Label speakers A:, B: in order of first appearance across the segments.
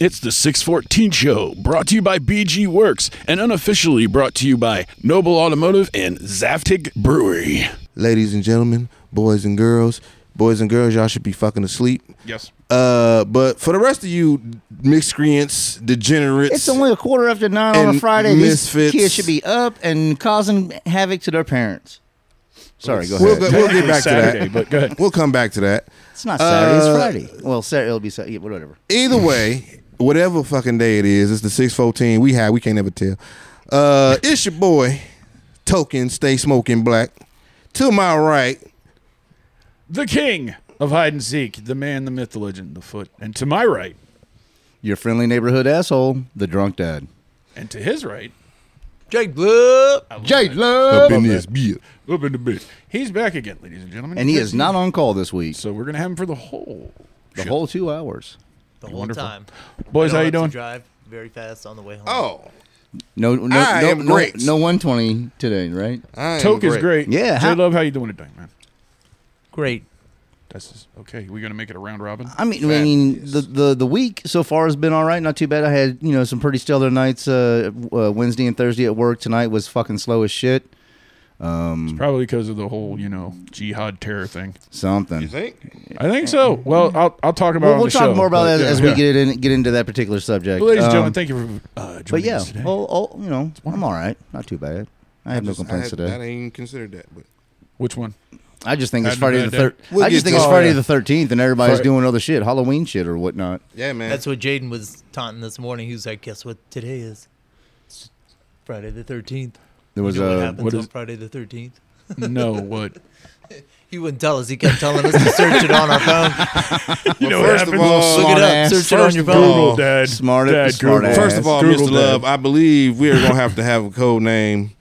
A: It's the 614 Show, brought to you by BG Works and unofficially brought to you by Noble Automotive and Zaftig Brewery.
B: ladies and gentlemen, boys and girls, boys and girls, y'all should be fucking asleep.
A: Yes.
B: Uh, but for the rest of you miscreants, degenerates,
C: It's only a quarter after nine on
B: And
C: a Friday.
B: misfits.
C: These kids should be up and causing havoc to their parents. Sorry, go ahead.
B: we'll, go- we'll get back
A: Saturday,
B: to that.
A: but go ahead.
B: We'll come back to that.
C: it's not Saturday.
B: uh,
C: it's Friday. Well, Saturday it'll be Saturday. Yeah, whatever.
B: Either way, whatever fucking day it is, it's the six fourteen. We have we can't ever tell. Uh, it's your boy, Token. Stay smoking black. To my right,
A: The king of hide and seek, the man, the myth, the legend, the foot. And to my right,
C: Your friendly neighborhood asshole, the drunk dad.
A: and to his right,
C: Jake Love. Jake
B: up
C: Love.
B: in this beer.
A: up in the bitch. He's back again, ladies and gentlemen.
C: And he is not on call this week.
A: So we're going to have him for the whole.
C: The
A: show.
C: whole two hours.
D: the whole
A: Wonderful.
D: time.
A: Boys,
D: don't
A: how you
D: have to
A: doing?
D: Drive very fast on the way home.
B: Oh,
C: No, no,
B: I
C: no,
B: am
C: no,
B: great.
C: no 120 today, right?
B: I am
A: Toke is great.
C: Yeah,
A: J
C: how-
A: Love, how you doing today, man?
D: great!
A: That's just, okay. We're going to make it a round robin.
C: I mean, I mean, the, the the week so far has been all right, not too bad. I had you know some pretty stellar nights. Uh, uh, Wednesday and Thursday at work. Tonight was fucking slow as shit. Um,
A: It's probably because of the whole, you know, jihad terror thing.
C: Something.
B: You think?
A: I think so. Well, I'll, I'll talk about it
C: Mm-hmm. We'll,
A: on
C: we'll
A: the
C: talk
A: show,
C: more about
A: but
C: that
A: yeah.
C: as we
A: Yeah.
C: get in, get into that particular subject.
A: Well, ladies and gentlemen,
C: Um,
A: thank you for uh, joining
C: But yeah,
A: us today.
C: oh, oh, you know, I'm all right. Not too bad. I have no
B: Just- I
C: complaints
B: had- I
C: today.
B: didn't even consider that, but
A: Which one?
C: I just think it's
A: Hadn't
C: Friday
A: been
C: the
A: a bad
C: third.
B: day. We'll
C: I just
B: get
C: think it's
A: to-
C: Friday
A: Oh, yeah.
C: the thirteenth, and everybody's
A: Fri-
C: doing other shit, Halloween shit or whatnot.
B: yeah, man.
D: That's what Jaden was taunting this morning. He was like, "Guess what today is? It's Friday the thirteenth.
C: There was uh,
D: you know what
C: a
D: happens
A: what
D: on
A: is-
D: Friday the thirteenth?
A: No, what?
D: He wouldn't tell us. He kept telling us to search it on our phone.
A: you know,
B: first of all,
D: Look it up.
C: ass.
D: Search it on your
C: First of
D: phone.
C: all,
A: Google, Dad.
C: Smart-
A: Dad,
C: smart
A: Google.
C: ass.
B: First of all,
A: Google that.
B: Mr. Love, I believe we are gonna have to have a code name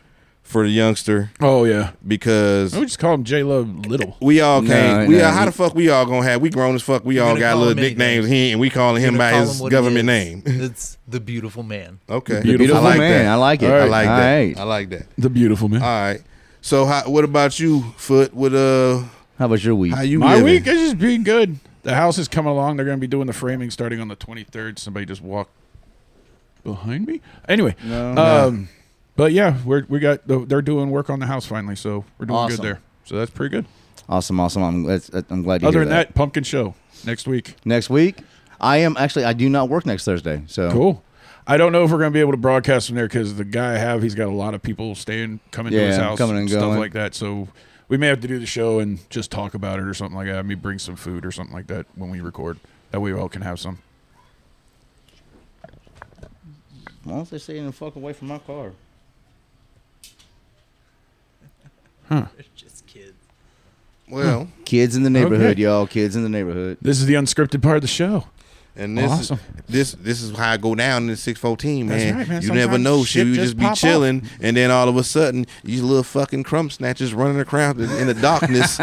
B: for the youngster
A: Oh yeah,
B: because
A: I would just call him J Love Little.
B: we all
C: No,
B: can't. we
C: no.
B: all, how the fuck we all gonna have? We grown as fuck. We
D: You're
B: all
D: gonna
B: got
D: call
B: little
D: him anything.
B: nicknames. He and we calling him
D: Gonna
B: by
D: call
B: his
D: him what it
B: government
D: is.
B: name.
D: it's the beautiful man.
B: Okay,
A: The beautiful
B: I like
C: man.
B: That.
C: I like it.
B: I
C: All
B: like
C: right.
B: that.
C: All right.
B: I like that.
A: The beautiful man.
B: All right. So, how, what about you, Foot? What uh,
C: How was your week?
B: how you?
A: My
B: living?
A: week is just being good. The house is coming along. They're going to be doing the framing starting on the 23rd. Somebody just walked behind me. Anyway,
C: Oh,
A: um, but yeah, we're we got the, they're doing work on the house finally, so we're doing
C: Awesome.
A: good there. So that's pretty good.
C: Awesome, awesome. I'm glad. I'm glad you
A: Other
C: hear
A: than that. pumpkin show next week.
C: Next week, I am actually. I do not work next Thursday, so
A: Cool. I don't know if we're going to be able to broadcast from there because the guy I have, he's got a lot of people staying, coming to his
C: Yeah,
A: house,
C: coming and
A: stuff
C: going.
A: like that. So we may have to do the show and just talk about it or something like that. I mean, bring some food or something like that when we record. That way, we all can have some.
C: Why don't they stay in the fuck away from my car?
D: It's just kids.
B: Well,
C: Kids in the neighborhood,
A: Okay.
C: y'all. Kids in the neighborhood.
A: This is the unscripted part of the show.
B: and this
A: Awesome.
B: this this is how I go down in the six fourteen,
A: That's
B: man.
A: right, man.
B: You never
A: Sometimes
B: know.
A: shit
B: Shit, you
A: just
B: just be
A: pop off.
B: chilling, and then all of a sudden, you little fucking crumb snatchers running around in in the darkness,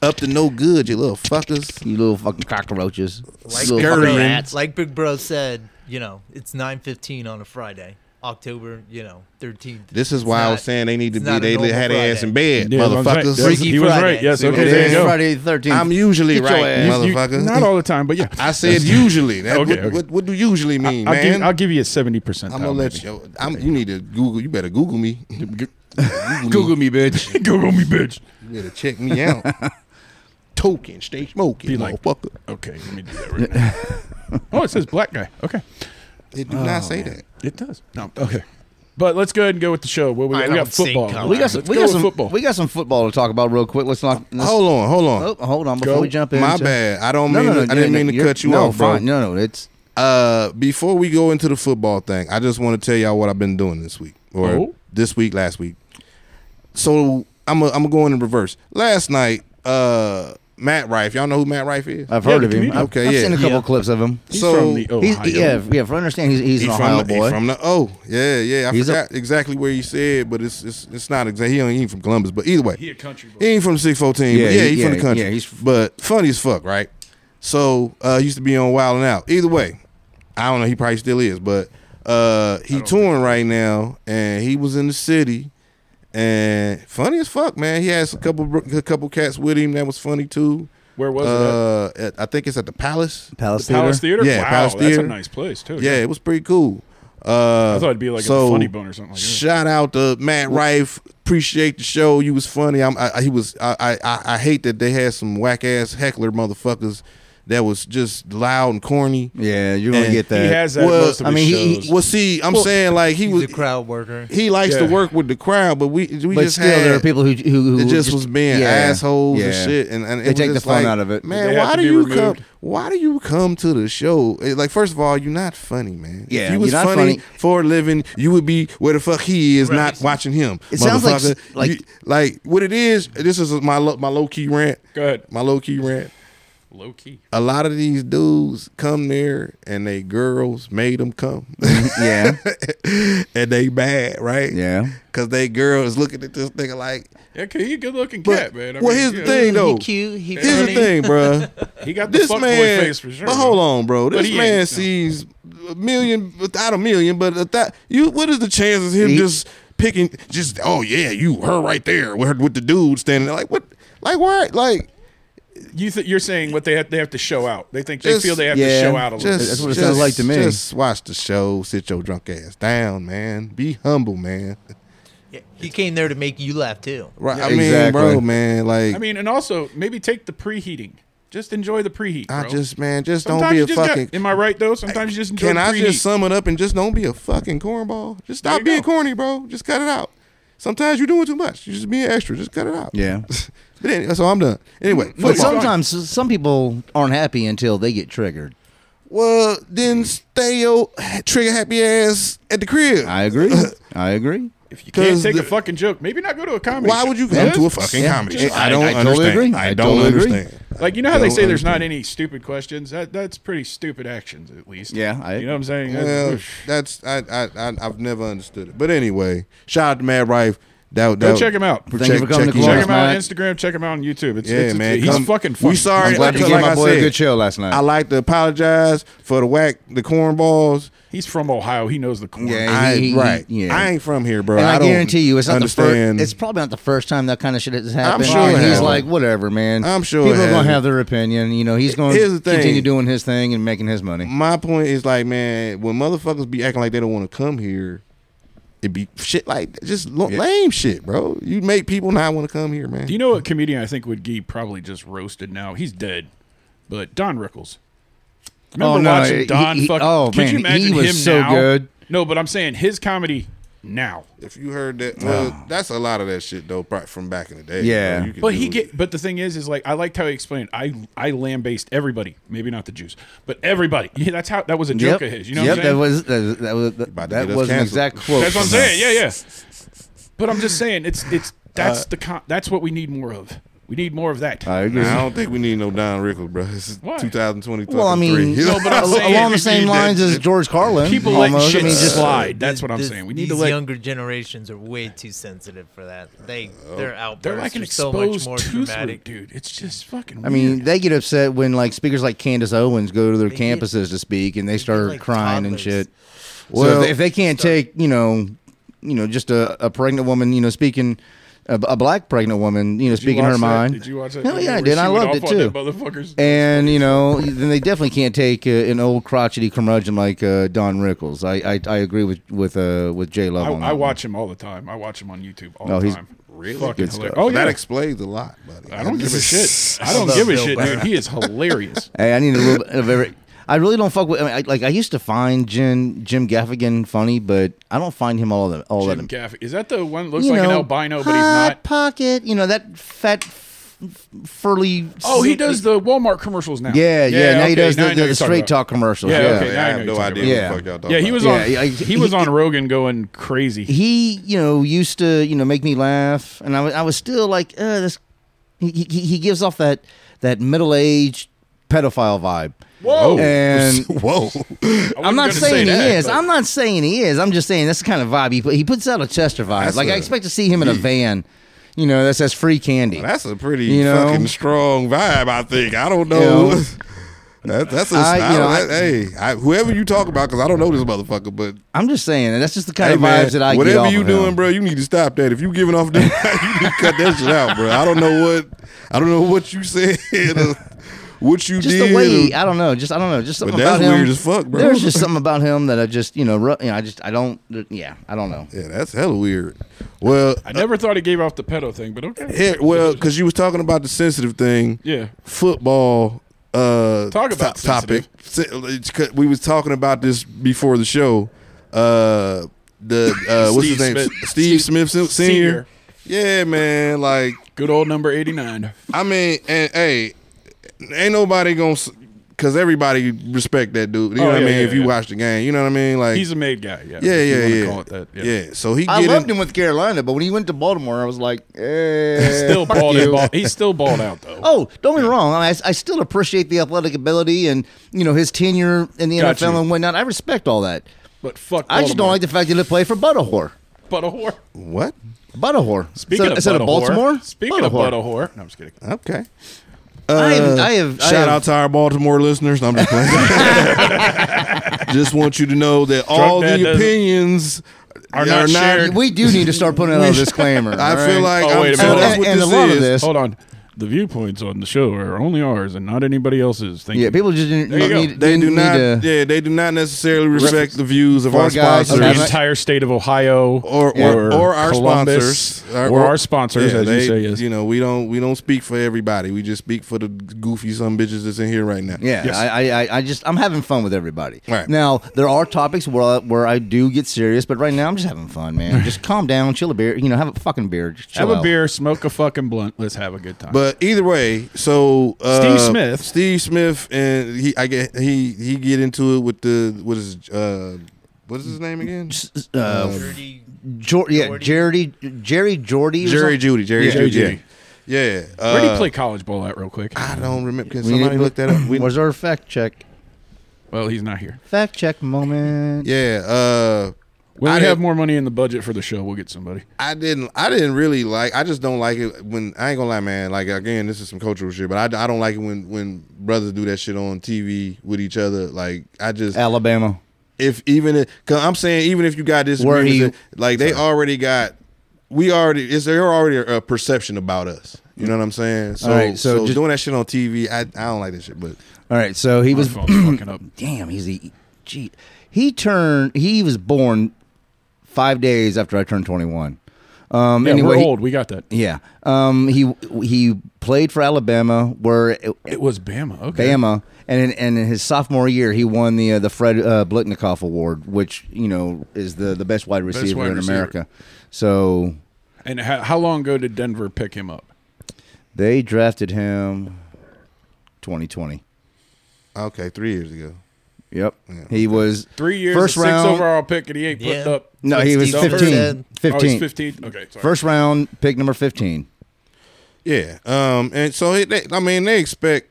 B: up to no good. You little fuckers.
C: You little fucking cockroaches.
D: Like
C: You
D: Big,
C: little fucking
D: Bro,
C: rats.
D: like Big Bro said, you know, it's nine fifteen on a Friday, October, you know, thirteenth.
B: This is why I was saying they need to be. They had their ass in bed,
A: Yeah, that's right.
B: motherfuckers.
A: Yes, he was
D: Friday.
A: right. Yes.
D: See
A: Okay.
B: what
A: There
B: it
A: you
B: is?
A: go.
C: Friday the thirteenth.
B: I'm usually
C: Get your
B: right,
C: ass.
A: You- you-
B: motherfucker.
A: not all the time, but yeah.
B: I said usually. That,
A: Okay,
B: what,
A: okay.
B: What, what do usually mean,
A: I'll,
B: man?
A: give, I'll give you a seventy percent.
B: I'm gonna let you. I'm, you need to Google. You better Google me.
C: Google me, bitch.
A: Google me, bitch.
B: You better check me out. Token, stay smoking,
A: Be like-
B: motherfucker.
A: Okay, let me do that right now. oh, it says black guy. Okay.
B: It
C: oh,
B: do not say that.
A: It does. No. Okay. But let's go ahead and go with the show. What we,
D: I
A: got? we got
D: don't see
A: football.
D: color.
C: we got some.
A: Let's
C: We
A: go
C: got
A: with
C: some.
A: football.
C: We got some football to talk about real quick. Let's not. Let's,
B: Hold on, hold on.
C: oh, hold on before
A: Go.
C: we jump in.
B: My bad. I don't
C: No,
B: mean.
C: no, no.
B: to, I didn't
C: you're-
B: mean to
C: you're-
B: cut you
C: no,
B: off, bro.
C: fine. No, no. It's
B: Uh, before we go into the football thing, I just want to tell y'all what I've been doing this week, or
A: Oh.
B: this week, last week. So I'm i I'm gonna go in reverse. Last night, uh, Matt Rife. Y'all know who Matt Rife is?
C: I've
A: Yeah,
C: heard
A: the
C: of him.
A: comedian.
C: I've,
B: Okay,
C: I've
B: yeah.
C: seen a couple
D: Yeah.
C: clips of him.
A: He's
B: so-
A: from the Ohio.
C: He's yeah, yeah. If I understand, he's he's
B: He
C: an
B: from
C: Ohio
B: the, he
C: boy.
B: from the oh yeah yeah I
C: He's a-
B: forgot exactly where you said but it's it's, it's not exactly he ain't even from Columbus but either way
A: He a country boy.
B: he ain't from six fourteen
C: Yeah,
B: but yeah
C: he-
B: he, from
C: yeah,
B: the country
C: yeah, he's-
B: but funny as fuck right so uh he used to be on Wild and Out either way I don't know he probably still is but uh he touring right now and he was in the city and funny as fuck man he has a couple bro- a couple cats with him that was funny too
A: Where was it?
B: Uh, at- I think it's at the Palace.
C: Palace
A: At? Palace
C: Theater.
A: Theater.
B: Yeah,
A: wow,
B: Palace
A: that's
B: Theater.
A: a nice place too.
B: Yeah, it was pretty cool. Uh,
A: I thought it'd be like
B: so-
A: a funny bone or something like that.
B: Shout out to Matt Rife. Appreciate the show. You was funny. I'm, I, I- he was. I, I- I I hate that they had some whack ass heckler motherfuckers that was just loud and corny.
C: Yeah, you're gonna
B: And
C: get
A: he
C: that.
A: has that
B: Well,
A: most of
C: I
A: his
C: mean, he- he-
A: shows.
B: Well, see, I'm
D: Well,
B: saying like he
D: He's
B: was.
D: a crowd worker.
B: He likes
A: Yeah.
B: to work with the crowd, but we we
C: but
B: just
C: still,
B: had,
C: there are people who who, who
B: that just, was being
C: yeah,
B: assholes and
C: yeah.
B: shit, and, and it
C: They
B: was
C: take the
B: just
C: fun
B: like,
C: out of it.
A: They
B: Man,
A: have to
B: why do
A: be
B: you
A: removed.
B: come? Why do you come to the show? Eh, Like, first of all, you're not funny, man.
C: Yeah,
B: if you was
C: you're not
B: funny,
C: funny.
B: for a living, you would be where the fuck he is,
D: Right.
B: not watching him.
C: It sounds like-
B: motherfucker.
C: like-
B: You- like what it is. This is my lo- my low key rant.
A: Go ahead.
B: My low key rant.
A: Low key.
B: A lot of these dudes come there and they girls made them come,
C: yeah,
B: and they bad, right?
C: yeah.
B: Cause they girls looking at this nigga like,
A: Yeah, 'cause he a good looking
B: But-
A: cat, man. I
B: well,
A: mean,
B: here's the
A: yeah,
B: thing, though.
D: He cute. He
B: here's the
D: funny.
B: thing, bruh.
A: He got the
B: this
A: fuck boy
B: man,
A: face for sure.
B: but hold on, bro.
A: But
B: This
A: he
B: man
A: ain't, no.
B: sees a million, without a million, but a that you. What is the chances of him
C: He-
B: just picking? Just oh yeah, you her right there with, her, with the dude standing there. Like what? Like why? Like
A: You th- you're saying what they have they have to show out. They think they
B: Just-
A: feel they have to
C: yeah,
A: show out a little.
B: just
A: bit.
C: That's what it
B: just-
C: sounds like to me.
B: Just watch the show. Sit your drunk ass down, man. Be humble, man.
D: Yeah, He came there to make you laugh too.
B: Right? I mean,
C: Exactly.
B: bro, man. Like
A: I mean, and also maybe take the preheating. Just enjoy the preheat.
B: I
A: bro.
B: just man, just
A: Sometimes
B: don't be
A: you
B: a
A: just got-
B: fucking.
A: am I right though? Sometimes you just enjoy
B: Can
A: the
B: I
A: preheat.
B: just sum it up and just don't be a fucking cornball? Just
A: There
B: stop
A: you
B: being
A: go.
B: corny, bro. Just cut it out. Sometimes you're doing too much. You're just being extra. Just cut it out.
C: Yeah.
B: but anyway, so I'm done. Anyway,
A: No,
C: But
A: it's all
B: football.
A: right.
C: sometimes some people aren't happy until they get triggered.
B: well, then stay your trigger happy ass at the crib.
C: I agree. I agree.
A: if you can't
B: 'cause
A: take
B: the-
A: a fucking joke, maybe not go to a comedy.
B: Why
A: show.
B: would you come
A: Yeah.
B: to a fucking
C: Yeah.
B: comedy
C: Yeah,
B: show?
C: I-
B: I don't
C: I totally
B: understand.
C: agree. I
B: I don't
C: totally agree.
B: understand.
A: Like you know how they
B: Don't
A: say there's not
B: understand.
A: any stupid questions. That that's pretty stupid actions at least.
C: Yeah, I-
A: you know what I'm saying.
B: Well,
A: That's-
B: that's I, I I I've never understood it. But anyway, shout out to Mad Rife. That,
A: Go
B: that-
A: check him out.
C: Thank you for coming to
B: him
C: Well,
A: check
B: out.
A: him out on
C: Matt.
A: Instagram. Check him out on YouTube. It's,
B: Yeah,
A: it's,
B: man.
A: He's
B: come-
A: fucking
B: We
A: funny.
B: sorry.
C: I'm glad
B: like-
C: you gave
B: like
C: my
B: I
C: boy a
B: said,
C: good show last night.
B: I like to apologize for the whack, the cornballs.
A: He's from Ohio. He knows the corn.
C: Yeah,
B: I
C: he- he-
B: right.
C: yeah.
B: I ain't from here, bro.
C: and I,
B: don't
C: guarantee you, it's not
B: understand.
C: the first. It's probably not the first time that kind of shit has happened.
B: sure it
C: And he's
B: has.
C: like, whatever, man.
B: I'm sure
C: people
B: it
C: are
B: has.
C: gonna have their opinion. You know, he's going
B: Here's the
C: to
B: thing.
C: continue doing his thing and making his money.
B: my point is like, man, when motherfuckers be acting like they don't want to come here, it be shit like that. just lo- lame shit, bro. You make people not want to come here, man.
A: Do you know what comedian I think would get probably just roasted now? He's dead, but Don Rickles. Remember
C: Oh, no,
A: watching
C: he-
A: Don?
C: he-
A: fuck,
C: oh,
A: could
C: man,
A: you imagine
C: he was
A: him
C: so
A: now?
C: good.
A: No, but I'm saying his comedy now.
B: if you heard that, well, that's a lot of that shit though, pro- from back in the day.
C: Yeah.
B: bro. You could
A: But he
B: do it.
A: get. But the thing is, is like I liked how he explained. I I lambasted everybody. Maybe not the Jews, but everybody. Yeah, that's how that was a joke of his. You know what
C: yep,
A: I'm saying?
C: that was that was that was,
B: about
C: that,
B: to get us
C: was an
B: canceled.
C: exact quote.
A: that's what I'm
C: from him.
A: saying. Yeah, yeah. But I'm just saying it's it's
C: Uh,
A: that's the con- that's what we need more of. We need more of that.
C: I agree.
B: Nah, I don't think we need no Don Rickles, bro. This is
A: Why?
B: 2023.
C: well, I mean,
A: No, but I'm
C: al-
A: saying
C: along the
A: if
C: same
B: you did-
C: lines as George Carlin.
A: People
C: almost.
A: letting shit
C: I mean, just
A: slide. That's
D: This-
A: what I'm
D: this-
A: saying. We need
D: these
A: to let
D: younger generations are way too sensitive for that. They their outbursts
A: Uh, They're like an
D: are so much
A: exposed
D: more
A: tooth root,
D: dramatic.
A: dude. It's just fucking.
C: I mean,
A: weird.
C: they get upset when like speakers like Candace Owens go to their
D: They get-
C: campuses to speak, and they
D: they
C: start
D: get like
C: crying and
D: toddlers.
C: shit. so
B: Well-
C: if they, if they can't take, you know, you know, just a, a pregnant woman, you know, speaking a, a black pregnant woman, you know,
A: Did you
C: speaking
A: watch
C: her
A: that?
C: mind.
A: Did you watch that?
C: Hell
A: video
C: yeah, I
A: where
C: did.
A: she
C: I
A: went
C: loved it
A: off on
C: too.
A: that Motherfuckers.
C: And you know, then they definitely can't take uh, an old crotchety curmudgeon like uh, Don Rickles. I, I I agree with with uh, with Jay Love.
A: I,
C: on that
A: I
C: one.
A: watch him all the time. I watch him on YouTube all
C: No,
A: the
C: he's
A: time.
B: Really?
A: fucking
C: Good
A: hilarious.
C: stuff.
A: Oh
B: that
A: yeah,
B: explains a lot, buddy.
A: I don't give a shit. I
D: I
A: don't
D: love
A: give a
D: Bill
A: shit,
D: Burr.
A: dude. He is hilarious.
C: Hey, I need a little bit of every. I really don't fuck with. I mean, I, like I used to find Jim Jim Gaffigan funny, but I don't find him all of all that.
A: Jim Gaffigan. Is that the one that looks like an albino, but he's
C: Hot
A: not?
C: Pocket, you know that fat, f- f- furly.
A: Oh, he does the Walmart commercials now.
C: Yeah, yeah. now
A: okay,
C: he does
A: I
C: the,
A: know
C: the,
A: you're
C: the
A: talking
C: straight
A: about.
C: talk commercials.
A: Yeah,
C: Yeah,
A: okay. now I
B: I
A: know
B: have no
A: what you're
B: idea
A: talking
C: about.
B: what the fuck y'all talking
A: Yeah, he was
B: about.
A: on.
C: Yeah, I-
A: he was
C: he-
A: on Rogan going crazy.
C: He, you know, used to you know make me laugh, and I was I was still like, uh, this. He, he he gives off that that middle aged pedophile vibe.
A: Whoa.
C: And
B: whoa.
A: I
C: I'm
A: wasn't
C: not
A: gonna
C: saying
A: say
C: he
A: that,
C: is.
A: but-
C: I'm not saying he is. I'm just saying that's the kind of vibe he put, he puts out a Chester vibe.
B: That's
C: like I
B: a-
C: expect to see him in a van, you know, that says free candy.
B: That's a pretty
C: You know?
B: fucking strong vibe, I think. I don't
C: You know?
B: know. That, that's a,
C: I- you
B: I don't-
C: know, I-
B: that- hey, I, whoever you talk about, because I don't know this motherfucker, but
C: I'm just saying, and that's just the kind
B: hey,
C: of
B: man,
C: vibes that I
B: whatever
C: get. off
B: you
C: of
B: doing,
C: him.
B: bro, you need to stop that. If you giving off that, you need to cut that shit out, bro. I don't know what, I don't know what you said, or what you
C: Just
B: did,
C: the way
B: or-
C: I don't know, just I don't know, just
B: but
C: something
B: that's
C: about him.
B: weird as fuck, bro.
C: There's just something about him that I just you know, ru- you know I just I don't yeah I don't know.
B: yeah, that's hella weird. Well,
A: I never thought he gave off the pedo thing, but okay.
B: here, well, because you was talking about the sensitive thing,
A: Yeah.
B: football. Uh,
A: Talk about
B: to- topic. It's 'cause We was talking about this before the show. Uh, the uh, what's his
A: Steve
B: name?
A: Smith.
B: Steve Smith Sen- Senior. Yeah, man. Like
A: Good old number 89.
B: I mean, and hey, ain't nobody gonna s- cause everybody respect that dude. You know
A: Oh,
B: what I
A: yeah,
B: mean?
A: yeah,
B: if you
A: yeah.
B: watch the game, you know what I mean? Like
A: He's a made guy. Yeah.
B: yeah,
A: if you
B: yeah,
A: wanna
B: yeah.
A: Call it that. Yeah.
B: So he
C: I
B: get
C: loved
B: in,
C: him with Carolina, but when he went to Baltimore, I was like, eh,
A: Still
C: fuck
A: balled,
C: you.
A: and ball, he's still balled out though.
C: Oh, don't get me wrong. I, I still appreciate the athletic ability and you know his tenure in the
A: Got
C: NFL
A: you.
C: and whatnot. I respect all that.
A: But fuck,
C: I just don't like the fact that he played for Butt a whore.
A: butt a whore.
B: What?
C: Butt a whore.
A: Speaking
C: Instead-
A: of
C: instead
A: butt
C: of
A: a
C: Baltimore.
A: whore, speaking of butt a whore, no, I'm just kidding.
B: Okay.
C: I have-
B: Uh,
C: I have- I
B: shout
C: have-
B: out to our Baltimore listeners. No, I'm just playing. just want you to know that all
A: dad
B: the
A: doesn't-
B: opinions
A: Are not shared.
C: We do need to start putting out a disclaimer.
B: I
C: all
B: feel
C: right?
B: like
A: Oh,
B: I'm-
A: wait a
B: so
A: minute.
B: that's
C: And-
B: what
C: and
B: this
C: a lot of
B: is.
C: this-
A: Hold on. The viewpoints on the show are only ours and not anybody else's. Thank
C: yeah,
A: you.
C: people just didn't,
A: There you go.
C: need,
B: They
C: didn't
B: do
C: need
B: not.
C: to-
B: yeah, they do not necessarily respect the views of
C: Four
B: our
C: guys
A: Of the
C: have
B: sponsors.
C: it.
A: entire state of Ohio,
B: Or- or- or our
A: Columbus,
B: sponsors. Our-
A: or
B: or-
A: our sponsors,
B: Yeah,
A: as
B: they-
A: you say. Yes.
B: You know, we don't we don't speak for everybody. We just speak for the goofy some bitches that's in here right now.
C: Yeah,
A: Yes.
C: I, I, I- I just I'm having fun with everybody.
B: Right.
C: Now there are topics where I, where I do get serious, but right now I'm just having fun, man. just calm down, chill a beer, you know, have a fucking beer, just chill
A: have a
C: out.
A: beer, smoke a fucking blunt. Let's have a good time.
B: But either way, so uh,
A: Steve Smith.
B: Steve Smith, and he, I get he he get into it with the what is uh, what is his name again?
C: Uh, Jor- yeah, Jerry Jerry Jordy. or
B: Jerry
C: something?
B: Judy. Jerry
A: Yeah. Jerry
B: Judy.
A: Judy.
B: Yeah. yeah.
A: Where do
B: uh,
A: you play college ball at, real quick?
B: I don't remember. Can
C: We
B: somebody
C: need-
B: look that up? We,
C: Where's our fact check?
A: Well, he's not here.
C: Fact check moment.
B: yeah. Uh,
A: When
B: I
A: we have
B: didn't-
A: more money in the budget for the show, we'll get somebody.
B: I didn't. I didn't really like. I just don't like it when I ain't gonna lie, man. Like again, this is some cultural shit, but I, I don't like it when when brothers do that shit on TV with each other. Like I just
C: Alabama.
B: if even if, cause I'm saying even if you got this,
C: Where he-
B: like they already got, we already is there already a, perception about us. You know what I'm saying? So
C: All right, so
B: so,
C: just-
B: doing that shit on TV, I, I don't like that shit. But
C: All right, so he
A: My
C: was.
A: phone's fucking up.
C: Damn, he's the. Gee, he turned. He was born five days after I turned 21. Um,
A: Yeah,
C: anyway,
A: we're
C: he-
A: old. We got that.
C: Yeah. Um, he he played for Alabama, where uh,
A: It was Bama. Okay.
C: Bama, and in, and in his sophomore year, he won the uh, the Fred uh, Blitnikoff Award, which you know is the the best wide receiver
A: wide
C: in
A: receiver.
C: America. So
A: And how, how long ago did Denver pick him up?
C: they drafted him 2020.
B: okay, three years ago,
C: Yep, he was
A: Three years,
C: First
A: a six
C: round-
A: overall pick, and he ain't put
D: Yeah.
A: up.
C: no, he was
D: 16.
A: Oh,
C: 15.
A: he's
C: 15.
A: 15. Okay. Sorry.
C: First round pick number 15.
B: yeah. Um, and so it, they, I mean, they expect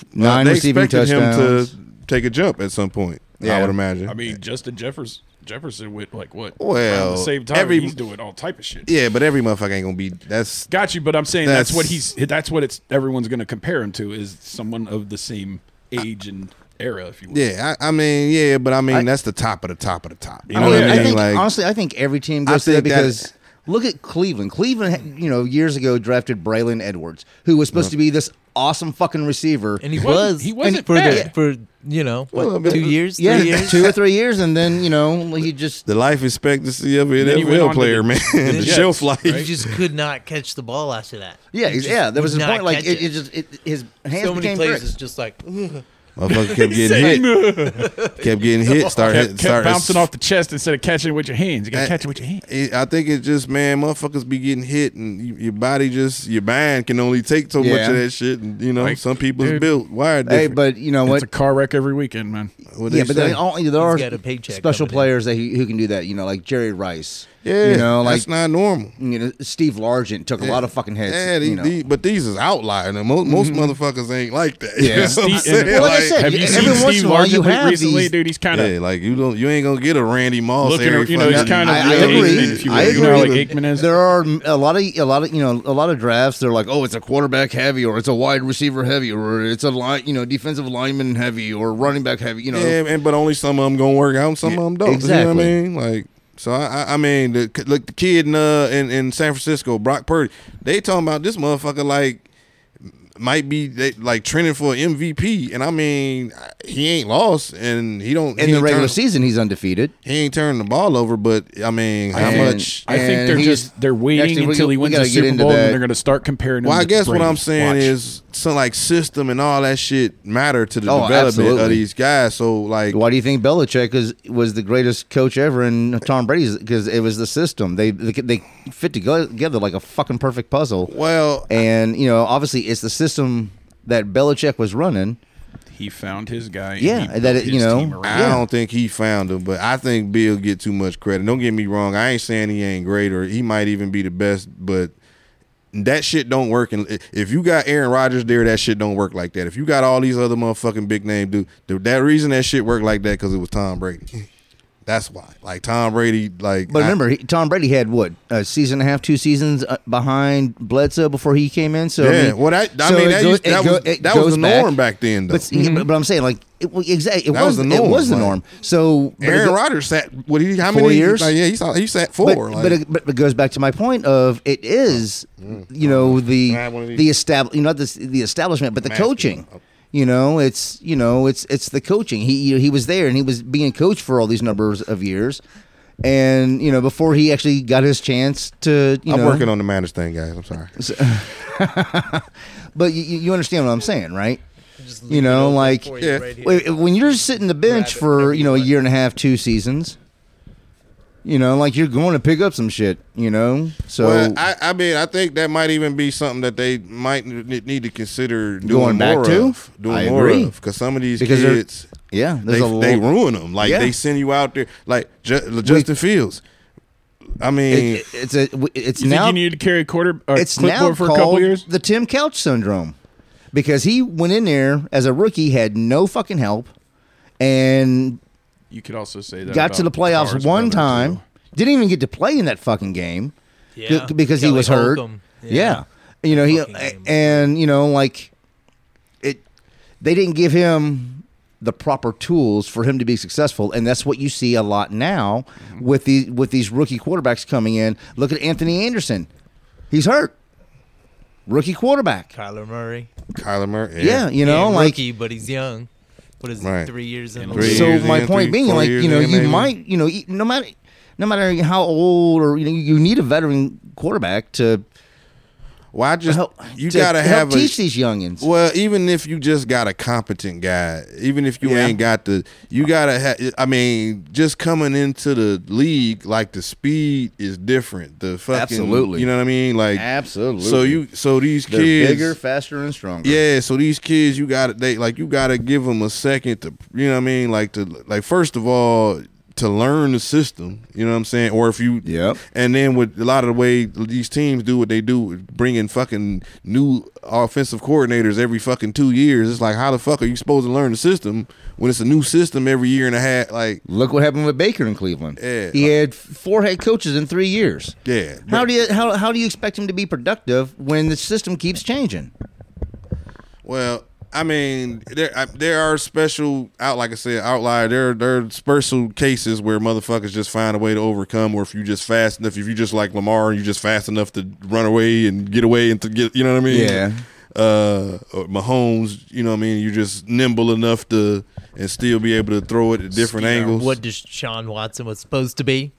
B: uh,
C: Nine
B: they
C: receiving
B: expected
C: touchdowns.
B: him to take a jump at some point. I
C: Yeah.
B: would imagine.
A: I mean, Justin Jefferson Jefferson went like what?
B: Well,
A: Around the same time
B: every-
A: he's doing all type of shit.
B: Yeah, but every motherfucker ain't gonna be. That's
A: Got you, but I'm saying that's,
B: That's-
A: what he's. That's what it's. Everyone's going to compare him to is someone of the same age and era, if you will.
B: yeah. I, I mean, yeah, but I mean,
C: I-
B: that's the top of the top of the top. You
A: I
B: know
A: mean,
B: what I
A: I
B: mean?
C: think
B: like,
C: honestly, I think every team goes
B: I
C: through that
B: think that-
C: because look at Cleveland. Cleveland, you know, years ago drafted Braylon Edwards, who was supposed to be this awesome fucking receiver.
D: And he
A: wasn't-
D: was.
A: he wasn't
D: for
A: bad.
D: the, for you know
B: Well, I
D: what,
B: mean,
D: two years,
C: yeah,
D: three years.
C: two or three years, and then you know he just
B: the life expectancy of an
A: then he went on
B: NFL
A: to
B: player,
A: the-
B: man,
A: the
B: the
A: Jets,
B: shelf life.
A: right?
D: You just could not catch the ball after that.
C: yeah
D: You just
C: yeah. There was
D: would
C: a
D: not
C: point like
D: catch
C: it, it just it, his hands
D: so many
C: became
D: plays
C: bricks.
D: is just like "Ugh."
B: Motherfucker kept getting hit, kept getting hit, started
A: Kept,
B: hit,
A: kept
B: started
A: bouncing off the chest instead of catching it with your hands. You got
B: I-
A: to catch it with your hands.
B: It, I think it's just man, motherfuckers be getting hit, and you, your body just your mind can only take so much
C: Yeah.
B: of that shit. And you know,
A: Like,
B: some people's
A: dude.
B: built wired
C: Hey,
B: different.
C: but you know
A: It's
C: what?
A: a car wreck every weekend, man.
B: What
C: yeah,
B: they
C: but
B: say?
C: there, all, there
D: He's
C: are
D: got a paycheck
C: special
D: coming in.
C: players that he, who can do that. You know, like Jerry Rice.
B: Yeah,
C: you know, like
B: that's not normal.
C: you know, Steve Largent took a lot of fucking hits.
B: Yeah,
C: you
B: these,
C: know. Mm-hmm.
B: these- but these is outlier. Now, Most, most motherfuckers ain't like that.
C: Yeah.
B: You know what I'm
A: Steve-
B: saying?
A: and-
C: Well, like I said,
A: Have you
C: every
A: seen
C: once in a
A: Steve
C: while you
A: Largent
C: have
A: recently,
C: these-
A: dude? He's kind of
B: yeah, like you don't, you ain't gonna get a Randy Moss
A: looking,
B: every
A: you know, he's
B: fucking-
A: kind of
C: I- I
A: Bill
C: agree.
A: Aikman, if you
C: I
A: will. You know how, like
C: agree.
A: Aikman is.
C: There are a lot of a lot of you know a lot of drafts. They're like, oh, it's a quarterback heavy, or it's a wide receiver heavy, or it's a line, you know, defensive lineman heavy, or running back heavy. You know,
B: Yeah, and but only some of them gonna work out, and some of them don't. You know what
C: exactly.
B: I mean? Like, so I, I- I mean, the, look, the kid in, uh, in in San Francisco, Brock Purdy, they talking about this motherfucker like might be they, like trending for MVP, and I mean, he ain't lost, and he don't he
C: in the
B: ain't
C: regular
B: turn-
C: season, he's undefeated.
B: He ain't turning the ball over, but I mean, how
C: And-
B: much?
A: I think
C: and
A: they're
C: he's-
A: just they're waiting
C: actually, we-
A: until he
C: we
A: wins
C: gotta
A: the
C: get
A: Super
C: into
A: Bowl, and
C: that.
A: then they're going to start comparing. him
B: Well, I
A: to
B: guess what
A: Brady.
B: I'm saying
A: Watch.
B: is some like system and all that shit matter to the
C: Oh,
B: development of
C: absolutely.
B: these guys. So like,
C: Why do you think Belichick is, was the greatest coach ever and Tom Brady's? Because it was the system. They, they they fit together together like a fucking perfect puzzle.
B: well,
C: And you know, obviously, it's the system that Belichick was running.
A: he found his guy. and
C: Yeah,
A: he built
C: that it-
A: his
C: you know,
A: team around
B: I
C: Yeah.
B: don't think he found him, but I think Bill get too much credit. Don't get me wrong. I ain't saying he ain't great or he might even be the best, but that shit don't work. And if you got Aaron Rodgers there, that shit don't work like that. If you got all these other motherfucking big name dude, the, that reason that shit worked like that because it was Tom Brady. That's why. Like Tom Brady, like
C: But
B: I-
C: remember, he, Tom Brady had what a season and a half, two seasons uh, behind Bledsoe before he came in. So I
B: yeah.
C: mean,
B: well, that I
C: so
B: mean
C: it
B: that,
C: goes-
B: used,
C: it
B: that
C: go-
B: was
C: it
B: that was
C: goes
B: the
C: back.
B: norm back then. Though
C: But, see, but, but I'm saying like it, exactly, it
B: That was
C: was,
B: the
C: It
B: norm,
C: was the
B: like-
C: norm. So but it
B: Aaron
C: go-
B: Rodgers sat what he how
C: Four
B: many
C: years?
B: Like, yeah, he saw, he sat four.
C: But,
B: like,
C: but, it, but it goes back to my point of it is, you know, the
B: Oh. Mm. I had one of these.
C: the establish, you know, not this, the establishment, but the
B: Masking.
C: coaching. You know, it's you know, it's it's the coaching. He you know, he was there and he was being coached for all these numbers of years, and you know, before he actually got his chance to, you
B: I'm
C: know,
B: working on the Manners thing, guys. I'm sorry.
C: But you, you understand what I'm saying, right?
D: Just
C: You
D: leave it
C: know,
D: open
C: like-
D: for
B: Yeah.
D: you right here.
C: Wait, When you're sitting the bench
D: Grab it
C: for
D: whenever
C: you
D: you
C: know a
D: want.
C: year and a half, two seasons, you know, like you're going to pick up some shit, you know. So
B: well, I, I mean, I think that might even be something that they might n- need to consider doing
C: Going back
B: more
C: to?
B: of, doing
C: I
B: more
C: agree.
B: because some of these
C: Because they're-
B: kids
C: yeah,
B: they,
C: there's a lot.
B: they ruin them. Like
C: Yeah.
B: they send you out there, like Ju- Justin Fields. I mean,
C: It- it's a w- it's
A: Eh, You
C: now
A: think you needed to carry a quarter or
C: it's now
A: clipboard for a couple
C: called
A: years?
C: the Tim Couch syndrome because he went in there as a rookie, had no fucking help, and
A: You could also say that
C: got to the
A: about
C: playoffs
A: Carr's
C: one
A: brother,
C: time.
A: too.
C: Didn't even get to play in that fucking game.
D: Yeah.
C: c- because he
D: Kelly
C: was hurt.
D: Holcomb.
C: Yeah. You know, he
D: Fucking game.
C: and you know like it they didn't give him the proper tools for him to be successful and that's what you see a lot now
B: Mm-hmm.
C: with these with these rookie quarterbacks coming in. Look at Anthony Anderson. He's hurt. Rookie quarterback.
D: Kyler Murray.
B: Kyler Murray.
C: Yeah, you know,
D: Yeah,
C: like
D: rookie, but he's young. What is
B: Right.
D: it? Three years in the
B: Three
D: league?
C: so
B: years
C: my
B: in,
C: point
B: three-
C: being
B: four
C: like
B: years
C: you know
B: in,
C: you
B: maybe.
C: might you know e- no matter no matter how old or you know you need a veteran quarterback to
B: Well, I just
C: help
B: you
C: to
B: gotta
C: help
B: have a
C: teach these youngins
B: Well, even if you just got a competent guy, even if you
C: Yeah.
B: ain't got the, you gotta have. I mean, just coming into the league, like the speed is different. The fucking,
C: Absolutely.
B: you know what I mean? Like,
C: Absolutely.
B: So you, so these
C: They're
B: kids,
C: bigger, faster, and stronger.
B: yeah. So these kids, you got to they like you got to give them a second to, you know what I mean? Like to, like first of all, to learn the system. You know what I'm saying? Or if you,
C: Yep.
B: and then with a lot of the way these teams do what they do, bringing fucking new offensive coordinators every fucking two years, it's like how the fuck are you supposed to learn the system when it's a new system every year and a half? Like,
C: Look what happened with Baker in Cleveland.
B: Yeah.
C: He had four head coaches in three years.
B: yeah.
C: How do you how, how do you expect him to be productive when the system keeps changing?
B: Well, I mean, there I, there are special out like I said outlier. There there are special cases where motherfuckers just find a way to overcome, or if you just fast enough, if you just like Lamar, you just fast enough to run away and get away and to get, you know what I mean?
C: Yeah.
B: Uh, or Mahomes, you know what I mean? You're just nimble enough to and still be able to throw it at different
D: Speed on
B: angles.
D: What Deshaun Watson was supposed to be.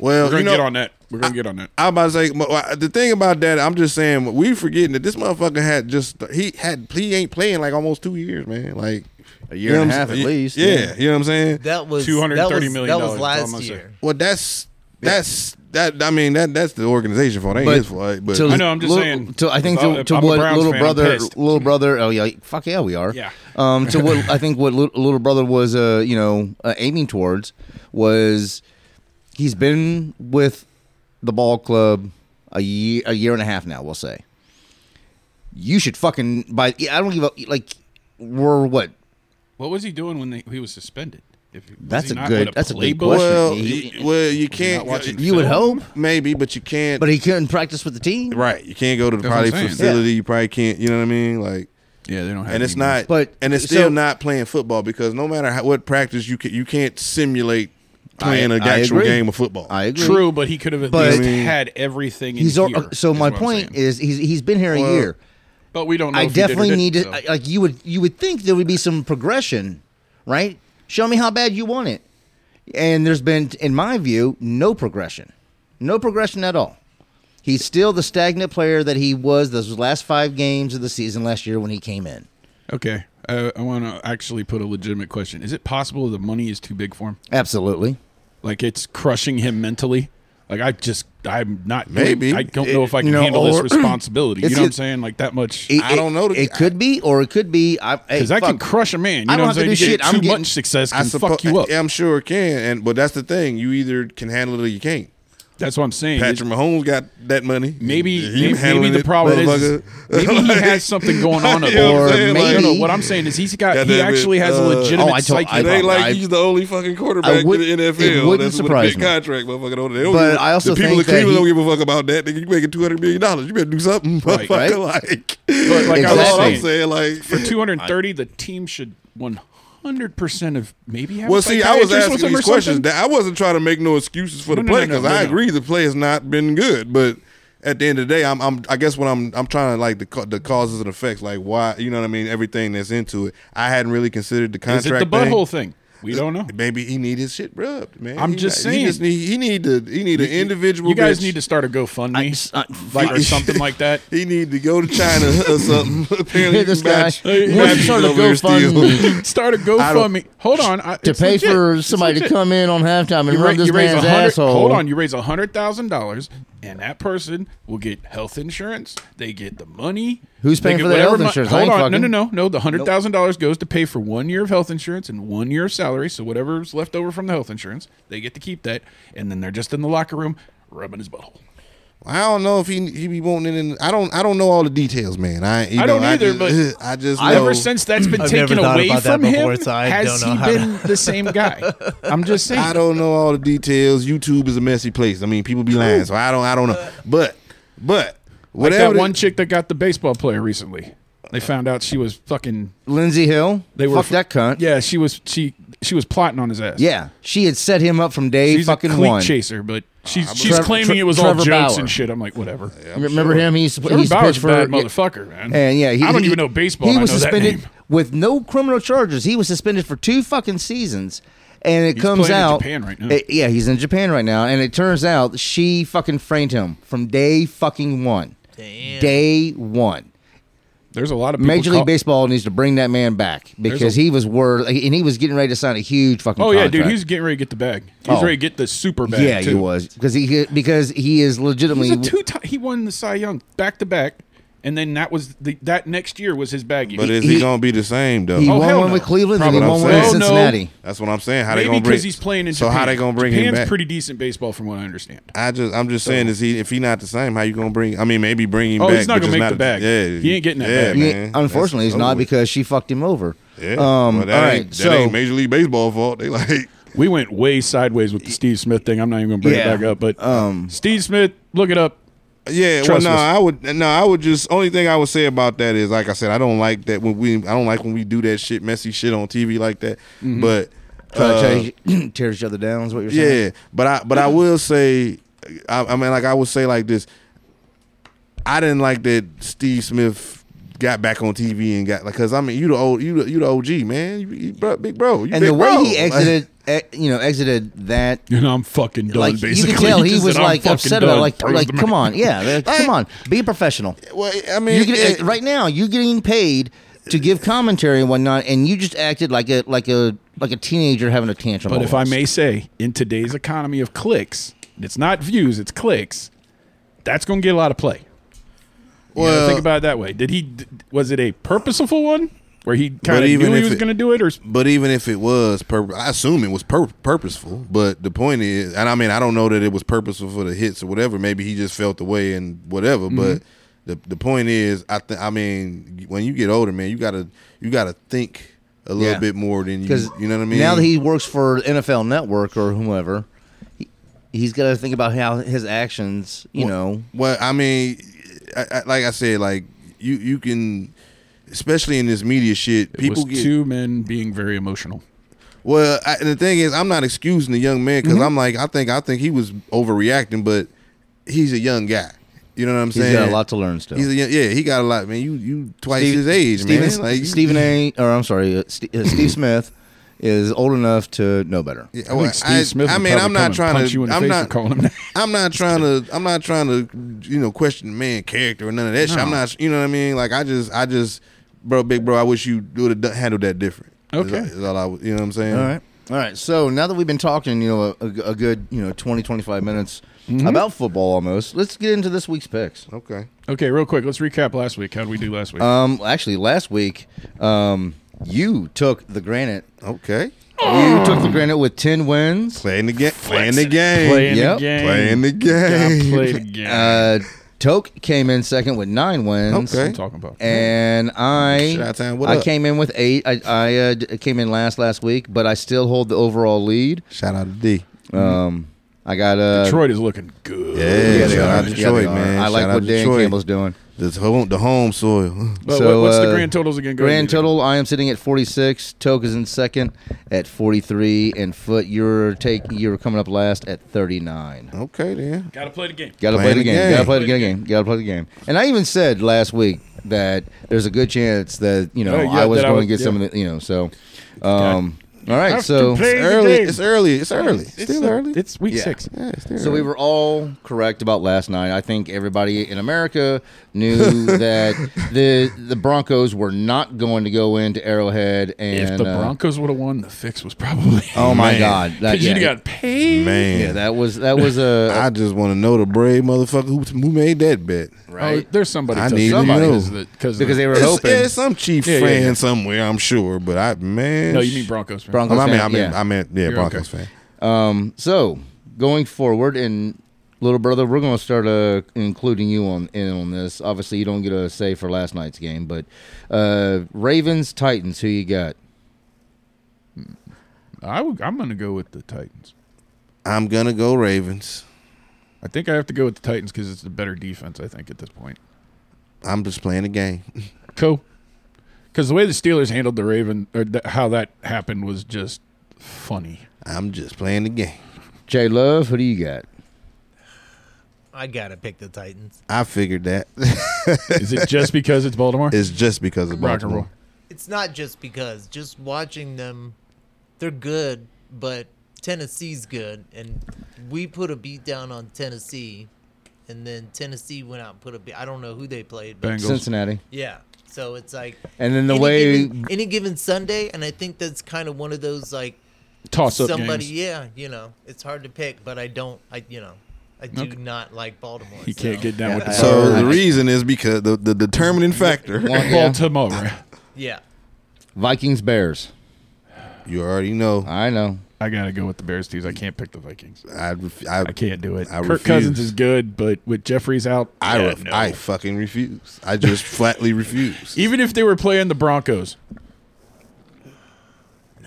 B: well,
A: We're gonna
B: you know,
A: get on that. We're gonna get on that.
B: I about to say mo- uh, the thing about that. I'm just saying we forgetting that this motherfucker had just he had he ain't playing like almost two years, man. Like
C: A year
B: You know
C: and
B: what
C: a
B: I'm
C: half at
B: saying?
C: least,
B: Yeah,
C: yeah.
B: you know what I'm saying.
D: That was that
A: $230
D: was,
A: million
D: That
A: is
D: was
A: all I'm
D: last
A: gonna say.
D: year.
B: Well, that's that's that. I mean that that's the organization fault. That ain't
C: But
B: his fault. But
C: To-
A: I know, I'm just
C: little-
A: saying.
C: To, I think
A: If I-
C: to,
A: if
C: to
A: I'm a
C: what
A: Browns
C: little
A: fan, I'm
C: brother,
A: pissed.
C: little brother. Oh yeah, fuck yeah, we are.
A: Yeah.
C: Um, to what I think what little, little brother was, uh, you know, uh, aiming towards was He's been with the ball club a year, a year and a half now. We'll say. You should fucking by. I don't give a like. We're what?
A: What was he doing when they, he was suspended? If, was
C: That's
A: he
C: a
A: not
C: good-
A: with
C: that's a good
A: playbook?
C: question.
B: Well,
C: He-
B: you, well, you
A: not
B: can't.
A: watching
C: You would hope,
B: Maybe, but you can't.
C: but he couldn't practice with the team.
B: right, you can't go to the
A: That's what I'm
B: probably
A: saying.
B: facility. You probably can't. You know what I mean? Like,
A: Yeah, they don't have.
B: and it's
A: any more.
B: not.
C: But-
B: But and it's
C: so-
B: still not playing football because no matter how, what practice you can, you can't simulate playing an
C: I
B: actual
C: agree.
B: game of football.
C: I agree.
A: true, but he could have at
C: But-
A: least
C: I
B: mean-
A: had everything. In
C: He's al-
A: here,
C: so
A: is
C: my
A: what I'm
C: point
A: saying.
C: is he's he's been here a
B: Well,
C: year.
A: but we don't. Know
C: I
A: if he did or
C: definitely
A: didn't,
C: need to
A: so.
C: I- like you would you would think there would be some progression, right? Show me how bad you want it. And there's been in my view no progression. No progression at all. He's still the stagnant player that he was those last 5 games of the season last year when he came in.
A: Okay, uh, I want to actually put a legitimate question: Is it possible the money is too big for him?
C: Absolutely.
A: Like it's crushing him mentally. Like I just, I'm not.
B: Maybe.
A: I don't know if I can
C: You know,
A: handle this
C: or-
A: responsibility. You
C: It's
A: know what I'm
C: just-
A: saying? Like that much.
C: It-
B: I don't know the
C: It, it
B: guy.
C: could be or it could be I hey,
A: Because that can
C: fuck.
A: crush a man. You
C: I
A: know
C: don't
A: what I'm
C: have to
A: saying?
C: do
A: You get
C: shit. I'm
A: too
C: getting-
A: much success
B: I
A: can
B: suppo-
A: fuck you up.
B: I'm sure it can, and but that's the thing. You either can handle it or you can't.
A: That's what I'm saying.
B: Patrick Mahomes got that money.
A: Maybe,
B: He
A: maybe,
B: handling
A: maybe the
B: it,
A: problem is, is
B: motherfucker.
A: maybe he
B: Like-
A: has something going on, up
B: You know
A: there.
B: what
C: Or
B: I'm saying?
A: No, no,
C: maybe-
A: what I'm saying is he's got.
B: God
A: he
B: damn it.
A: actually has a
B: Uh,
A: legitimate
C: Oh, I told-
A: psyche.
B: It
C: I-
B: ain't
C: problem.
B: like he's the only fucking
C: I
B: quarterback
C: would-
B: in the NFL.
C: it wouldn't
B: That's with
C: surprise
B: a
C: me.
B: big contract, motherfucker. Don't, they don't
C: But
B: give,
C: I also
B: the people
C: think
B: in
C: that
B: Cleveland
C: he-
B: don't give a fuck about that. Nigga, you making two hundred million dollars. You better do something,
A: Right,
B: motherfucker.
C: right.
B: Like,
A: But, like,
B: that's
C: I was
B: all I'm
A: saying,
B: saying. Like,
A: for 230, the team should 100 percent of maybe. Have a
B: well, see, I was
A: psychiatrist with
B: asking
A: him or
B: these questions.
A: something.
B: That I wasn't trying to make no excuses for
A: No,
B: the
A: no,
B: play
A: no, no,
B: because
A: no,
B: I
A: no.
B: agree the play has not been good. But at the end of the day, I'm, I'm I guess what I'm I'm trying to like the ca- the causes and effects, like why you know what I mean, everything that's into it. I hadn't really considered the
A: Is
B: contract.
A: it the
B: thing.
A: butthole thing? We don't know.
B: Maybe he need his shit rubbed, man.
A: I'm
B: He
A: just
B: not- He,
A: saying.
B: need, he need to. He need an individual.
A: You guys
B: bitch.
A: need to start a GoFundMe,
C: I- uh,
A: like or something like that.
B: He need to go to China or something. Apparently,
C: This
B: you can buy-
C: guy.
B: you can
A: Hey,
B: buy
A: hey,
B: shit
C: start a
B: over there still.
C: GoFundMe.
A: Start a
B: I don't-
A: GoFundMe. Hold on, I,
C: To
A: it's
C: pay
A: legit.
C: for
A: It's
C: somebody to
A: legit.
C: come in on halftime and
A: You, ra-
C: run this
A: you raise
C: man's
A: a hundred.
C: asshole.
A: Hold on, you raise a hundred thousand dollars, and that person will get health insurance. They get the money.
C: Who's
A: They
C: paying
A: get
C: for their
A: whatever
C: health
A: mon-
C: insurance? I
A: Hold
C: ain't
A: on, no,
C: fucking-
A: no, no, no. The hundred thousand dollars goes to pay for one year of health insurance and one year of salary. So whatever's left over from the health insurance, they get to keep that, and then they're just in the locker room rubbing his butthole.
B: I don't know if he he be wanting it. In, I don't. I don't know all the details, man. I you
A: I
B: know,
A: don't either,
B: I just, I just know.
A: Ever since that's been
D: I've
A: taken
D: never thought
A: away
D: about that
A: from
D: before,
A: him,
D: so I
A: has
D: don't know
A: he
D: how to-
A: been the same guy? I'm just saying.
B: I don't know all the details. YouTube is a messy place. I mean, people be lying, so I don't. I don't know. But but
A: Like
B: whatever.
A: that
B: the-
A: one chick that got the baseball player recently. They found out she was fucking.
C: Lindsey Hill.
A: They
C: They
A: were
C: were fuck
A: f-
C: that cunt. Yeah.
A: Yeah, she was. She she was plotting on his ass.
C: she had set him up from day
A: she's
C: fucking
A: a cleat
C: one.
A: chaser, but she's she's
C: Trevor-
A: claiming
C: Tre-
A: it was all
C: Trevor
A: jokes
C: Bauer.
A: and shit. I'm like, whatever.
C: Remember him? He's
A: Trevor
C: he's
A: Bauer's
C: pitched
A: a
C: for
A: bad
C: yeah.
A: motherfucker, man.
C: and yeah, he,
A: I don't
C: he-
A: even know baseball.
C: He
A: and I
C: was
A: know that
C: suspended
A: name.
C: with no criminal charges. He was suspended for two fucking seasons, and it
A: He's
C: comes
A: playing in
C: out.
A: Japan right now.
C: it- yeah, he's in Japan right now, and it turns out she fucking framed him from day fucking one.
D: Damn.
C: Day one.
A: There's a lot of people
C: Major League
A: call-
C: Baseball needs to bring that man back because
A: a-
C: he was worth, and he was getting ready to sign a huge fucking.
A: Oh yeah,
C: contract.
A: dude, he was getting ready to get the bag. He was
C: Oh.
A: ready to get the super bag.
C: yeah,
A: too.
C: he was because he because he is legitimately
A: He's a two time. He won the Cy Young back to back, and then that was the that next year was his bag year.
B: but is he,
C: he-
B: gonna be the same though?
C: he
A: Oh,
C: won
A: hell
C: one
A: no.
C: with Cleveland and he
B: Probably
C: won
B: not.
C: one with
B: Oh, no.
C: Cincinnati.
B: That's what I'm saying. How they
A: Maybe
B: gonna bring?
A: because he's playing in
B: so
A: Japan.
B: how they gonna bring
A: Japan's
B: him back?
A: pretty decent baseball, from what I understand.
B: I just, I'm just saying, is he if he not the same? How you gonna bring? I mean, maybe bring him
A: Oh,
B: back.
A: he's not
B: but
A: gonna
B: just
A: make the bag.
B: Yeah,
A: He ain't getting that
B: yeah,
A: bag.
B: Man,
C: Yeah, unfortunately,
B: That's
C: he's not
B: over with.
C: because she fucked him over.
B: Yeah.
C: Um,
B: Well, that
C: all
B: ain't-
C: right,
B: that
C: so
B: ain't Major League Baseball fault. They like
A: We went way sideways with the Steve Smith thing. I'm not even going to bring
C: Yeah.
A: it back up, but
C: Um,
A: Steve Smith, look it up.
B: Yeah,
A: Trust
B: well, no,
A: us.
B: I would no, I would just only thing I would say about that is like I said, I don't like that when we I don't like when we do that shit, messy shit on TV like that.
A: Mm-hmm.
B: But
C: try
B: uh,
C: to tear, tear each other down is what you're saying.
B: yeah, but I but I will say, I, I mean, like I would say like this. I didn't like that Steve Smith got back on TV and got like because I mean you the old you the, you the OG man you, you bro, big bro you
C: and
B: big
C: the way
B: bro.
C: he exited, e- you know, exited that.
A: And I'm fucking done.
C: like
A: basically,
C: you can tell, he
A: just
C: was
A: said, "I'm
C: like
A: fucking
C: upset about,
A: done."
C: it, like,
A: Throws
C: like
A: the
C: come
A: mic.
C: on, yeah, like, come on, be a professional.
B: well I mean
C: You get,
B: it-
C: right now, you're getting paid to give commentary and whatnot, and you just acted like a like a like a teenager having a tantrum.
A: But if I
C: almost.
A: may say, in today's economy of clicks, it's not views, it's clicks. That's going to get a lot of play. You gotta
B: Well-
A: think about it that way. Did he? d- Was it a purposeful one? where he kind of
B: even
A: knew he
B: if
A: was
B: it-
A: going to do it, or s-
B: But even if it was purpose, I assume it was pur- purposeful. But the point is, and I mean, I don't know that it was purposeful for the hits or whatever. Maybe he just felt the way and whatever.
C: Mm-hmm.
B: But the the point is, I think. I mean, when you get older, man, you gotta you gotta think a little
C: Yeah.
B: bit more than you.
C: Because
B: You know what I mean?
C: Now that he works for NFL Network or whomever, he, he's got to think about how his actions, you know.
B: Well, I mean, I, I, like I said, like you you can, especially in this media shit,
A: it
B: people
A: was
B: get
A: two men being very emotional.
B: Well, I, and the thing is, I'm not excusing the young man
A: Mm-hmm.
B: because I'm like, I think, I think he was overreacting, but he's a young guy. You know what I'm
C: He's
B: saying?
C: got a lot to learn still.
B: He's a young, yeah, he got a lot, man. You you twice his age,
C: Stephen,
B: man. Like you-
C: Stephen A. Or I'm sorry, uh, Ste uh, Steve Smith is old enough to know better.
B: Yeah,
A: I
B: well,
A: think Steve Smith.
B: I
A: would
B: mean,
A: probably
B: I'm
A: come
B: not
A: and
B: trying
A: punch
B: to.
A: You in the
B: I'm
A: face
B: not
A: for calling him.
B: I'm not trying to. I'm not trying to. You know, question man character or none of that shit. I'm
A: No.
B: not. You know what I mean? Like I just, I just, bro, big bro. I wish you would have handled that different. Is
A: Okay.
B: all- is all I. would- You know what I'm saying?
C: All right. All right. So now that we've been talking, you know, a, a good, you know, 20, 25 minutes
B: Mm-hmm.
C: about football almost, let's get into this week's picks.
B: Okay.
A: okay, real quick, let's recap last week. How would we do last week?
C: Um, actually, last week, um, you took the granite.
B: Okay. Oh.
C: You took the granite with 10 wins.
B: Playing the game. Playing the game.
A: playing
C: yep.
A: the game.
B: Playing the
A: I
B: game.
A: played again.
C: Uh, Toke came in second with nine wins.
A: That's what
B: Okay.
A: I'm talking about.
C: And I,
B: Shout out to him. What
C: I
B: up?
C: came in with eight. I, I uh, d- came in last last week, but I still hold the overall lead.
B: Shout out to D.
C: Um, I got uh,
A: Detroit is looking good.
B: Yeah,
C: they
B: shout
C: are.
B: out
C: Yeah, they
B: Detroit,
C: are.
B: man.
C: I like
B: Shout out
C: what Dan
B: Detroit.
C: Campbell's doing.
B: The home, the home soil.
A: But
C: So,
A: what- what's the
C: uh,
A: grand totals again? Go ahead,
C: Grand
A: Nita.
C: total, I am sitting at 46. Toke is in second at 43, and Foot, you're take you're coming up last at 39.
B: Okay, then.
A: Gotta play the game.
C: Gotta play
B: Playing
C: the
B: the
C: game.
B: game.
C: Gotta play the game. Gotta play the game. And I even said last week that there's a good chance that you know
A: Oh, yeah,
C: I was
A: that I
C: going
A: would-
C: to get some
A: yeah.
C: of the you know. So, um, all right.
A: Have
C: So
A: to play
B: It's
A: the
B: early.
A: game.
B: It's early. It's early. It's still
A: uh,
B: early.
A: It's week
C: Yeah.
A: six.
B: yeah, it's still
C: so we
B: early.
C: were all correct about last night. I think everybody in America knew that the the Broncos were not going to go into Arrowhead and
A: if the
C: uh,
A: Broncos would have won, the fix was probably.
C: Oh my
B: Man.
C: God! That,
A: Because
C: yeah,
A: you got paid.
B: man.
C: yeah, that was that was a
B: I just want to know the brave motherfucker who, who made that bet.
A: Oh,
C: right
A: there's somebody.
B: I
A: to-
B: need to
A: somebody
B: know.
A: is that- cause
C: because they were
B: It's,
C: open.
B: it's some chief
A: Yeah, yeah,
B: fan
A: yeah.
B: somewhere, I'm sure. But I man,
A: No, you mean
B: sh-
A: Broncos. Right?
C: Broncos.
B: I mean, I
C: fan,
B: mean,
C: yeah.
B: I meant yeah,
A: You're
B: Broncos
A: okay.
B: fan.
C: Um, so going forward, and little brother, we're going to start uh, including you on in on this. Obviously, you don't get a say for last night's game, but uh, Ravens Titans. Who you got?
A: I would, I'm going to go with the Titans.
B: I'm gonna go Ravens.
A: I think I have to go with the Titans because it's the better defense. I think at this point.
B: I'm just playing the game.
A: Cool. Because the way the Steelers handled the Raven, or th- how that happened, was just funny.
B: I'm just playing the game.
C: Jay Love. Who do you got?
D: I gotta pick the Titans.
B: I figured that.
A: Is it just because it's Baltimore?
B: it's just because of
A: Rock and roll.
B: Baltimore.
D: It's not just because just watching them, they're good, but Tennessee's good, and we put a beat down on Tennessee, and then Tennessee went out and put a beat. I don't know who they played, but
A: Bengals.
C: Cincinnati.
D: yeah. So it's like
C: And then the
D: any
C: way
D: given, any given Sunday, and I think that's kind of one of those like
A: Toss up
D: somebody,
A: games.
D: yeah, you know, it's hard to pick, but I don't, I you know, I do
A: Okay.
D: not like Baltimore.
A: You can't
D: so-
A: get down with the
B: So
A: Baltimore.
B: the reason is because the, the determining factor.
C: One- yeah.
A: Baltimore.
D: yeah.
C: Vikings Bears.
B: You already know.
C: I know.
A: I gotta go with the Bears too. 'cause I can't pick the Vikings.
B: I ref- I,
A: I can't do it.
B: I
A: Kirk
B: refuse.
A: Cousins is good, but with Jeffries out,
B: I,
A: yeah,
B: ref-
A: no.
B: I fucking refuse. I just flatly refuse.
A: even if they were playing the Broncos.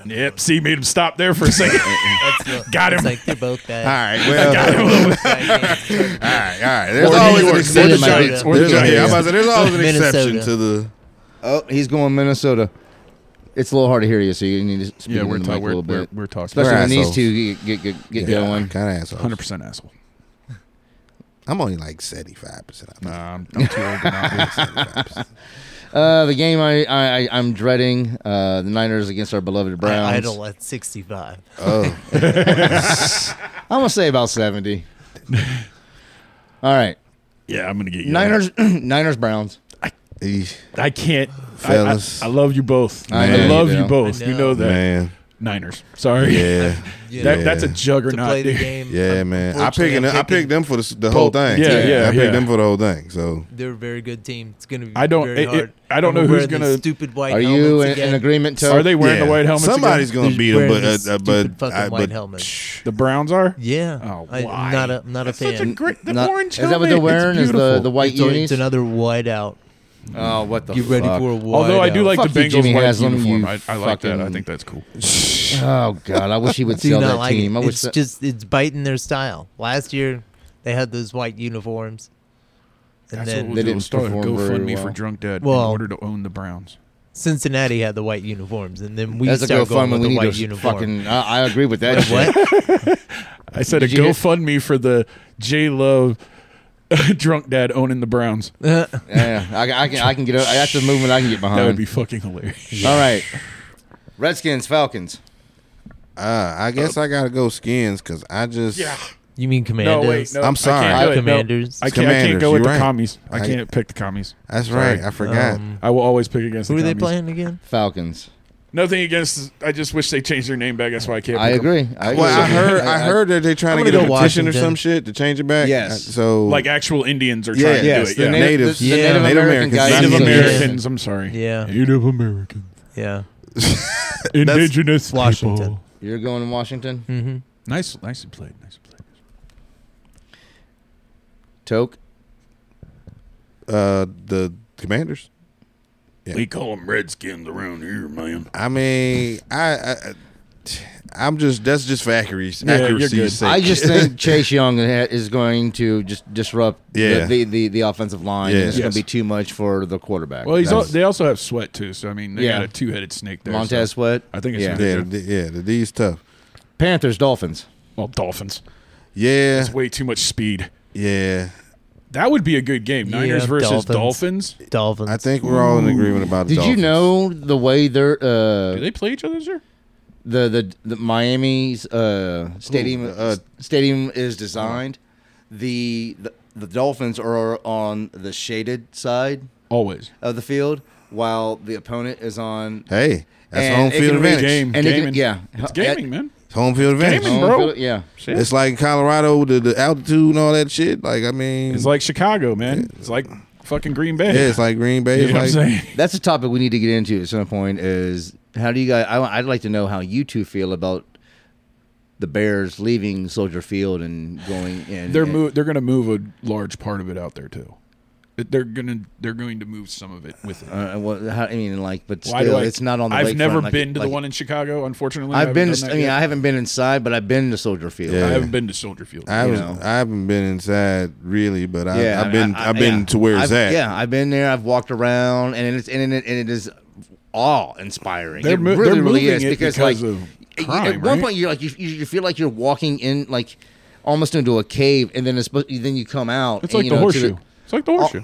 A: Yep, see, made him stop there for a second.
D: That's not,
A: Got
D: it's
A: him.
D: like they're both bad.
B: all right, well, all right,
D: Goddamn.
B: all right. There's
A: Or the
B: always
A: New
B: an
A: York-
B: exception.
D: or the Giants,
A: or the
B: There's- yeah, I'm
A: Giants.
B: about to say, there's always an exception
D: Minnesota.
B: to the.
C: Oh, he's going Minnesota. It's a little hard to hear you, so you need to speak
A: yeah,
C: into
A: we're,
C: the
A: ta-
C: mic a
A: we're,
C: little
A: we're,
C: bit.
A: we're talking.
C: Especially
B: We're
C: when these
B: assholes.
C: two get get, get
A: Yeah.
C: going.
B: Kind of asshole.
A: Hundred percent asshole.
B: I'm only like 75. percent
A: Nah, I'm, I'm too old to not be.
C: Uh, the game I, I I- I'm dreading uh, the Niners against our beloved Browns.
D: I idle at 65.
B: Oh,
C: I'm gonna say about seventy. All right,
A: Yeah, I'm gonna get you.
C: Niners Niners Browns.
B: eesh.
A: I can't, I-
B: Fellas.
A: I, I, love you both.
C: I
A: I
B: know
A: love
C: you
A: you
C: do.
A: both.
D: I
A: You
D: know.
A: know that.
B: man.
A: Niners. Sorry,
B: Yeah,
D: you
A: That-
D: know,
A: that's a
D: to
A: juggernaut.
D: play the
A: dude.
D: game.
B: yeah, man. I
D: Unfortunately,
B: picking,
D: I'm
B: I
D: picking-
B: picked them for the, the whole
A: Both.
B: thing.
A: Yeah,
D: yeah,
B: I picked
A: yeah.
B: them for the whole thing. So
D: They're a very good team. It's gonna be.
A: I don't- it-
D: Very
A: it-
D: hard.
A: I don't
D: I'm
A: know who's
D: wear these
A: gonna-
D: Stupid white.
C: Are you
D: helmets
C: in, in
D: again.
C: agreement to?
A: Are they wearing
B: Yeah.
A: the white helmets?
B: Somebody's
A: again?
B: gonna
D: They're
B: beat them,
D: wearing
B: but
D: these
B: uh, uh, but
D: stupid fucking
B: I-
D: white
B: but-
D: helmets.
A: the Browns are.
D: Yeah.
A: Oh,
D: I,
A: why?
D: Not a not a fan.
A: Such a great. The
C: Not-
A: orange
C: is that
A: helmet,
C: what they're
A: it's
C: wearing? Is the,
A: beautiful.
C: the white
D: it's, a-
C: unis?
D: it's another white out.
C: oh, what the
D: Get ready for a white
A: Although I do
D: out.
A: like
C: Fuck
A: the
C: you,
A: Bengals
C: Jimmy
A: white
C: Haslam,
A: uniform,
C: you
A: I, I like that. I
C: fucking-
A: think that's cool.
C: Oh god, I wish he would
D: do
C: sell
D: not
C: that
D: like
C: team. I
D: it.
C: wish
D: It's
C: that-
D: just it's biting their style. Last year, they had those white uniforms, and
A: That's what
D: then
A: we'll
C: They
A: do. We'll
C: didn't
A: start a
C: perform very
A: GoFundMe for
C: well.
A: drunk dad in
D: Well-
A: order to own the Browns.
D: Cincinnati had the white uniforms, and then we
C: that's a
D: started going
C: GoFundMe.
D: with
C: We
D: the
C: need
D: white
C: to
D: uniform.
C: fucking. I, I agree with that. shit.
D: what?
A: I said
C: Did
A: a
C: you hear-
A: GoFundMe for the J Love drunk dad owning the Browns. That
C: Yeah, I, I can. I can get. a- That's a movement I can get behind.
A: would be fucking hilarious.
C: All right. Redskins, Falcons.
B: Uh, I guess I gotta go skins because I just
D: you mean Commandos?
B: I'm sorry.
A: I can't do it. No,
D: Commanders.
A: I, can't, I can't
B: Commanders,
A: go with the
B: you're right.
A: commies. I
B: I-
A: can't pick the commies.
B: That's
A: Sorry.
B: right. I forgot.
D: Um,
A: I will always pick against.
D: Who
A: the
D: are they
A: commies.
D: playing again?
C: Falcons.
A: Nothing against. I just wish they changed their name back. That's why I can't.
C: I
A: pick 'em.
C: agree. I agree.
B: well, I heard I heard that they're trying
D: I'm
B: to
D: gonna
B: get a
D: go
B: petition or
D: Washington.
B: some shit to change it back.
C: Yes.
B: Uh, So
A: Like actual Indians are
B: Yeah,
A: trying
C: Yes,
A: to do it.
C: the,
A: Yeah.
C: Native,
B: Natives.
C: the,
D: Yeah.
C: Native,
D: Native
C: American
B: Americans.
C: guy.
B: Native
A: Native
D: Yeah.
A: Americans. I'm sorry.
D: Yeah.
A: Native Americans.
D: Yeah,
A: Indigenous
D: Washington.
A: people.
C: You're going to Washington,
D: mm-hmm.
A: Nice, nicely played. Nice played.
C: Toke.
B: uh, the Commanders. Yeah.
A: We call them Redskins around here, man.
B: I mean, I, I I- t- I'm just that's just for accuracy.
A: Yeah, you're good.
B: accuracy's sake.
C: I just think Chase Young ha- is going to just disrupt
B: Yeah.
C: the, the, the, the offensive line.
B: Yeah.
C: And it's going
A: Yes.
C: to be too much for the quarterback.
A: Well, he's al-
C: That's-
A: they also have sweat too. So I mean, they
C: Yeah.
A: got a two-headed snake there.
C: Montez
A: so-
C: Sweat.
A: I think it's
C: yeah.
A: gonna
B: yeah, the, D- yeah, the D's tough.
C: Panthers, Dolphins.
A: Well, Dolphins.
B: Yeah,
A: It's way too much speed.
B: yeah.
A: That would be a good game. Niners
D: Yeah,
A: versus
D: Dolphins.
A: Dolphins.
D: Dolphins.
B: I think we're all in agreement about. the
C: Did you
B: Dolphins.
C: know the way their uh,
A: Do they play each other this year?
C: the, the the Miami's uh, stadium
B: Ooh,
C: uh,
B: uh,
C: stadium is designed? The, the the Dolphins are on the shaded side
A: Always.
C: of the field, while the opponent is on
B: Hey, that's
C: And
B: home
C: it
B: field
C: can reach-
B: advantage.
A: Game.
C: And it can-
A: gaming.
C: yeah.
A: It's gaming, man.
B: It's home field advantage.
A: Gaming.
C: home
A: bro.
C: field. Yeah,
A: Shit.
B: It's like Colorado, the, the altitude and all that shit. Like I mean,
A: It's like Chicago, man. It's like fucking Green Bay.
B: yeah, it's like Green Bay.
A: You know what
B: It's
A: I'm
B: like
A: saying?
C: that's a topic we need to get into at some point. Is how do you guys? I, would like to know how you two feel about the Bears leaving Soldier Field and going in.
A: They're
C: and,
A: move. They're going to move a large part of it out there too. It- They're gonna. They're going to move some of it with it.
C: Uh, well, how, I mean, like, but
A: Why
C: still,
A: do I?
C: it's not on the.
A: I've
C: lakefront,
A: never
C: like-
A: been to
C: like-
A: the one in Chicago. Unfortunately, I
C: I've
A: haven't
C: been.
A: done
C: I
A: that
C: mean,
A: yet.
C: I haven't been inside, but I've been to Soldier Field.
A: I
B: Yeah.
A: haven't been to Soldier Field.
B: I
C: you
B: was,
C: know.
B: I haven't been inside really, but I,
C: Yeah,
B: I've been I,
C: I-
B: have been
C: yeah.
B: to where it's
C: I've-
B: at.
C: Yeah, I've been there. I've walked around, and it's and it, and it is awe inspiring.
A: They're
C: It
A: mo-
C: really,
A: they're
C: really
A: moving
C: is
A: it
C: because,
A: because
C: like
A: of
C: at- at
A: crime,
C: one
A: right?
C: point you're like you, you, you feel like you're walking in like almost into a cave, and then it's supposed- then you come out.
A: It's
C: and,
A: like
C: you
A: the
C: know, to Oh,
A: horseshoe. It's like the horseshoe.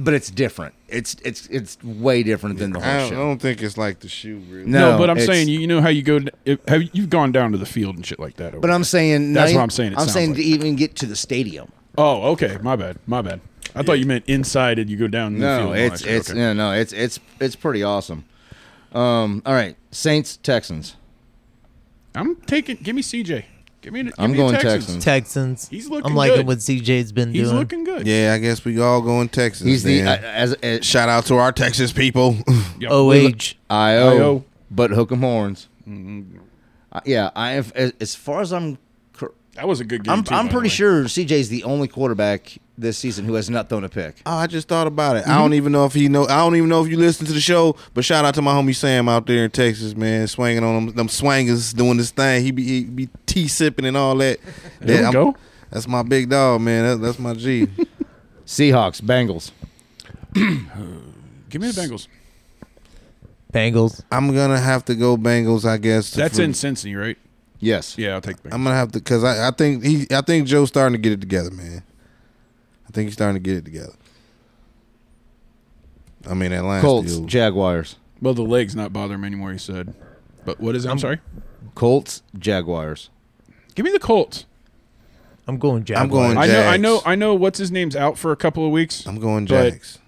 C: but it's different. It's it's it's way different than the
B: I don't, I
C: horseshoe.
B: don't think it's like the shoe. Really.
C: No.
A: No, but I'm
C: it's-
A: saying you, you know how you go. If, have you- you've gone down to the field and shit like that? Over
C: But I'm saying
A: That's
C: not
A: what
C: e-
A: I'm saying it
C: I'm
A: sounds
C: saying
A: like.
C: to even get to the stadium.
A: Oh, okay. My bad. My bad. I thought you meant inside and you go down. the
C: No,
A: field and all
C: it's
A: that shit.
C: it's
A: Okay.
C: no, no, it's it's it's pretty awesome. Um, all right, Saints Texans.
A: I'm taking. Give me CJ. Give me. Give
C: I'm
A: me
C: going
A: Texans.
C: Texans.
D: Texans.
A: He's
D: I'm
A: looking
D: liking
A: good.
D: what CJ's been
A: He's
D: doing.
A: looking good.
B: Yeah, I guess we all go in Texas.
C: He's the
B: then.
C: uh, as, as
B: shout out to our Texas people.
A: Yep.
D: Oh, age.
C: IO,
A: IO.
C: but hook 'em horns.
A: Mm-hmm.
C: Uh, yeah, I have, as, as far as I'm, cor-
A: that was a good game.
C: I'm
A: too,
C: I'm
A: by the
C: pretty
A: way.
C: sure CJ's the only quarterback this season who has not thrown a pick.
B: oh, I just thought about it. I don't even know if he know. I don't even know if you listen to the show. But shout out to my homie Sam out there in Texas, man, swinging on them, them swangers doing this thing. He be he be tea sipping and all that.
A: There
B: That-
A: we
B: I'm-
A: go.
B: That's my big dog, man. That, that's my G.
C: Seahawks, Bengals.
A: Give me the Bengals.
D: Bengals.
B: I'm gonna have to go Bengals, I guess. to-
A: That's
B: for-
A: in Cincy, right?
C: Yes.
A: Yeah, I'll take the Bengals.
B: I'm gonna have to because I, I think he I think Joe's starting to get it together, man. I think he's starting to get it together. I mean that line
C: Colts,
B: still.
C: Jaguars.
A: Well, the legs not bother him anymore. He said. But what is? It? I'm sorry.
C: Colts, Jaguars.
A: Give me the Colts.
D: I'm going Jaguars.
B: I'm going-
A: I know, I
B: Jags.
A: know, I know. What's his name's out for a couple of weeks.
B: I'm going
A: But-
B: Jags.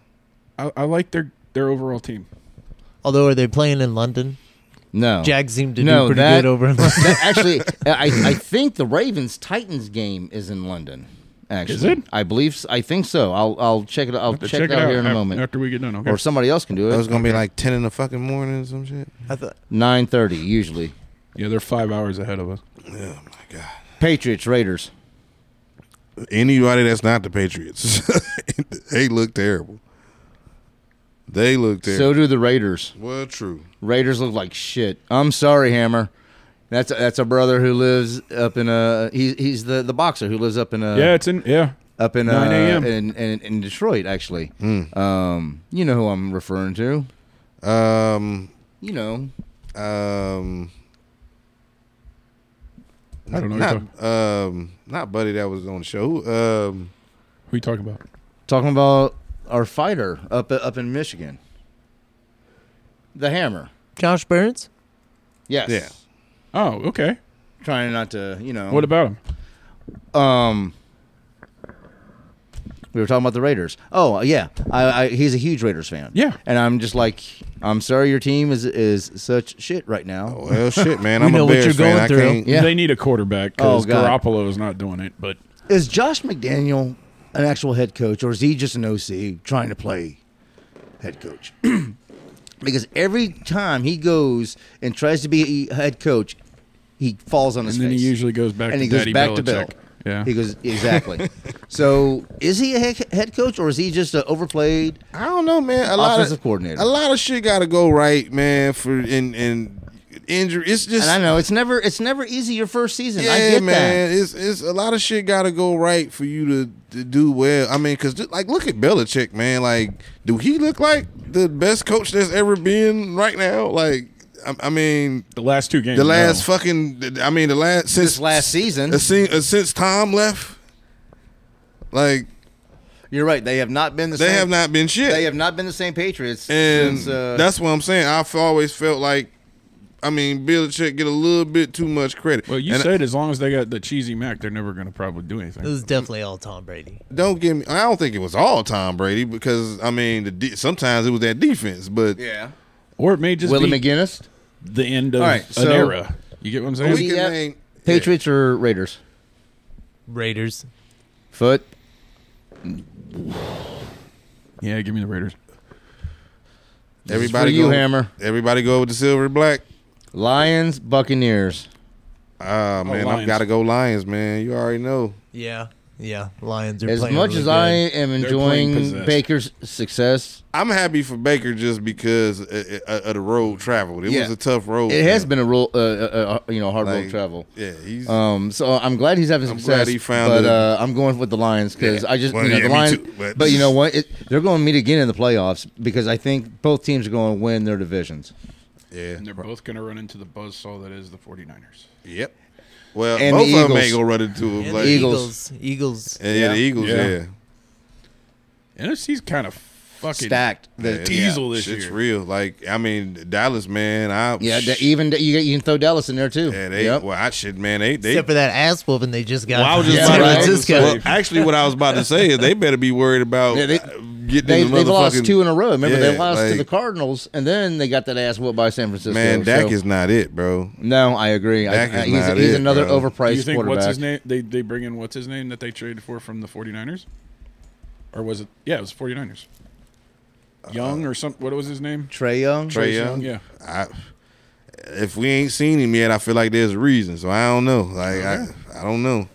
A: I, I like their their overall team.
D: Although, are they playing in London?
C: No.
D: Jags seem to
C: No,
D: do pretty
C: that-
D: good over. in London.
C: That- actually, I, I think the Ravens Titans game is in London. Actually,
A: it?
C: I believe s- I think so. I'll I'll check it. I'll
A: To
C: check, it out, here in a
A: af-
C: moment,
A: after we get done. Okay.
C: or somebody else can do
B: That
C: it.
B: was gonna be like ten in the fucking morning or some shit.
D: I thought
C: Nine thirty usually.
A: yeah, they're five hours ahead of us.
B: Oh my god!
C: Patriots Raiders.
B: Anybody that's not the Patriots, they look terrible. They look
C: So
B: terrible.
C: do the Raiders.
B: well, true.
C: Raiders look like shit. I'm sorry, Hammer. That's a, that's a brother who lives up in a he's he's the, the boxer who lives up in a
A: yeah, it's in. Yeah,
C: up in
A: 9
C: uh,
A: a.m..
C: in, in in Detroit actually.
B: Hmm.
C: Um, you know who I'm referring to.
B: Um,
C: You know,
B: um,
A: I don't know. Who you
B: not um, not Buddy that was on the show. Um,
A: who you talking about?
C: talking about our fighter up up in Michigan. The Hammer.
D: Josh Burns.
C: Yes.
B: Yeah.
A: Oh, okay.
C: Trying not to, you know.
A: What about him?
C: Um, we were talking about the Raiders. Oh yeah, I, I he's a huge Raiders fan.
A: Yeah.
C: and I'm just like, I'm sorry, your team is is such shit right
A: Oh.
C: now.
B: well, shit, man.
D: We
B: I'm
D: know
B: a
D: what you're
B: Bears fan.
D: going
B: I
D: through.
B: can't.
C: Yeah.
A: They need a quarterback because
C: Oh, God.
A: Garoppolo is not doing it. But
C: Is Josh McDaniel an actual head coach, or is he just an OC trying to play head coach? because every time he goes and tries to be a head coach, he falls on his
A: and then
C: face.
A: he usually goes back
C: and
A: to
C: he goes
A: Daddy
C: back
A: Belichick.
C: to Bill.
A: Yeah.
C: He goes exactly. so, is he a he- head coach or is he just an overplayed?
B: I don't know, man. A lot
C: Offensive
B: of
C: coordinator.
B: A lot of shit got to go right, man. For and and injury. It's just
C: And I know it's never it's never easy your first season.
B: Yeah,
C: I get
B: man.
C: that.
B: It's it's a lot of shit got to go right for you to, to do well. I mean, because like look at Belichick, man. Like, do he look like the best coach that's ever been right now? Like, I, I mean,
A: the last two games.
B: the
A: no.
B: last fucking. I mean, the last since
C: This last season,
B: uh, since, uh, since Tom left. Like
C: you're right. They have not been the
B: they
C: same.
B: have not been shit.
C: They have not been the same Patriots
B: And
C: since. Uh,
B: that's what I'm saying. I've always felt like, I mean, Belichick get a little bit too much credit.
A: Well, you
B: And uh,
A: said as long as they got the cheesy mac, they're never going to probably do anything.
C: Uh,
D: It was definitely all Tom Brady.
B: don't give me. I don't think it was all Tom Brady because I mean, the de- sometimes it was that defense, but
C: yeah.
A: Or it may just
C: Willie
A: be
C: McGinnis,
A: the end of
C: All right, so-
A: an era. You get what I'm saying?
B: we
C: Yeah.
B: can name
C: Patriots or Raiders?
D: Raiders.
C: Foot.
A: yeah, give me the Raiders.
B: yeah, everybody.
C: for you,
B: go,
C: Hammer.
B: Everybody go with the silver and black.
C: Lions, Buccaneers.
B: Ah man,
A: Lions.
B: I've got to go Lions, man. You already know.
D: Yeah, yeah. Lions are
C: As
D: playing
C: much
D: really
C: as
D: good.
C: I am
A: playing
C: enjoying
A: possessed.
C: Baker's success,
B: I'm happy for Baker just because uh, uh, of the road traveled. It
C: Yeah.
B: was a tough road.
C: it has
B: man.
C: been a real, uh, uh, uh, you know, hard road
B: Like,
C: travel.
B: Yeah, he's
C: Um, so I'm glad he's having
B: I'm
C: success.
B: glad he found
C: but
B: it.
C: uh, I'm going with the Lions because I just
B: Well,
C: you know,
B: yeah,
C: the
B: me
C: Lions.
B: too,
C: but...
B: but-
C: you know what? It, they're going to meet again in the playoffs because I think both teams are going to win their divisions.
B: yeah.
A: And they're both going to run into the buzzsaw that is the 49ers.
B: Yep. Well,
C: And
B: both
C: the
B: of them
C: Eagles.
B: ain't gonna run into
D: And
B: it.
D: the
B: Like,
C: Eagles.
D: Eagles. Eagles.
B: Yeah, yeah, the
C: Yeah.
B: Eagles.
A: Yeah.
B: Yeah,
A: NFC's kind of fucking
C: Stacked.
B: Yeah,
C: The,
A: Diesel
B: yeah.
A: this
B: Shit's
A: year.
B: real. Like, I mean, Dallas, man. I
C: yeah, the, even the, you, you can throw Dallas in there too.
B: yeah, they.
C: Yep.
B: Well, I shit, man. They they.
D: Except for that ass whooping they just got.
B: Well, I was
D: from
B: just
C: Yeah,
B: about
D: San
B: to-
C: right.
D: Francisco.
B: well, actually, what I was about to say is they better be worried about
C: Yeah, they-
B: uh, getting
C: They,
B: the
C: they've lost
B: motherfucking-
C: two in a row. Remember, they
B: Yeah,
C: lost to
B: like-
C: the Cardinals, and then they got that ass whooped by San Francisco.
B: Man, Dak
C: so-
B: is not it, bro.
C: No, I agree. I-
B: Dak
C: I-
B: is
C: he's
B: not
C: he's
B: it,
C: another
B: bro.
A: Do
C: overpriced
A: you think
C: quarterback.
A: what's his name? They they bring in what's his name that they traded for from the 49ers? Or was it? Yeah, it was 49ers. Young or something. What was his name?
C: Trey Uh, Young.
B: Trey Young.
A: Yeah.
B: I, if we ain't seen him yet, I feel like there's a reason. So I don't know. Like I, I don't know.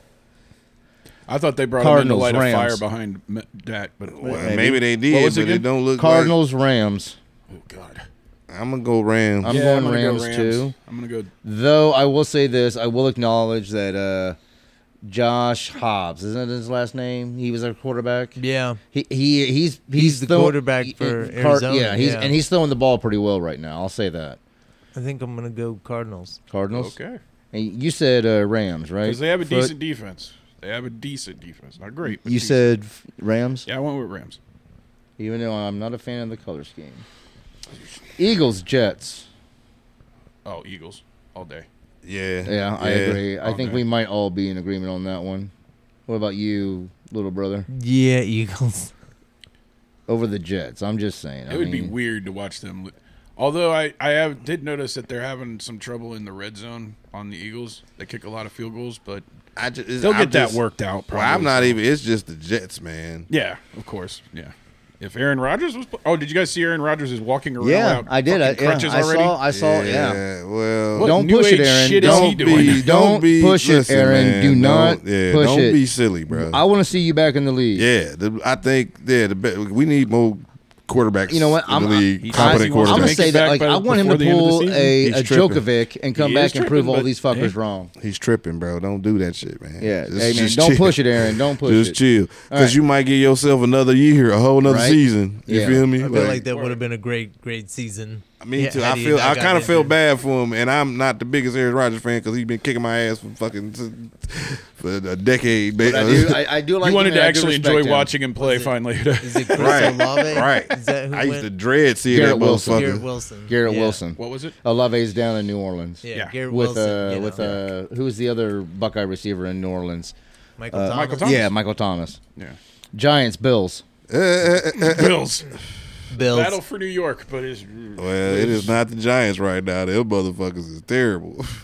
A: I thought they brought
C: Cardinals,
A: him in to light
C: Rams.
A: a fire behind M- Dak, but
B: Well,
A: oh
B: maybe.
C: maybe.
B: they
A: What
B: did,
A: was
B: but
A: it
B: it
A: again?
B: don't look
C: Cardinals. Rams.
A: god.
B: Like, I'm gonna go Rams.
C: I'm
A: Yeah,
C: going Rams, too.
A: I'm gonna go.
C: Though I will say this, I will acknowledge that uh, Josh Hobbs isn't that his last name. He was our quarterback.
D: yeah.
C: He, he he's he's,
D: the
C: throwing-
D: quarterback
C: he-
D: for
C: he-
D: Arizona,
C: Yeah, he's
D: yeah.
C: and he's throwing the ball pretty well right now. I'll say that.
D: I think I'm gonna go Cardinals.
C: Cardinals.
A: Okay.
C: And you said uh, Rams, right?
A: Because they have a
C: Foot.
A: decent defense. They have a decent defense. Not great. but
C: You
A: decent.
C: said Rams,
A: Yeah, I went with Rams.
C: even though I'm not a fan of the color scheme. Eagles, Jets.
A: Oh, Eagles all day.
B: Yeah,
C: Yeah, I agree. I think
A: Okay.
C: we might all be in agreement on that one. What about you, little brother?
D: Yeah, Eagles.
C: Over the Jets. I'm just saying.
A: It would be weird to watch them. li- Although I, I have, did notice that they're having some trouble in the red zone on the Eagles. They kick a lot of field goals, but
B: I just
A: they'll
B: I'm
A: get that
B: just-
A: worked out. Probably.
B: Well, I'm not even. It's just the Jets, man.
A: e-, Yeah, of course. Yeah. If Aaron Rodgers was, oh, did you guys see Aaron Rodgers is walking around?
C: Yeah,
A: without
C: I did. I,
A: fucking
C: yeah,
A: crutches
C: I
A: already?
C: saw. I saw. Yeah.
B: Well,
A: What
C: Don't
A: new
C: push it,
A: age
C: Aaron.
A: Shit is he
C: Don't
A: doing?
C: be- Don't push it, Aaron. Do not
B: don't- yeah,
C: push
B: don't
C: it.
B: be silly, bro.
C: I want to see you back in the league.
B: yeah, the, I think yeah, the, be- we need more quarterbacks.
C: You know what?
B: in
C: I'm-
B: the league,
A: I- I-
B: competent
A: I'm
C: I'm
A: Make
C: gonna
A: it
B: quarterbacks.
C: say
A: back
C: that like
A: by the-
C: I want him
A: before
C: to
A: the end of the
C: pull
A: season?
C: a,
B: He's
C: a
B: tripping.
C: Djokovic and come
A: He
C: back
A: is
C: and prove
A: tripping,
C: all
A: but-
C: these fuckers
A: hey.
C: wrong.
B: He's tripping, bro. Don't do that shit, man.
C: Yeah,
B: Just-
C: hey, man,
B: just
C: don't
B: chill.
C: push it, Aaron. Don't push
B: just
C: it.
B: chill,
C: All
B: because
C: right.
B: you might get yourself another year, a whole another
C: Right?
B: season. You
C: Yeah.
B: feel me?
D: I feel like, that would have been a great, great season.
B: Me
D: Yeah,
B: too.
D: had
B: I
D: he
B: feel.
D: not
B: I
D: gotten
B: kind of feel
D: injured.
B: bad for him, and I'm not the biggest Aaron Rodgers fan because he's been kicking my ass for fucking for a decade.
C: But I do. I, I do like.
A: You
C: him
A: wanted
C: and
A: to
C: I do
A: actually
C: respect
A: enjoy
C: him.
A: watching him play
D: it-
A: finally.
D: Is it Chris
B: Right,
D: Olave?
B: right.
D: Is that who
B: I used to
D: went?
B: dread seeing
C: Garrett
B: that
C: Wilson.
B: motherfucker.
D: Garrett Wilson.
C: Garrett
D: Yeah.
C: Wilson.
A: what was it?
C: Olave's down in New Orleans.
D: Yeah,
A: Yeah.
D: Garrett
C: With
D: Wilson.
C: uh,
D: you
C: with
D: know,
C: uh, who was the other Buckeye receiver in New Orleans?
D: Michael Thomas.
A: Michael Thomas.
C: Yeah, Michael Thomas.
A: Yeah.
C: Giants, Bills.
A: Bills.
D: Bills.
A: Battle for New York, but it's.
B: Well, it is not the Giants right now. Them motherfuckers is terrible.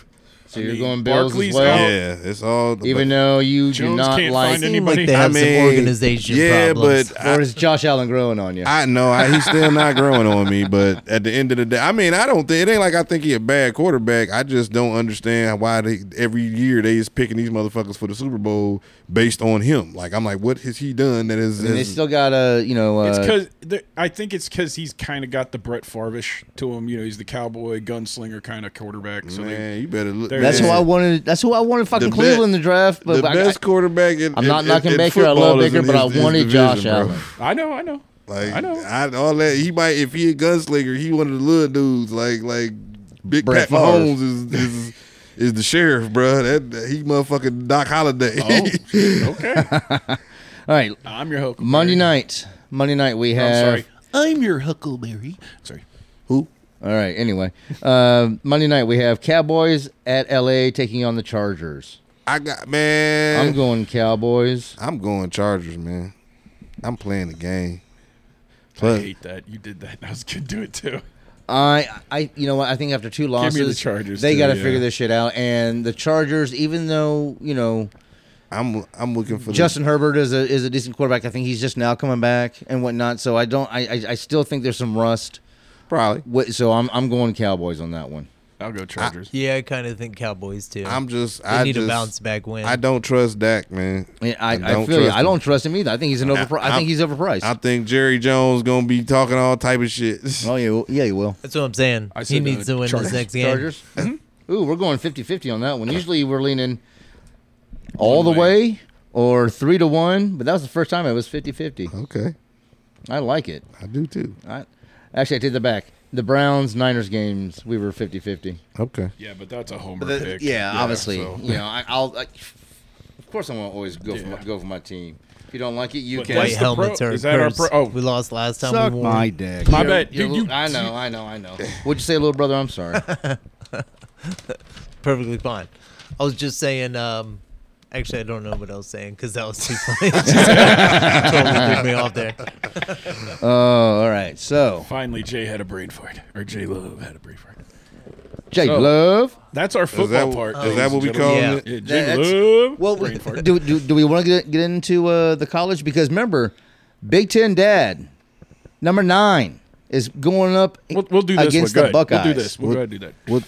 C: So
A: I
C: you're
A: mean,
C: going Bills
A: Barkley's
C: as well,
A: out.
B: yeah, it's all
C: Oh. even though you do
A: Jones
C: not
A: can't
D: It
A: find
C: like.
A: any-
D: seemed like
A: anybody-
D: they
B: I
D: have
B: mean,
D: some organization
B: yeah,
D: problems.
B: but I,
C: Or is Josh Allen growing on you?
B: I know I, he's still not growing on me, but at the end of the day, I mean, I don't think it ain't like I think he a bad quarterback. I just don't understand why they every year they is picking these motherfuckers for the Super Bowl based on him. Like I'm like, what has he done that is?
C: I mean, they
B: is-
C: still got a you know. Uh,
A: It's because I think it's because he's kind of got the Brett Farvish to him. You know, he's the cowboy gunslinger kind of quarterback. So they,
B: man, you better look.
A: There
C: that's
A: it
C: who
A: is.
C: I wanted. That's who I wanted. Fucking
B: be-
C: Cleveland to draft, but
B: the
C: I,
B: best quarterback. In,
C: I'm not
B: in-
C: knocking
B: in
C: Baker. I
B: football
C: love
B: is
C: Baker,
B: in
C: but I
B: his- his
C: wanted Josh
B: division, bro.
C: Allen.
A: I know, I know.
B: Like
A: I know.
B: I, all that he might if he a gunslinger, he one of the little dudes. Like like Big Pat
C: Brett Favre.
B: Mahomes is is is the sheriff, bruh. That, that- he motherfucking Doc Holliday.
A: Oh. okay.
C: All right,
A: I'm your Huckleberry.
C: Monday night. Monday night we
A: I'm
C: have.
A: sorry.
D: I'm your Huckleberry.
A: Sorry.
B: Who?
C: All right. Anyway, uh, Monday night we have Cowboys at LA taking on the Chargers.
B: I got man.
C: I'm going Cowboys.
B: I'm going Chargers, man. I'm playing the game.
A: I
B: Plus,
A: hate that. You did that. I was going to do it too.
C: I, I, you know what? I think after two losses,
A: Chargers,
C: They
A: too,
C: got to
A: yeah.
C: figure this shit out. And the Chargers, even though you know
B: I'm I'm looking for the-
C: Justin Herbert is a is a decent quarterback, I think he's just now coming back and whatnot. So I don't. I, I, I still think there's some rust.
B: probably.
C: What- So I'm I'm going Cowboys on that one.
A: I'll go
B: Ah,
A: Chargers.
D: Yeah, I kind of think Cowboys too.
B: I'm just.
D: they
B: I
D: need
B: just,
D: a bounce back win.
B: I don't trust Dak, man.
C: Yeah,
B: I
C: I, I,
B: don't
C: feel you.
B: trust
C: I don't trust him either. I think he's an overpri- I,
B: I'm-
C: think he's overpriced.
B: I think Jerry Jones gonna be talking all type of shit.
C: oh yeah, yeah, you will.
D: That's what I'm saying.
A: I
D: he
A: said, uh,
D: needs to win
A: Chargers.
D: this next game.
C: Chargers. Ooh, we're going 50-50 on that one. Usually we're leaning all the way. or 3 to 1, but that was the first time it was 50-50.
B: okay,
C: I like it.
B: I do too.
C: I Actually, I take that back. The Browns Niners games, we were 50-50.
B: Okay.
A: Yeah, but that's a homer
C: The-
A: pick.
C: yeah, obviously.
A: so-
C: You know, I, I'll I, Of course I'm going to always go for my,
A: Yeah.
C: go for my team. If you don't like it, you
A: But
C: can.
A: that's
D: White
A: the
D: helmets
A: pro-
D: are
A: is that our
D: cursed.
A: pro- oh.
D: We lost last time
E: Suck
D: we won.
E: my dick.
A: My
C: You're-
A: bad.
C: you're
A: Dude,
C: li-
A: you,
C: I know, I know, I know. What'd you say, little brother? I'm sorry.
D: Perfectly fine. I was just saying. um Actually, I don't know what I was saying because that was too funny. It just totally threw me off there.
C: oh, all right. So,
A: Finally, Jay had a brain fart, or Jay Love had a brain fart.
C: Jake
A: So-
C: Love.
A: That's our
B: Is that,
A: football part.
B: is that what we call
D: Yeah.
B: it?
A: Yeah, Jay
C: That's-
A: Love.
C: Well,
A: brain
C: we,
A: fart.
C: do, do, do we want to get, get into uh, the college? Because remember, Big Ten Dad, number nine, is going up
A: We'll, we'll do this.
C: against
A: one.
C: the
A: Go ahead.
C: Buckeyes.
A: We'll do this. We'll,
B: What-
A: go ahead and do that.
B: What?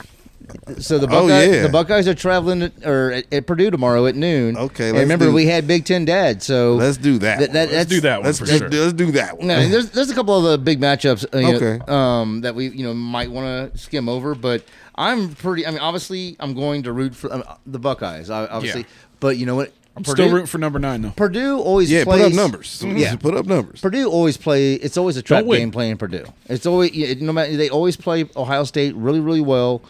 C: So the
B: Oh,
C: Buckeye,
B: yeah.
C: the Buckeyes are traveling to, or at, at Purdue tomorrow at noon.
B: Okay,
C: and
B: let's
C: remember
B: do-
C: we had Big Ten Dad. So
B: Let's do that.
C: That- that-
B: one.
A: Let's do that one
B: let's
A: for
B: let's,
A: sure.
B: let's do that one.
C: No, and there's there's a couple of the big matchups. Uh, you
B: Okay.
C: know, um, that we you know might want to skim over, but I'm pretty. I mean, obviously, I'm going to root for um, the Buckeyes. I- Obviously,
A: Yeah.
C: but you know what?
A: I'm
C: Purdue-
A: still rooting for number nine though.
C: Purdue always
B: Yeah,
C: plays,
B: put up numbers.
C: Yeah.
B: put up numbers.
C: Purdue always play. It's always a trap
A: win.
C: game playing Purdue. It's always you no matter. They always play Ohio State really really well.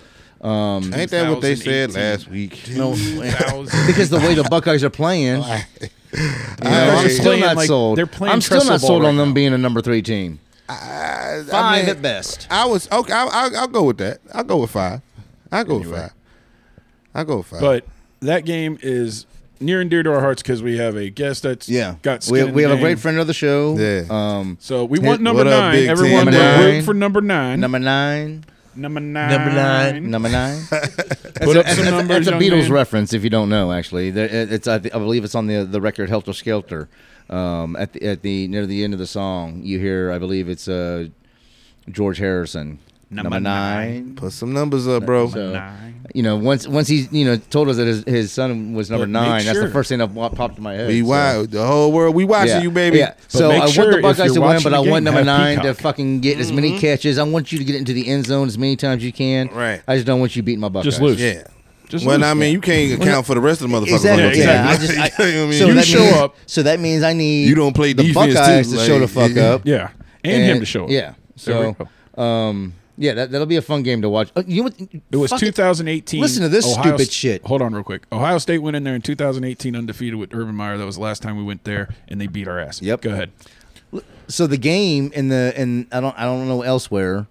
C: Um,
B: Ain't that what they said
A: 2018.
B: last week?
C: no,
A: Thousand.
C: because the way the Buckeyes are playing, you know, I'm
A: they're
C: still
A: playing
C: not
A: like-
C: sold.
A: they're playing
C: I'm still not
A: trestle ball
C: sold on
A: right
C: them
A: now.
C: being a number three team.
B: I,
C: Five
B: I, mean,
C: at best.
B: I was okay. I, I, I'll go with that. I'll go with five. I'll go with five. I'll go with five.
A: But that game is near and dear to our hearts because we have a guest that's
C: Yeah.
A: got skin
C: we,
A: in the
C: we have a
A: game.
C: great friend of the show.
B: Yeah.
C: Um,
A: So we want
C: Hey,
A: number
B: what up,
A: nine.
B: Big
A: Everyone,
B: Ten?
A: we're
C: Number
A: rooting
C: nine.
A: for number nine.
C: number nine.
A: number nine.
D: Number nine.
C: Number nine.
A: Put up some
C: That's-
A: numbers.
C: That's a
A: young
C: Beatles
A: man.
C: reference, if you don't know. Actually, There- it- it's I, th- I believe it's on the the record Helter Skelter. Um, at the at the near the end of the song, you hear I believe it's uh, George Harrison.
A: Number
B: Put some numbers up, bro.
C: So,
A: Nine.
C: you know, once once he you know told us that his, his son was number
A: But make
C: nine, that's
A: sure.
C: the first thing that wa- popped in my head.
B: we
C: so-
B: wow, the whole world. We watching
C: Yeah,
B: you, baby.
C: Yeah.
A: But
C: So
A: make
C: I
A: sure
C: want the
A: if
C: Buckeyes
A: you're
C: to win,
A: watching
C: but
A: the
C: I
A: game,
C: want number
A: have
C: nine
A: Peacock.
C: to fucking get as many catches. I want you to get into the end zone as many times as you can.
B: Right.
C: I just don't want you beating my Buckeyes.
A: Just lose.
B: Yeah.
A: Just
B: well,
A: lose.
B: I mean, you can't account for the rest of the motherfuckers.
C: Exactly.
B: on the
A: Yeah,
B: team.
A: exactly.
C: Yeah, I just- I-
B: you know what I mean?
C: So
A: You
C: that
A: show
C: means,
A: up.
C: So that means I need
B: You don't play
C: the
B: defense,
C: Buckeyes
B: too,
C: to show the
B: like,
C: fuck
B: yeah.
C: up.
A: yeah, and, him to show up.
C: Yeah.
A: There we
C: So, um, yeah, that that'll be a fun game to watch. Uh, you know what?
A: It was
C: Fuck
A: 2018.
C: Listen to this
A: Ohio
C: stupid
A: S-
C: shit.
A: Hold on, real quick. Ohio State went in there in 2018 undefeated with Urban Meyer. That was the last time we went there, and they beat our ass.
C: Yep.
A: Go ahead.
C: So the game in the and I don't I don't know elsewhere.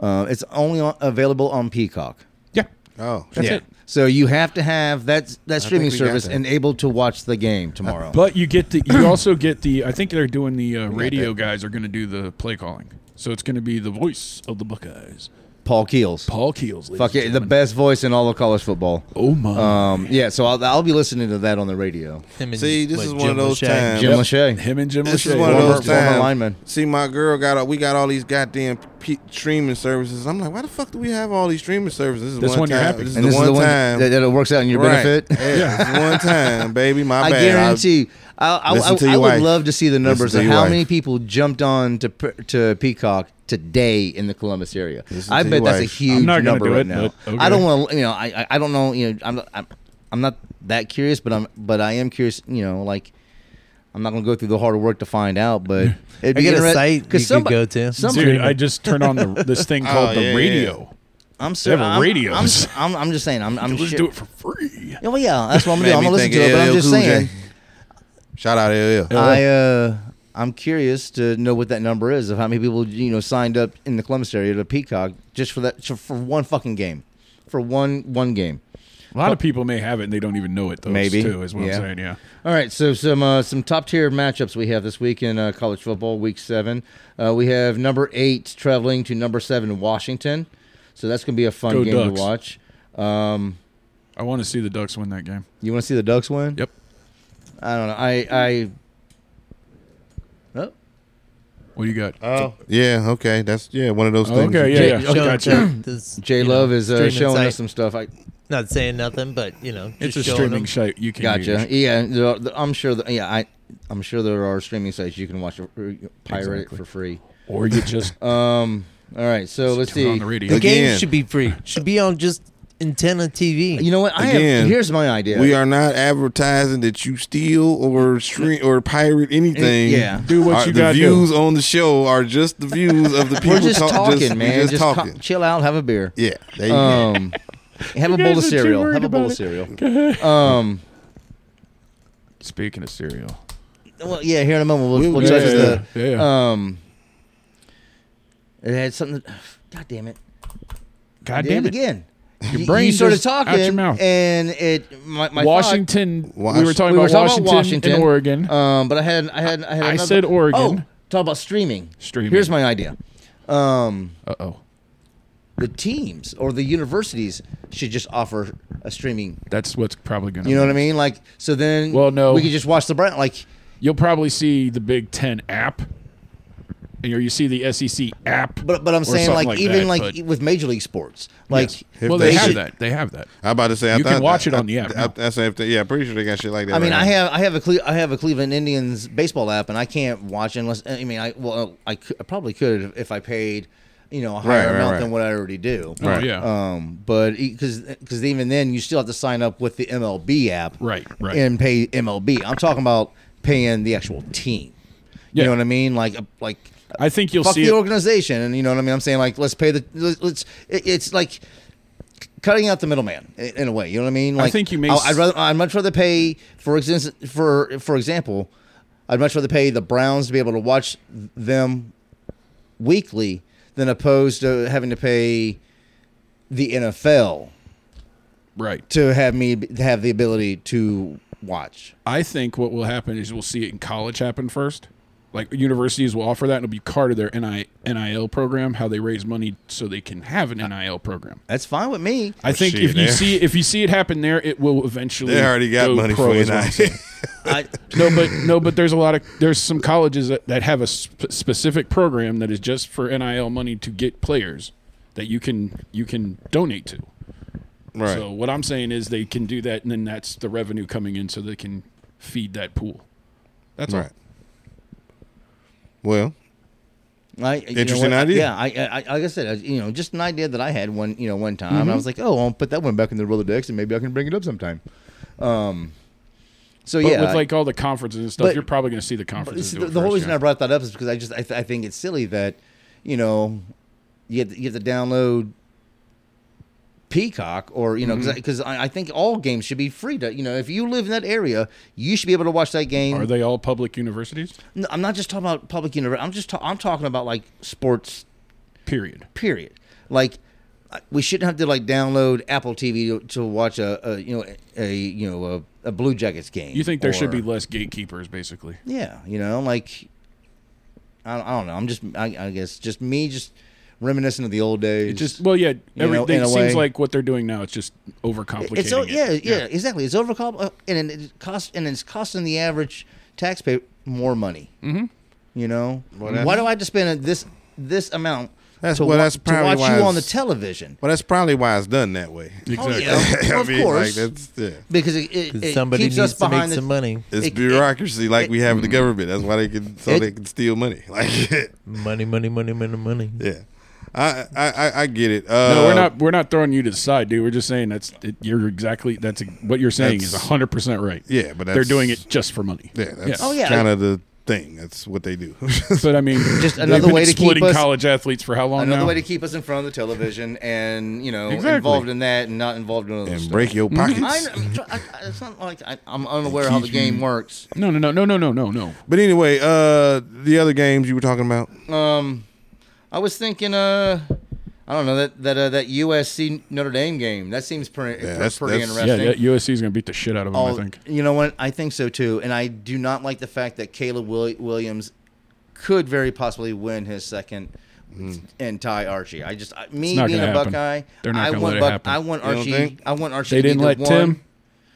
C: Uh, it's only on, available on Peacock.
A: Yeah.
B: Oh,
A: That's
B: yeah.
A: it.
C: So you have to have that that streaming
B: we got
C: service
B: that.
C: enabled to watch the game tomorrow.
A: But you get the. You also get the. I think they're doing the uh, radio guys are going to do the play calling. So it's going to be the voice of the Buckeyes,
C: Paul Keels.
A: Paul Keels. ladies
C: Fuck
A: and
C: it, the best voice in all of college football.
A: Oh my!
C: Um, yeah, so I'll, I'll be listening to that on the radio.
D: Him and,
B: See, this
D: what,
B: is one of
D: Jim
B: those
D: Lachey?
B: times.
C: Jim
B: Yep.
C: Lachey.
A: Him and Jim
B: This
A: Lachey.
B: is one of
C: Former-
B: those
C: former
B: times.
C: lineman.
B: See, my girl got all, we got all these goddamn pe- streaming services. I'm like, why the fuck do we have all these streaming services? This is
A: This
B: one,
A: one you're
B: time.
A: happy.
B: This is
C: And
B: the
C: this
B: one
C: is the one
B: time.
C: that, that it works out in your
B: Right.
C: benefit.
B: Yeah, this is one time, baby. My
C: I
B: bad.
C: guarantee. you, I, I,
B: Listen to
C: I, I
B: your
C: would
B: wife.
C: love to see the numbers
B: to
C: of
B: your
C: how
B: wife.
C: many people jumped on to P- to Peacock today in the Columbus area.
B: Listen
C: I
B: to
C: bet
B: your
C: that's a
B: wife.
C: huge
A: I'm not gonna
C: number
A: do
C: right
A: it,
C: now.
A: but okay.
C: I don't want to. You know, I I- I don't know. You know, I'm not, I'm I'm not that curious, but I'm but I am curious. You know, like. I'm not going to go through the hard work to find out, but it'd
D: I
C: be
D: got a
C: interest-
D: site you could
C: somebody-
D: go to.
C: somebody-
A: Dude, I just turned on the, this thing
B: Oh,
A: called
B: yeah,
A: the
B: yeah.
A: radio. They
C: I'm
A: have
C: sorry. I'm,
A: radios.
C: I'm, I'm, I'm just saying. I'm, I'm
A: Let's
C: sure-
A: do it for free.
C: Yeah, well, yeah, that's what I'm gonna do. I'm
B: Made me
C: gonna listen to
B: think
C: it, but
B: LL
C: I'm just
B: Cool J.
C: saying.
B: Shout out LL.
C: I uh, I'm curious to know what that number is of how many people you know signed up in the Columbus area to Peacock just for that for one fucking game, for one one game.
A: A lot of people may have it and they don't even know it. Though,
C: Maybe.
A: too, is what
C: Yeah.
A: I'm saying. Yeah.
C: All right, so some uh, some top tier matchups we have this week in uh, college football, week seven. Uh, we have number eight traveling to number seven Washington, so that's gonna be a fun
A: Go
C: game
A: Ducks.
C: to watch. Um,
A: I want to see the Ducks win that game.
C: you want to see the Ducks win?
A: Yep.
C: I don't know. I I. Oh,
A: What do you got?
C: Uh,
B: Oh, yeah. Okay, that's yeah. One of those things.
A: okay.
B: you-
A: Yeah.
D: Show-
A: Yeah. Gotcha.
D: show- this,
C: J
D: you know,
C: Love is uh,
D: streaming
C: showing
D: site.
C: us some stuff. I
D: Not saying nothing, but you know,
A: It's
D: just
A: a
D: showing
A: streaming
D: them.
A: site. You can.
C: Gotcha.
A: use.
C: Yeah, there are, there- I'm sure. That, yeah, I, I'm sure there are streaming sites you can watch uh, pirate
A: Exactly.
C: it for free.
A: Or you just
C: Um. All right. So let's
A: turn on
C: see.
A: the
D: The
A: radio.
D: game
B: Again.
D: should be free. Should be on just antenna TV.
C: You know what? I
B: Again,
C: have, here's my idea.
B: We are not advertising that you steal or stream or pirate anything.
C: Yeah.
A: Do what
B: Our-
A: you
B: the
A: gotta do.
B: views on the show are just the views of the people.
C: We're just
B: talk-
C: talking,
B: just-
C: man.
B: we're
C: Just,
B: Just,
C: co-
B: talking.
C: chill out. Have a beer.
B: yeah. There you go.
C: Um. Have a
A: guys
C: bowl
A: are
C: of
A: too
C: cereal.
A: worried
C: Have a bowl
A: about
C: of
A: it.
C: cereal. um.
A: Speaking of cereal.
C: Well, yeah. Here in a moment, we'll, we'll
B: Yeah,
C: touch
B: yeah,
C: the.
A: yeah, yeah.
C: Um. It had something. God damn it!
A: God
C: Did
A: damn
C: it
A: it.
C: again.
A: Your
C: You-
A: brain
C: you started
A: just out
C: talking,
A: your mouth.
C: and it my, my thought-
A: Washington.
B: Wash-
A: we were talking,
C: we were
A: about,
C: talking
A: Washington
C: about Washington
A: and Oregon.
C: Um, but I had I had I had.
A: I
C: another-
A: said Oregon.
C: Oh, talk about streaming.
A: Streaming.
C: Here's my idea. Um,
A: Uh oh.
C: the teams or the universities should just offer a streaming.
A: That's what's probably gonna.
C: You know what I mean? Like so then.
A: Well, no.
C: We could just watch the brand. Like
A: You'll probably see the Big Ten app, and or you see the SEC app.
C: but but I'm
A: or
C: saying
A: something
C: like, even
A: that,
C: like
A: but-
C: e- with major league sports like.
B: If
A: well,
B: they
A: they, have
B: should-
A: that. They have that.
B: I about to say. I
A: You
B: thought,
A: can watch it
B: I-
A: on the app
B: I,
A: now.
B: I, I say if they, yeah, pretty sure they got shit like that.
C: I mean,
B: right
C: I
B: now.
C: have I have a Cle- I have a Cleveland Indians baseball app, and I can't watch unless I mean I well I, cou- I probably could if I paid you know a higher
B: Right, right,
C: amount
B: right.
C: than what I already do.
A: Oh, yeah.
C: Um, but because because even then you still have to sign up with the MLB app,
A: Right, right.
C: and pay MLB. I'm talking about paying the actual team. You
A: Yeah.
C: know what I mean? Like a- like
A: I think you'll
C: fuck
A: see
C: the
A: it.
C: organization, and you know what I mean. I'm saying like let's pay the let's. let's it, it's like cutting out the middleman i- in a way. You know what I mean? Like
A: think you may
C: I-
A: s-
C: I'd rather I'd much rather pay for instance for for example, I'd much rather pay the Browns to be able to watch them weekly than opposed to having to pay the NFL
A: right.
C: to have me to have the ability to watch.
A: I think what will happen is we'll see it in college happen first. Like universities will offer that, and it'll be part of their NI, NIL program, how they raise money so they can have an NIL program.
C: That's fine with me.
A: I think
B: Oh, shit,
A: if you
B: yeah.
A: see if you see it happen there, it will eventually.
B: They already got
A: go
B: money
A: pro,
B: for you
A: is what I'm
B: now.
A: saying.
C: I,
A: no, but no, but there's a lot of there's some colleges that, that have a sp- specific program that is just for NIL money to get players that you can you can donate to.
B: right.
A: So what I'm saying is they can do that, and then that's the revenue coming in, so they can feed that pool. That's
B: right.
A: all.
B: Well,
C: I, you know
B: Interesting
C: what?
B: idea.
C: Yeah, I, I, I- like I said, I, you know, just an idea that I had one, you know, one time.
A: Mm-hmm.
C: I was like, oh, I'll put that one back in the Rolodex, and maybe I can bring it up sometime. Um, so
A: But
C: yeah,
A: with
C: I-
A: like all the conferences and stuff,
C: but-
A: you're probably going to see the
C: But
A: conferences.
C: see,
A: do
C: the,
A: it
C: the whole
A: first,
C: reason
A: yeah.
C: I brought that up is because I just I, th- I think it's silly that you know you have to, you have to download Peacock or you know
A: Mm-hmm.
C: because I, I think all games should be free to you know if you live in that area you should be able to watch that game.
A: are they all public universities?
C: No, I'm not just talking about public university. I'm just ta- I'm talking about like sports
A: Period.
C: period. Like I- we shouldn't have to like download Apple TV to, to watch a, a you know a you know a, a Blue Jackets game.
A: You think there should
C: or-
A: be less gatekeepers, basically?
C: yeah, you know, like I, I don't know. I'm just I, I guess just me just reminiscent of the old days.
A: It just well, yeah.
C: know,
A: Everything
C: in a
A: seems
C: way-
A: like what they're doing now. It's just overcomplicating.
C: it's o-
A: it.
C: yeah, yeah exactly. It's over uh, and it costs and it's costing the average taxpayer more money. Mm-hmm. You know,
B: Well,
C: why do I have to spend this this amount?
B: That's-
C: to,
B: well,
C: wa-
B: that's
C: to
B: probably
C: watch
B: why
C: you on the
B: it's-
C: television
B: well, that's probably why it's done that way.
A: Exactly.
C: Oh, yeah. Well, of course.
B: that's, yeah.
C: because it, it,
D: 'Cause
C: it
D: somebody
C: keeps
D: needs
C: us
D: to
C: behind
D: make
C: the,
D: some money.
B: It's
C: It-
B: bureaucracy like
C: it-
B: we have in the government. That's why they can so
C: It-
B: they can steal money. Like
D: Money, money, money, money, money.
B: yeah, I I, I, I get it. Uh,
A: No, we're not. We're not throwing you to the side, dude. We're just saying that's it, you're exactly that's what you're saying is
B: That's-
A: hundred percent right.
B: Yeah, but that's,
A: they're doing it just for money.
B: Yeah, that's
A: Yeah.
C: Oh, yeah.
B: kind of the thing. That's what they do.
A: But I mean,
C: Just
A: they've
C: another
A: been
C: way to keep
A: exploiting
C: us-
A: college athletes for how long
C: another
A: now?
C: way to keep us in front of the television and you know
A: Exactly.
C: involved in that and not involved in other
B: and
C: stuff.
B: break your pockets.
C: Mm-hmm. I, I'm try- I, I- it's not like I, I'm unaware how the
B: keep
C: game
B: you-
C: works.
A: no, no, no, no, no, no, no, no.
B: But anyway, uh, the other games you were talking about.
C: Um, I was thinking, uh, I don't know that that uh, that USC Notre Dame game. That seems pretty
B: Yeah, that's-
C: pretty
B: that's-
A: Yeah,
C: interesting.
A: yeah, USC is going to beat the shit out of them.
C: All-
A: I think.
C: Oh, You know what? I think so too. And I do not like the fact that Caleb Willi- Williams could very possibly win his second and tie Archie. I just I, me
A: Mm-hmm. It's not
C: being
A: gonna
C: a
A: happen.
C: Buckeye,
A: They're not
C: I
A: gonna
C: want
A: let it
C: Buck-
A: happen.
C: I want
B: You don't
C: Archie.
B: think?
C: I want Archie.
A: They
C: to be
A: didn't
C: the
A: let
C: one.
A: Tim.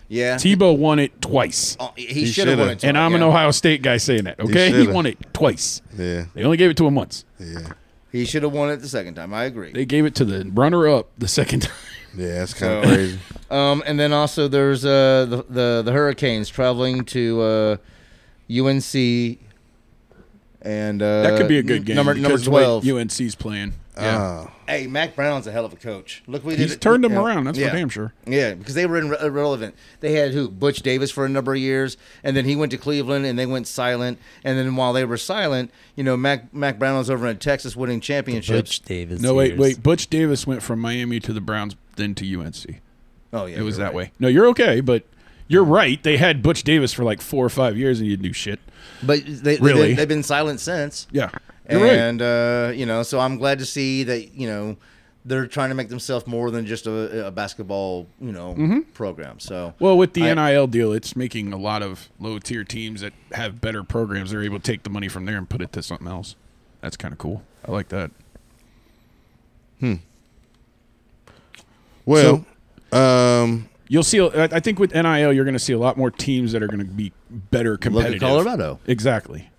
C: Yeah.
A: Tebow won it twice,
C: Oh, he should have
B: shoulda.
C: won it.
A: and I'm
C: yeah.
A: an Ohio State guy saying that. Okay, he,
B: shoulda.
A: won it twice.
B: Yeah,
A: They only gave it to him once.
B: yeah,
C: He should have won it the second time. I agree.
A: They gave it to the runner-up the second time.
B: yeah. That's kind of
C: So-
B: crazy.
C: Um, and then also there's uh, the, the the Hurricanes traveling to uh, UNC, and uh,
A: That could be a good game.
C: Number number
A: because the way
C: twelve.
A: UNC's playing. Yeah.
B: Oh,
C: hey, Mac Brown's a hell of a coach. Look, we
A: He's
C: did,
A: turned them
C: yeah.
A: around. That's
C: yeah.
A: for damn sure.
C: Yeah, because they were in, irrelevant. They had who Butch Davis for a number of years, and then he went to Cleveland, and they went silent. And then while they were silent, you know, Mac Mac Brown was over in Texas winning championships.
D: Butch Davis.
A: No, wait,
D: years.
A: wait. Butch Davis went from Miami to the Browns, then to UNC.
C: Oh yeah,
A: It was
C: you're
A: that
C: right.
A: way. No, you're okay, but you're right. They had Butch Davis for like four or five years, and you do shit.
C: But they,
A: Really?
C: they, they've been silent since.
A: Yeah, you're right.
C: and uh, you know, so I'm glad to see that you know they're trying to make themselves more than just a, a basketball you know program. So
A: Mm-hmm. Well, with the
C: I-
A: NIL deal, it's making a lot of low tier teams that have better programs. They're able to take the money from there and put it to something else. That's kind of cool. I like that.
B: well, um,
A: You'll see. I I think with NIL, you're going to see a lot more teams that are going to be better
C: look at
A: competitive.
C: Colorado.
A: Exactly.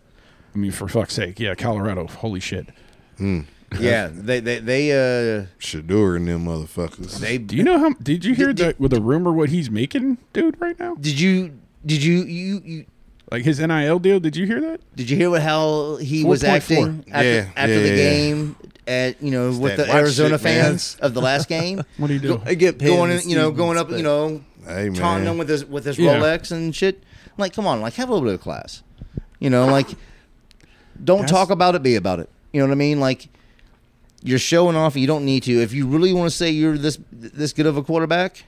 A: I mean, for fuck's sake, yeah, Colorado. Holy shit.
C: yeah, they they they uh,
B: Shador and them motherfuckers.
C: they
A: Do you know how? Did you hear
C: Did- did-
A: that with the rumor what he's making, dude? Right now,
C: did you did you you. you
A: like his NIL deal. Did you hear that?
C: did you hear what how he was
A: 4.4.
C: acting after,
B: Yeah,
C: after
B: yeah,
C: the
B: yeah, yeah.
C: game at you know
B: that
C: with the
B: watch
C: Arizona
B: shit, man.
C: fans of the last game?
A: What do you do?
C: I get
D: paid
C: going,
D: in
C: in, you know,
D: students,
C: going up, you
D: but-
C: know,
B: Hey, man.
C: taunting them with his with his
A: Yeah.
C: Rolex and shit. Like, come on, like have a little bit of class, you know, like don't
A: That's-
C: talk about it, be about it. You know what I mean? Like you're showing off, you don't need to. If you really want to say you're this this good of a quarterback,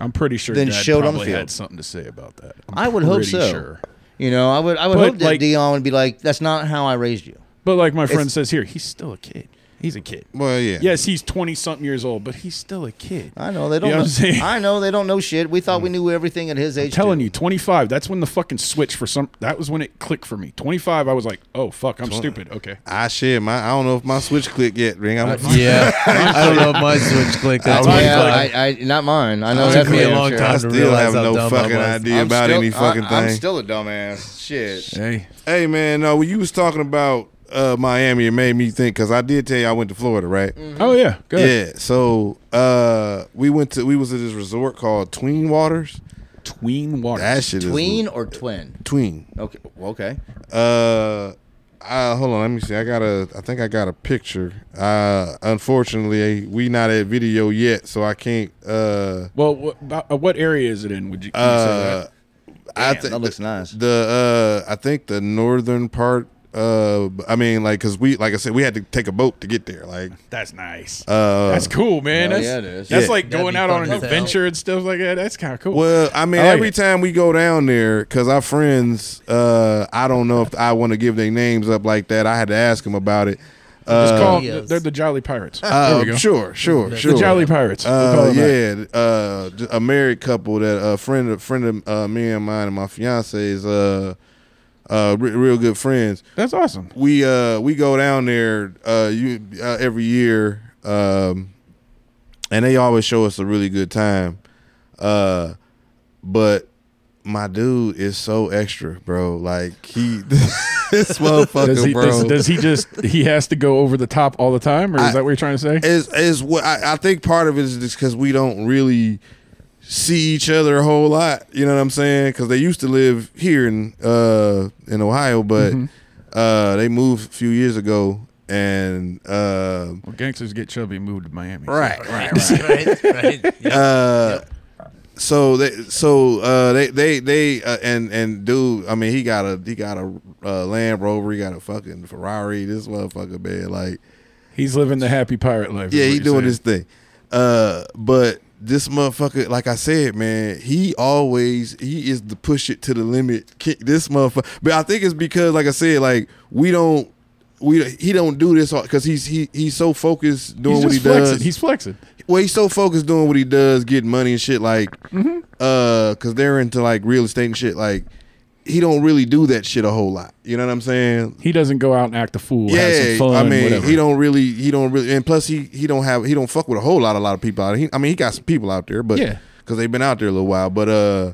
A: I'm pretty sure
C: Then
A: Dad
C: showed on the
A: probably
C: field.
A: had something to say about that. I'm
C: I would hope
A: pretty
C: so.
A: sure.
C: you know, I would I would
A: But,
C: hope that
A: like-
C: Dion would be like, that's not how I raised you.
A: But like my friend
C: It's-
A: says here, he's still a kid. He's a kid.
B: Well, yeah.
A: Yes, he's twenty something years old, but he's still a kid.
C: I know they don't.
A: know what I'm saying?
C: know, I know they don't know shit. We thought we knew everything at his age.
A: telling
C: too.
A: you, twenty five. That's when the fucking switch for some. That was when it clicked for me. Twenty five. I was like, oh fuck, I'm stupid. Okay.
B: I share my. I don't know if my switch clicked yet. Ring. I'm,
E: Yeah, I don't know if my switch clicked. That's
B: Mine
C: Yeah,
E: why.
C: I, I, not mine. I know
E: It
C: that
E: took
C: for
E: me a
C: damn
E: long
C: sure.
E: time
B: I
E: to
B: still
E: realize
B: have
E: how
B: no
E: dumb I
B: fucking
E: was.
B: idea
C: I'm
B: about
C: still-
B: any fucking
C: I,
B: thing.
C: I'm still a dumbass. Shit.
A: Hey.
B: Hey man, no, when you was talking about uh, Miami, it made me think because I did tell you I went to Florida, right?
A: Oh yeah. Go ahead.
B: Yeah. So uh, we went to we was at this resort called Tween Waters.
A: Tween water.
B: That shit
C: Tween
B: is
C: or twin?
B: tween.
C: Okay. well, Okay.
B: Uh, uh, hold on, let me see. I got a. I think I got a picture. Uh, unfortunately, we not at video yet, so I can't. Uh,
A: well, what, about, uh, what area is it in? Would you? Can you
B: uh,
A: say
B: I
C: Damn, that looks nice.
B: The uh, I think the northern part. Uh, I mean, like, cause we, like I said, we had to take a boat to get there. Like,
A: that? That's nice.
B: uh,
A: that's cool, man.
C: hell
A: That's,
C: yeah, it is.
A: that's
B: Yeah.
A: like
D: That'd
A: going
D: be
A: out on
D: fun
A: an
D: as hell.
A: adventure and stuff like that. That's kind of cool.
B: Well, I mean,
A: I like
B: every
A: it.
B: time we go down there, because our friends, uh, I don't know if I want to give their names up like that. I had to ask them about it. Uh,
A: Just call.
D: Yes.
A: They're the Jolly Pirates.
B: uh,
A: there we go.
B: Sure, sure,
D: The
A: The
B: sure.
A: Jolly Pirates. We'll call
B: Uh,
A: them that.
B: yeah, uh, j- a married couple that a friend, a friend of uh, me and mine and my fiance is uh, uh, re- real good friends.
A: That's awesome.
B: We uh, we go down there uh, you uh, every year, um, and they always show us a really good time. Uh, but my dude is so extra, bro. Like he, this motherfucker,
A: Does he,
B: bro.
A: does, does he just he has to go over the top all the time, or is
B: I-
A: that what you're trying to say?
B: is is what I, I think part of it is just because we don't really see each other a whole lot. You know what I'm saying? Because they used to live here in uh in Ohio, but uh they moved a few years ago, and uh,
A: well, gangsters get chubby and move to Miami.
B: right,
D: Right, right, right. right. Yeah.
B: Uh, so they so uh they they they uh, and and dude i mean he got a he got a uh, land rover he got a fucking ferrari this motherfucker man like
A: He's living the happy pirate life. is
B: Yeah,
A: what
B: he
A: you're
B: doing
A: saying.
B: his thing. Uh, but this motherfucker, like I said, man, he always he is the push it to the limit. Kick this motherfucker, but I think it's because, like I said, like we don't. We, he don't do this because he's he he's so focused doing
A: He's
B: what
A: just
B: he
A: flexing.
B: does.
A: He's flexing.
B: well, he's so focused doing what he does, getting money and shit. Like,
A: Mm-hmm.
B: uh, because they're into like real estate and shit. Like, he don't really do that shit a whole lot. You know what I'm saying?
A: He doesn't go out and act a fool. Yeah, have some fun,
B: I mean,
A: whatever.
B: he don't really, he don't really, and plus he he don't have, he don't fuck with a whole lot, a lot of people out. He, I mean, he got some people out there, but
A: Yeah.
B: because they've been out there a little while. But uh,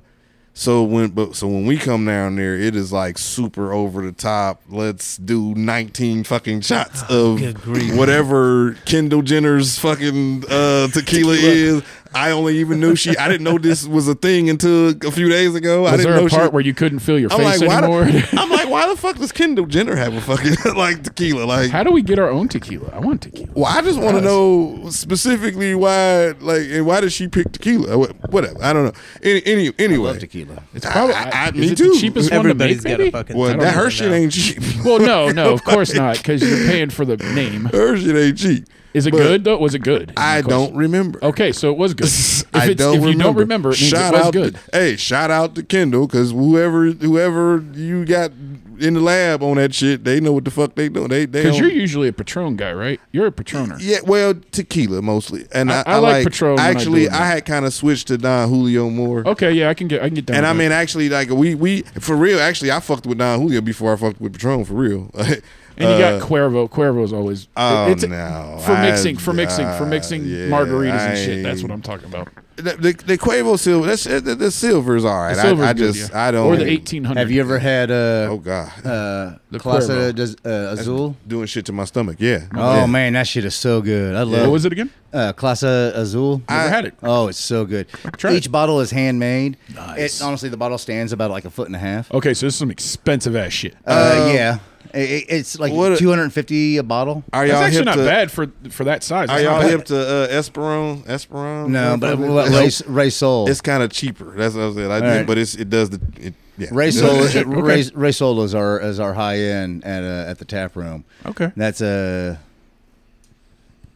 B: so when but so when we come down there, it is like super over the top. Let's do nineteen fucking shots
A: Oh,
B: of
D: good grief.
B: whatever Kendall Jenner's fucking uh tequila is. I only even knew she. I didn't know this was a thing until a few days ago.
A: Was
B: I didn't
A: there
B: know
A: a part
B: she,
A: where you couldn't feel your
B: I'm
A: face
B: like, why
A: anymore?
B: the, I'm like, why the fuck does Kendall Jenner have a fucking like tequila? Like,
A: How do we get our own tequila? I want tequila.
B: well, I just want to know specifically why, like, and why did she pick tequila? Wha- Whatever, I don't know. Any, any anyway,
C: Love tequila.
A: It's probably
B: I- I-
A: is
B: me
A: it
B: too.
A: The cheapest
D: Everybody's
A: one
D: got
A: to
D: a
A: make, maybe?
D: fucking.
B: well,
D: tequila
B: that her shit
D: now.
B: ain't cheap.
A: Well, no, no, of course not, because you're paying for the name.
B: her shit ain't cheap.
A: Is it
B: But
A: good though? Was it good? is the
B: I
A: question.
B: don't remember.
A: Okay, so it was good. If,
B: I
A: it's, if
B: don't remember.
A: you don't remember, it means
B: shout
A: it was
B: out,
A: good.
B: Hey, shout out to Kendall because whoever, whoever you got in the lab on that shit, they know what the fuck they doing. They, they
A: Because
B: don't-
A: you're usually a Patron guy, right? You're a Patroner.
B: Yeah, well, tequila mostly, and
A: I-
B: I, I
A: I like
B: like
A: Patron when I
B: Actually,
A: do it,
B: I,
A: man.
B: had kind of switched to Don Julio more.
A: Okay, yeah, I can get I can get down.
B: And
A: with
B: I
A: that.
B: mean, actually, like we we for real. Actually, I fucked with Don Julio before I fucked with Patron for real. and
A: and you got Cuervo. Cuervo's always
B: uh, oh,
A: it's
B: no.
A: for
B: I-
A: mixing, for mixing, for
B: uh,
A: mixing
B: yeah,
A: margaritas and
B: I-
A: shit. That's what I'm talking about.
B: The, the, the Quavo silver, that's uh, the, the silver's all right.
A: The silver's
B: I, I
A: good,
B: just
A: yeah.
B: I don't.
A: or the 1800.
C: Have you ever had
B: Oh
C: uh,
B: god,
C: uh,
A: The
C: Clase
A: Cuervo.
C: de uh, Azul?
B: doing shit to my stomach. Yeah.
C: Oh
B: yeah.
C: man, that shit is so good. I
A: What
C: love
A: was it again?
C: uh, Clase Azul.
A: Never had it.
C: Oh, it's so good.
A: Try
C: Each
A: it.
C: bottle is handmade.
A: Nice.
C: It, honestly, the bottle stands about like a foot and a half.
A: Okay, so this is some expensive ass shit.
C: Uh, yeah, It- it- it's like
B: what a-
C: 250 a bottle.
B: Are
A: That's
B: y'all
A: actually
B: hip
A: not
B: to,
A: bad for for that size.
B: Are
A: That's not
B: y'all
A: bad.
B: hip to uh, Esperon? Esperon?
C: No, but
B: Motherfucker?
C: what, Ray, Ray Sol.
B: It's kind of cheaper. That's what I said. I did,
C: right.
B: but it's it does the it, yeah.
C: Ray
B: It-
C: Sol,
A: Okay.
C: Ray, Ray Sol is our is our high end at uh, at the tap room.
A: Okay.
C: That's uh,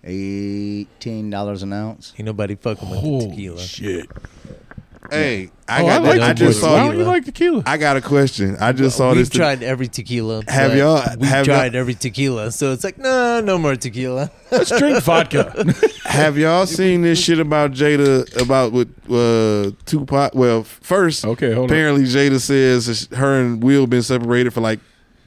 C: eighteen dollars an ounce.
D: Ain't nobody fucking with the
A: Holy
D: tequila.
A: shit!
B: Hey, I
A: oh, I
B: got.
A: like
B: that- I,
A: tequila.
B: just saw.
A: Why don't you like tequila?
B: I got a question. I just saw
D: we've
B: this. today.
D: tried every tequila.
B: Have
D: but
B: y'all-
D: We've
B: have y'all-
D: tried every tequila, so it's like, no, no more tequila.
A: Let's drink vodka.
B: Have y'all seen this shit about Jada about with uh, Tupac? Well, first,
A: Okay, Oh, hold on.
B: apparently Jada says that sh- her and Will been separated for like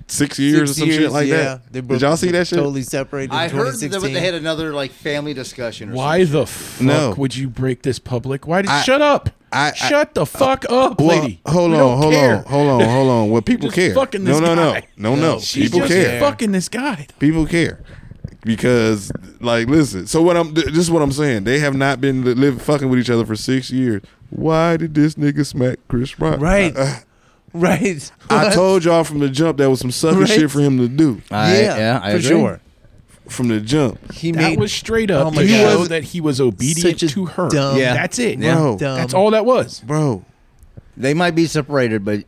B: six years
D: Six
B: or some shit like that.
D: They
B: Did y'all see that shit?
D: Totally separated.
C: I
D: in
C: heard that
D: 2016.
C: they had another like family discussion. Or
A: Why the fuck
B: No.
A: would you break this public? Why did
B: I-
A: shut up?
B: I- I-
A: shut the fuck up,
B: Well,
A: lady.
B: hold
A: We
B: on,
A: don't
B: hold
A: care.
B: on, hold on, hold on. Well, people
A: Just
B: care.
A: fucking
B: no,
A: this
B: no, no,
A: guy.
B: no, no.
A: She's
B: People
A: just
B: care.
A: fucking this guy.
B: people care because like listen so what i'm th- this is what i'm saying they have not been li- live fucking with each other for six years why did this nigga smack chris rock
D: Right. right.
B: Uh, i told y'all from the jump that was some sucker
D: Right.
B: shit for him to do
C: I,
D: yeah,
C: yeah, I
D: for
C: agree.
D: sure.
B: from the jump
D: He
A: That
D: made
A: was straight up
D: Oh my
A: to
D: God.
A: show
B: Such
A: that he was obedient
D: a
A: to her.
D: dumb-
C: Yeah.
A: That's it.
C: Yeah.
B: bro
D: dumb.
A: That's all that was.
B: bro
C: They might be separated, but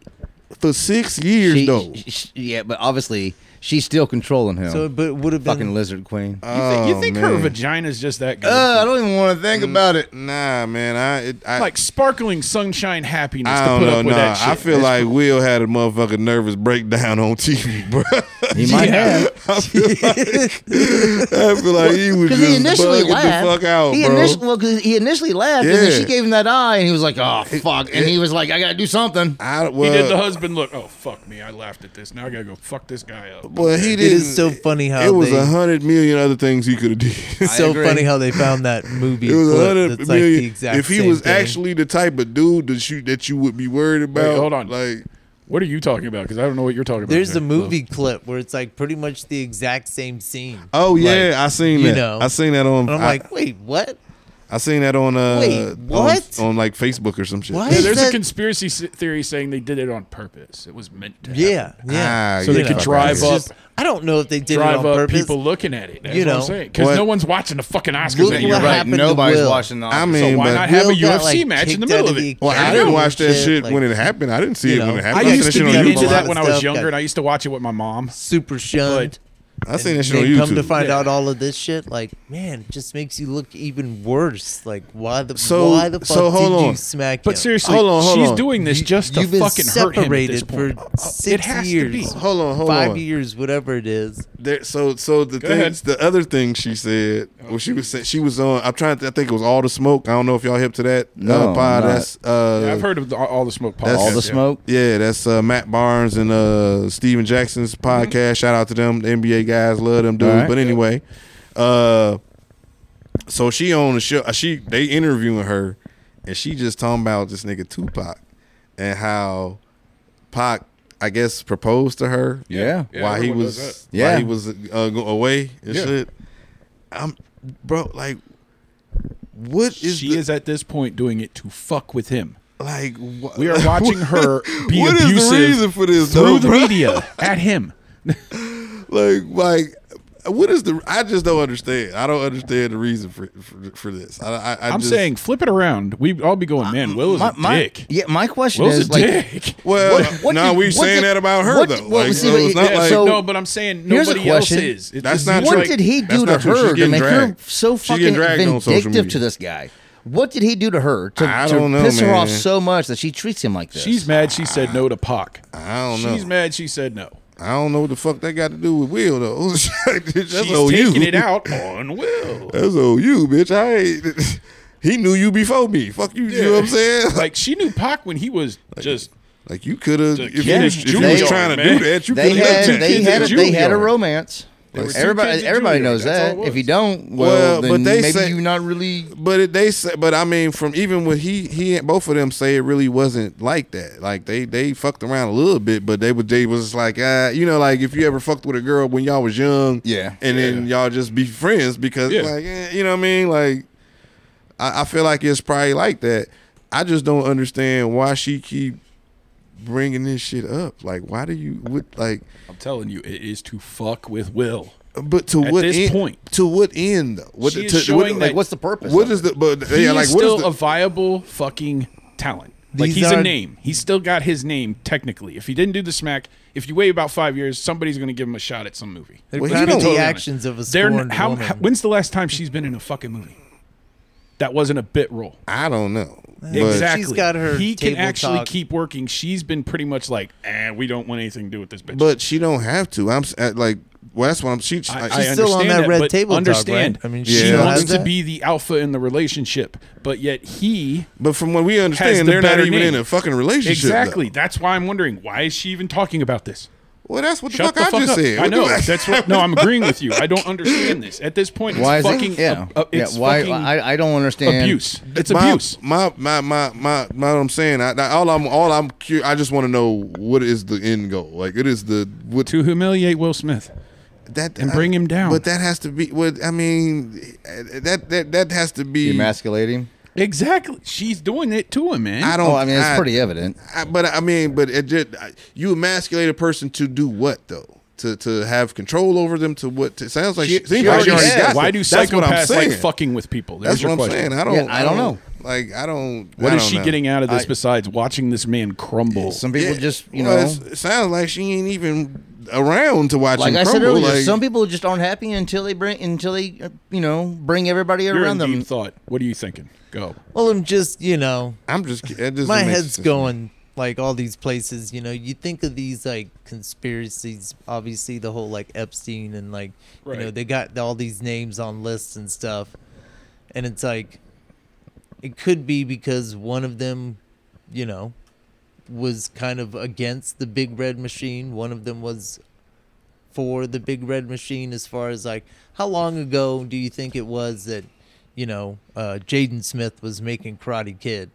B: for six years
C: she,
B: though
C: sh- sh- yeah, but obviously she's still controlling him.
D: so, but it would have
C: Fucking
D: been
C: lizard queen.
A: You, thi- you
B: Oh,
A: think her
B: man.
A: vagina's just that good?
C: Uh, I don't even want to think about it.
B: nah man i it, i
A: like sparkling sunshine happiness
B: I
A: to
B: don't
A: put
B: know.
A: up with
B: Nah,
A: that shit.
B: I feel
A: That's-
B: like Will had a motherfucking nervous breakdown on TV, bro.
C: He might have.
B: I feel like, I feel like he was
C: Because
B: just
C: he initially
B: bugging
C: laughed.
B: the fuck out,
C: he
B: bro.
C: initially, well, 'cause he initially laughed, and
B: Yeah.
C: then she gave him that eye, and he was like, "Oh fuck!" And he was like, "I gotta do something."
B: I,
A: he
B: well,
A: did the husband look. Oh fuck me! I laughed at this. Now I gotta go fuck this guy up.
B: well, he
D: It
B: didn't.
D: is so funny how
B: It was
D: they,
B: a hundred million other things he could have did.
D: It's so
C: agree.
D: funny how they found that movie.
B: It was a
D: clip
B: hundred
D: that's like the
B: million.
D: exact
B: if he
D: same
B: was
D: thing.
B: actually the type of dude that you that you would be worried about,
A: hold on.
B: Like,
A: What are you talking about? Because I don't know what you're talking about.
D: there's
A: here.
D: a movie clip where it's like pretty much the exact same scene.
B: oh yeah, I seen
D: you
B: that.
D: know.
B: I seen that on.
D: and I'm
B: I,
D: like, wait, what?
B: I seen that on. Uh,
D: Wait,
B: on-
D: what?
B: On, like Facebook or some shit.
D: What?
A: Yeah, there's
D: Is
A: a
D: that-
A: conspiracy s- theory saying they did it on purpose. It was meant to.
D: Yeah, yeah.
B: Ah,
A: So they
B: get
A: could
B: the fuck
A: drive
B: outta
D: It's
B: here.
A: up-
D: just- I don't know if they did it
A: drive
D: on
A: up
D: purpose.
A: people looking at it. That's
D: You
A: what I'm
D: know.
A: saying. Because
B: What-
A: no one's watching the fucking Oscars
D: Look
A: anymore.
D: what
A: anymore.
D: happened. to Will.
C: the.
B: I
C: Oscars.
B: mean,
A: So why
B: but-
A: not have
D: Will
A: a
D: got,
A: UFC
D: like,
A: match in the
D: kicked
A: middle
D: out
A: of
D: the
A: it.
B: Well, I
D: academy
B: didn't
D: and
B: watch that
D: shit,
B: shit
D: like,
B: when it happened. I didn't see
D: you
B: it when
D: know.
B: it
A: I
B: happened. I, seen
A: used
B: that
A: to
B: shit
A: be
B: on
D: get
A: into
B: YouTube.
A: that
D: lot
A: when I
D: of
A: was
D: stuff
A: younger,
D: got-
A: and I used to watch it with my mom.
D: super shunned.
B: I seen that shit on
D: Then come to
B: YouTube.
D: find
A: Yeah.
D: out all of this shit, like man, it just makes you look even worse. Like why the
B: So-
D: why the fuck
B: so hold
D: did
B: on.
D: you smack
A: But
D: him?
A: seriously,
B: Hold on, hold
A: she's
B: on.
A: doing this just to
D: you've been
A: fucking hurt him at this
D: separated
A: point.
D: for
A: Uh, uh, it
D: six
A: has to
D: years.
A: be.
B: Hold on, hold
D: Five
B: on.
D: years, whatever it is.
B: There, so, so the
A: Go
B: things, the other thing she said,
A: Oh,
B: well, she was sa- she was on. I'm trying to. I think it was all the smoke. I don't know if y'all hip to that.
C: No,
B: uh, pod.
C: I'm not.
B: That's uh,
A: I've heard of the, all the smoke.
B: That's-
A: podcast,
C: all the
A: yeah.
C: smoke.
B: Yeah, that's uh, Matt Barnes and uh, Steven Jackson's
A: Mm-hmm.
B: podcast. Shout out to them. The NBA guys love them dudes.
C: All right.
B: But anyway, uh, so she on the show. uh, She they interviewing her, and she just talking about this nigga Tupac and how Pac, I guess, proposed to her.
C: Yeah.
A: Yeah,
B: while he
A: everyone
B: was
A: does that.
B: yeah
C: Yeah.
B: he was uh, go away and
A: Yeah.
B: shit. I'm bro like. What is,
A: She
B: the-
A: is at this point doing it to fuck with him.
B: like? wha-
A: We are watching her be
B: What is the
A: abusive
B: reason for this,
A: through
B: though,
A: the
B: bro?
A: media at him.
B: like like what is the i just don't understand i don't understand the reason for for, for this i i, I
A: I'm
B: just,
A: saying, flip it around. We'd all be going, man. Will is
C: my,
A: a
C: my-
A: dick.
C: Yeah, my question
A: Will's
C: is
A: a
C: like,
A: dick.
B: well
C: What- what
B: no
C: did-
B: we
C: what
B: saying
C: did-
B: that about her
C: what-
B: though
C: well,
B: like,
C: see,
B: so
C: but
B: it's
C: it-
B: not
C: yeah,
B: like
C: so-
A: no, but I'm saying
C: Here's a
A: nobody else
C: question.
A: is. It's
B: That's
A: just
B: not
A: you
C: what
B: true.
A: like-
C: did he
B: That's
C: do to
B: not true. She's
C: her to
B: getting
C: make her
B: dragged.
C: so
B: She's getting
C: fucking
B: dragged on social
C: vindictive
B: media.
C: to this guy? What did he do to her to,
B: I
C: to
B: don't know,
C: piss her off
B: man.
C: so much that she treats him like this?
A: She's mad she said no to Pac.
B: i don't know
A: She's mad she said no.
B: i don't know what the fuck that got to do with will though that's
A: She's
B: OU.
A: taking it out on Will.
B: that's OU, bitch i ain't he knew you before me fuck you you know what i'm saying like,
A: Like she knew Pac when he was just
B: you could have
A: The
B: if you
A: kid
B: was,
A: is
B: if you was
C: junior,
B: trying to
A: man.
B: do that you
C: they
B: could
C: had
A: two
C: they
A: kids
C: had a,
A: at
C: they had a
A: junior.
C: romance.
A: There was two
C: Everybody
A: kids at
C: everybody
A: junior.
C: knows
A: That's all
C: that.
A: it was.
C: If you don't, well,
B: Well,
C: then
B: but they
C: maybe
B: say-
C: you're not really.
B: But it, they say, but I mean, from even when he he both of them say it really wasn't like that. Like they they fucked around a little bit, but they would they was just like uh, you know, like if you ever fucked with a girl when y'all was young,
C: Yeah.
B: and then y'all just be friends because
A: Yeah.
B: like eh, you know what I mean. Like I, I feel like it's probably like that. I just don't understand why she keep bringing this shit up. Like why do you what like?
A: I'm telling you, it is to fuck with Will.
B: But to
A: At
B: what
A: this
B: end,
A: point.
B: To what end though? What
A: She is
B: to,
A: showing
B: what,
C: Like, what's the purpose?
B: what
C: of
B: is
C: it?
B: the but
A: He
B: yeah, like
A: is
B: what
A: still
B: is the,
A: a viable fucking talent. Like
D: These
A: he's a
D: are-
A: name. He's still got his name technically. If he didn't do the smack, if you wait about five years, somebody's going to give him a shot at some movie.
D: They're
B: Well, you
D: kind
B: don't-
D: of
B: Totally
D: the
B: on it.
D: actions of a
A: They're n-
D: scorned
A: how,
D: woman.
A: how- When's the last time she's been in a fucking movie that wasn't a bit role?
B: I don't know.
A: Exactly.
D: She's got her
A: He can
D: table
A: actually
D: talk.
A: keep working. She's been pretty much like, eh, we don't want anything to do with this bitch.
B: But she don't have to. I'm s- at, like, well, that's what I'm. She,
A: I,
B: I,
A: I
D: She's still on
A: understand
D: that red
A: but
D: table talk,
A: Understand?
D: right? I mean,
A: she
B: she Yeah.
A: wants
D: has
A: to
D: that.
A: be the alpha in the relationship, but yet he
B: but from what we
A: Has
B: understand,
A: the
B: they're not
A: better
B: even
A: name.
B: in a fucking relationship.
A: exactly.
B: though.
A: That's why I'm wondering why is she even talking about this?
B: Well, that's what the
A: Shut
B: fuck
A: the
B: I
A: fuck
B: just
A: up!
B: said.
A: I
B: What the
A: know
B: fuck?
A: that's what. No, I'm agreeing with you. I don't understand this at this point. It's
C: Why is
A: fucking
C: it? Yeah.
A: uh, uh, it's
C: yeah. Why?
A: fucking
C: I, I don't understand.
A: abuse. It's
B: my,
A: abuse.
B: My my my my my. What I'm saying, I, I- all I'm all I'm. Cu- I just want to know what is the end goal. Like it is the what
A: to humiliate Will Smith.
B: that
A: and bring him down.
B: But that has to be. What I mean, eh, that that that has to be.
C: Emasculating.
A: Exactly. She's doing it to him, man.
B: I don't.
C: Oh, I mean, it's pretty evident.
B: I, but I mean, but it just I- you emasculate a person to do what though? To to have control over them? To what? It sounds like
C: She-
B: she, seems
C: she
B: like she
C: already
B: already
C: has.
B: got.
A: Why
B: it.
A: do
B: That's what I'm
A: psychopaths like
B: saying.
A: fucking with people? There's
B: That's
A: your
B: what I'm
A: question.
B: saying. I don't.
C: Yeah, I don't know.
B: Like I don't.
A: What
B: I
A: is
B: don't
A: she
B: know.
A: getting out of this
C: I-
A: besides watching this man crumble?
C: Some people
B: Yeah.
C: just, you
B: Well,
C: know,
B: it's- it sounds like she ain't even around to watch
C: like
B: him
C: I said
B: crumble,
C: earlier,
B: like-
C: some people just aren't happy until they bring, until they, uh, you know, bring everybody
A: You're in
C: around them.
A: deep thought. What are you thinking? Go.
D: Well, I'm just, you know,
B: I'm just. It doesn't
D: my
B: make
D: head's
B: sense.
D: going like all these places you know you think of these like conspiracies obviously the whole like epstein and like you know
A: Right.
D: they got all these names on lists and stuff and it's like it could be because one of them you know was kind of against the big red machine one of them was for the big red machine as far as like how long ago do you think it was that you know uh, jaden smith was making karate kid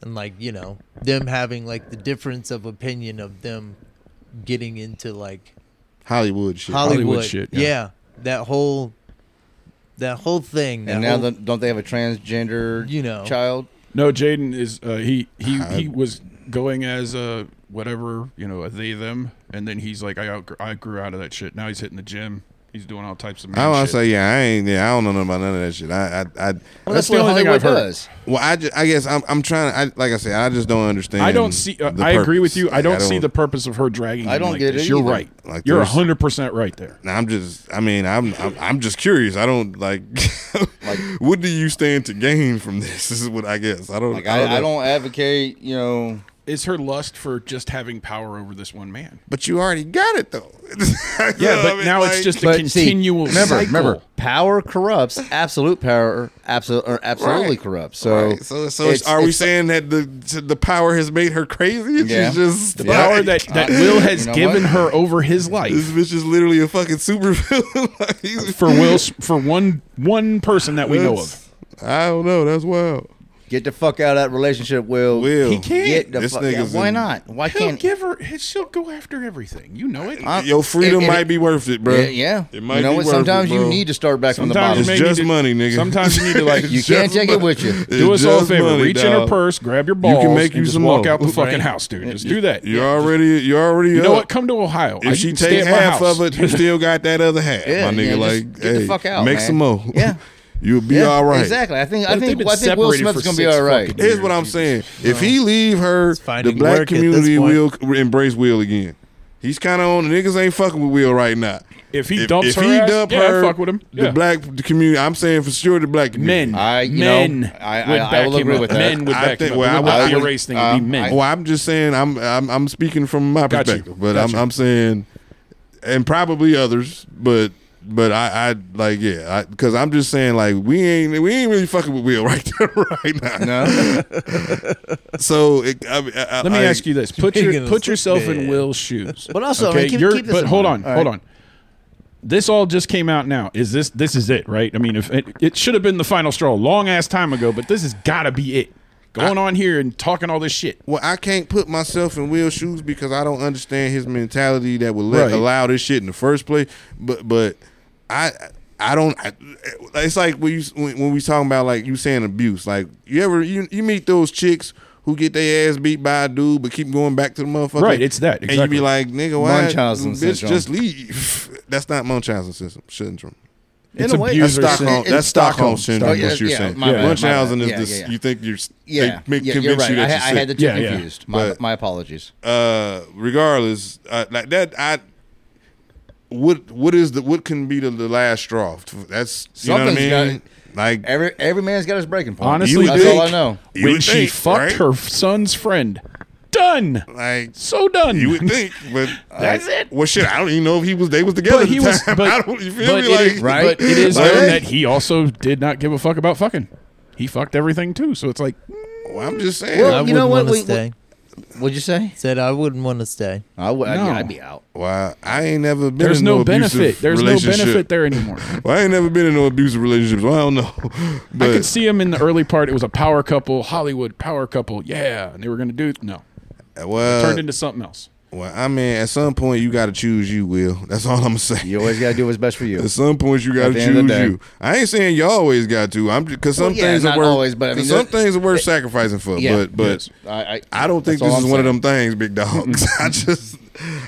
D: and like you know them having like the difference of opinion of them getting into like
B: Hollywood shit.
D: hollywood,
A: Hollywood shit, yeah.
D: yeah. that whole that whole thing that
C: and now,
D: whole-
C: the, don't they have a transgender,
D: You know.
C: child?
A: No, Jaden is uh, he he he was going as a whatever you know a they them, and then he's like I outgr- I grew out of that shit. Now he's hitting the gym. He's doing all types of. Man
B: I want
A: shit.
B: to say, yeah, I ain't. Yeah, I don't know nothing about none of that shit. I, I, I
C: Well,
A: That's
C: that's,
A: the
C: what
A: only thing I've
C: Hollywood
A: heard.
C: does.
B: well, I, ju- I guess I'm, I'm trying. I, like I said, I just don't understand.
A: I don't see. Uh,
B: the
A: I agree with
B: purpose.
A: you. I
B: Like,
A: don't, see the purpose of her dragging.
C: I
A: him
C: don't
A: like
C: get
A: this.
C: it
A: You're
C: either.
A: right.
B: Like,
A: You're
B: there's-
A: hundred percent right there.
B: Nah, I'm just. I mean, I'm, I'm, I'm just curious. I don't like. like, what do you stand to gain from this? This is what I guess. I don't.
C: Like
B: I, don't
C: I, I
B: know.
C: don't advocate, you know.
A: Is her lust for just having power over this one man?
B: But you already got it though. yeah,
A: Yeah, but now it's just a
C: But see,
A: continual
C: remember,
A: cycle.
C: remember, power corrupts. Absolute power, absolute, or absolutely
B: Right.
C: corrupts. So,
B: so, so it's, are we saying that the the power has made her crazy?
C: Yeah.
B: She's just
A: the power
B: like-
A: that, that Will has
C: You know
A: given
C: what?
A: her over his
B: This
A: life
B: bitch is literally a fucking super villain. like, he's-
A: for Will's for one one person that we know of.
B: I don't know. That's wild.
C: get the fuck out of that relationship, Will?
B: Will.
A: He can't.
C: Get the
B: This
C: fuck. Yeah,
B: nigga's
C: why
B: in-
C: not? Why
A: He'll
C: can't?
A: give her. She'll go after everything. You know it.
C: I'm-
B: Your freedom
C: Uh, it- it-
B: might be worth it, bro.
C: Yeah, yeah.
B: It might
C: you know
B: be
C: what?
B: worth it,
C: Sometimes you
B: bro.
C: need to start back from the
A: Sometimes
C: bottom.
A: you
B: It's
A: may
B: just
A: need to-
B: money, nigga.
A: Sometimes you need to like
C: You
B: It's
C: can't
B: just
C: take it
B: money.
C: with you.
A: do us
B: It's
A: all a
B: just
A: favor.
B: money,
A: reach in her
B: dog.
A: purse, grab your
B: can
A: balls,
B: make
A: and
B: you
A: just
B: some
A: walk
B: more.
A: out the fucking
D: Right.
A: house, dude. Just do that.
B: You're already. You're already.
A: You
B: up.
A: know what? Come to Ohio. I
B: If she
A: can stay
B: take
A: at my
B: half
A: house.
B: of it, you still got that other half,
C: Yeah,
B: my nigga.
C: yeah, just
B: like,
C: get the
B: hey,
C: fuck out,
B: make
C: man.
B: some more.
C: Yeah.
B: you'll be
C: Yeah,
B: all right.
C: Exactly. I think.
A: But
C: I
A: if
C: think.
A: they've been
C: I think Will
A: separated
C: Smith's
A: for
C: gonna be
A: six
C: all right.
A: fucking-
B: Here's what I'm saying: if he leave her, the
D: finding
B: black
D: work at this
B: community
D: point.
B: will embrace Will again. He's kind of on the niggas ain't fucking with Will right now.
A: If he dumps her ass,
B: dump
A: yeah, I'd fuck with him.
B: The
A: Yeah.
B: black community, I'm saying for sure, the black community.
A: Men,
C: I- you
A: men,
C: know, I-
A: would
C: I- I
A: back
C: will
A: him
C: agree
A: up.
C: with that.
A: Men would
B: I
A: back
B: think-
A: him
B: well,
A: up.
B: I
A: It would not
B: would-
A: be a race thing. It'd be
C: um,
A: men.
B: Well, I'm just saying, I'm I'm, I'm speaking from my
A: Got you.
B: perspective, but
A: Got
B: I'm
A: you.
B: I'm saying, and probably others, but but I, I like yeah, because I'm just saying like we ain't we ain't really fucking with Will right there right now.
C: No.
B: So it, I, I, I,
A: Let me ask you this: put
D: Speaking
A: your,
D: of
A: put yourself in
D: Superman.
A: Will's shoes.
C: But also, I mean, keep-
A: you're-
C: keep this
A: but
C: in
A: hold on,
C: mind. All
A: hold
C: right.
A: on. This all just came out now. Is this this is it, right? I mean, if it, it should have been the final straw long ass time ago, but this has got to be it. Going on here and talking all this shit.
B: Well, I can't put myself in Will's shoes because I don't understand his mentality that would let,
A: Right.
B: allow this shit in the first place. But but I I don't. I, it's like when you when, when we talking about like you saying abuse. Like you ever you you meet those chicks. Who get their ass beat by a dude, but keep going back to the motherfucker.
A: Right, it's that,
B: And you
A: exactly.
B: be like, nigga, why?
C: Munchausen
B: bitch,
C: syndrome.
B: just leave. That's not Munchausen syndrome. Syndrome.
A: It's
C: a way-
B: That's
A: abuser
C: User
B: Stockholm.
C: syndrome.
B: That's Stockholm
C: Stockholm.
B: syndrome.
C: Yeah,
B: what you're
C: yeah,
B: saying.
C: my bad, my
B: Munchausen
C: bad.
B: is
C: Yeah,
B: this.
C: yeah, yeah.
B: You think you're?
C: Yeah.
B: They make,
C: yeah, you're
B: convince
C: right.
B: you
C: I,
B: that
C: I
B: you're sick.
C: had the two
A: Yeah, yeah.
C: confused. My,
B: But-
C: my apologies.
B: uh regardless I, like that i what what is the what can be the, the last straw that's you know what i
C: Something's
B: mean
C: got.
B: Like
C: Every every man's got his breaking point.
A: Honestly,
C: that's
B: think-
C: all I know.
B: you
A: when
B: would
A: she
B: think,
A: fucked
B: right?
A: her son's friend. Done.
B: like
A: So done.
B: you would think, but
A: That's it.
B: Well, shit, I don't even know if he was. They was together.
A: but he
B: at the
A: was.
B: time.
A: But,
B: I don't. You feel
A: but
B: me?
A: it
B: Like
A: is-
C: Right.
A: But it is
B: Like-
A: known that he also did not give a fuck about fucking. He fucked everything too. So it's like,
B: well, I'm just saying.
C: Well,
D: I
C: you know what?
D: wouldn't want to
C: We- we-
D: stay.
C: What'd you say?
D: Said I wouldn't want to stay.
C: I would.
A: No.
C: I'd, I'd be out.
B: Why I ain't never been.
A: there's
B: in
A: no,
B: no abusive
A: benefit. There's no
B: relationship.
A: benefit there anymore.
B: Well, I ain't never been in no abusive relationships. Well, I don't know. But
A: I could see him in the early part. It was a power couple, Hollywood power couple. Yeah, and they were going to do no.
B: well,
A: Turned into something else.
B: well, I mean, at some point you got to choose you. Will that's all I'm gonna say.
C: You always got to do what's best for you.
B: At some point, you got to
C: the end of
B: choose
C: the day.
B: you. I ain't saying you always got to. I'm because some
C: Well, yeah,
B: things are
C: not
B: worth
C: always, but I
B: 'cause
C: mean,
B: some
C: that-
B: things are worth sacrificing for.
C: Yeah.
B: But but
A: Yes.
C: I, I,
B: I don't think
C: that's
B: this
C: all
B: is
C: I'm
B: one of
C: saying.
B: them things, big dog. I just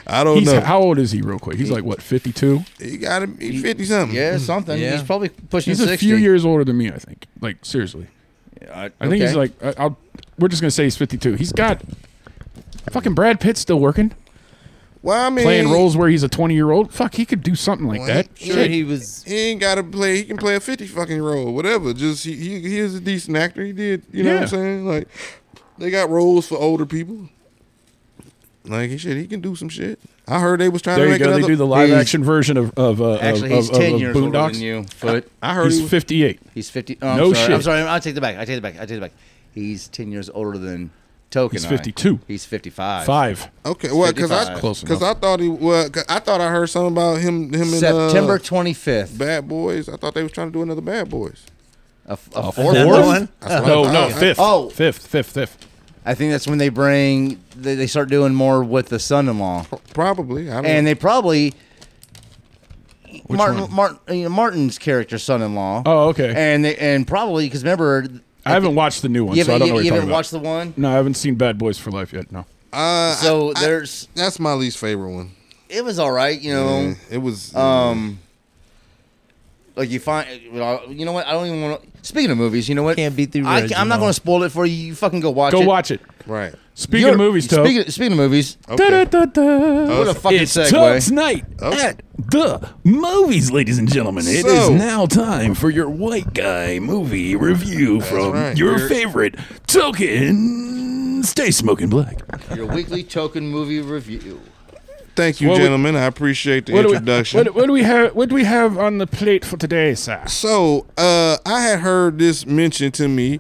B: I don't
A: He's,
B: know.
A: How old is he, real quick? He's like what, 52?
B: he got to be fifty something.
C: Yeah, something.
D: Yeah.
C: He's probably pushing
A: He's
C: 60.
A: a few years older than me. I think. Like seriously, I think he's
C: Uh, okay.
A: like. I, I'll. We're just gonna say he's 52. He's got. Fucking Brad Pitt's still working,
B: Well, I mean,
A: playing roles where he's a 20 year old. Fuck, he could do something like
B: Well,
A: that.
B: he-
D: Sure,
A: Shit.
D: he was.
B: He ain't got to play. He can play a fifty fucking role, whatever. Just he he, he is a decent actor. He did. You know what
A: Yeah.
B: I'm saying? Like they got roles for older people. Like he shit, he can do some shit. I heard they was trying
A: There
B: to
A: you
B: make
A: go. They
B: another.
A: do the live
C: He's-
A: action version of of uh,
C: Actually,
A: of,
C: he's
A: of-
C: 10
A: of
C: years older
A: Boondocks.
C: than you. Foot.
B: I heard he
A: He's
B: was-
A: 58.
C: He's 50. Oh, I'm
A: No
C: sorry. I'm
A: shit.
C: sorry. I'll take the back. I take it back. I take it back. He's 10 years older than Token.
A: He's
C: I.
A: 52.
C: He's 55.
A: Five.
B: Okay, well, because I
C: 55.
A: Close
B: because I thought he well, 'cause I thought I heard something about him him in
C: September
B: uh,
C: 25th.
B: Bad Boys. I thought they was trying to do another Bad Boys.
C: A, f- a fourth
D: Another
C: one?
D: one?
B: That's what I
A: No,
B: thought.
A: no,
B: I-
A: fifth.
C: Oh.
A: fifth, fifth, fifth.
C: I think that's when they bring, they, they start doing more with the son in law.
B: Probably. I don't
C: And they probably. Martin,
A: one?
C: Martin, you know, Martin's character, son-in-law.
A: Oh, okay.
C: And they, and probably because remember,
A: I haven't watched the new one,
C: you
A: so I
C: haven't,
A: don't
C: you,
A: know. What
C: you
A: you're
C: haven't
A: talking about.
C: watched the one.
A: No, I haven't seen Bad Boys for Life yet. No.
B: Uh,
C: So
B: I- I-
C: there's,
B: that's my least favorite one.
C: it was all right, you know.
B: Yeah, it was
A: Uh,
C: Um, like you find, well, you know what? I don't even want to. Speaking of movies, you know what?
D: Can't beat
C: I,
D: the
C: am not
D: original.
C: going to spoil it for you. You fucking go watch
A: Go
C: it.
A: watch it.
B: right.
A: Speaking
C: You're-
A: of movies, Tub.
C: Speaking, speaking of movies,
B: Okay.
C: what a fucking
F: It's Tub's
C: segue.
F: night
B: Oh.
F: at the movies, ladies and gentlemen. It is
B: So-
F: now time for your white guy movie review from
B: right.
F: your
B: We're-
F: favorite token. Stay smoking black.
C: Your weekly token movie review.
B: Thank you,
A: What we-
B: gentlemen. I appreciate the
A: What do, we,
B: introduction.
A: what, what do we have? What do we have on the plate for today, sir?
B: so uh, I had heard this mentioned to me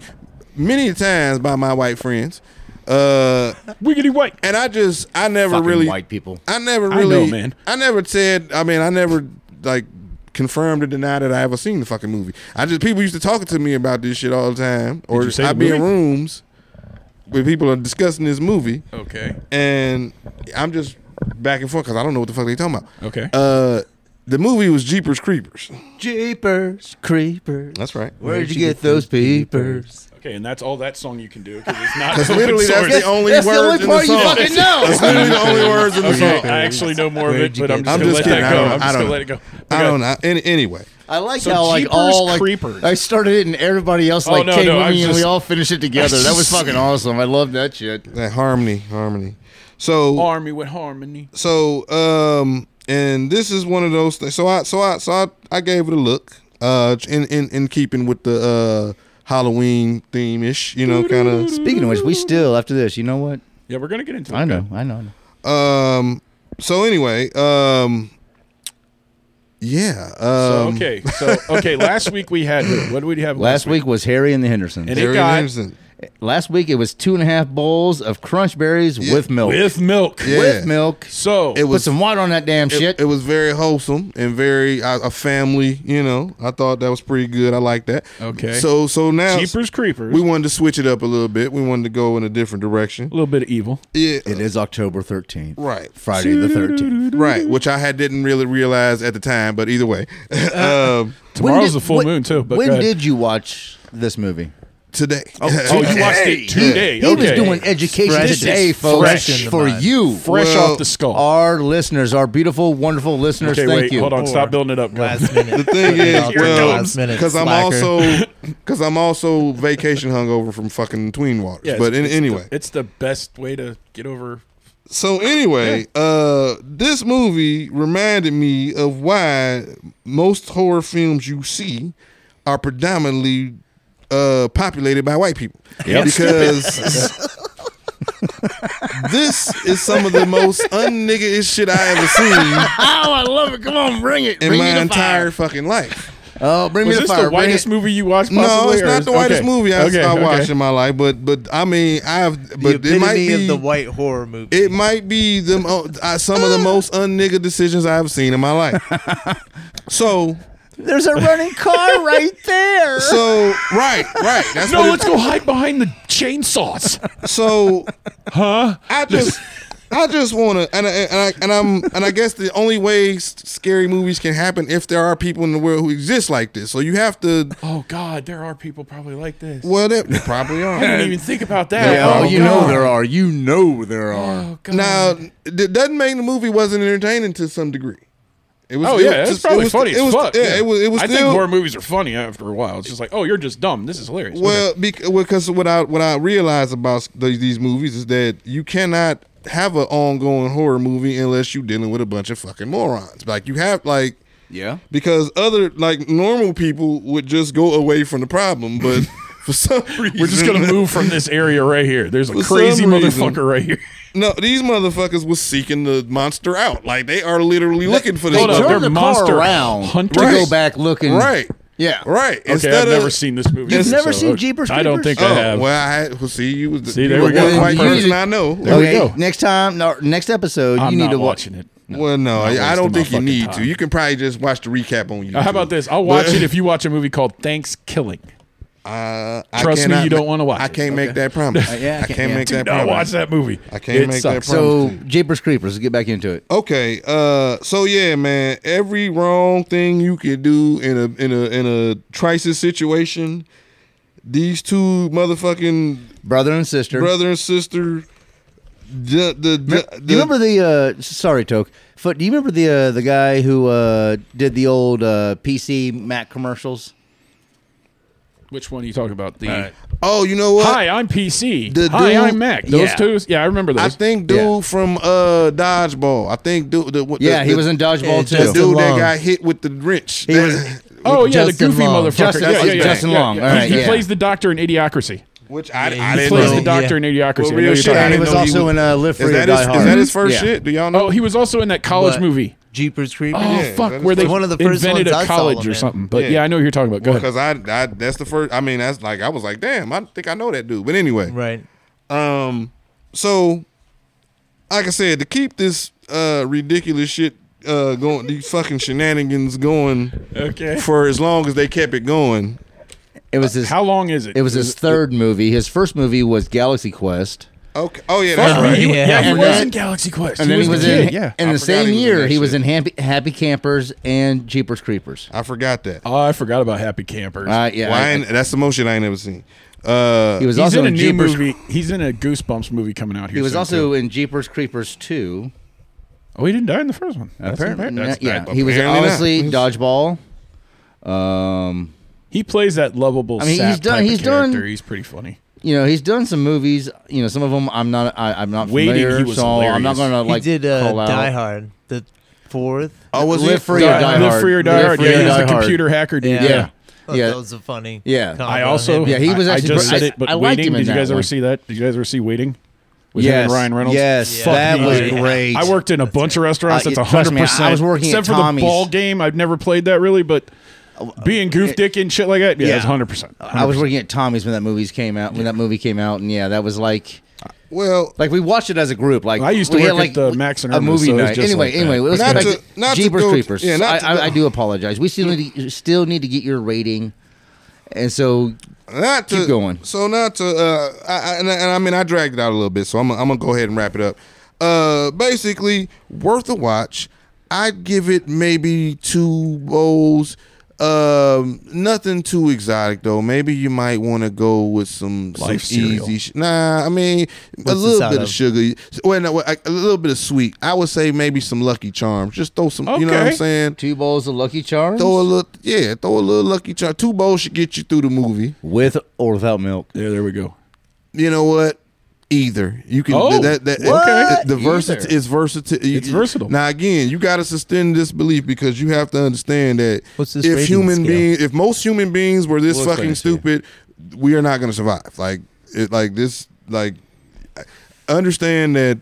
B: many times by my white friends, uh,
A: Wiggity white.
B: and I just I never
C: Fucking
B: really
C: white people.
B: I never
A: I know,
B: really
A: man.
B: I never said. I mean, I never like confirmed or denied that I ever seen the fucking movie. I just people used to talk to me about this shit all the time, or
A: you say
B: I'd
A: the
B: be in
A: movie?
B: rooms where people are discussing this movie,
A: Okay.
B: and I'm just back and forth because I don't know what the fuck they talking about.
A: Okay.
B: Uh, the movie was Jeepers Creepers.
C: Jeepers creepers.
B: That's right.
C: Where'd you get those peepers?
A: okay, and that's all that song you can do because it's not.
B: That's literally that's the only
C: That's the
B: words
C: only
B: in
C: part
B: the
C: you
B: song.
C: fucking know.
B: That's literally the only words in the
A: Okay,
B: song.
A: I actually know more of it, but I'm just
B: I'm
A: gonna
B: just
A: let
B: kidding.
A: that
B: I
A: go.
B: don't know.
A: I'm just
B: I don't
A: gonna
B: know.
A: let it go.
B: I don't know. Any, anyway,
C: I like
A: So
C: how like
A: Jeepers
C: all like
A: Creepers.
C: I started it and everybody else
A: Oh,
C: like
A: no,
C: came
A: no,
C: with
A: I
C: me
A: was
C: and we
A: just-
C: all finished it together. That was fucking awesome. I love that shit.
B: that harmony, harmony. So
A: Army with harmony.
B: so um and this is one of those things so i so i so i, I gave it a look uh in, in in keeping with the uh halloween theme ish you know kind of
C: Speaking of which, we still after this, you know what?
A: Yeah, we're gonna get into. it.
C: I know,
A: Okay.
C: I know. I know.
B: um so anyway um yeah
A: So,
B: um
A: okay, so okay. Last week we had who? what did we have
C: Last week was Harry and the Hendersons.
A: And it-
B: Harry
A: got-
B: Anderson.
C: Last week it was two and a half bowls of crunch berries with milk.
A: with milk?
B: Yeah.
C: With milk.
A: So
B: It
C: Put
B: was
C: some water on that damn shit.
B: It, it was very wholesome and very uh, a family. You know, I thought that was pretty good. I like that.
A: Okay.
B: So so now
A: Jeepers Creepers.
B: we wanted to switch it up a little bit. We wanted to go in a different direction.
A: a little bit of evil.
B: Yeah.
C: it is October 13th.
B: Right.
C: Friday the 13th.
B: Right,
A: Mm-hmm.
B: which I had didn't really realize at the time, but either way,
A: Uh,
B: um,
A: Tomorrow's
C: did-
A: a full
C: when-
A: moon too. But go
C: when
A: ahead.
C: did you watch this movie?
B: today.
A: Oh, you watched it today.
C: He
A: okay.
C: was doing education
D: Fresh
C: today,
D: is
C: folks.
D: fresh in the
C: for
D: mind.
C: you.
A: fresh
B: Well,
A: off the skull.
C: Our listeners, our beautiful, wonderful listeners,
A: okay,
C: thank
A: wait,
C: you.
A: hold on. Stop building it up. Go.
D: Last minute.
B: The thing is,
A: You're
B: well,
A: dumb.
B: because I'm also because I'm also vacation hungover from fucking Tween Waters.
A: Yeah, it's-
B: but in,
A: it's
B: anyway,
A: the, it's the best way to get over.
B: so anyway, uh, this movie reminded me of why most horror films you see are predominantly uh, populated by white people. Because this is some of the most unniggish shit I ever seen
F: Oh, I love it. Come on, bring it.
B: in
F: bring
B: my
F: me the fire.
B: entire fucking life.
C: Oh, bring
A: Was
C: me the
A: this
C: fire.
A: the
C: bring
A: whitest
C: it.
A: movie you watched?
B: No,
A: Possibly,
B: it's
A: or-
B: not the whitest
A: okay.
B: movie I,
A: Okay,
B: I
A: okay.
B: watched in my life, but but I mean I've but
E: the
B: it might
E: epitome
B: be
E: of the white horror movie.
B: It might be the mo- uh, some of the most
A: Ah.
B: unnigga decisions I've seen in my life. So,
C: There's a running car right there.
B: so right, right. That's
A: No,
B: what it-
A: let's go hide behind the chainsaws.
B: so
A: Huh?
B: I just I just want to and I, and, I, and I'm and I guess the only way s- scary movies can happen if there are people in the world who exist like this. So you have to
A: Oh God, there are people probably like this.
B: well, they probably
A: I didn't
B: are.
A: even think about that.
B: Yeah, oh, you know
A: God.
B: there
F: are. You know there are.
A: Oh, God.
B: Now, it doesn't mean the movie wasn't entertaining to some degree. It was
A: Oh
B: it
A: yeah,
B: was-
A: it's probably
B: it was,
A: funny
B: it was,
A: as fuck.
B: Yeah, it was. It was
A: I
B: still,
A: think horror movies are funny after a while. It's just like, oh, you're just dumb. This is hilarious. Okay.
B: Well, bec- well, because what I what I realize about s- these, these movies is that you cannot have an ongoing horror movie unless you're dealing with a bunch of fucking morons. Like you have like
C: yeah.
B: because other like normal people would just go away from the problem, but for some reason
A: we're just gonna move from this area right here. There's a
B: For
A: crazy
B: some reason-
A: motherfucker right here.
B: No, these motherfuckers was seeking the monster out. Like they are literally looking for this.
A: Hold up,
B: motherfucker.
A: they're
C: Turn the
A: monster
C: car around
A: hunters.
C: to go
B: Right.
C: back looking.
B: Right.
C: Yeah.
B: Right.
A: Okay, I've never seen this movie.
B: You've
C: never seen Jeepers
A: I don't
C: Creepers?
A: think
B: Oh
A: I have.
B: well, I had, well, see you was the,
A: See,
B: you
A: there
B: were
A: we go.
B: one white
C: Well, you-
B: person I know.
A: There we
C: okay.
A: go.
C: Next time, no, next episode,
A: I'm
C: you need
A: not
C: to wa-
A: watching it.
B: Well, no,
A: Not
B: I, I don't
A: wasting my
B: think you
A: fucking
B: need
A: time.
B: to. You can probably just watch the recap on YouTube.
A: How about this? I'll watch it if you watch a movie called Thanksgiving.
B: Uh, I
A: Trust me,
B: cannot
A: you don't
B: ma-
A: wanna watch
B: I
A: it.
B: can't make that promise.
C: Uh, yeah, I
B: I
C: can't-
B: can't
C: yeah.
B: make that
A: No,
B: promise.
A: watch that movie.
B: I can't
A: It
B: make
A: sucks.
B: that promise.
C: So,
B: to you.
C: Jeepers Creepers, get back into it.
B: Okay, uh, so yeah, man, every wrong thing you can do in a in a in a crisis situation, these two motherfucking
C: Brother and sister.
B: brother and sister, the the, the, the
C: Do you remember the uh, sorry, Toke? Foot. Do you remember the uh, the guy who uh, did the old uh, PC Mac commercials?
A: Which one are you talking about? The
B: Oh, you know what?
A: Hi, I'm PC.
B: The
A: Hi,
B: dude-
A: I'm Mac. Those
C: Yeah.
A: two. Yeah, I remember those.
B: I think dude
C: Yeah.
B: from uh Dodgeball. I think dude. The, what-
C: Yeah,
B: the-
C: he
B: the-
C: was in
D: Yeah,
C: Dodgeball
B: the
C: too.
D: Justin-
B: dude that
D: Long.
B: got hit with the wrench.
C: He was-
A: oh yeah, the
E: Justin
A: goofy
E: Long.
A: motherfucker.
C: Justin-
A: yeah,
C: that's
A: yeah, yeah,
C: Justin
A: yeah,
C: Long.
A: yeah.
C: All right,
A: he, he
C: yeah.
A: plays the doctor in Idiocracy.
B: which I,
D: Yeah,
B: I
D: he
B: didn't
A: plays
B: know.
A: the doctor in Idiocracy.
B: Well,
A: I know
B: real
A: you're
B: shit,
A: talking
B: I
C: And he
B: didn't
A: about-
C: was
B: know he
C: also
B: was-
C: in uh, Live
B: Is
C: Free or
B: that,
C: Die
B: his,
C: Hard.
B: is that his first
C: Yeah.
B: shit? Do y'all know?
A: Oh, he was also in that college
D: What?
A: movie.
D: Jeepers Creepers.
A: Oh
B: Yeah, that
A: fuck,
B: is
A: where they
D: one of the first
A: invented
D: ones I
A: a
D: saw
A: college
D: him
A: or
D: in.
A: something. But
B: Yeah.
A: Oh, yeah. I know who you're talking about. Go ahead.
B: Because I, I, that's the first. I mean, that's like I was like, damn, I think I know that dude. But anyway,
D: Right.
B: um, so like I said, to keep this uh ridiculous shit uh going, these fucking shenanigans going
A: Okay.
B: for as long as they kept it going.
C: It was his.
A: How long is it?
C: It was his third movie. His first movie was Galaxy Quest,
B: Okay. Oh yeah, that's
D: Fuck
B: right.
D: me.
A: He-
D: Yeah.
A: yeah, he
C: And
A: was
C: then-
A: in Galaxy Quest.
C: and then he was
A: the
C: in.
A: kid, yeah.
C: In
B: I
C: the
B: forgot
C: same
B: he was in
C: year,
B: that
C: he was
B: shit.
C: in Happy, Happy Campers and Jeepers Creepers.
B: I forgot that.
A: Oh, I forgot about Happy Campers.
C: Uh, yeah,
B: Why?
C: I-
B: ain't- that's the motion I ain't never seen. Uh,
C: he was
A: He's
C: also
A: in a
C: in,
A: new
C: Jeepers.
A: movie. He's in a Goosebumps movie coming out here.
C: He was
A: soon,
C: also
A: too.
C: in Jeepers Creepers two.
A: Oh, he didn't die in the first one. That's
C: Apparently,
A: impar- that's
C: yeah,
A: bad.
C: he was
B: Apparently not.
C: obviously Dodgeball. Um,
A: He plays that lovable.
C: I mean, he's
A: sap
C: done-
A: type of
C: he's done-
A: character. He's pretty funny.
C: you know, he's done some movies. You know, some of them I'm not. I, I'm not
A: Waiting,
C: familiar,
A: he was
C: so I'm not going to
A: hilarious.
C: like
D: he did uh,
C: call out.
D: Die Hard, the fourth.
B: oh, was
C: Live
B: he?
C: Free or Die
A: Live
C: Hard.
A: free or die
C: Live
A: hard.
C: Free
A: Yeah,
C: or
A: he was
C: Die
A: a
C: Hard.
A: computer hacker dude.
D: Yeah.
C: Yeah,
D: Oh,
C: yeah.
D: That was a funny.
C: Yeah.
D: combo
A: I also.
D: him.
C: Yeah, he was
A: I- I
C: actually
A: just
C: pre-
A: said
C: I-
A: it, but
C: I liked
A: waiting.
C: him in
A: Did you
C: that
A: guys ever
C: one.
A: see that? Did you guys ever see Waiting? With him and Ryan Reynolds.
C: Yes,
D: Yeah.
C: that
A: Fuck
C: was
A: yeah.
C: great.
A: I worked in a bunch of restaurants.
C: Uh,
A: That's
C: you- trust
A: hundred
C: me, I- I
A: percent.
C: was working at
A: except for
C: Tommy's.
A: the ball game. I've never played that really, but being goof dick and shit like that. Yeah,
C: Yeah.
A: it's hundred percent.
C: I was working at Tommy's when that movies came out. When that movie came out, and yeah, that was like
B: Well,
C: like we watched it as a group. Like
A: I used to
C: we had,
A: work at the Max and
C: a
A: Irma,
C: movie
A: so it was
C: night.
A: just
C: Anyway,
A: like that.
C: anyway, let's
B: Not
C: get
B: to-
C: back to,
B: not to
C: Jeepers
B: go-
C: Creepers.
B: yeah, not
C: I,
B: to
C: I,
B: go-
C: I do apologize. We still need to, still need to get your rating, and so
B: not to
C: Keep going.
B: So not to uh, I, I, and, I, and I mean I dragged it out a little bit, so I'm gonna- I'm gonna go ahead and wrap it up. Uh, basically, worth a watch. I'd give it maybe two bowls. Um, nothing too exotic though. Maybe you might want to go with some, some
A: Life cereal.
B: easy. Sh- nah, I mean a
D: this
B: little
D: out
B: bit of,
D: of?
B: sugar. Well, no, a a little bit of sweet. I would say maybe some Lucky Charms. Just throw some. You know what I'm
A: Okay.
B: saying?
C: two bowls of Lucky Charms
B: Throw a little. Yeah, throw a little Lucky Charm. Two bowls should get you through the movie.
C: with or without milk.
A: Yeah, there we go.
B: you know what? either. You can
A: Oh,
B: that, that,
A: what?
B: that- the versatility
A: Either.
B: is versatile.
A: It's versatile.
B: Now again, you got to suspend disbelief because you have to understand that
E: What's this
B: if
E: rating
B: human
E: scale?
B: beings, if most human beings were this
F: We'll explain
B: fucking
F: it to you.
B: stupid, we are not going to survive. Like it, like this, like understand that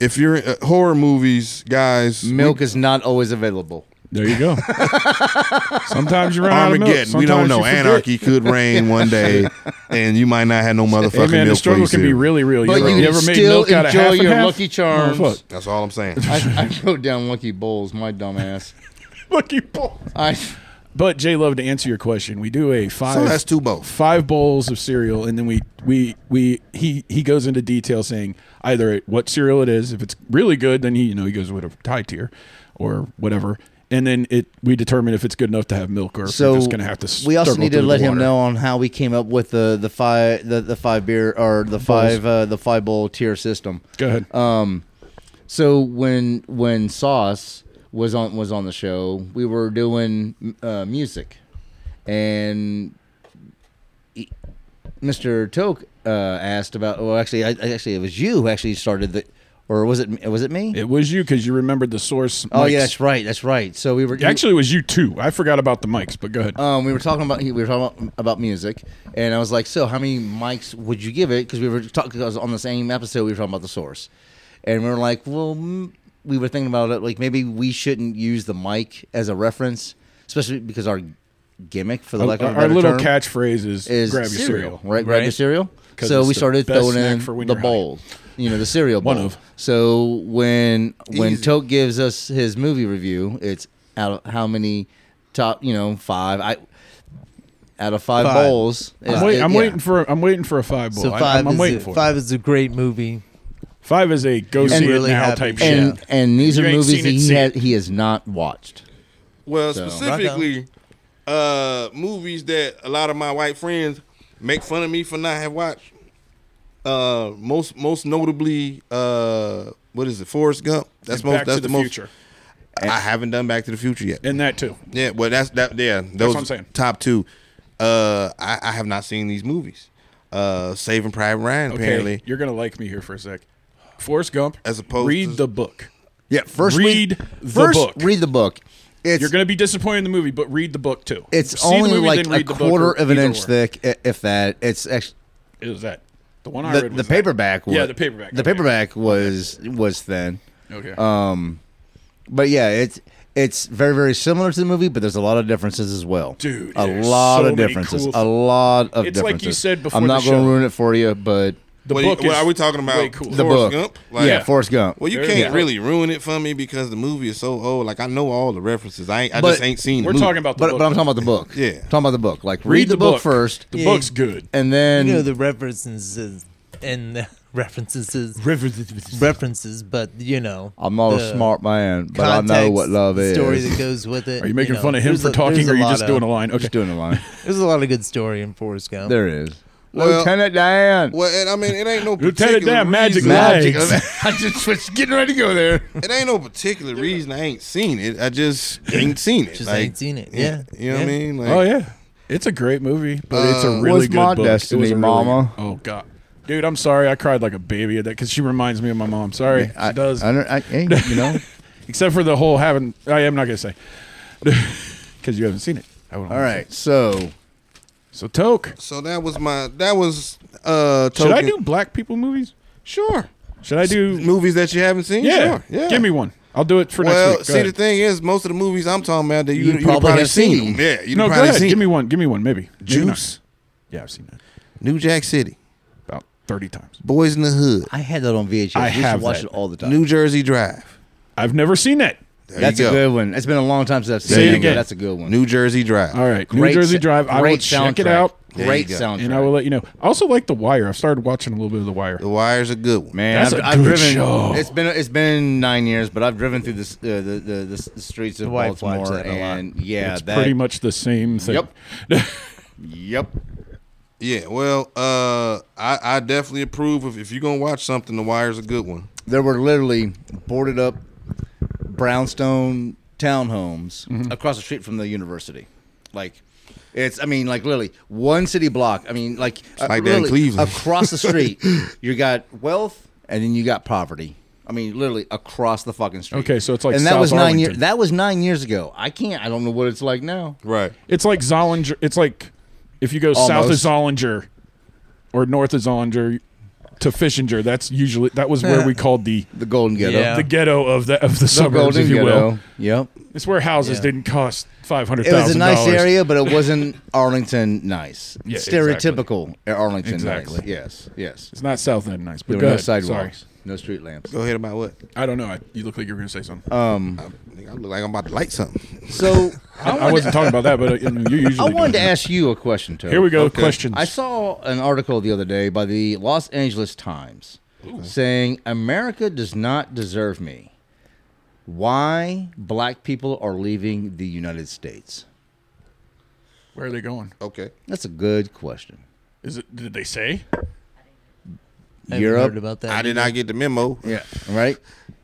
B: if you're in uh, horror movies, guys, we-
C: Milk is not always available.
A: There you go. Sometimes you're out of milk.
B: Armageddon. We don't
A: Sometimes you
B: know.
A: forget.
B: Anarchy could reign one day, and you might not have no
A: Hey man,
B: motherfucking
A: the
B: milk for
A: struggle
B: your
A: can be
B: cereal.
A: really real.
C: But
A: ever,
C: you can
A: ever made
C: still
A: milk out of
C: enjoy
A: half and
C: your
A: half?
C: Lucky Charms.
A: Oh, fuck.
B: That's all I'm saying.
C: I, I wrote down Lucky Bowls, my dumb ass.
A: Lucky bowl.
C: I,
A: But Jay Love, to answer your question, we do a five.
B: So that's two both.
A: five bowls of cereal and then we we we he he goes into detail saying either what cereal it is if it's really good then he you know he goes with a high tier or whatever and then it we determine if it's good enough to have milk or
C: so
A: if we're just gonna have to
C: we also
A: struggle
C: need to
A: through the
C: let him
A: water.
C: know on how we came up with the the five the, the five beer or the five uh, the five bowl tier system.
A: go ahead
C: So when when Sauce was on was on the show, we were doing uh, music, and he- Mr. Toke uh, asked about. Well, actually, I, I- actually it was you who actually started the, or was it was it me?
A: it was you because you remembered the source
C: oh
A: mics.
C: yeah, that's right, that's right. So we were
A: actually it was you too i forgot about the mics but go ahead
C: um, we were talking about we were talking about, about music, and I was like, "So, how many mics would you give it?" Because we were talking because on the same episode we were talking about the source, and we were like, "Well, m- we were thinking about it. Like maybe we shouldn't use the mic as a reference, especially because our gimmick for the
A: our,
C: lack of a
A: our
C: better
A: little
C: term,
A: catchphrase is,
C: is
A: grab your cereal,
C: right? Grab your
A: Right?
C: cereal.
A: 'Cause
C: So
A: it's
C: we
A: the
C: started
A: best
C: throwing
A: snack
C: in
A: for when
C: the
A: you're high.
C: bowl, you know, the cereal bowl.
A: One of.
C: So when when
B: Easy.
C: Toke gives us his movie review, it's out of how many top, you know, five. I out of five,
D: Five.
C: bowls.
A: I'm,
C: is-
A: wait,
C: it-
A: I'm
C: yeah.
A: waiting for I'm waiting for a five bowl.
D: So
A: I-
D: five
A: I'm, I'm
D: is
A: waiting
D: a,
A: for it.
D: five is a great movie.
A: Five is a go
D: And-
A: see
D: really
A: it now
D: happy.
A: type shit.
C: And and these
A: You
C: are
A: ain't
C: movies
A: seen
C: that
A: it,
C: he
A: see
C: had, he has not watched.
B: Well,
C: So-
B: specifically, uh, movies that a lot of my white friends make fun of me for not have watched. Uh, most most notably, uh, what is it? Forrest Gump. That's
A: And
B: most.
A: Back
B: that's
A: to the
B: the most.
A: future.
B: I haven't done Back to the Future yet.
A: And that too.
B: Yeah, well, that's that. Yeah, those
A: what I'm saying.
B: top two. Uh, I, I have not seen these movies. Uh, Saving Private Ryan.
A: Okay,
B: Apparently,
A: you're gonna like me here for a sec. Forrest Gump.
B: As opposed
A: read
B: to-
A: the book.
C: Yeah, first
A: Read the
C: first
A: book.
C: Read the book. It's
A: You're gonna be disappointed in the movie, but read the book too.
C: it's
A: See the
C: only
A: movie,
C: like
A: then
C: a
A: read the book,
C: quarter
A: or
C: of an
A: either
C: inch
A: or.
C: thick, i- if that. It's actually
A: It was that the one I
C: the,
A: read. Was
C: the
A: that.
C: paperback. Was,
A: Yeah, the paperback,
C: The
A: okay.
C: paperback was was thin.
A: Okay.
C: Um, but yeah, it's it's very very similar to the movie, but there's a lot of differences as well.
A: Dude,
C: a
A: there's
C: lot
A: so
C: of
A: many
C: differences.
A: cool-
C: a lot of
A: It's like you
C: differences.
A: said before
C: I'm
A: the
C: not gonna
A: show.
C: ruin it for you, but
A: the
B: what, do you-
A: book.
B: what
A: is
B: are we talking
A: Way
B: about?
A: cool.
C: the
B: Forrest
C: book.
B: Gump? Like-
C: yeah, Forrest Gump.
B: Well, you
A: There
B: can't
A: you go.
B: really ruin it for me because the movie is so old. Like I know all the references. I ain't, I
C: But
B: just ain't seen. the
A: We're
B: movie.
A: talking about the
C: but
A: book.
C: but I'm talking about the book.
B: Yeah.
C: talking about the book. Like read,
A: read,
C: the, book, first,
A: The
D: Yeah.
A: book's good.
C: and then
D: you know the references and the references references references, but you know
C: I'm not
D: the
C: a smart man, but
D: context,
C: I know what love
D: the
C: is.
D: Story that goes with it.
A: Are you making
D: know,
A: fun of him
D: there's
A: for
D: a-
A: talking,
D: there's
A: or are you
D: lot
A: just
D: of-
A: doing a line?
C: I'm
A: Okay.
C: Just doing a line.
D: There's a lot of good story in Forrest Gump.
C: there it is.
B: Well-
C: Lieutenant Dan.
B: Well, and I mean, it ain't no particular
A: Lieutenant Dan, magic
B: reason.
C: Magic.
A: legs.
C: I just was getting ready to go there.
B: It ain't no particular reason I ain't seen it. I just ain't seen it.
D: Just
B: Like,
D: ain't seen it. Yeah.
B: you know what I
D: Yeah.
B: mean? Like,
A: Oh yeah, it's a great movie, but it's a
B: Uh,
A: really
C: What's
A: good
C: My
A: book.
C: Destiny,
A: it was a really-
C: Mama?
A: oh god, dude, I'm sorry. I cried like a baby at that because she reminds me of my mom. Sorry,
C: I,
A: she does.
C: I, don't- I, hey, you know.
A: Except for the whole having. I am not gonna say because you haven't seen it. I wouldn't
C: All
A: wanna say.
C: right, so
A: So Toke,
B: So that was my. That was. uh
A: should I
B: token-
A: do black people movies?
B: Sure.
A: Should I do?
B: Movies that you haven't seen.
A: Yeah,
B: Sure. Yeah.
A: Give me one. I'll do it for
B: Well,
A: next week. Go
B: see, the
A: ahead.
B: thing is, most of the movies I'm talking about, that you,
C: You
B: you
C: probably
B: probably,
C: have
B: seen,
C: seen.
B: them. Yeah, you
A: no, go
B: probably
A: ahead.
B: seen
A: Give me
B: them.
A: one. Give me one. Maybe Maybe not.
B: Juice,
A: Yeah, I've seen that
B: New Jack City,
A: about thirty times.
B: Boys in the Hood,
C: I had that on VHS.
A: I
C: we
A: have
C: should watch
A: that.
C: it all the time.
B: New Jersey Drive.
A: I've never seen that.
B: There
C: that's
B: you
C: a
B: go.
C: good one. It's been a long time since I've seen
A: Say it
C: but
A: again.
C: That's a good one.
B: New Jersey Drive.
A: All right, New
C: Great
A: Jersey
C: sa-
A: Drive. I will
C: great
A: check it
C: soundtrack.
A: out,
B: There
C: Great
B: you go.
C: soundtrack.
A: and I will let you know. I also like The Wire. I've started watching a little bit of The Wire.
C: Oh,
B: The Wire's a good one.
C: Man,
A: That's
C: I've,
A: a
C: I've
A: good
C: driven.
A: show.
C: It's been it's been nine years, but I've driven through this, uh, the, the the s- streets of
D: The wife watches
C: Baltimore,
D: that a lot.
C: and yeah,
A: it's
C: that
A: pretty much the same thing.
C: Yep. yep.
B: Yeah, well, uh, I, I definitely approve of if you're gonna watch something, The Wire's a good one.
C: There were literally boarded up
A: Mm-hmm.
C: brownstone townhomes across the street from the university, like It's, I mean, like literally one city block. I mean, like, uh,
B: like that in
C: literally
B: Cleveland.
C: across the street, you got wealth and then you got poverty. I mean, literally across the fucking street.
A: Okay, so it's like
C: and that
A: South
C: was nine years.
A: Arlington.
C: That was nine years ago. I can't. I don't know what it's like now.
B: Right.
A: It's like Zollinger. It's like if you go south of
C: Almost.
A: Zollinger or north of Zollinger to Fishinger, that's usually that was where we called the
C: The Golden Ghetto.
E: Yeah.
A: the ghetto of the of the,
C: The
A: suburbs, if you will.
C: Yep.
A: It's where houses
D: Yeah.
A: didn't cost five hundred
C: It
A: thousand.
C: was a nice area, but it wasn't Arlington nice.
A: Yeah,
C: Stereotypical Arlington
A: Exactly.
C: nice. Yes, yes.
A: It's not South End nice, but
C: There
A: go
C: were no
A: ahead.
C: sidewalks, no street lamps.
B: Go ahead about what?
A: Sorry. I don't know. I, you look like you were going to say something.
C: Um,
B: I, think I look like I'm about to light something.
C: so
A: I, I wasn't talking about that, but uh, you usually.
C: I wanted
A: do.
C: to ask you a question, Toby.
A: Here we go. Questions.
C: I saw an article the other day by the Los Angeles Times saying America does not deserve me. Why black people are leaving the United States?
A: Where are they going?
B: Okay.
C: That's a good question.
A: Is it? Did they say?
D: I haven't heard
C: Europe,
D: about that.
B: I did not get the memo.
C: yeah, right?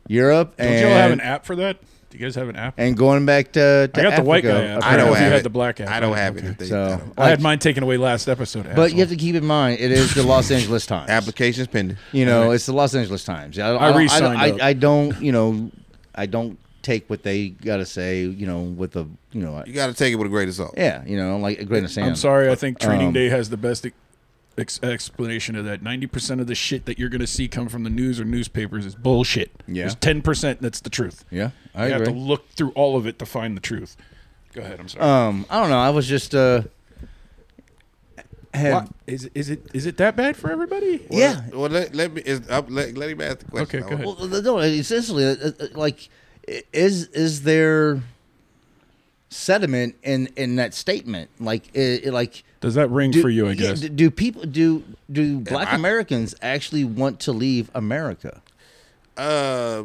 C: Europe
A: Don't y'all have an
C: and
A: app for that? Do you guys have an app?
C: and going back to, to
A: I got the white
C: Africa,
A: guy app.
C: okay.
B: I
A: don't
B: don't
A: know if you
B: have
A: had
B: it.
A: the black app.
B: I don't have
A: Okay.
B: it. They- I
C: So,
B: don't-
A: I had mine taken away last episode.
C: but you
A: asshole.
C: have to keep in mind it is the Los Angeles Times.
B: Applications pending.
C: You know, it's the Los Angeles Times.
A: I
C: I, I, don't- I, don't-
A: re-signed up.
C: I, I don't, you know, I don't take what they got to say, you know, with the, you know,
B: You got to take it with a grain of salt.
C: yeah, you know, like a grain of sand.
A: I'm sorry. I think Training
C: Um,
A: Day has the best e-, ex- explanation of that. Ninety percent of the shit that you're going to see come from the news or newspapers is bullshit.
C: Yeah.
A: There's ten percent that's the truth.
C: Yeah, I
A: you
C: agree.
A: have to look through all of it to find the truth. Go ahead. I'm sorry.
C: Um, I don't know. I was just, uh, have,
A: Why- is is it is it that bad for everybody?
B: Well,
C: Yeah.
B: Well, let, let me is, uh, let, let him ask the question.
A: Okay, go ahead.
C: well, no, essentially, uh, uh, like, i- is, is there sediment in, in that statement? Like, i i- like,
A: Does that ring for you? I
C: yeah,
A: guess.
C: d- do people do do black
B: I-
C: Americans actually want to leave America?
B: Uh,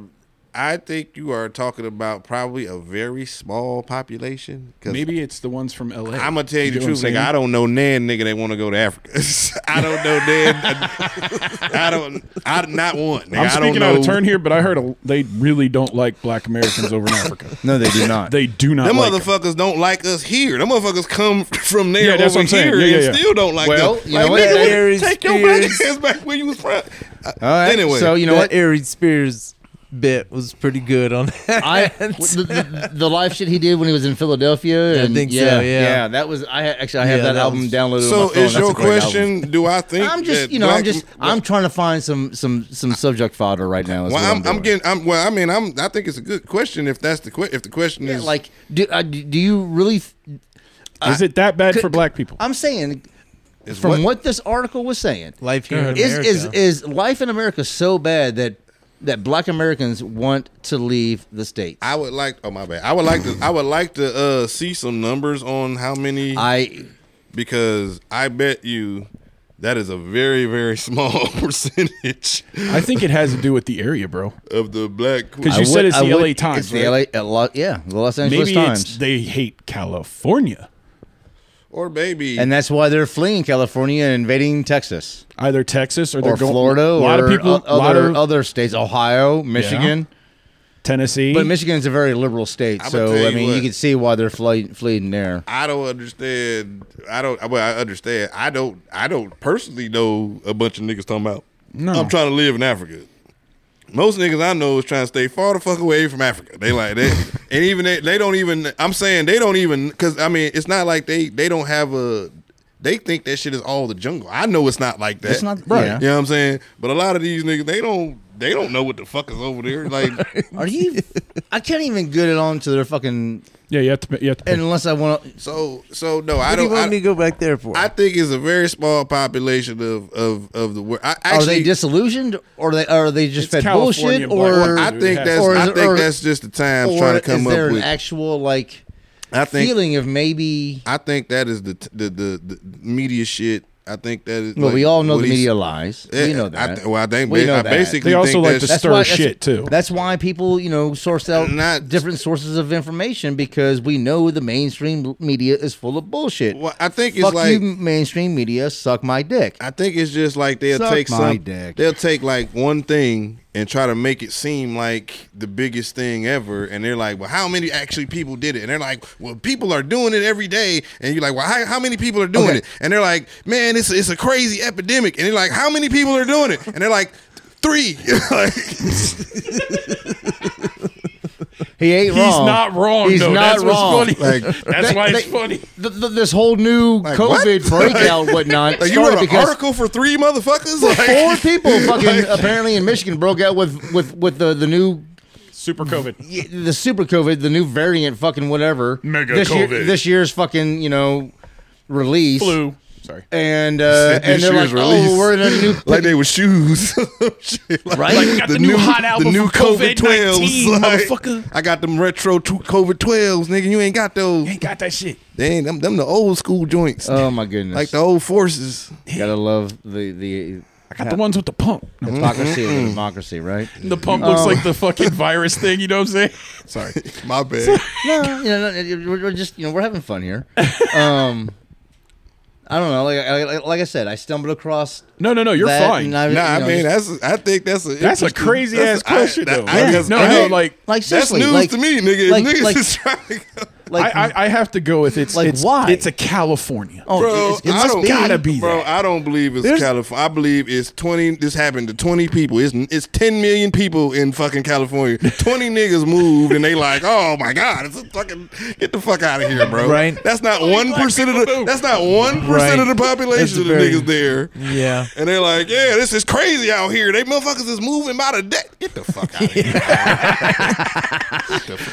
B: I think you are talking about probably a very small population. 'cause
A: Maybe it's the ones from LA.
B: I'm gonna tell you, the
A: get what
B: truth,
A: I'm
B: nigga. I
A: saying?
B: don't know Nan, nigga. They want to go to Africa. I don't know Nan. I don't. I not one. Nigga.
A: I'm
B: I
A: speaking
B: don't know.
A: out of turn here, but I heard a, they really don't like black Americans over in Africa.
C: No, they do not.
A: They do not.
B: Them
A: like 'em.
B: motherfuckers don't like us here. Them motherfuckers come from there
A: Yeah, that's what
B: over
A: I'm saying.
B: here
A: Yeah, yeah,
B: and
A: yeah.
B: still don't like
C: Well,
B: us.
C: you
B: like,
C: know what?
B: nigga,
D: Aries
B: take your black
D: Spears.
B: ass back where you was from. Uh,
C: All right.
B: Anyway.
C: so you know what?
D: that Ari Spears bit was pretty good on that.
C: I the, the, the live shit he did when he was in Philadelphia.
D: I
C: And
D: think so,
C: yeah,
D: yeah.
C: That was I ha- actually I have
D: Yeah,
C: that,
D: that
C: album
D: was-
C: downloaded. on
B: So
C: my phone.
B: is
C: That's a
B: your
C: great album.
B: question? Do I think
C: I'm just
B: that
C: you know I'm
B: black-
C: just I'm trying to find some some some subject fodder right now. is what
B: Well, I'm, I'm
C: doing.
B: getting. I'm well. I mean, I'm. I think it's a good question. If that's the que- if the question
C: Yeah,
B: is
C: like do uh, do do you really? th-
A: Is it that bad for black people?
C: I'm saying
B: Is
C: from
B: what?
C: what? this article was saying
D: Life here in
C: is
D: America.
C: is is life in America so bad that that Black Americans want to leave the states.
B: I would like. Oh my bad. I would like to. I would like to uh, see some numbers on how many.
C: I
B: because I bet you that is a very very small percentage
A: I think it has to do with the area, bro.
B: of the black.
A: Because you
C: I
A: said
C: would-
A: it's
C: I
A: the
C: would-
A: LA Times.
C: It's
A: right?
C: the LA, uh, Lo- yeah, the Los Angeles
A: Maybe it's
C: Times,
A: they hate California.
B: or maybe
C: and that's why they're fleeing California and invading Texas
A: Either Texas or they're
C: or
A: going
C: Florida
A: A lot
C: or
A: of people, a
C: o-
A: lot
C: other
A: of
C: other states, Ohio, Michigan.
A: Tennessee.
C: But Michigan's a very liberal state,
B: I'ma
C: so
B: tell
C: I
B: you
C: mean, you
B: what.
C: can see why they're fleeing, fleeing there.
B: I don't understand. I don't. Well, I understand. I don't. I don't personally know a bunch of niggas talking about.
A: No.
B: I'm trying to live in Africa. Most niggas I know is trying to stay far the fuck away from Africa. They like that, and even they, they don't even. I'm saying they don't even because I mean it's not like they they don't have a. They think that shit is all the jungle. I know it's not like that.
C: It's not- Right. yeah.
B: You know what I'm saying? But a lot of these niggas they don't they don't know what the fuck is over there. Like
C: Are you? I can't even get it on to their fucking
A: yeah, you have to. You have to
C: unless I want to.
B: so so no I
D: what do you
B: don't.
D: want me
B: I,
D: to go back there for?
B: I think it's a very small population of of of the world. I, actually,
C: are Oh, they disillusioned, or they are they just
A: It's
C: fed
A: California
C: bullshit,
A: black
C: or
A: people.
B: I think that's
C: Or is
B: I
C: it-
B: think
C: or-
B: that's just the time
C: or
B: trying to come
C: is
B: up
C: there
B: with.
C: an actual like
B: I think
C: feeling of maybe?
B: I think that is the the the, the media shit. I think that is.
C: Well,
B: like,
C: we all know
B: what
C: the
B: he's-
C: media lies.
B: Yeah,
C: we know
B: I
C: that.
B: th- well, I think
C: We
B: ba-
C: know
B: I
C: that.
B: basically
A: They also
B: think
A: like
B: that's-
A: to stir shit, too.
C: That's why people, you know, source out
B: Not-
C: different sources of information because we know the mainstream media is full of bullshit.
B: Well, I think it's
C: Fuck
B: like
C: you, mainstream media. Suck my dick.
B: I think it's just like they'll
C: Suck
B: take
C: my
B: some.
C: dick.
B: They'll take like one thing and try to make it seem like the biggest thing ever. And they're like, well, how many actually people did it? And they're like, well, people are doing it every day. And you're like, well, how, how many people are doing
C: Okay.
B: it? And they're like, man, it's, it's a crazy epidemic. And they're like, how many people are doing it? And they're like, three. Like,
C: He ain't
A: He's
C: wrong.
A: not wrong.
C: He's
A: though.
C: not
A: That's what's
C: wrong.
A: funny.
B: Like-
A: That's
C: They-
A: why it's
C: they-
A: funny.
C: Th- th- this whole new
B: what?
C: COVID breakout, whatnot,
B: like, you
C: started
B: wrote an
C: because
B: article for three motherfuckers? Like,
C: four people fucking apparently in Michigan broke out with with with the the new
A: Super COVID.
C: y- the super COVID, the new variant, fucking whatever.
A: Mega
C: this year-
A: COVID.
C: this year's fucking you know release.
A: Flu. Sorry.
C: And uh,
B: This
C: and they're like,
B: year's release.
C: oh, we're in a new
B: like they were shoes. Shit, like,
A: Right? Like, got the new hot album from COVID-19, motherfucker.
B: I got them retro tw- COVID 12s, nigga. You ain't got those.
A: Ain't got that shit.
B: They ain't, them, them the old school joints.
C: Oh my goodness!
B: like the old forces.
C: gotta love the the
A: I got the ones with the pump.
C: hypocrisy
B: Mm-hmm.
C: of the democracy, right?
A: The pump looks like the fucking virus thing. You know what I'm saying? Sorry.
B: My bad.
C: No, you know, no, we're, we're just you know we're having fun here. Um, I don't know. Like, I- like, like I said, I stumbled across
A: No, no, no. You're
C: that,
A: fine.
C: and I,
B: nah, I
C: you know,
B: mean
C: just-
B: that's. I think that's a
A: That's a
B: interesting-
A: crazy
B: that's-
A: ass question,
B: I,
A: though.
B: I, I,
A: Yeah.
B: that's,
A: No,
B: I
A: no,
B: think
A: like.
C: like
B: that's
C: seriously,
B: news
C: like,
B: to me, nigga.
C: like-
B: niggas
C: like-
B: is trying. To go.
C: Like,
A: I, I, I have to go with it's
C: Like,
A: it's,
C: why?
A: it's a California.
C: oh,
B: Bro,
C: it's- it
B: I
C: must
B: don't,
C: be.
A: gotta be
B: Bro,
A: that.
B: I don't believe it's
A: There's-
B: California. I believe it's twenty. This happened to twenty people. It's it's ten million people in fucking California. Twenty niggas moved, and they like, oh my god, it's a fucking get the fuck out of here, bro.
E: Right.
B: That's not one percent of the. That's not one percent of the
E: Right.
B: population of the
E: very-
B: niggas there.
E: Yeah.
B: And they're like, yeah, this is crazy out here. They motherfuckers is moving by the deck. Get the fuck out of here.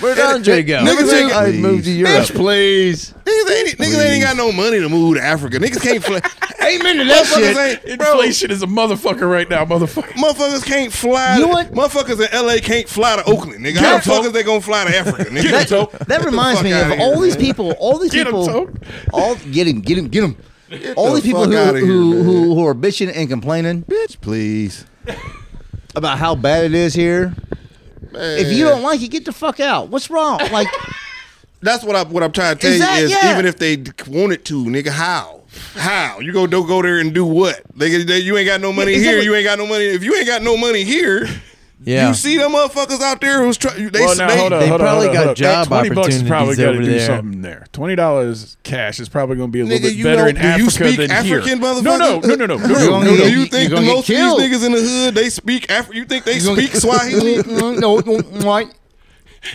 E: Where'd Andre go?
B: Niggas ain't,
C: I moved to Europe, please.
B: niggas ain't, niggas ain't got no money to move to Africa. Niggas can't fly.
C: Amen to
B: motherfuckers ain't, bro,
A: Inflation is a motherfucker right now, motherfucker.
B: Motherfuckers can't fly.
C: You know what?
B: Motherfuckers in LA can't fly to Oakland, nigga. How the
A: Get 'em,
B: fuck is they gonna fly to Africa, nigga?
A: Get 'em, Toe.
C: That reminds
B: fuck
C: me
B: outta
C: of
B: here,
C: all these
B: man.
C: people, all these
A: Get 'em,
C: people,
A: Toad.
C: all get him, get him, get him. All
B: the
C: these people
B: fuck
C: who,
B: outta here,
C: who,
B: man.
C: who who are bitching and complaining
B: Bitch, please.
C: about how bad it is here.
B: Man.
C: If you don't like it, get the fuck out. What's wrong? Like,
B: That's what I what I'm trying to tell
C: Is
B: you
C: that-
B: is
C: yeah.
B: even if they d- wanted to, nigga, how? How? You go do go there and do what? Nigga, they- you ain't got no money
C: Yeah,
B: here.
C: exactly.
B: You ain't got no money. If you ain't got no money here,
E: Yeah.
B: you see them motherfuckers out there who's trying. They,
A: well, now,
B: they-
A: hold on,
E: they
A: hold on,
E: probably
A: hold on,
E: got
A: hold on.
E: job
A: that 20 bucks is probably
E: opportunities
A: gotta
E: over
A: do
E: there.
A: something there. Twenty dollars cash is probably going to be a little
B: Nigga,
A: bit
B: you
A: better
B: don't-
A: in
B: do you
A: Africa
B: speak
A: than here.
B: African,
A: No,
B: motherfucker?
A: no, no, no, no, no.
C: You're
A: no,
C: gonna
A: no,
B: Do
C: get-
A: you-
B: you
C: you're
B: think the
C: gonna get
B: most of
C: killed.
B: these niggas in the hood they speak Afri- You think they speak Swahili?
C: Mm, no, why?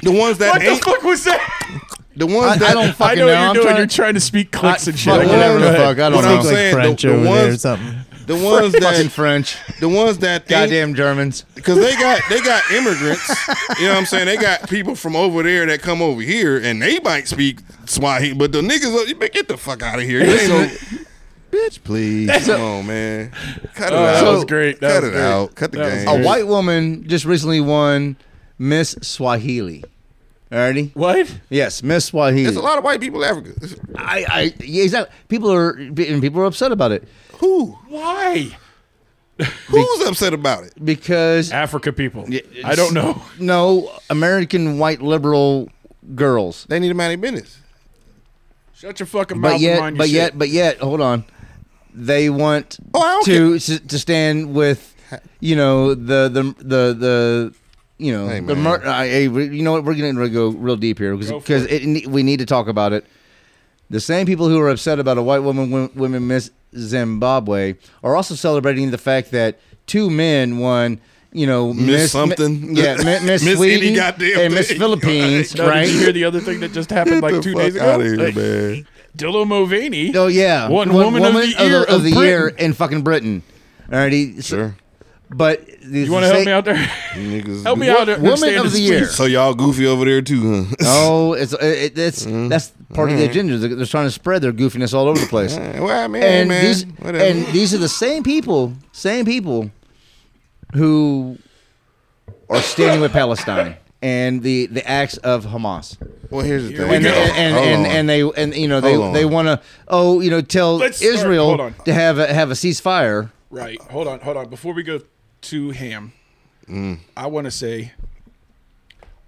B: the ones that
A: What the
B: ain't
A: fuck was that?
B: the ones
C: I-
B: that
C: I don't
A: I
C: Fucking
A: know what
C: no,
A: you're
C: I'm
A: doing.
C: trying-
A: You're trying to speak clicks and shit.
C: Fuck,
A: I get it.
C: whatever
A: Go
C: the
A: ahead.
C: fuck. I don't
B: What I'm
C: know.
E: Like
B: saying, the-
E: French
B: the
E: over there or
B: ones-
E: something.
B: the ones
C: Fucking
B: that
C: French.
B: the ones that ain't
C: Goddamn Germans.
B: because they got they got immigrants. you know what I'm saying? They got people from over there that come over here and they might speak Swahili, but the niggas, you better get the fuck out of here. You ain't no, bitch, please. Come on, man. Cut it
A: Oh,
B: out.
A: that was great. That
B: Cut
A: was
B: it
A: great.
B: out. Cut the
A: That was
B: game.
C: A
A: great.
C: white woman just recently won Miss Swahili. Alrighty?
A: What?
C: Yes, Miss Swahili.
B: There's a lot of white people in Africa.
C: I, I, yeah, exactly. People are and people are upset about it
B: Who?
A: Why?
B: Who's upset about it?
C: because
A: Africa people. I don't know.
C: no American white liberal girls.
B: They need to mind their business.
A: Shut your fucking mouth.
C: But
A: and
C: yet,
A: mind your
C: but
A: shit.
C: yet, but yet, hold on. They want
B: Oh, I don't
C: to to to stand with, you know, the the the the. You know,
B: Hey,
C: the
B: man.
C: mur- I, hey, we- you know what? We're going to go real deep here
A: Go for
C: because we need to talk about it. The same people who are upset about a white woman win- women miss Zimbabwe are also celebrating the fact that two men won. You know, Miss,
B: something.
C: Mi- yeah, Mi- Miss,
B: Miss any
C: Sweden
B: goddamn
C: and Miss
B: thing.
C: Philippines,
A: Now,
C: right?
A: Did you hear the other thing that just happened
B: Get
A: like
B: the
A: two
B: fuck
A: days ago?
B: outta here,
A: Like,
B: man.
A: Dillo Mulvaney.
C: Oh yeah,
A: One woman of the year of
C: year
A: Britain.
C: in fucking Britain. Alrighty, so-
B: Sure.
C: But the-
A: You want to help me out there?
B: Niggas.
A: help me out.
C: Woman of the year.
B: So y'all goofy over there too, huh?
C: Oh, it's it, it's that's part of the agenda. They're, they're trying to spread their goofiness all over the place.
A: Uh,
B: well, I mean,
C: and
B: man.
C: these
B: whatever.
C: and these are the same people, same people who are standing with Palestine and the the acts of Hamas.
B: well, here's the thing.
A: we
C: and
A: go.
C: and,
B: Hold
C: and,
B: on.
C: and they and you know
B: Hold
C: they,
B: on.
C: they want to oh you know tell
A: Let's start-
C: Israel
A: hold on.
C: to have a have a ceasefire.
A: Right. Hold on. Hold on. Before we go to ham,
C: Mm.
A: I want to say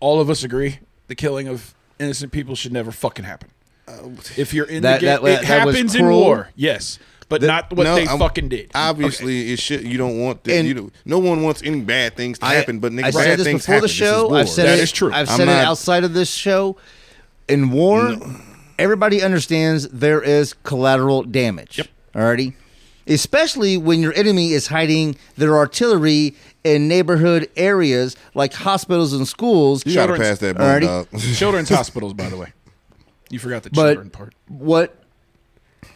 A: all of us agree the killing of innocent people should never fucking happen. If you're in
C: Oh. That-
A: the game, it
C: that- that was
A: happens in
C: cruel.
A: war. Yes. but not what
B: No,
A: they
B: I'm-
A: fucking did.
B: Obviously, it should. You don't want that.
C: And-
B: You don't, no one wants any bad things to
C: I-
B: happen. But nigga,
C: I
B: bad
C: said this
B: things
C: before
B: happen.
C: the
B: This is
C: show.
B: war.
C: I've said
A: That
C: it.
A: is true.
C: I've
B: I'm
C: said
B: not-
C: it outside of this show. In war, everybody understands there is collateral damage. Yep. Alrighty. Especially when your enemy is hiding their artillery in neighborhood areas like hospitals and schools.
B: You gotta
A: Children's-
B: pass that
C: Alrighty.
B: bulldog.
A: Children's hospitals, by the way. You forgot the
C: But-
A: children part.
C: What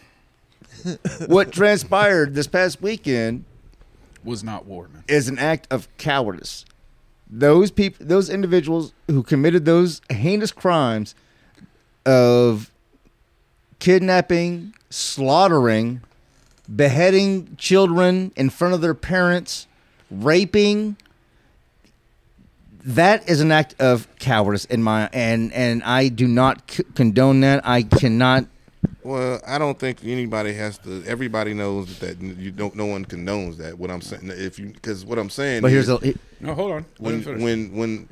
C: what transpired this past weekend
A: Was not war, man.
C: is an act of cowardice. Those people, those individuals who committed those heinous crimes of kidnapping, slaughtering, beheading children in front of their parents, raping. That is an act of cowardice in my and and I do not c- condone that. I cannot.
B: Well, I don't think anybody has to. Everybody knows that, that you don't. No one condones that. What I'm saying, if you, because what I'm saying.
C: But here's
B: is,
C: a
A: No, hold on. Let
B: when
A: him finish.
B: when when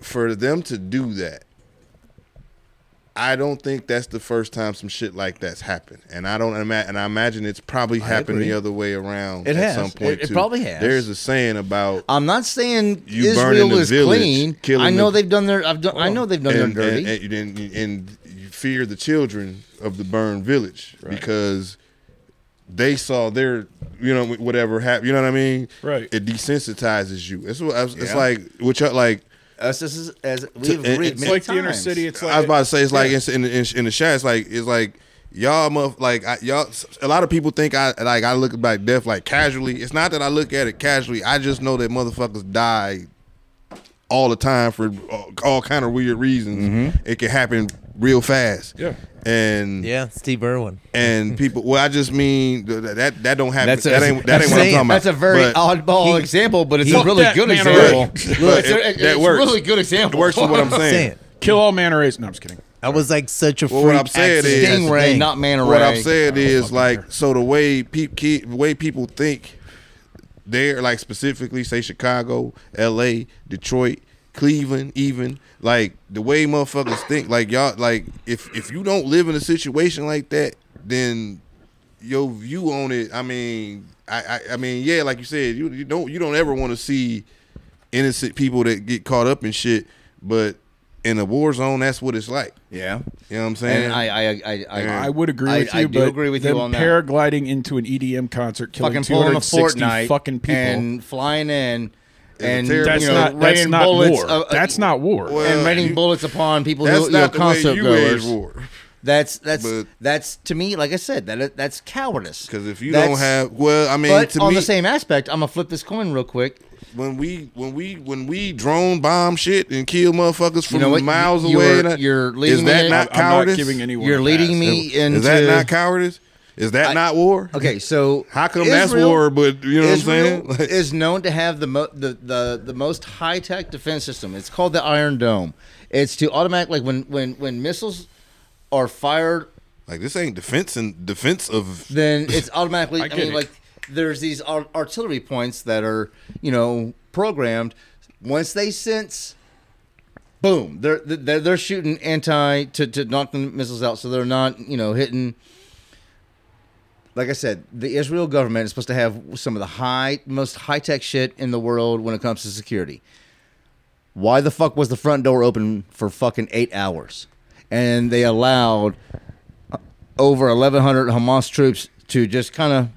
B: for them to do that i don't think that's the first time some shit like that's happened and i don't imagine and i imagine it's probably happened the other way around at
C: It has.
B: some point
C: It- it
B: too.
C: probably has. Uh,
B: there's a saying about
C: I'm not saying
B: You burning
C: Israel
B: the
C: is
B: village,
C: clean.
B: killing
C: I know
B: the- Oh.
C: they've done their. I've done, I know they've done
B: and,
C: their dirty.
B: and, and, and, you- and you fear the children of the burned village because they saw their you know whatever happened you know what i mean
A: Right.
B: it desensitizes you it's, what I was- it's like which I- like
C: Us this is as we've
B: it- it's
C: agreed
A: it's
C: many
A: like the inner
C: times.
A: city. It's like
B: I was about to say it's like it's in, in in the chat. It's like it's like y'all muff like I, y'all. A lot of people think I like I look back death like casually. It's not that I look at it casually. I just know that motherfuckers die all the time for all, all kind of weird reasons. It can happen real fast.
A: Mm-hmm. Yeah.
B: And
D: Yeah, Steve Irwin.
B: and people. Well, I just mean th- th- that that don't happen.
E: That's a-
B: that ain't that ain't what I'm talking about.
C: That's a very
B: But-
C: oddball example, but it's a
A: Fuck
C: really
A: that
C: good
A: man
C: example.
A: already.
B: But
C: it's a,
B: it- that
C: it's
B: works.
C: a really good
B: It
C: example.
B: works for what I'm
D: Saying
B: saying.
A: kill all manner race. No, I'm just kidding.
D: I was like such a freak.
B: Well, what I'm saying is-
D: accident.
B: That's
C: Stingray, not man
B: What I'm
C: array.
B: saying is
A: fucking
B: like
A: care.
B: so the way peop ki- the way people think they're like specifically say Chicago, L.A., Detroit, Cleveland, even like the way motherfuckers think like y'all like if if you don't live in a situation like that, then your view on it. I mean, I I, I mean yeah, like you said, you, you don't you don't ever want to see innocent people that get caught up in shit, but in a war zone, that's what it's like.
C: Yeah,
B: You know what I'm saying?
C: and I, I, I, I,
A: I would agree
C: I-
A: with you,
C: I do
A: but
C: agree with you
A: them
C: on that.
A: paragliding into an EDM concert, killing
C: fucking pulling a
A: 260
C: Fortnite,
A: fucking people.
C: and flying in, and
B: terrible-
A: that's
C: you know,
A: not that's
C: raining
A: not
C: bullets,
A: war.
C: uh, uh,
A: that's not war.
B: Well,
C: and raining
B: you-
C: bullets upon people
B: That's
C: who
B: not the
C: you know,
B: way
C: concert
B: you wage
C: goers.
B: war.
C: That's that's
B: But-
C: that's to me, like I said, that that's cowardice.
B: Because if you
C: That's-
B: don't have, well, I mean,
C: but
B: to
C: on
B: me,
C: the same aspect, I'm gonna flip this coin real quick.
B: when we when we when we drone bomb shit and kill motherfuckers from
C: know what?
B: miles
C: You're-
B: away, and I-
C: you're
B: is
C: leading
B: that
C: me-
B: not
A: I'm not
B: cowardice?
A: giving anyone.
C: You're
A: a
C: leading
A: pass.
C: me into
B: is that not cowardice? Is that
C: I-
B: not war?
C: Okay, so
B: How come that's
C: Israel-
B: war? But you know
C: Israel
B: what I'm saying? Like,
C: is known to have the, mo- the the the most high tech defense system. It's called the Iron Dome. It's to automatic like when when when missiles are fired,
B: like, this ain't defense and defense of.
C: then it's automatically.
A: I
C: I,
A: get
C: mean,
A: it.
C: like there's these ar- artillery points that are you know programmed. Once they sense, boom, they're they're they're shooting anti to to knock the missiles out, so they're not you know hitting like I said, the Israel government is supposed to have some of the high, most high tech shit in the world when it comes to security. Why the fuck was the front door open for fucking eight hours, and they allowed over eleven hundred Hamas troops to just kind of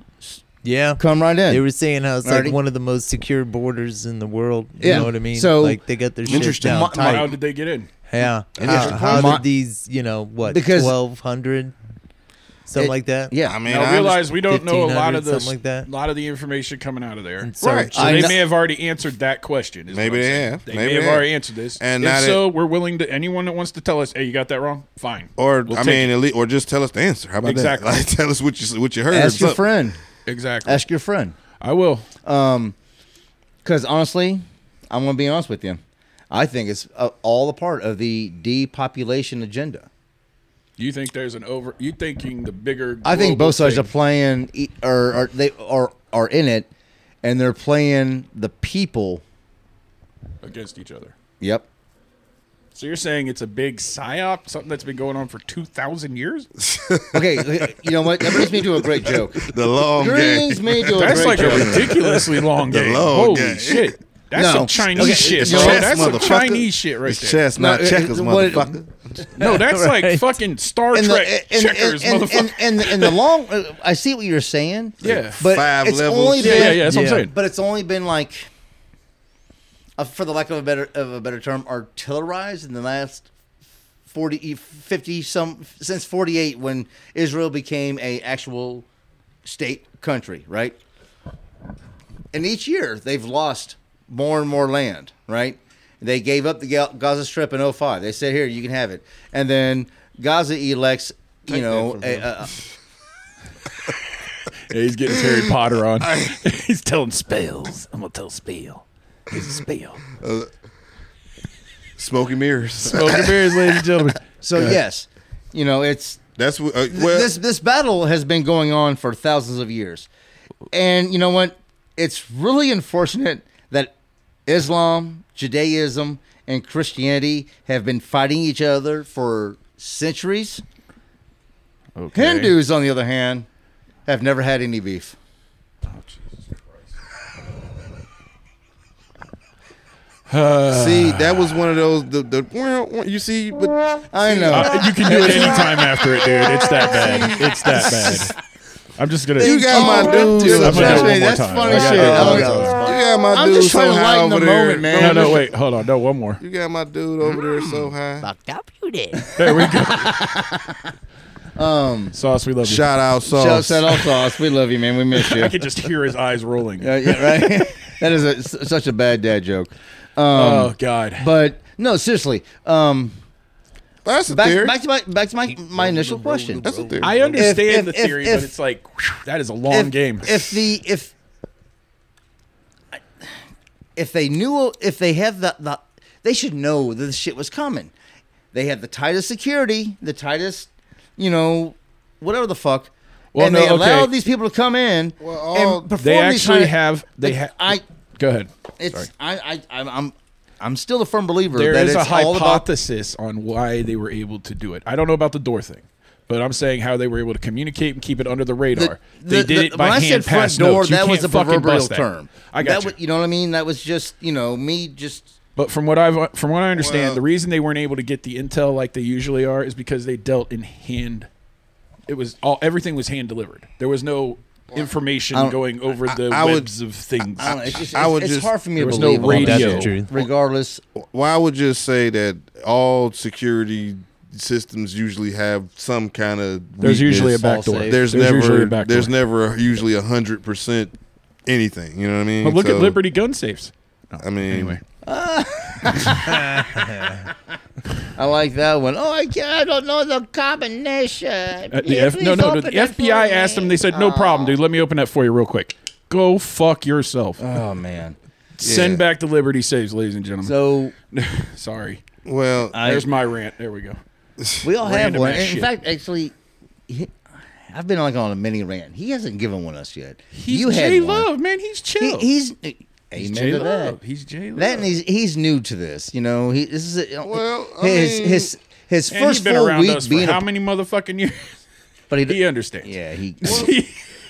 D: yeah.
C: come right in?
D: They were saying how it's
C: Alrighty.
D: like one of the most secure borders in the world. You
C: Yeah.
D: know what I mean?
C: So-
D: like they got their shit
B: Interesting.
D: down
B: My-
D: tight.
A: How did they get in?
D: yeah.
B: Interesting
D: How, how
C: point.
D: did these, you know, what,
C: Because-
D: twelve hundred, something
C: It-
D: like that?
C: yeah,
B: I mean,
A: Now
B: I
A: realize we don't know a lot
D: 1500,
A: of the
D: something like that.
A: lot of the information coming out of there.
D: So
B: Right.
A: So
C: I
A: they
C: know-
A: may have already answered that question. is what
B: Maybe
A: I'm
B: they
A: saying.
B: have.
A: They
B: Maybe
A: may have
B: they have.
A: already answered this.
B: And
A: And
B: now
A: if
B: that-
A: so, we're willing to anyone that wants to tell us, hey, you got that wrong. Fine.
B: Or
A: We'll
B: I
A: take
B: mean,
A: it.
B: at least, or just tell us the answer. How about
A: Exactly.
B: that? Like, tell us what you what you heard. or
C: ask your
B: something.
C: friend.
A: exactly.
C: Ask your friend.
A: I will.
C: Um, because honestly, I'm going to be honest with you. I think it's uh, all a part of the depopulation agenda.
A: You think there's an over? You thinking the bigger?
C: I think
A: global
C: both sides
A: thing.
C: are playing, e- or, or they are are in it, and they're playing the people.
A: against each other.
C: Yep.
A: So you're saying it's a big psyop, something that's been going on for two thousand years?
C: Okay, you know what? That brings me to a great joke.
B: The long game.
C: Brings me to a
A: That's like
C: great
A: a
C: joke.
A: ridiculously long game.
B: long
A: Holy
B: game.
A: shit! That's
C: No.
A: some Chinese
C: Okay,
A: shit,
C: it's
A: bro.
B: chess,
A: that's some
B: motherfucker.
A: Chinese shit right
B: It's
A: there.
B: chess, not
C: No, it-
B: checkers,
C: it- what-
B: motherfucker.
A: No, that's like
E: Right.
A: fucking Star
C: And
A: Trek
C: the, and,
A: checkers,
C: and,
A: motherfucker.
C: and, and, and the long, uh, I see what you're saying.
A: yeah.
C: But
B: Five
C: it's
B: levels.
C: only
A: yeah,
C: been,
A: yeah, yeah. That's what I'm
E: Yeah.
A: saying.
C: But it's only been like, uh, for the lack of a better of a better term, artillerized in the last 40, 50 some since forty eight when Israel became a actual state country, right? And each year they've lost more and more land, right? They gave up the Ga- Gaza Strip in 05. They said, "Here, you can have it." And then Gaza elects, you know, a, a,
A: Yeah, he's getting his Harry Potter on.
F: He's telling spells. I'm gonna tell spell. It's a spell.
B: Smoky mirrors.
A: Smoking beers, ladies and gentlemen.
C: so yes, you know, it's
B: That's what. Uh,
C: Th-
B: well,
C: this this battle has been going on for thousands of years, and you know what? It's really unfortunate that Islam, Judaism, and Christianity have been fighting each other for centuries.
A: Okay.
C: Hindus, on the other hand, have never had any beef.
B: see, that was one of those. The, the you see, but
C: I know.
A: Uh, you can do it anytime after it, dude. It's that bad. It's that bad. I'm just gonna.
B: you got my dude.
A: I'm gonna do it one more
B: You
C: that's
A: time.
C: funny
A: I gotta
C: shit.
A: do it one more
C: Oh, no.
A: time.
B: got my
C: I'm
B: dude
C: just trying
B: so
C: to
B: high
C: lighten
B: over
C: the
B: there.
C: moment, man. Mm.
A: No, no, wait, hold on. No, one more.
B: You got my dude over there so high.
D: Fucked up you did.
A: There we go. Um, Sauce, we love you.
B: Shout out,
C: Shout
B: sauce.
C: shout out, sauce. We love you, man. We miss you.
A: I could just hear his eyes rolling.
C: Uh, yeah, right. that is a, s- such a bad dad joke. Um,
A: oh God.
C: But no, seriously. Um,
B: That's a
C: back,
B: theory.
C: back to my back to my, my initial question.
B: That's a theory.
A: I understand
C: If-
A: the
C: if-
A: theory,
C: if-
A: but it's like whew, that is a long
C: if,
A: game.
C: If the if if they knew if they had the, the they should know that the shit was coming. They had the tightest security, the tightest, you know, whatever the fuck.
A: Well,
C: and
A: no,
C: they allowed
A: okay.
C: these people to come in
B: Well, all-
C: and perform
A: they
C: these
A: actually
C: kind of-
A: have. They have.
C: I
A: Go ahead. Sorry.
C: it's I, I I'm I'm I'm still a firm believer
A: There
C: that
A: is a
C: it's all about
A: hypothesis on why they were able to do it. I don't know about the door thing, but I'm saying how they were able to communicate and keep it under the radar. they
C: the-
A: did
C: the-
A: it by
C: when
A: hand
C: I said front
A: pass
C: door,
A: notes. You
C: that was
A: can't
C: a
A: fucking
C: proverbial
A: bust that.
C: term.
A: I got
C: that
A: you.
C: wa- you know what I mean? That was just you know me just
A: But from what I've from what I understand,
B: Well-
A: the reason they weren't able to get the intel like they usually are is because they dealt in hand. It was all everything was hand delivered. There was no
C: I
A: information
C: don't-
A: going over the
B: I would-
A: webs of things.
C: I don't know. It's just,
B: I
C: it's,
B: would
C: it's
B: just-
C: hard for me
A: There
C: to
A: was no
C: believe. all that
E: That's
A: radio.
E: the
C: shit.
E: truth.
C: Regardless,
B: Well, I would just say that all security systems usually have some kind of.
A: There's usually a
B: weakness.
A: back door.
E: safe.
B: There's,
A: There's
B: never.
A: usually a back
B: there's
A: door.
B: never usually a hundred percent anything. You know what I mean?
A: But look
B: So,
A: at Liberty gun safes.
B: I mean,
A: Anyway,
C: I like that one. Oh, I
G: I don't know the combination.
A: Uh, the F- no, no, no. The FBI asked them. They said, "No problem, dude. Let me open that for you real quick." Go fuck yourself.
C: oh man.
A: Send
B: yeah.
A: back the Liberty saves, ladies and gentlemen.
C: So
A: Sorry.
B: well,
C: I-
A: There's my rant. There we go.
C: we all have
A: Random
C: one.
A: ass
C: And
A: shit.
C: In fact, actually, he- I've been like on a mini rant. He hasn't given one us yet.
A: He's
C: you had
A: J
C: one.
A: Love, man. He's
C: He,
A: chill.
C: he's amen
A: he's
C: to
A: J
C: that.
A: Love. He's J Love.
C: That and he's he's new to this. You know, he this is a,
B: Well, I
C: his,
B: mean-
C: his his
A: And he's
C: first
A: been
C: full
A: around
C: week
A: us for
C: being
A: how
C: a,
A: many motherfucking years?
C: but
A: He
C: he,
A: understands.
C: yeah he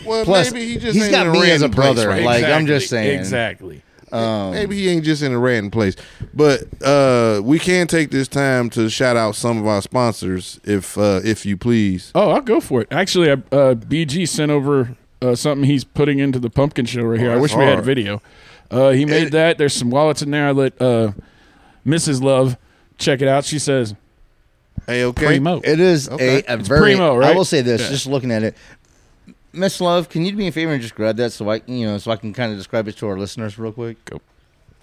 B: well,
C: plus,
B: maybe he just
C: he's
B: ain't
C: got
B: in
C: me as a
B: random place
C: brother,
B: right
C: like, I'm just
A: Exactly.
C: saying.
A: Exactly.
B: Maybe he ain't just in a random place. But uh, we can take this time to shout out some of our sponsors, if uh, if you please.
A: Oh, I'll go for it. Actually, I, uh, BG sent over uh, something he's putting into the pumpkin show
C: Oh,
A: right here. I
B: that's
A: wish we had
B: hard.
A: video. Uh, he made that. There's some wallets in there. I let uh, Mrs. Love check it out. She says,
B: Hey, okay.
A: Primo.
C: It is
B: Okay.
C: a, a very.
A: primo, right?
C: I will say this,
A: Yeah.
C: just looking at it, Miss Love, can you do me a favor and just grab that so I, you know, so I can kind of describe it to our listeners real quick.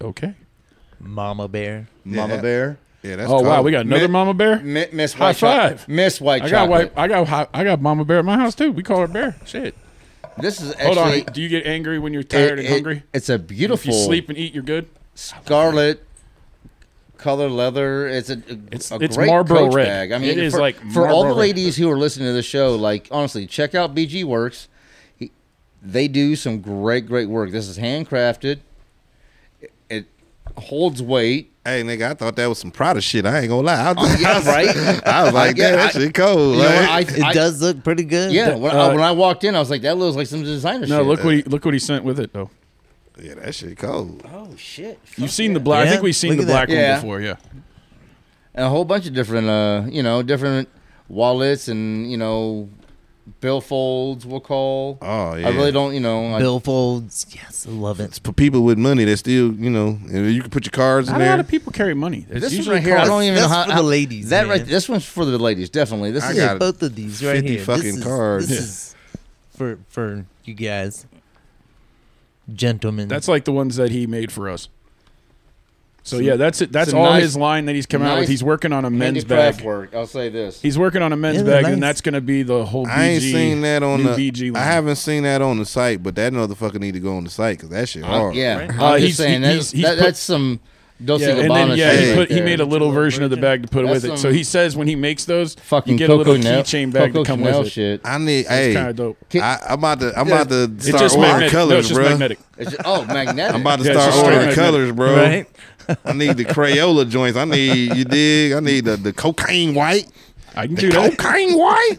A: okay.
D: Mama bear.
C: Mama Bear,
B: Yeah, that's
A: Oh, wow.
B: cold.
A: We got another
C: Mi-
A: Mama Bear?
C: Mi- Miss
A: High
C: White Chocolate,
A: five.
C: Miss White
A: I got
C: Chocolate.
A: white, I got hi- I got Mama Bear at my house too. We call her Bear. Shit.
C: This is
A: Hold
C: actually
A: on. Do you get angry when you're
C: it-
A: tired and
C: it-
A: hungry?
C: It's a
A: If
C: beautiful
A: you sleep and eat, you're good.
C: scarlet color leather. It's a, a
A: It's-
C: a
A: it's
C: great
A: Marlboro
C: Coach
A: red.
C: Bag. I mean,
A: It is
C: for,
A: like
C: for
A: Marlboro
C: all the
A: red.
C: ladies who are listening to the show, like honestly, check out BG Works. He, they do some great, great work. This is handcrafted. It, it holds weight.
B: Hey nigga, I thought that was some Prada shit. I ain't gonna lie. I,
C: Oh, yeah, right.
B: I was like,
C: Yeah,
B: yeah, that
C: I-
B: shit cold.
C: You know
B: like-
C: what? I,
D: It
C: I-
D: does look pretty good.
C: Yeah, when,
A: Uh,
C: I, when I walked in, I was like, that looks like some designer
A: No,
C: shit.
A: look what he look what he sent with it though.
B: yeah, that shit cold.
C: Oh shit!
A: You've seen the black. I think
D: Yeah,
A: we've seen
D: look
A: the black
D: at that.
A: one
C: Yeah.
A: before. Yeah.
C: And a whole bunch of different, uh, you know, different wallets and you know, billfolds. We'll call.
B: Oh yeah.
C: I really don't, you know. I,
D: Billfolds. Yes, I love it.
B: It's for people with money that still, you know, and you can put your cards in
A: Not a lot
B: there.
A: of people carry money. It's
C: this one
A: usually
C: right here, I
A: cards.
C: don't even
D: That's
C: know how.
D: for the
C: how-
D: ladies,
C: That right.
D: man.
C: This one's for the ladies, definitely. This
B: I
C: is
D: Look at
B: got
D: both of these right
B: 50
D: here.
B: fucking
D: this is,
B: cards.
D: This is for for you guys, gentlemen.
A: That's like the ones that he made for us. So yeah, that's it. That's
C: some
A: all
C: nice-
A: his line that he's come out with.
C: nice
A: He's working on a men's
C: handicraft
A: bag.
C: work. I'll say this.
A: He's working on a men's
D: Yeah,
A: bag,
D: nice.
A: and that's going to be the whole. BG,
B: I ain't seen that on
A: new
B: the.
A: BG line.
B: I haven't seen that on the site, but that motherfucker need to go on the site because that shit
C: I,
B: hard.
C: yeah,
D: Right.
C: I'm
A: Uh,
C: just
A: he's-
C: saying
A: he-
C: that,
A: he's- he's
C: that-
A: put-
C: that's some Dulce
A: Yeah, and
C: Gabbana
A: then yeah,
C: shit.
A: he
B: right
A: put
C: there.
A: he made a little version of the bag to put
C: That's
A: with it. So
C: some
A: he says when he makes those,
C: fucking
A: you get
C: Coco
A: a little
C: Chanel-
A: keychain bag
C: Coco
A: to come
C: Chanel
A: with it.
C: shit.
B: I need.
A: It's
B: hey,
A: kind of dope.
B: I, I'm about to. I'm about to
A: It's
B: start
A: just
B: ordering
A: magnetic.
B: colors,
A: no, it's just
B: bro.
A: magnetic.
C: It's just, oh, magnetic.
B: I'm about to
A: Yeah, it's
B: start
A: just straight
B: ordering
A: magnetic.
B: colors, bro.
D: right.
B: I need the Crayola joints. I need you dig. I need the, the cocaine white.
A: I can
B: The
A: do that.
B: cocaine white.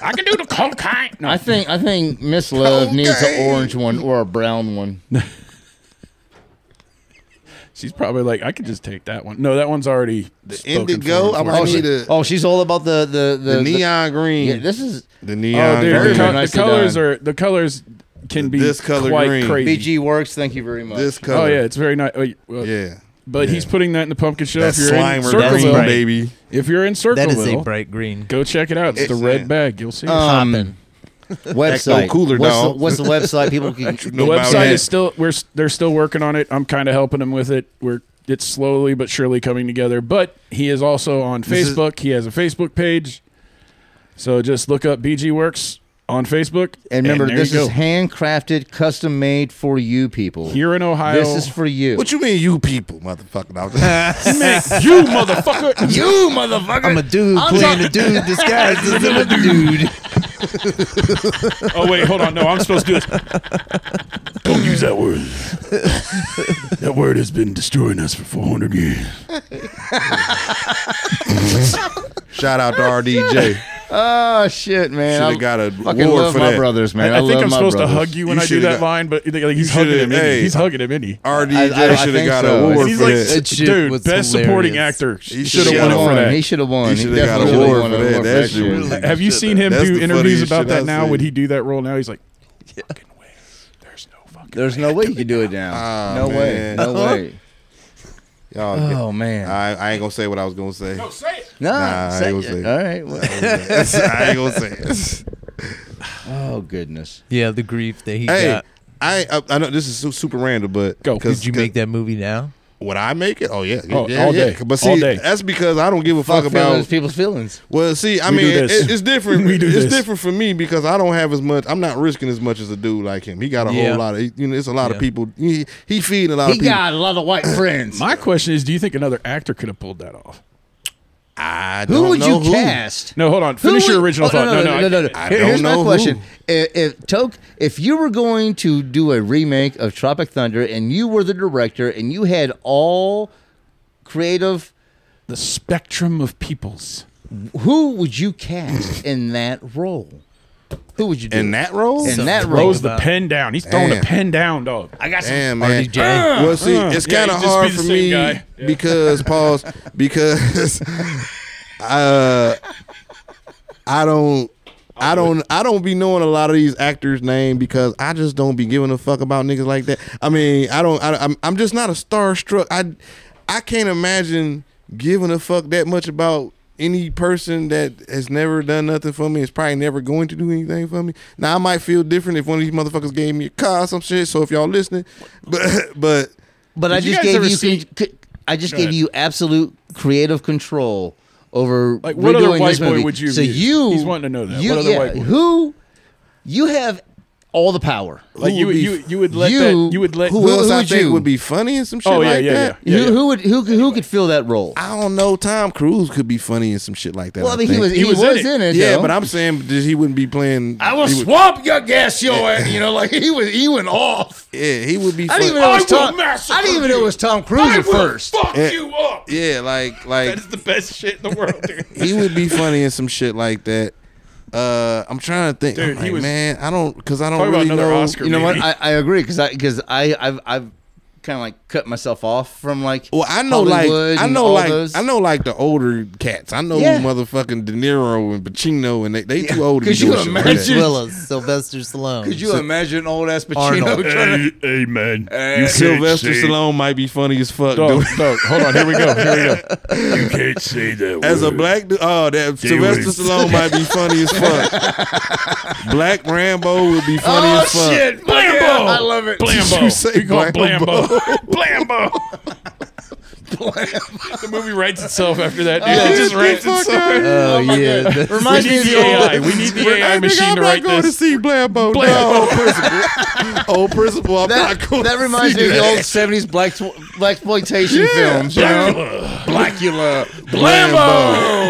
A: I can do the cocaine. No,
C: I think I think Miss Love needs an
B: Cocaine.
C: orange one or a brown one.
A: she's probably like, I could just take that one. No, that one's already
B: The
A: spoken
B: indigo.
A: for,
B: I might
A: unfortunately.
B: need a,
C: Oh, she's all about the the the,
B: the neon green.
C: Yeah, this is
B: the
A: Oh,
B: neon
A: dude, the,
B: green.
A: co- the
C: Nicely
A: colors
C: done.
A: are the colors can be
B: This color
A: quite
B: green.
A: crazy.
C: BG works. Thank you very much.
B: This color.
A: Oh yeah, it's very nice. Wait, well,
B: Yeah.
A: But he's putting that in the pumpkin show.
B: That's
A: if you're in
B: Slimer
A: Circleville,
B: green,
D: right.
B: baby.
A: if you're in
D: That is a
A: Circleville,
D: bright green.
A: go check it out. It's, the
B: It's-
A: red
B: yeah.
A: bag. You'll see. it.
C: um, website.
B: no cooler,
C: what's, the,
B: dog.
C: what's the website? People can.
A: the
B: know about
A: website
B: that.
A: is still we're s- they're still working on it. I'm kind of helping him with it. We're it's slowly but surely coming together. But he is also on
B: This is-
A: Facebook. he has a Facebook page. So just look up BG Works on Facebook.
C: And remember,
A: there
C: this
A: you
C: is
A: go.
C: handcrafted, custom made for you people.
A: here in Ohio.
C: this is for you.
B: What you mean, you people, motherfucker? I was-
A: Man, you motherfucker.
C: you motherfucker.
D: I'm a dude playing a dude disguised as a dude.
A: oh wait, hold on. No, I'm supposed to do this.
F: Don't use that word. that word has been destroying us for 400 years.
B: Shout out to RDJ.
C: Oh shit, man!
B: Shoulda
C: I'm-
B: got a
C: fucking
B: award
C: love
B: for
C: my
B: that.
C: brothers, man.
A: I,
C: I,
A: I think
C: love
A: I'm
C: my
A: supposed to
C: brothers.
A: hug you when
B: You
A: I do
B: shoulda
A: that
B: got-
A: line, but like, he's
B: You
A: hugging
B: shoulda-
A: him. in
B: hey.
A: he's hugging him. In he.
C: I- I
B: RDJ should have
C: think
B: got
C: so.
B: an award
A: He's
B: for
A: like,
B: that.
D: That shit
A: dude,
D: was
A: best supporting
D: hilarious.
A: actor.
B: He
A: Should have
B: shoulda
A: won
B: got
A: for
B: one.
A: that.
C: He should have won.
B: He
C: He,
B: shoulda got
C: definitely
B: an
C: shoulda
B: award
C: won
B: for
C: an
B: that.
C: award for
B: That's
C: that shit.
B: really-
A: Have you seen him
B: That's
A: do
B: the
A: interviews
B: funniest
A: about
B: shit
A: that
B: I've
A: now?
B: seen.
A: Would he do that role now? He's like, fucking way. There's no fucking.
C: There's no way you can do it now.
B: Ah,
C: no way.
B: man.
C: No way.
B: Y'all,
A: Uh,
C: Oh man.
B: I, I ain't gonna say what I was gonna say.
A: say it.
C: no.
B: nah, I
C: say
B: ain't
C: it.
B: gonna say it.
C: All right. well-
B: I ain't gonna say it.
C: oh goodness.
D: Yeah, the grief that he
B: Hey,
D: got.
B: I, I I know this is su- super random, but
A: Go.
D: Could you make that movie now?
B: Would I make it? Oh yeah,
A: Oh,
B: yeah,
A: all
B: yeah.
A: day.
B: But see,
A: All day.
B: that's because I don't give a fuck
C: Fuck
B: about
C: feelings, people's feelings.
B: Well, see, I
A: We do
B: mean, it,
A: this.
B: it's different.
A: We do
B: it's
A: this.
B: different for me because I don't have as much. I'm not risking as much as a dude like him. He got a
D: Yeah.
B: whole lot of. You know, it's a lot of
D: Yeah.
B: people. He, he feed a lot
C: He
B: of people.
C: got a lot of white friends.
A: My question is, do you think another actor could have pulled that off?
B: I
C: Who
B: don't
C: would
B: know
C: you cast?
A: No, hold on.
C: Who
A: Finish your
C: would-
A: original
C: oh,
A: thought. No, no,
C: no, no, no.
B: I
C: Here-
B: don't
C: Here's my
B: know
C: question:
B: who.
C: if, if Toke, if you were going to do a remake of Tropic Thunder and you were the director and you had all creative,
A: The spectrum of peoples.
C: who would you cast in that role? Who would you do?
B: in that role.
C: In that
D: Something
C: role.
A: Throws the
D: about-
A: pen down. He's throwing the
B: Damn.
A: pen down, dog.
C: I got some.
B: Damn man.
D: RDJ.
B: Well, see,
A: Uh,
B: it's
A: yeah,
B: kind of
A: he'd just
B: hard
A: be the
B: for
A: same
B: me
A: guy. Yeah.
B: because pause because uh, I don't. I don't I don't be knowing a lot of these actors' name because I just don't be giving a fuck about niggas like that. I mean, I don't I, I'm I'm just not a starstruck. I I can't imagine giving a fuck that much about any person that has never done nothing for me is probably never going to do anything for me. Now I might feel different if one of these motherfuckers gave me a car or some shit. So if y'all listening, but but
C: But I
A: Did you
C: just
A: guys
C: gave
A: ever
C: you.
A: see-
C: con- c- I just
A: Go
C: gave
A: ahead.
C: you absolute creative control over
A: Like, what other
C: redoing this
A: white boy
C: movie.
A: would you have
C: So
A: used?
C: you,
A: He's wanting to know that.
C: you-
A: What other
C: yeah,
A: white boy?
C: Who you have all the power.
A: Like
B: Who
A: you,
B: would be-
A: you, you would let
C: you-
A: that. You would let.
B: Who,
C: Who-
B: else
C: who
B: I
C: would
B: think
C: you?
B: would be funny in some shit
A: Oh, yeah,
B: like
A: yeah,
B: that?
A: yeah.
C: who, who would who who could fill that role?
B: I don't know. Tom Cruise could be funny in some shit like that.
C: well, I mean, he
B: think.
C: was he, was, in it.
B: Yeah,
C: though.
B: but I'm saying that he wouldn't be playing.
F: I will
B: he would,
F: swamp your gas, your ass. You know, like he was, he went off.
B: yeah, he would be.
C: I didn't
B: funny.
C: even know it was
F: I will
C: Tom. I
F: massacre
C: didn't even know it
F: you.
C: was Tom Cruise
F: I
C: at
F: will
C: first.
F: fuck
B: Yeah.
F: you up.
B: Yeah, like like
A: That is the best shit in the world, dude.
B: he would be funny in some shit like that. Uh, I'm trying to think.
A: Dude,
B: I'm
A: he
B: like,
A: was-
B: man, I don't because I don't
A: Talk about
B: really
A: another
B: know.
A: Oscar.
B: You know what?
A: maybe.
C: I, I agree because I because I I've I've kind of like cut myself off from like
B: Well, I know
C: Hollywood
B: like I
C: and
B: know
C: all
B: like
C: those.
B: I know like the older cats. I know
C: Yeah.
B: motherfucking De Niro and Pacino and they they too old to be
C: Could
B: doing
C: you
B: shit like
C: imagine?
B: that.
C: Just-
D: Willis, Sylvester Stallone.
C: Could you imagine old ass
D: Arnold.
C: Pacino? trying
F: Hey, hey, man.
B: You
F: you
B: Sylvester
F: Sylvester say,
B: Stallone might be funny as fuck.
A: No,
B: dude.
A: no, hold on. Here we go. Here we go.
F: You can't say that.
B: As a
F: word.
B: black dude, oh, that Sylvester
F: was-
B: Stallone might be funny as fuck. black Rambo would be funny
A: Oh,
C: Oh,
B: as fuck.
A: Blambo! I
F: love
A: it.
B: Did
A: Blambo.
B: you say
A: we call it
B: Blambo?
A: Blambo. Blambo. the movie writes itself after that,
B: Oh,
A: dude. it just writes itself.
E: Oh, yeah. That's-
A: Reminds we need the AI. We need the AI
B: Hey, nigga,
A: machine
B: I'm
A: to
B: not
A: write
B: going to
A: this.
B: see Blambo. No, old principal. old principal, I'm
C: That,
B: not going
C: that
B: to
C: reminds
B: see
C: me of the
B: that.
C: old seventies black black exploitation films. You know?
F: Blackula.
B: Blackula.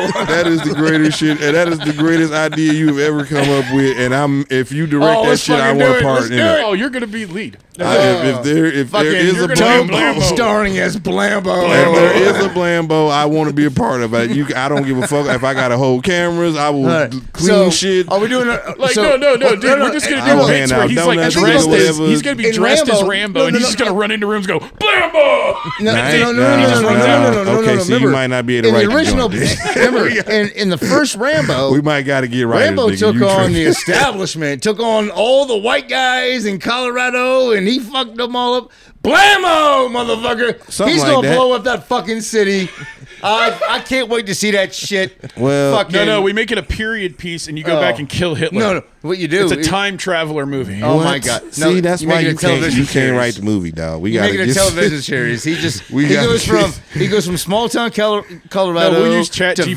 A: Blambo.
B: that is the greatest shit, and that is the greatest idea you have ever come up with. And I'm, if you direct
A: Oh,
B: that
A: let's
B: shit, I
A: fucking
B: want
A: do
B: a
A: it.
B: part
A: Let's
B: in
A: do
B: it.
A: it. Oh, you're gonna be lead.
B: I- if, if there, if there
A: Fucking-
B: is
A: you're
B: a
A: gonna
B: Blambo,
A: be Blambo.
F: starring as Blambo.
B: if there is a Blambo, I want to be a part of it. You, I don't give a fuck if I got to hold cameras. I will
C: All right.
B: clean
C: So, oh,
B: shit.
C: Are we doing a,
A: Like
C: so-
A: no no no dude
C: no,
A: we're just gonna
B: I will
A: do bits
B: hand
A: where
B: out
A: he's like
B: donuts,
A: dressed
B: whatever.
A: as he's gonna be
C: In
A: dressed as
C: Rambo-
A: Rambo
C: no,
A: and
C: no,
A: he's
C: no,
A: just gonna run into rooms and go Blambo
C: No,
B: Nah,
C: no,
B: nah,
C: no, no, no, no, no,
B: nah.
C: no, no, no, no,
B: Okay,
C: no,
B: so you
C: remember,
B: might not be able to write
C: in the
B: the
C: original.
B: joint.
C: remember, in, in the first Rambo,
B: we might got to get right.
C: Rambo
B: nigga.
C: took
B: You
C: on the
B: tripping.
C: establishment, took on all the white guys in Colorado, and he fucked them all up. Blammo, motherfucker!
B: Something
C: He's
B: like
C: gonna
B: that.
C: blow up that fucking city. I I can't wait to see that shit.
B: Well-
C: fucking,
A: no no we make it a period piece and you go
C: Oh.
A: back and kill Hitler
C: no, no. What you do?
A: it's a
C: it-
A: time traveler movie
C: Oh
B: What?
C: my god! No,
B: See, that's
C: you
B: why
C: make it a
B: you can't.
C: television
B: You can't
C: series.
B: write the movie, dog. We
C: You
B: got
C: make
B: to
C: it a television series. He just
B: We
C: he
B: gotta
C: goes
B: get-
C: from he goes from small town Col-
A: no
C: Colorado
A: we'll use Chat
C: to
A: GPT and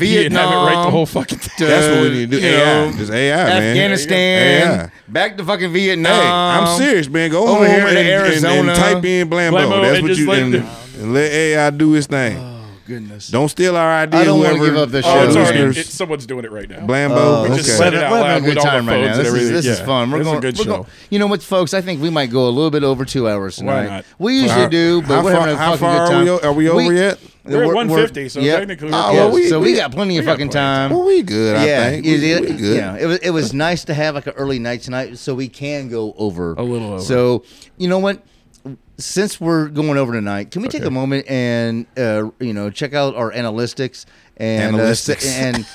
A: have
C: Vietnam.
A: it write the whole fucking thing
C: to,
B: That's what we need to do.
C: you
B: AI,
C: know,
B: just AI, man.
C: Afghanistan,
B: AI.
C: back to fucking Vietnam.
B: Hey, I'm serious, man. Go
C: Um, over
B: home and,
C: here to
B: and- and
C: Arizona.
B: type in Blambo.
A: Blambo
B: That's
A: and
B: what
A: just
B: you
A: let
B: and,
A: it do-
B: and let AI do its thing.
C: Oh goodness.
B: Don't steal our idea.
C: I don't wanna
B: want to
C: give up this
A: oh
C: show,
A: it's already
C: listeners.
A: it, someone's doing it right now
B: Blambo.
A: We
B: okay.
A: just said it out
C: We're having
A: loud
C: a good
A: with all
C: time
A: the
C: right now.
A: phones and
C: This is,
A: everything.
C: this is
A: Yeah.
C: fun. We're
A: It's a
C: going.
A: good
C: we're
A: show.
C: Going, you know what, folks? I think we might go a little bit over two hours
A: Why
C: tonight.
A: not?
C: We usually
B: How-
C: do, but
B: how
C: we're
B: far,
C: having a
B: how
C: fucking
B: far
C: good
B: are
C: time.
B: we? o- Are we over yet?
A: We're at 150, so technically we're
C: yeah,
B: close. Oh, well, we-
C: so we
B: we-
C: got plenty of
A: we got
C: fucking
A: plenty of
C: time.
B: Well, we good. I
C: yeah,
B: think
C: it-
B: we,
C: it-
B: we good.
C: yeah. It was it was nice to have like an early night tonight, so we can go over
A: A little over.
C: So you know what? Since we're going over tonight, can we take a moment and uh, you know check out our analytics and uh, s-
B: Analytics.
C: and.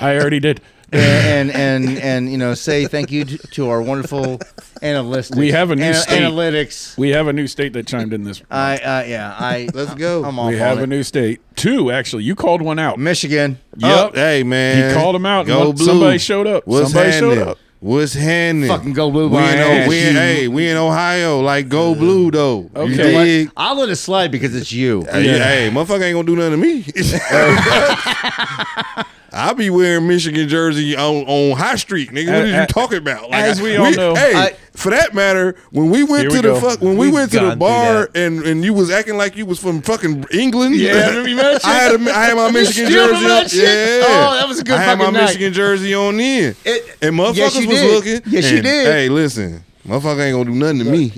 A: I already did
C: and and and, and, you know say thank you to, to our wonderful analytics.
A: We have a new
C: Ana-
A: state.
C: analytics.
A: we have a new state that chimed in this
C: I uh, yeah I
B: Let's go.
C: I'm off
A: we have
C: on
A: a
C: it.
A: new state two actually you called one out
C: Michigan.
B: Oh,
A: Yep.
B: hey man,
A: He called him out and
B: Go
A: one-
B: blue.
A: somebody showed up.
B: What's
A: Somebody showed
B: happening?
A: up.
B: What's happening?
C: Fucking go blue
B: We
C: my
B: in,
C: ass,
B: O- we in,
C: you-
B: hey, we in Ohio. Like go blue though. You
A: Okay.
B: dig?
C: I'll let it slide because it's you.
A: Uh,
B: Hey, hey, motherfucker ain't gonna do nothing to me. I be wearing Michigan jersey on, on High Street, nigga. What are you
A: As-
B: talking about? Like,
A: as we all know,
B: hey,
C: I-
B: for that matter, when we went
A: Here
B: to
A: we go.
B: the fuck, when we
D: We've
B: went to
D: gone
B: the
D: through
B: bar and and you was acting like you was from fucking England.
C: Yeah, remember you mentioned?
B: I had a, I had my Michigan jersey.
C: still remember
B: on.
C: that shit?
B: Yeah,
C: Oh, that was a good
B: I had my
C: fucking night.
B: Michigan jersey on in,
C: It-
B: and motherfuckers
C: Yes, you
B: was
C: did.
B: looking.
C: Yes, you
B: and,
C: did.
B: Hey, listen, motherfucker ain't gonna do nothing to me.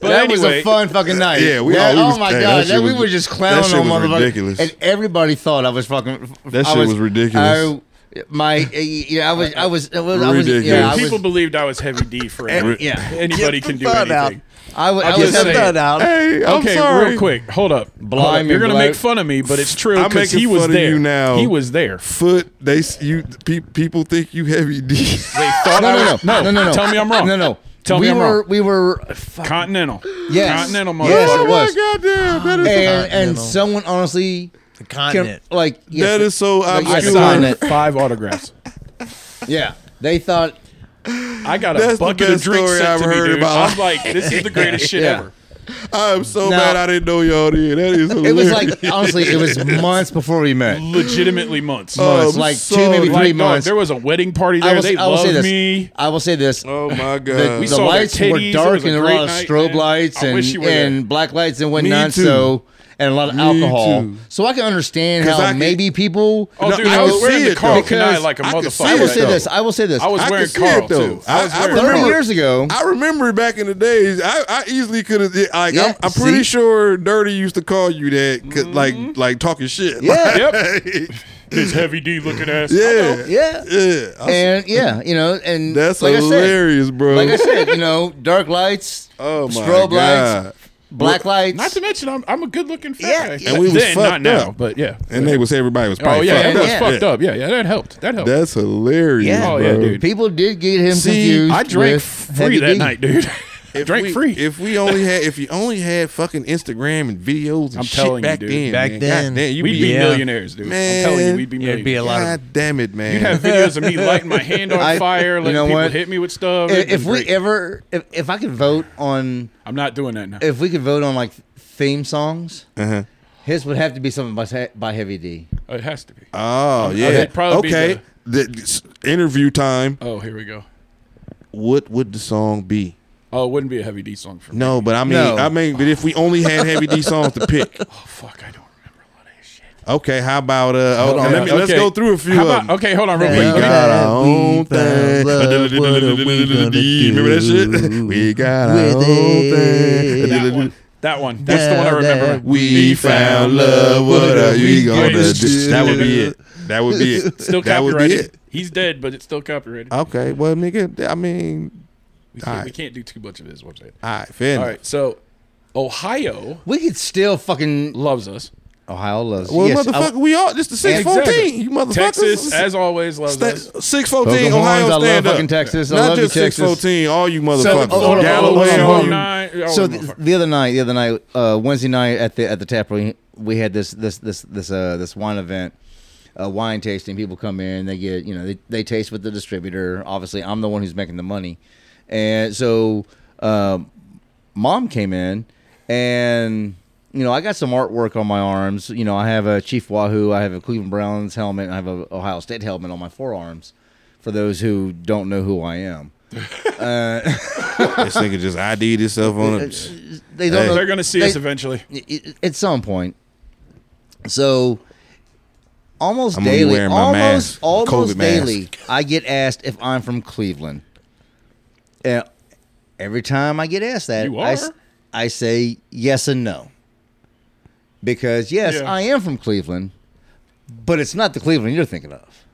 A: But
C: that
A: anyway,
C: was a fun fucking night.
B: Yeah, we-
C: That-
B: oh, we
C: oh
B: was-
C: my
B: hey, that
C: god,
B: shit
C: that we
B: was-
C: were just
B: that
C: clowning
B: shit
C: on
B: was
C: motherfuckers,
B: ridiculous.
C: and everybody thought I was fucking.
B: That
C: I
B: shit was ridiculous.
C: I, my, eh, yeah, I was, I was, I was, I was yeah,
B: Ridiculous.
C: I was,
A: people believed I was heavy D for
C: eh,
A: everything.
C: yeah,
A: Anybody
D: Get
A: can do
D: the thought
A: anything.
D: out.
C: I was, I
A: I'm
C: was
A: just
C: having
A: saying.
C: fun out.
B: hey, I'm
A: okay,
B: sorry.
A: real quick, hold up. Hold
C: Blind
A: up.
C: and
A: You're gonna
C: bloke.
A: make fun of me, but it's true
B: I'm
A: because
B: making
A: he was
B: fun of
A: there.
B: you now.
A: He was there.
B: Foot, they s- you pe- people think you heavy D.
A: They thought I
C: No,
A: was-
C: no, no, no, no, no.
A: Tell me I'm wrong.
C: No, no.
A: Tell
C: we
A: me I'm
C: were,
A: wrong.
C: We were, fuck,
A: Continental.
C: Yes.
A: Continental
C: Yes,
A: motherfucker.
C: it was.
B: Oh goddamn, that is
C: and, and
D: Continental.
C: someone honestly,
D: the
C: can,
D: continent.
C: like, yes,
B: that is so
C: Like,
A: I
C: yes,
B: obscure.
C: sign
A: signed
C: it.
A: five autographs.
C: yeah, they thought
A: I got
B: That's
A: a
B: the
A: bucket of
B: best
A: drinks
B: story
A: sent
B: I've
A: to me,
B: heard
A: dude.
B: about-
A: I'm like, this is the greatest shit
C: Yeah.
A: ever.
B: I am so
C: No.
B: mad I didn't know y'all did. That is
C: It was
B: hilarious.
C: like honestly, it was months before we met.
A: legitimately months.
C: Months,
B: I'm
C: like two,
B: so-
C: maybe
A: Um, Like,
C: three
A: dog,
C: months.
A: there was a wedding party there.
C: I will,
A: they
C: I will say
A: loved
C: this.
A: me. Uh,
C: I will say this.
B: oh my
C: The,
B: god.
A: we
C: the
A: saw their
C: lights
A: titties.
C: were
A: It
C: dark
A: was a
C: and there were
A: great
C: a lot of
A: night,
C: strobe
A: man.
C: lights
A: I
C: and,
A: wish you were
C: and black lights and whatnot.
B: too.
C: so and a lot of
B: Me
C: alcohol.
B: too.
C: So I can understand
B: 'Cause
C: how
B: I can-
C: maybe people.
A: Oh,
B: No,
A: dude,
B: I
A: I,
B: can
A: was wearing
B: see
A: the
B: it,
A: Carl
B: though.
A: Canai
B: Because
A: like a
B: I can
A: motherfucker.
B: see
C: I will
B: it,
C: say
B: though.
C: this. I will say this.
A: I was
B: I
A: wearing
B: can see it,
A: Carl
B: though.
A: too. I was
B: I- I
A: wearing
B: remember-
A: Carl.
C: Thirty years ago,
B: I remember back in the days, I, I easily could have. Like,
C: Yeah,
B: I'm, I'm pretty
C: see?
B: sure Dirty used to call you that, 'cause,
A: Mm-hmm.
B: like, like talking shit.
C: Yeah.
B: Like,
A: His heavy D looking ass.
B: yeah,
C: yeah,
B: yeah. I-
C: and yeah, you know, and
B: that's
C: like
B: hilarious, bro.
C: I said, like I said, you know, dark lights,
B: oh my
C: strobe
B: god!
C: lights, black lights.
A: Not to mention, I'm, I'm a good looking fat
C: Yeah,
A: guy.
C: yeah.
B: And we was
A: then,
B: fucked
A: not now,
B: up.
A: but yeah.
B: And they was everybody was.
A: Oh
B: probably
A: yeah,
B: fucked
A: that was
B: up.
A: fucked up. Yeah, yeah, that helped. That helped.
B: That's hilarious.
C: Yeah.
A: oh
B: bro.
A: yeah, dude.
C: People did get him
B: See,
C: confused.
A: I drank
C: with
A: free
C: Heavy
A: that
C: D.
A: night, dude. I
B: If
A: drank
B: we,
A: free.
B: If we only had, if you only had fucking Instagram and videos and
A: I'm
B: shit
A: telling you,
B: back
A: dude.
B: then,
E: Back
B: man,
E: then,
B: God damn, you
A: we'd be,
B: be,
E: yeah.
A: millionaires, dude.
B: Man.
A: I'm telling you, we'd be
E: It'd
A: millionaires.
E: be a lot of.
B: God damn it, man.
A: You'd have videos of me lighting my hand on
C: I-
A: fire,
C: you
A: letting
C: know
A: people
C: what?
A: hit me with stuff. It'd
C: If,
A: been
C: if we
A: great.
C: ever, if, if I could vote on,
A: I'm not doing that now.
C: if we could vote on like theme songs,
B: Uh-huh.
C: his would have to be something by, He- by Heavy D.
A: Oh, it has to be.
B: Oh yeah.
A: it'd probably be
B: okay. The, this interview time.
A: Oh, here we go.
B: What would the song be?
A: Oh, it wouldn't be a heavy D song for me.
B: No, but I mean,
C: No.
B: I mean, but if we only had heavy D songs to pick,
A: Oh, fuck, I don't remember a lot of his shit.
B: okay. How about uh? Hold
A: Okay,
B: on, let me, let's
A: okay.
B: go through a few
A: How
B: of
A: about-
B: them.
A: okay, hold on, real
B: We
A: quick. Let me-
B: um, got our
E: we
B: own
E: found
B: thing.
E: love, what are we gonna
B: Remember that shit?
E: do
B: We got our own
E: with it?
A: that one.
B: thing.
A: That one. That's the one I remember.
B: We found love. What are we gonna do? That would be it. That would be it.
A: Still
B: that would be
A: copyrighted.
B: it.
A: He's dead, but it's still copyrighted.
B: Okay, well, nigga, I mean,
A: We can't, we
B: alright.
A: can't do too much of this. What I'm saying.
B: all right, fair
A: All
B: enough.
A: right, so Ohio
C: We could still fucking
A: loves us.
C: Ohio loves.
B: Well,
C: yes,
B: motherfucker, we all this the six fourteen. You motherfuckers,
A: Texas, as always, loves us.
B: six
C: I,
B: fourteen.
C: Ohio
B: Ohio
C: I love
B: stand
C: fucking
B: up.
C: Texas. I
B: Not
C: love
B: just
C: you,
B: six
C: Texas.
B: fourteen. All you
C: hold on,
B: motherfuckers.
C: hold on, hold on,
B: Galloway,
C: hold
B: all
C: on.
B: you.
A: Nine- oh,
C: So the,
A: motherfucker.
C: the other night, the other night, uh, Wednesday night at the at the tap room, we had this this this this uh, this wine event, uh, wine tasting. People come in, they get you know they, they taste with the distributor. Obviously, I'm the one who's making the money, and so um, mom came in, and you know I got some artwork on my arms. You know I have a Chief Wahoo, I have a Cleveland Browns helmet, and I have a Ohio State helmet on my forearms. For those who don't know who I am,
B: This nigga just ID'd himself on it.
C: they don't.
B: Hey.
C: know-
A: They're gonna see us
C: they-
A: eventually.
C: i- i- at some point. So almost
B: I'm gonna be
C: daily,
B: wearing my mask,
C: almost almost
B: COVID mask.
C: daily, I get asked if I'm from Cleveland. And every time I get asked that,
A: You
C: I, s-
A: are?
C: I say yes and no. Because yes,
A: Yeah.
C: I am from Cleveland, but it's not the Cleveland you're thinking of.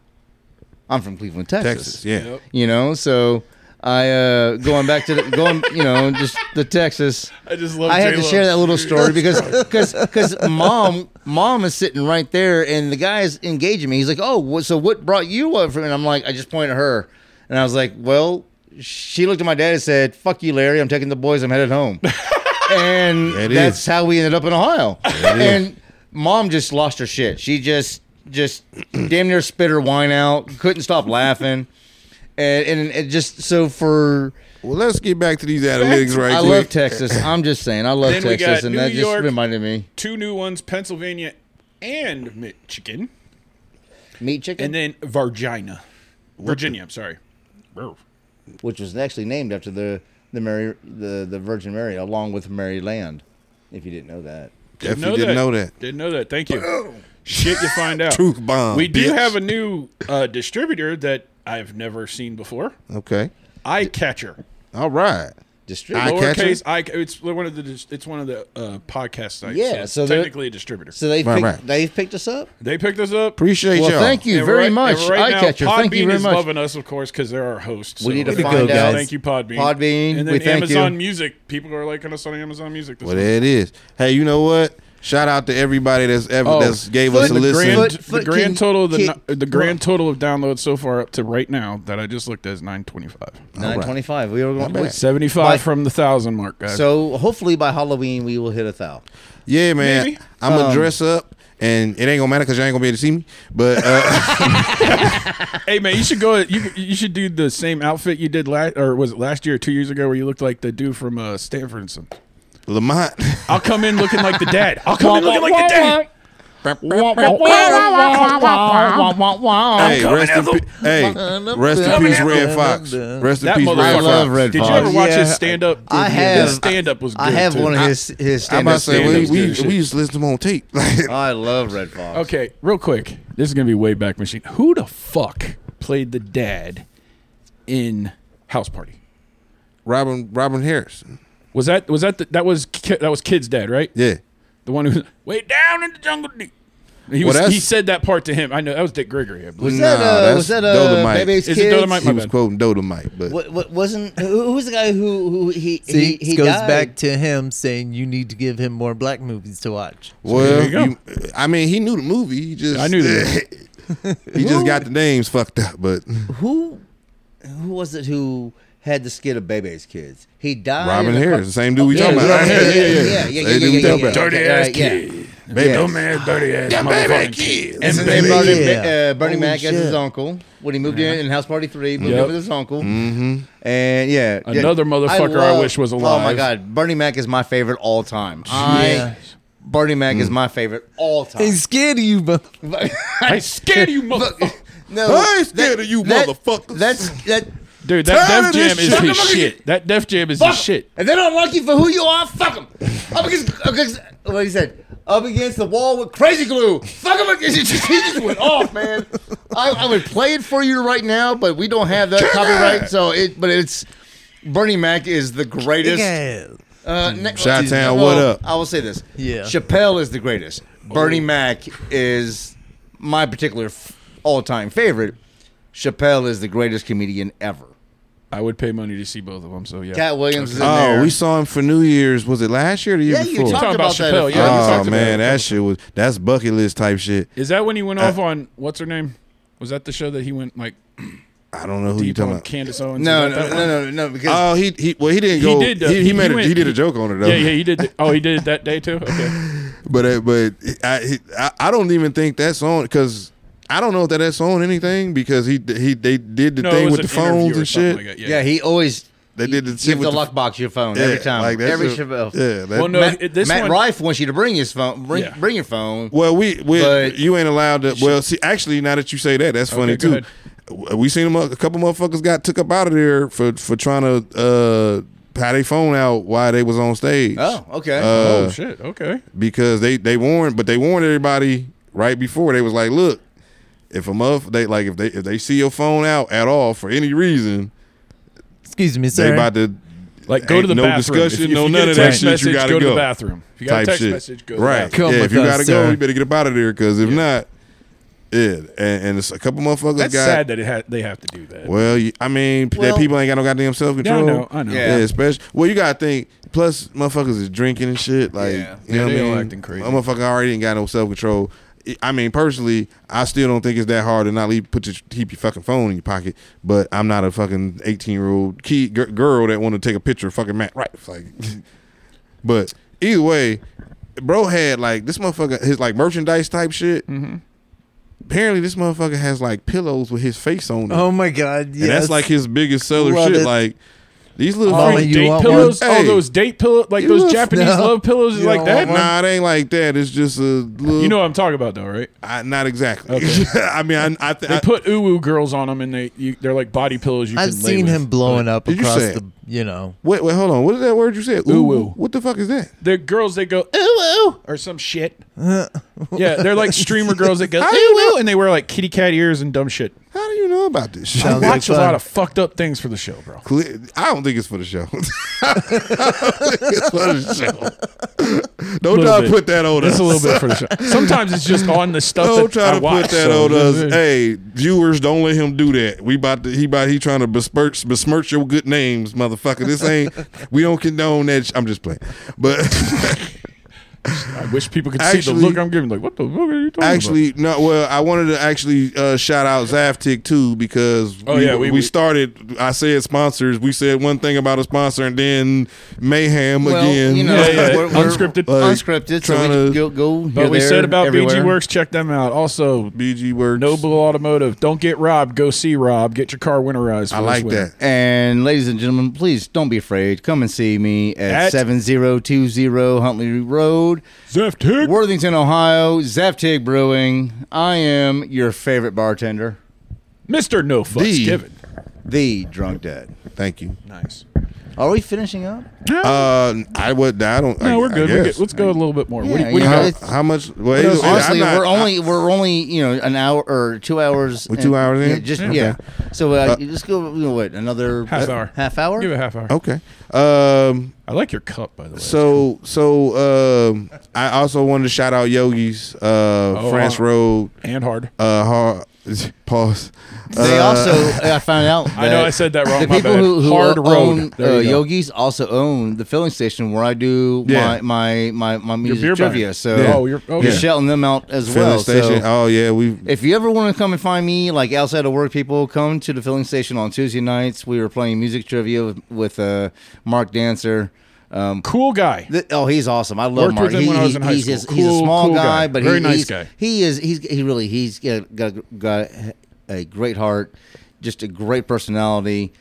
C: I'm from Cleveland,
B: Texas, yeah.
A: Yep.
C: You know, so I uh going back to the, going, you know, just the Texas.
A: I just love.
C: I had to
A: J-Lo.
C: share that little story because because because mom mom is sitting right there and the guy is engaging me. He's like, "Oh, what, so what brought you up?" From? And I'm like, I just pointed at her, and I was like, "Well," she looked at my dad and said, "Fuck you, Larry. I'm taking the boys. I'm headed home." and
B: That is.
C: that's how we ended up in Ohio. And mom just lost her shit. She just just damn near spit her wine out. Couldn't stop laughing. And, and it just so for
B: Well, let's get back to these analytics right
C: I
B: quick.
C: love Texas. I'm just saying, I love
A: Then we
C: Texas,
A: got
C: and
A: New
C: that
A: York.
C: just reminded me.
A: Two new ones: Pennsylvania and Michigan,
C: Meat chicken,
A: and then Virginia. Virginia. I'm sorry.
C: which was actually named after the the Mary the, the Virgin Mary, along with Mary Land. If you didn't know that,
B: If you didn't know that,
A: Didn't know that. Thank you. Shit, you find out.
B: truth bomb.
A: we do
B: bitch.
A: have a new uh, distributor that I've never seen before.
B: Okay.
A: Eye Catcher.
B: All right.
C: distributed.
B: Eye Catcher?
A: Lowercase I. It's one of the. dis- It's one of the uh, podcast sites.
C: Yeah,
A: it's
C: so they're-
A: technically a distributor.
C: so they
B: Right,
C: picked,
B: right.
C: they've picked us up.
A: they picked us up.
B: Appreciate
C: Well,
B: y'all.
C: thank you
A: And
C: very
A: right-
C: much,
A: and right
C: eye
A: now,
C: catcher. Thank you
A: Podbean
C: very
A: is
C: much.
A: loving us, of course, because they're our hosts.
C: We
A: so-
C: need to
E: Way to
C: find
E: go,
C: out.
E: guys.
A: Thank you, Podbean.
C: Podbean,
A: And then
C: we thank
A: Amazon
C: you.
A: Music. People are liking us on Amazon Music. This
B: Well, there it is. Hey, you know what? Shout out to everybody that's ever
A: Oh,
B: that's gave
C: foot
B: us a
C: in the
B: listen.
A: grand,
C: Foot-
A: the
C: foot
A: grand
C: can-
A: total of the
C: kick-
A: no- the grand total of downloads so far up to right now that I just looked at is 925.
C: Nine twenty-five. We were
B: bad.
C: going.
A: 75
C: Like-
A: from the 1000 mark, guys.
C: So hopefully by Halloween we will hit a thou.
B: Yeah, man.
A: Maybe.
B: I'm
C: Um,
B: gonna dress up, and it ain't gonna matter because you ain't gonna be able to see me. But uh,
A: hey man, you should go you you should do the same outfit you did last or was it last year or 2 years ago where you looked like the dude from uh Stanford and Son.
B: Lamont.
A: I'll come in looking like the dad. I'll come in looking like the dad.
B: hey,
F: coming,
B: rest in,
F: Ethel.
B: pe- hey, rest in peace, Red Fox. Rest in
A: That
B: peace, Red
A: motherfucker.
B: Fox.
C: love Red
A: Did you
C: Fox.
A: ever watch his
C: Yeah,
A: stand up?
C: I have.
A: His stand up was good.
C: I have
A: too.
C: one of his his
B: I'm
C: stand
B: about to
C: up
B: say we
A: stand-ups
B: we,
A: do shit.
B: we just listen to them on tape. Like,
C: I love Red Fox.
A: Okay, real quick. This is gonna be way back machine. Who the fuck played the dad in House Party?
B: Robin Robin Harris.
A: Was that was that the, that was ki- that was Kid's dad, right?
B: Yeah.
A: The one who way down in the jungle deep. He
B: Well,
A: was,
B: that's-
A: he said that part to him. I know that was Dick Gregory. I believe.
C: Was that
B: Nah,
C: uh,
B: that's
C: was that uh,
B: Dolomite.
C: Baby's
A: Is
C: kids?
A: it Dolomite?
B: He
A: My
B: was
A: bad.
B: quoting Dolomite, but
H: What, what wasn't who, who was the guy who who he
D: See,
H: he, he
D: it goes
H: died?
D: back to him saying you need to give him more black movies to watch.
B: well,
A: you go.
B: you- I mean, he knew the movie. He just
A: I knew the
B: he just got the names fucked up, but
H: Who?
C: Who was it who had the skit of Baby's kids? He died.
B: Robin
C: in a-
B: Harris, the same dude we
C: Yeah,
B: talking
C: yeah,
B: about.
C: yeah, yeah, yeah, yeah, yeah,
B: Same
C: yeah,
B: dude we
C: yeah,
B: talking
C: yeah,
B: about.
F: Dirty
C: Okay,
F: ass
C: right, yeah.
F: kid. Baby,
B: Yeah.
F: dumb ass, dirty ass motherfucking kid. And
C: And
F: baby.
C: Bernie,
D: Yeah.
C: uh, Bernie
D: Oh,
C: Mac as his
D: shit.
C: uncle when he moved in in House Party Three, moved
A: Yep.
C: in with his uncle, mm-hmm. and yeah, yeah.
A: Another motherfucker I wish was
C: Oh my
A: alive.
C: God, Bernie Mac is my favorite all time. I,
D: Yeah.
C: Bernie Mac
B: Mm.
C: is my favorite all time.
D: He's scared of you, but
A: I scared you, motherfucker.
C: No,
B: I ain't scared of you,
C: that-
B: motherfuckers.
C: That's that.
A: Dude, that
B: Tired of
A: Def Jam
B: this
A: is
B: shit.
A: his shit. That Def Jam is his shit.
C: If they don't like you for who you are, fuck them. Up against, up against what he said, up against the wall with crazy glue. Fuck them. He just went off, man. I, I would play it for you right now, but we don't have that copyright. So it, but it's Bernie Mac is the greatest.
D: yeah.
C: Uh,
B: Mm.
C: ne-
B: Chi-Town,
C: well,
B: what up?
C: I will say this.
D: Yeah.
C: Chappelle is the greatest. Bernie Mac is my particular f- all-time favorite. Chappelle is the greatest comedian ever.
A: I would pay money to see both of them. So yeah.
C: Cat Williams is in there.
B: Oh, we saw him for New Year's. Was it last year or the year
C: Yeah, you
B: before?
C: talked
A: talking about
C: about that.
A: Chappelle,
C: a-
A: yeah. we
B: oh
A: talked about
B: man,
A: it.
B: that shit was that's bucket list type shit.
A: Is that when he
B: Uh,
A: went off on what's her name? Was that the show that he went like
B: I don't know who you
A: deep on
B: talking about.
A: Candace Owens?
C: No,
A: Is that
C: no,
A: that
C: no,
A: one?
C: no, no, because
B: Oh, he he well he didn't
A: He
B: go.
A: did, uh,
B: he, he
A: he
B: made a,
A: went-
B: he did a joke on it though.
A: Yeah, yeah, he did. th- oh, he did it that day too. Okay,
B: But uh, but I, he- I I don't even think that's on because I don't know if that that's on anything because he he they did the
A: no, it
B: thing
A: was
B: with
A: an
B: the
A: interview
B: phones
A: or
B: and
A: something
B: shit.
A: Like that.
C: yeah,
A: Yeah,
C: he always
B: They did the
C: give
B: shit with
C: the
B: the-
C: lockbox your phone
B: Yeah,
C: every time,
B: like that's
C: every
B: a-
C: Chappelle.
B: Yeah, that,
A: Well, no,
C: Matt,
A: it- this
C: Matt
A: one-
C: Rife wants you to bring his phone. Bring,
A: Yeah.
C: bring your phone.
B: Well, we, we
C: But-
B: you ain't allowed to. Well, see, actually, now that you say that, that's funny
A: Okay, go
B: too. W- We seen a, mo- a couple motherfuckers got took up out of there for for trying to uh pat they phone out while they was on stage.
C: Oh, okay.
A: oh
B: Uh,
A: shit. Okay.
B: because they they warned, but they warned everybody right before. They was like, look, if a mother they like if they if they see your phone out at all for any reason,
D: Excuse me,
B: they
D: sir.
B: about to
A: Like, go
B: Ain't
A: to the
B: no
A: bathroom.
B: discussion,
A: if, if
B: no
A: you
B: none
A: get a
B: of that
A: text
B: shit, you
A: Message,
B: gotta
A: go, to
B: go.
A: the bathroom. If you got
B: type
A: a text
B: shit.
A: message, go to the
B: right.
A: bathroom.
D: Come
B: yeah, if
D: with
B: you
D: us,
B: gotta go,
D: sir.
B: you better get up out of there because if not, yeah. And, and it's a couple motherfuckers
A: That's
B: got
A: sad that it ha- they have to do that.
B: Well, you, I mean, p that
C: Well-
B: people ain't got no goddamn self
A: Yeah, I
B: control.
A: know. I know.
B: Yeah, especially. Well, you gotta think. Plus, motherfuckers is drinking and shit. Like,
C: Yeah.
B: you know
A: Yeah,
B: what I
A: they all
B: mean?
A: acting crazy.
B: A motherfucker already ain't got no self control. I mean, personally, I still don't think it's that hard to not leave, put your keep your fucking phone in your pocket. But I'm not a fucking 18 year old kid gir- girl that want to take a picture of fucking Matt Rife. Like, but either way, bro had like this motherfucker his like merchandise type shit.
A: Mm-hmm.
B: Apparently, this motherfucker has like pillows with his face on it.
D: oh my God! Yes.
B: And that's like his biggest seller
D: Love
B: shit.
D: it.
B: Like these little
D: Mama,
B: freak-
D: you
A: date
D: want
A: pillows.
B: one?
A: Oh,
B: Hey.
A: those date pillows, like
B: You
A: those
B: look-
A: Japanese
D: No.
A: love pillows, is
D: You
A: like
D: don't
A: that.
D: want
B: Nah, it ain't like that. It's just a little.
A: You know what I'm talking about, though, right?
B: I, not exactly. I mean, I, I, th-
A: They
B: I
A: put uwu girls on them, and they you, they're like body pillows. You
D: I've
A: can lay
D: seen
A: with.
D: him blowing up
B: Did you
D: across
B: say
D: the, you know.
B: wait, wait, hold on. What is that word you said?
A: Ooh,
B: Ooh,
A: ooh.
B: what the fuck is that?
A: The girls they go ooh ooh or some shit. yeah, they're like streamer girls that go
B: How do
A: ooh
B: you
A: ooh, and they wear like kitty cat ears and dumb shit.
B: How do you know about this shit?
A: I
D: Sounds like
A: watch a
D: fun.
A: lot of fucked up things for the show, bro.
B: Cle- I don't think it's for the show. I don't think it's for the show. Don't
A: Little
B: try to
A: bit.
B: put that on us.
A: That's a little bit for the show. Sometimes it's just on the stuff that
B: Don't
A: I
B: try to
A: watch,
B: put that
A: so-
B: on us. Hey, viewers, don't let him do that. We about to, he about he trying to besmirch besmirch your good names, motherfucker. This ain't we don't condone that. Sh- I'm just playing, but
A: I wish people could see the
B: Actually-
A: look I'm giving. Like, what the fuck are you talking
B: Actually, no. Well, I wanted to actually uh, shout out Zavtic too because
A: Oh,
B: we,
A: yeah, we-
B: we,
A: we-
B: started. I said sponsors. We said one thing about a sponsor and then mayhem again.
C: you know,
A: Yeah, yeah,
C: We're, we're
A: unscripted.
B: Like,
C: unscripted. So we
B: tryna-
C: just go, go
A: about?
C: here,
A: But we
C: there,
A: said about
C: everywhere.
A: BG Works. Check them out. Also,
B: BG works.
A: Noble Automotive. Don't get robbed. Go see Rob. Get your car winterized. for
B: I
A: this
B: like
A: winter.
B: that.
C: And ladies and gentlemen, please don't be afraid. Come and see me at,
A: At-
C: 7020 Huntley Road,
A: Zeftig.
C: Worthington, Ohio, Zeftig Brewing. I am your favorite bartender,
A: Mr. No Fucks
B: The-
A: Given.
C: the Drunk Dad.
B: Thank you.
A: Nice.
C: Are we finishing up?
B: Uh, I would. I don't. I,
A: No, we're
B: I
A: good. We're
B: guess.
A: good. Let's go a little bit more. what do you,
C: Yeah,
A: what do
C: you
A: you
C: know,
A: got?
B: how,
C: it's-
B: how much? Well,
A: else?
B: either- I'm
C: Honestly,
B: not-
C: we're only we're only you know an hour or two hours.
B: We're two
C: in.
B: hours in?
C: Yeah, just
B: Yeah.
C: yeah. So uh,
B: Uh,
C: you just go you know, what another uh,
A: Half hour.
C: Half hour.
A: Give it a half hour.
B: okay. Um,
A: I like your cup, by the way.
B: so so um, I also wanted to shout out Yogi's uh,
C: Oh,
B: France
A: uh,
B: Road
A: and hard.
B: uh, har- pause.
C: They
B: Uh,
C: also I found out. That
A: I know I said that wrong.
C: The
A: my
C: people
A: bad.
C: who, who
A: hard
C: own
A: road.
C: uh,
A: There you go.
C: yogis also own the filling station where I do
B: Yeah.
C: my, my my my music
A: beer barn.
C: trivia. So
B: Yeah.
A: Oh, you're
C: you're
A: okay.
C: shouting them out as
B: filling
C: well.
B: station.
C: So
B: oh yeah, we
C: if you ever want to come and find me, like outside of work, people come to the filling station on Tuesday nights. We were playing music trivia with, with uh, Mark Dancer. Um,
A: Cool guy.
C: Th- oh, he's awesome. I love
A: Worked
C: Mark.
A: with him
C: He-
A: when I was
C: he-
A: in high
C: he's,
A: school.
C: just- he's a
A: Cool-
C: small
A: cool
C: guy,
A: guy.
C: but
A: Very
C: he,
A: nice
C: he's,
A: guy.
C: He is. He's he really he's got, got, got a great heart, just a great personality,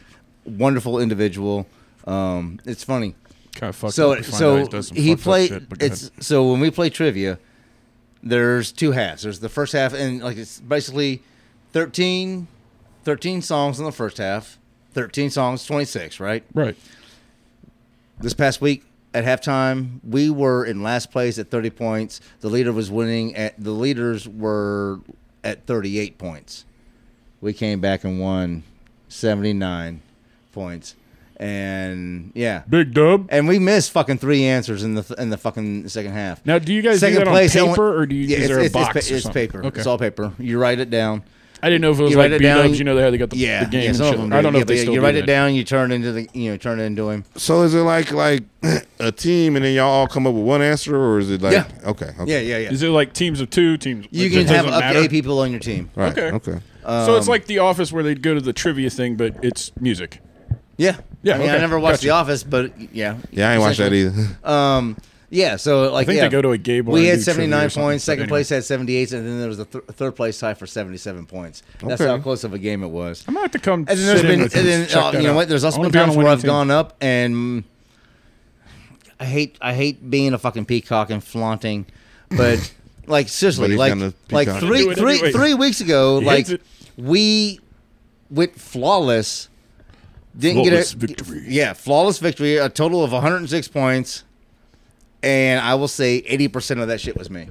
C: wonderful individual. Um, it's funny.
A: Kind of fucked up.
C: So
A: We find out
C: so
A: he's done some
C: he
A: fucked up
C: played.
A: shit, but go
C: it's
A: ahead.
C: so when we play trivia, there's two halves. There's the first half, and like it's basically 13, 13 songs in the first half, thirteen songs, twenty six, right?
A: right.
C: this past week at halftime we were in last place at 30 points the leader was winning at the leaders were at 38 points we came back and won 79 points and yeah
A: Big dub.
C: and we missed fucking three answers in the in the fucking second half
A: Now, do you guys do that on
C: only-
A: paper, or do you- is
C: it's-
A: there a
C: it's- it's
A: box
C: pa-
A: or
C: it's
A: something?
C: paper
A: Okay.
C: it's all paper you write it down
A: I didn't know if it was
C: You write
A: like
C: it
A: B
C: down,
A: dubs.
C: you-
A: You know, they had they got the,
C: yeah
A: the game.
C: yeah,
A: and
C: some
A: shit.
C: of them
A: I don't
C: do.
A: know
C: Yeah,
A: if they
C: but
A: still
C: you
A: do
C: write
A: that.
C: it down you turn into the you know turn it into him
B: So is it like like a team and then y'all all come up with one answer or is it like
C: Yeah.
B: okay okay
C: yeah yeah yeah
A: Is it like teams of two teams?
C: you
A: it
C: can
A: doesn't
C: have up
A: matter?
C: to eight um, people on your team
B: right
A: Okay.
B: okay,
A: so it's like The Office where they'd go to the trivia thing, but it's music.
C: Yeah.
A: Yeah,
C: I mean, I
A: okay.
C: never watched
A: Gotcha.
C: The Office, but yeah.
B: yeah I ain't watched that either
C: Um, yeah, so like,
A: I think
C: yeah.
A: they go to a gay bar
C: We
A: and
C: had
A: do trivia or
C: 79
A: something,
C: points.
A: but
C: Second
A: anyway.
C: place had 78, and then there was a th- third place tie for 77 points. That's
B: Okay.
C: how close of a game it was.
A: I'm gonna have to come.
C: And then there's been, and then, uh, you know what? There's also been times where I've gone up and I hate, I hate being a fucking peacock and flaunting, but like
B: But
C: seriously,
B: he's
C: like,
B: kinda
C: like
A: Do
B: peacocking.
C: three,
A: it
C: three,
A: anyway.
C: three weeks ago,
A: He
C: like
A: hates it.
C: we went flawless, didn't
A: Flawless
C: get a
A: victory.
C: yeah, flawless victory, a total of 106 points, and I will say 80 percent of that shit was me.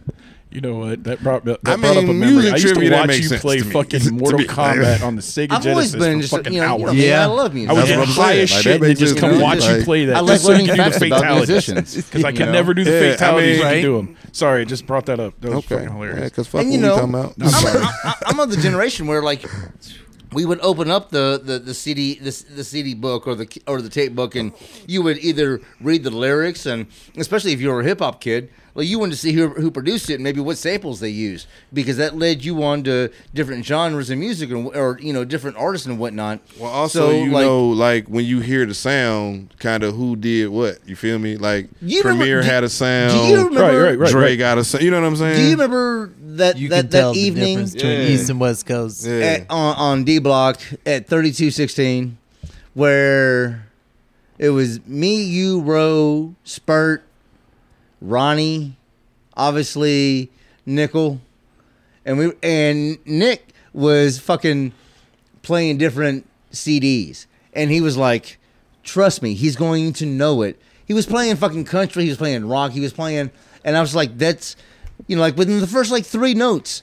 A: You know what? That brought, that
B: I
A: brought up a
B: mean,
A: memory.
B: music
A: I used to
B: trivia, that
A: watch
B: makes
A: you
B: sense
A: play
B: to me.
A: fucking
B: To
A: Mortal
B: me.
A: Kombat on the Sega
C: I've always
A: Genesis
C: been
A: for
C: just
A: fucking
C: you know, you know
A: hours.
C: me,
E: Yeah.
C: I love music.
A: I would
B: That's
A: get
B: what I'm
A: high as
B: saying. Like,
A: shit
B: that
A: and
B: makes
A: just
B: it
A: come
B: really
A: watch you
B: like-
A: play that.
C: I like
A: just so
C: learning
A: you can do the
C: facts about musicians,
A: fatalities. Because I
C: you
A: can
C: know?
A: never do the
B: Yeah, I
A: fatalities. I
B: mean-
A: can do them. Sorry, I just brought that up. That was
B: okay
A: fucking
B: yeah
A: hilarious.
B: because fuck
C: And,
B: what
C: you
B: we
C: know,
B: talking about
C: I'm, I, I'm of the generation where like we would open up the the, the CD the, the CD book or the or the tape book, and you would either read the lyrics, and especially if you were a hip hop kid, like you wanted to see who who produced it and maybe what samples they used because that led you on to different genres of music and, or you know different artists and whatnot.
B: well also
C: So,
B: you
C: like,
B: know like when you hear the sound kind of who did what you feel me like
C: You remember-
B: Premier
C: do-
B: had a
C: do
B: sound
C: you remember?
A: Right, right, right.
B: Dre got a sound you know what I'm saying
C: Do you remember that
D: You can
C: that,
D: tell
C: that
D: the
C: evening?
D: difference between
B: Yeah.
D: East and West Coast.
B: yeah.
C: at, on, on D Block at 3216, where it was me, you, Roe, Spurt, Ronnie, obviously Nickel, and we and Nick was fucking playing different CDs, and he was like, "Trust me, he's going to know it." He was playing fucking country, he was playing rock, he was playing, and I was like, "That's." You know, like within the first like three notes,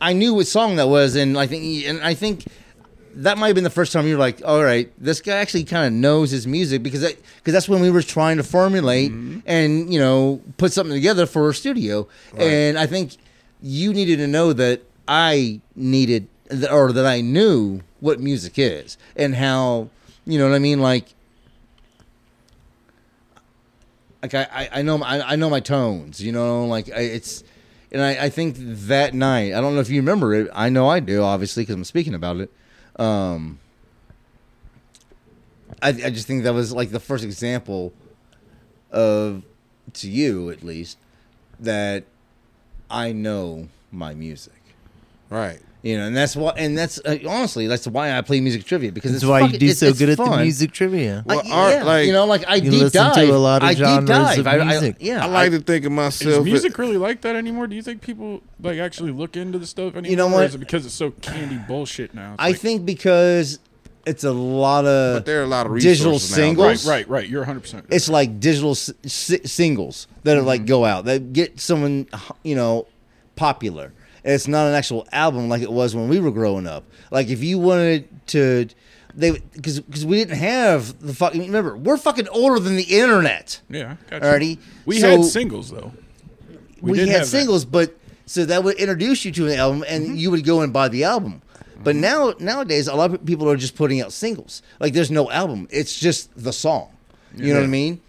C: I knew what song that was, and I think, and I think that might have been the first time you were like, "All right, this guy actually kind of knows his music," because that, because that's when we were trying to formulate and you know put something together for a studio, and I think you needed to know that I needed th- or that I knew what music is and how you know what I mean, like. like I, I, I know I, I know my tones, you know, like I, it's, and I, I think that night I don't know if you remember it. I know I do, obviously, because I'm speaking about it. Um, I, I just think that was like the first example of to you at least that I know my music.
B: Right.
C: You know, and that's why, and that's uh, honestly, that's why I play music trivia because
D: That's
C: it's
D: why
C: fucking-
D: you do
C: it's-
D: so
C: it's
D: good at the
C: fun.
D: music trivia.
B: Well,
C: I-
B: art,
C: yeah,
B: like,
C: you know, like I
D: You
C: deep
D: listen
C: dive
D: to a lot of
C: I deep
D: genres
C: dive.
D: of
C: I- I-
D: music.
C: yeah,
B: I like to think of myself.
A: Is music really like that anymore? Do you think people like actually look into the stuff anymore?
C: know
A: Or
C: what?
A: is it because it's so candy bullshit now? It's
C: I
A: like-
C: think because it's a lot of
B: But there are a lot of
C: digital
B: resources now,
C: singles.
A: Right, right, right. You're 100. percent
C: It's like digital s- si- singles that are
B: Mm-hmm.
C: like go out. They get someone you know popular. And it's not an actual album like it was when we were growing up. Like if you wanted to, they because because we didn't have the fucking. Remember, we're fucking older than the internet.
A: Yeah, gotcha.
C: Alrighty,
A: We
C: so-
A: had singles though.
C: we,
A: did
C: had
A: have that.
C: singles, but so that would introduce you to an album, and
B: Mm-hmm.
C: you would go and buy the album. But now nowadays, a lot of people are just putting out singles. Like there's no album; it's just the song. You know what I mean?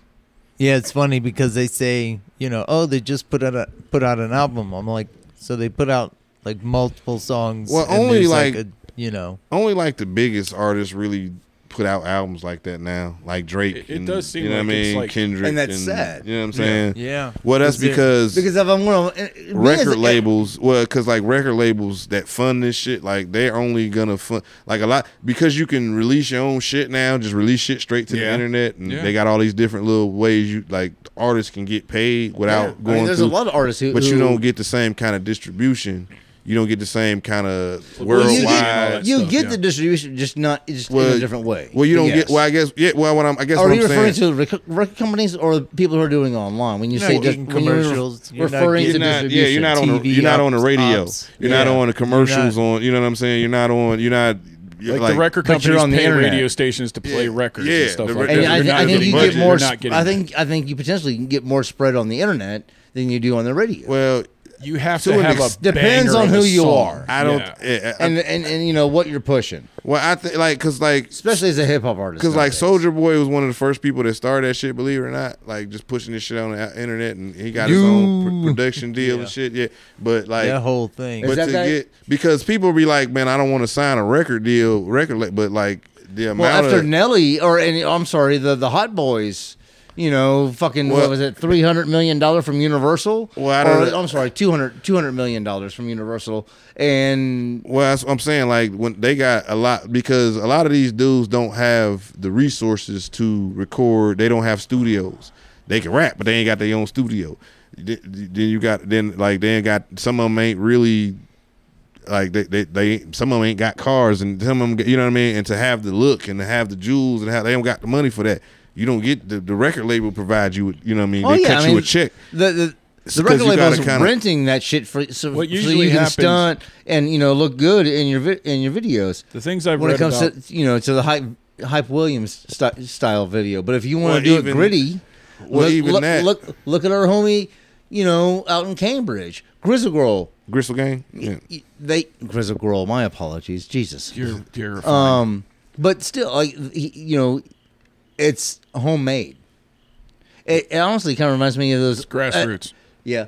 D: Yeah, it's funny because they say, you know, oh, they just put out a, put out an album. I'm like, so they put out like multiple songs.
B: Well,
D: and
B: only,
D: there's,
B: like-
D: a- you know,
B: Only like the biggest artists really put out albums like that now, like Drake.
A: It- it
B: and,
A: does seem
B: you know
A: like
B: what I
A: it's
B: mean,
A: like-
B: Kendrick,
C: And that's sad.
B: You know what I'm saying?
D: Yeah.
B: Well, that's
D: That's it.
B: because
C: Because if I'm eh, going to
B: record labels well because like record labels that fund this shit like they're only gonna fund like a lot because you can release your own shit now just release shit straight to the
A: Yeah.
B: internet and
A: Yeah.
B: they got all these different little ways you like artists can get paid without going
C: I mean, there's
B: through
C: a lot of artists who,
B: but
C: who,
B: you don't get the same kind of distribution you don't get the same kind of
A: Well,
C: you
B: worldwide
C: get,
A: worldwide
C: you
A: stuff,
C: get
A: yeah.
C: the distribution, just not it's just in
B: Well,
C: a different way.
B: well you don't
C: Yes.
B: get well i guess yeah well what i'm i guess
C: Are
B: what
C: you
B: i'm
C: referring
B: saying
C: to rec- record companies or the people who are doing it online? When you say
D: not
C: just
D: getting
C: when you're re-
D: commercials, you're not
C: referring
D: getting-
B: you're
C: to
B: not, yeah,
C: distribution,
B: you're not on the,
D: TV
B: you're not on the
D: ops-
B: radio.
D: ops.
B: You're not
D: Yeah.
B: on the commercials
D: You're
B: on. You know what I'm saying? You're not on. You're not you're
A: Like,
B: like
A: the record
C: But you're
A: companies
C: on the
A: pay
C: internet.
A: radio stations to play
B: Yeah,
A: records
B: yeah,
A: and stuff
B: the
A: like
B: record-
A: that.
C: And
B: Yeah,
C: I,
A: You're
C: th-
A: not
C: I think
A: getting
C: you
A: budget.
C: get more.
A: You're
C: Sp-
A: not getting
C: I think I think you potentially can get more spread on the internet than you do on the radio.
B: Well,
A: you have
B: to
A: to,
B: an
A: have
B: ex-
A: a
C: depends
A: banger
C: on
A: of a
C: who you
A: song.
C: are.
B: I don't.
A: Yeah.
B: eh, I-
C: and, and and you know what you're pushing,
B: well, I think like because like
C: especially as a hip hop artist.
B: because like
C: nowadays.
B: Soldier Boy was one of the first people that started that shit. Believe it or not, like just pushing this shit on the internet, and he got his own pr- production deal and shit. Yeah, but like.
D: that whole thing.
B: But
C: that
B: to
C: guy-
B: get because people be like, man, I don't want to sign a record deal, record, la-" but like the amount
C: well after
B: of
C: Nelly or any, I'm sorry, the the Hot Boys. You know, fucking
B: Well-
C: what was it? Three hundred million dollar from Universal.
B: Well, I don't
C: or,
B: know.
C: I'm sorry, 200, 200 million dollars from Universal, and
B: Well, that's what I'm saying. Like when they got a lot because a lot of these dudes don't have the resources to record. They don't have studios. They can rap, but they ain't got their own studio. Th- Then you got then like they ain't got some of them ain't really like they they, they ain't- some of them ain't got cars and some of them you know what I mean. And to have the look and to have the jewels and how they don't got the money for that. You don't get the, the record label provides you with you know what I mean.
C: oh
B: they
C: yeah,
B: cut
C: I
B: you
C: mean,
B: a check.
C: The the, the
B: 'cause
C: record
B: you
C: label
B: gotta
C: is
B: kinda-
C: renting that shit for so,
A: What
C: so
A: usually
C: you can
A: happens-
C: stunt and you know look good in your vi- in your videos.
A: The things I've
C: when
A: read
C: it comes
A: about,
C: to you know to the hype hype Williams sty style video. But if you want
B: Well,
C: to do
B: even-
C: it gritty,
B: well,
C: look,
B: even
C: look,
B: that-
C: look look at our homie, you know, out in Cambridge, Grizzle Girl.
B: Gristle game. Yeah.
C: Y- They Grizzle Girl. My apologies, Jesus.
A: you're, you're fine.
C: Um, but still, like he- you know, it's homemade. It, it honestly kind of reminds me of those uh,
A: grassroots.
C: yeah,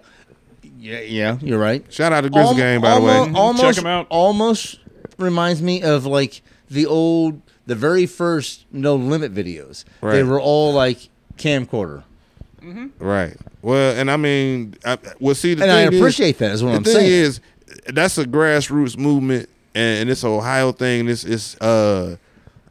C: yeah, yeah. You're right.
B: Shout out to Gristle
C: Alm-
B: game by the way.
C: almo- Almost,
A: 'em out.
C: Almost reminds me of like the old, the very first No Limit videos. They
B: Right.
C: were all like camcorder,
B: Right. Well, and I mean, I, well, see, the
C: and I
B: thing
C: appreciate
B: is,
C: that. Is what
B: the
C: I'm
B: thing
C: saying.
B: is, that's a grassroots movement, and, and this Ohio thing. This is uh,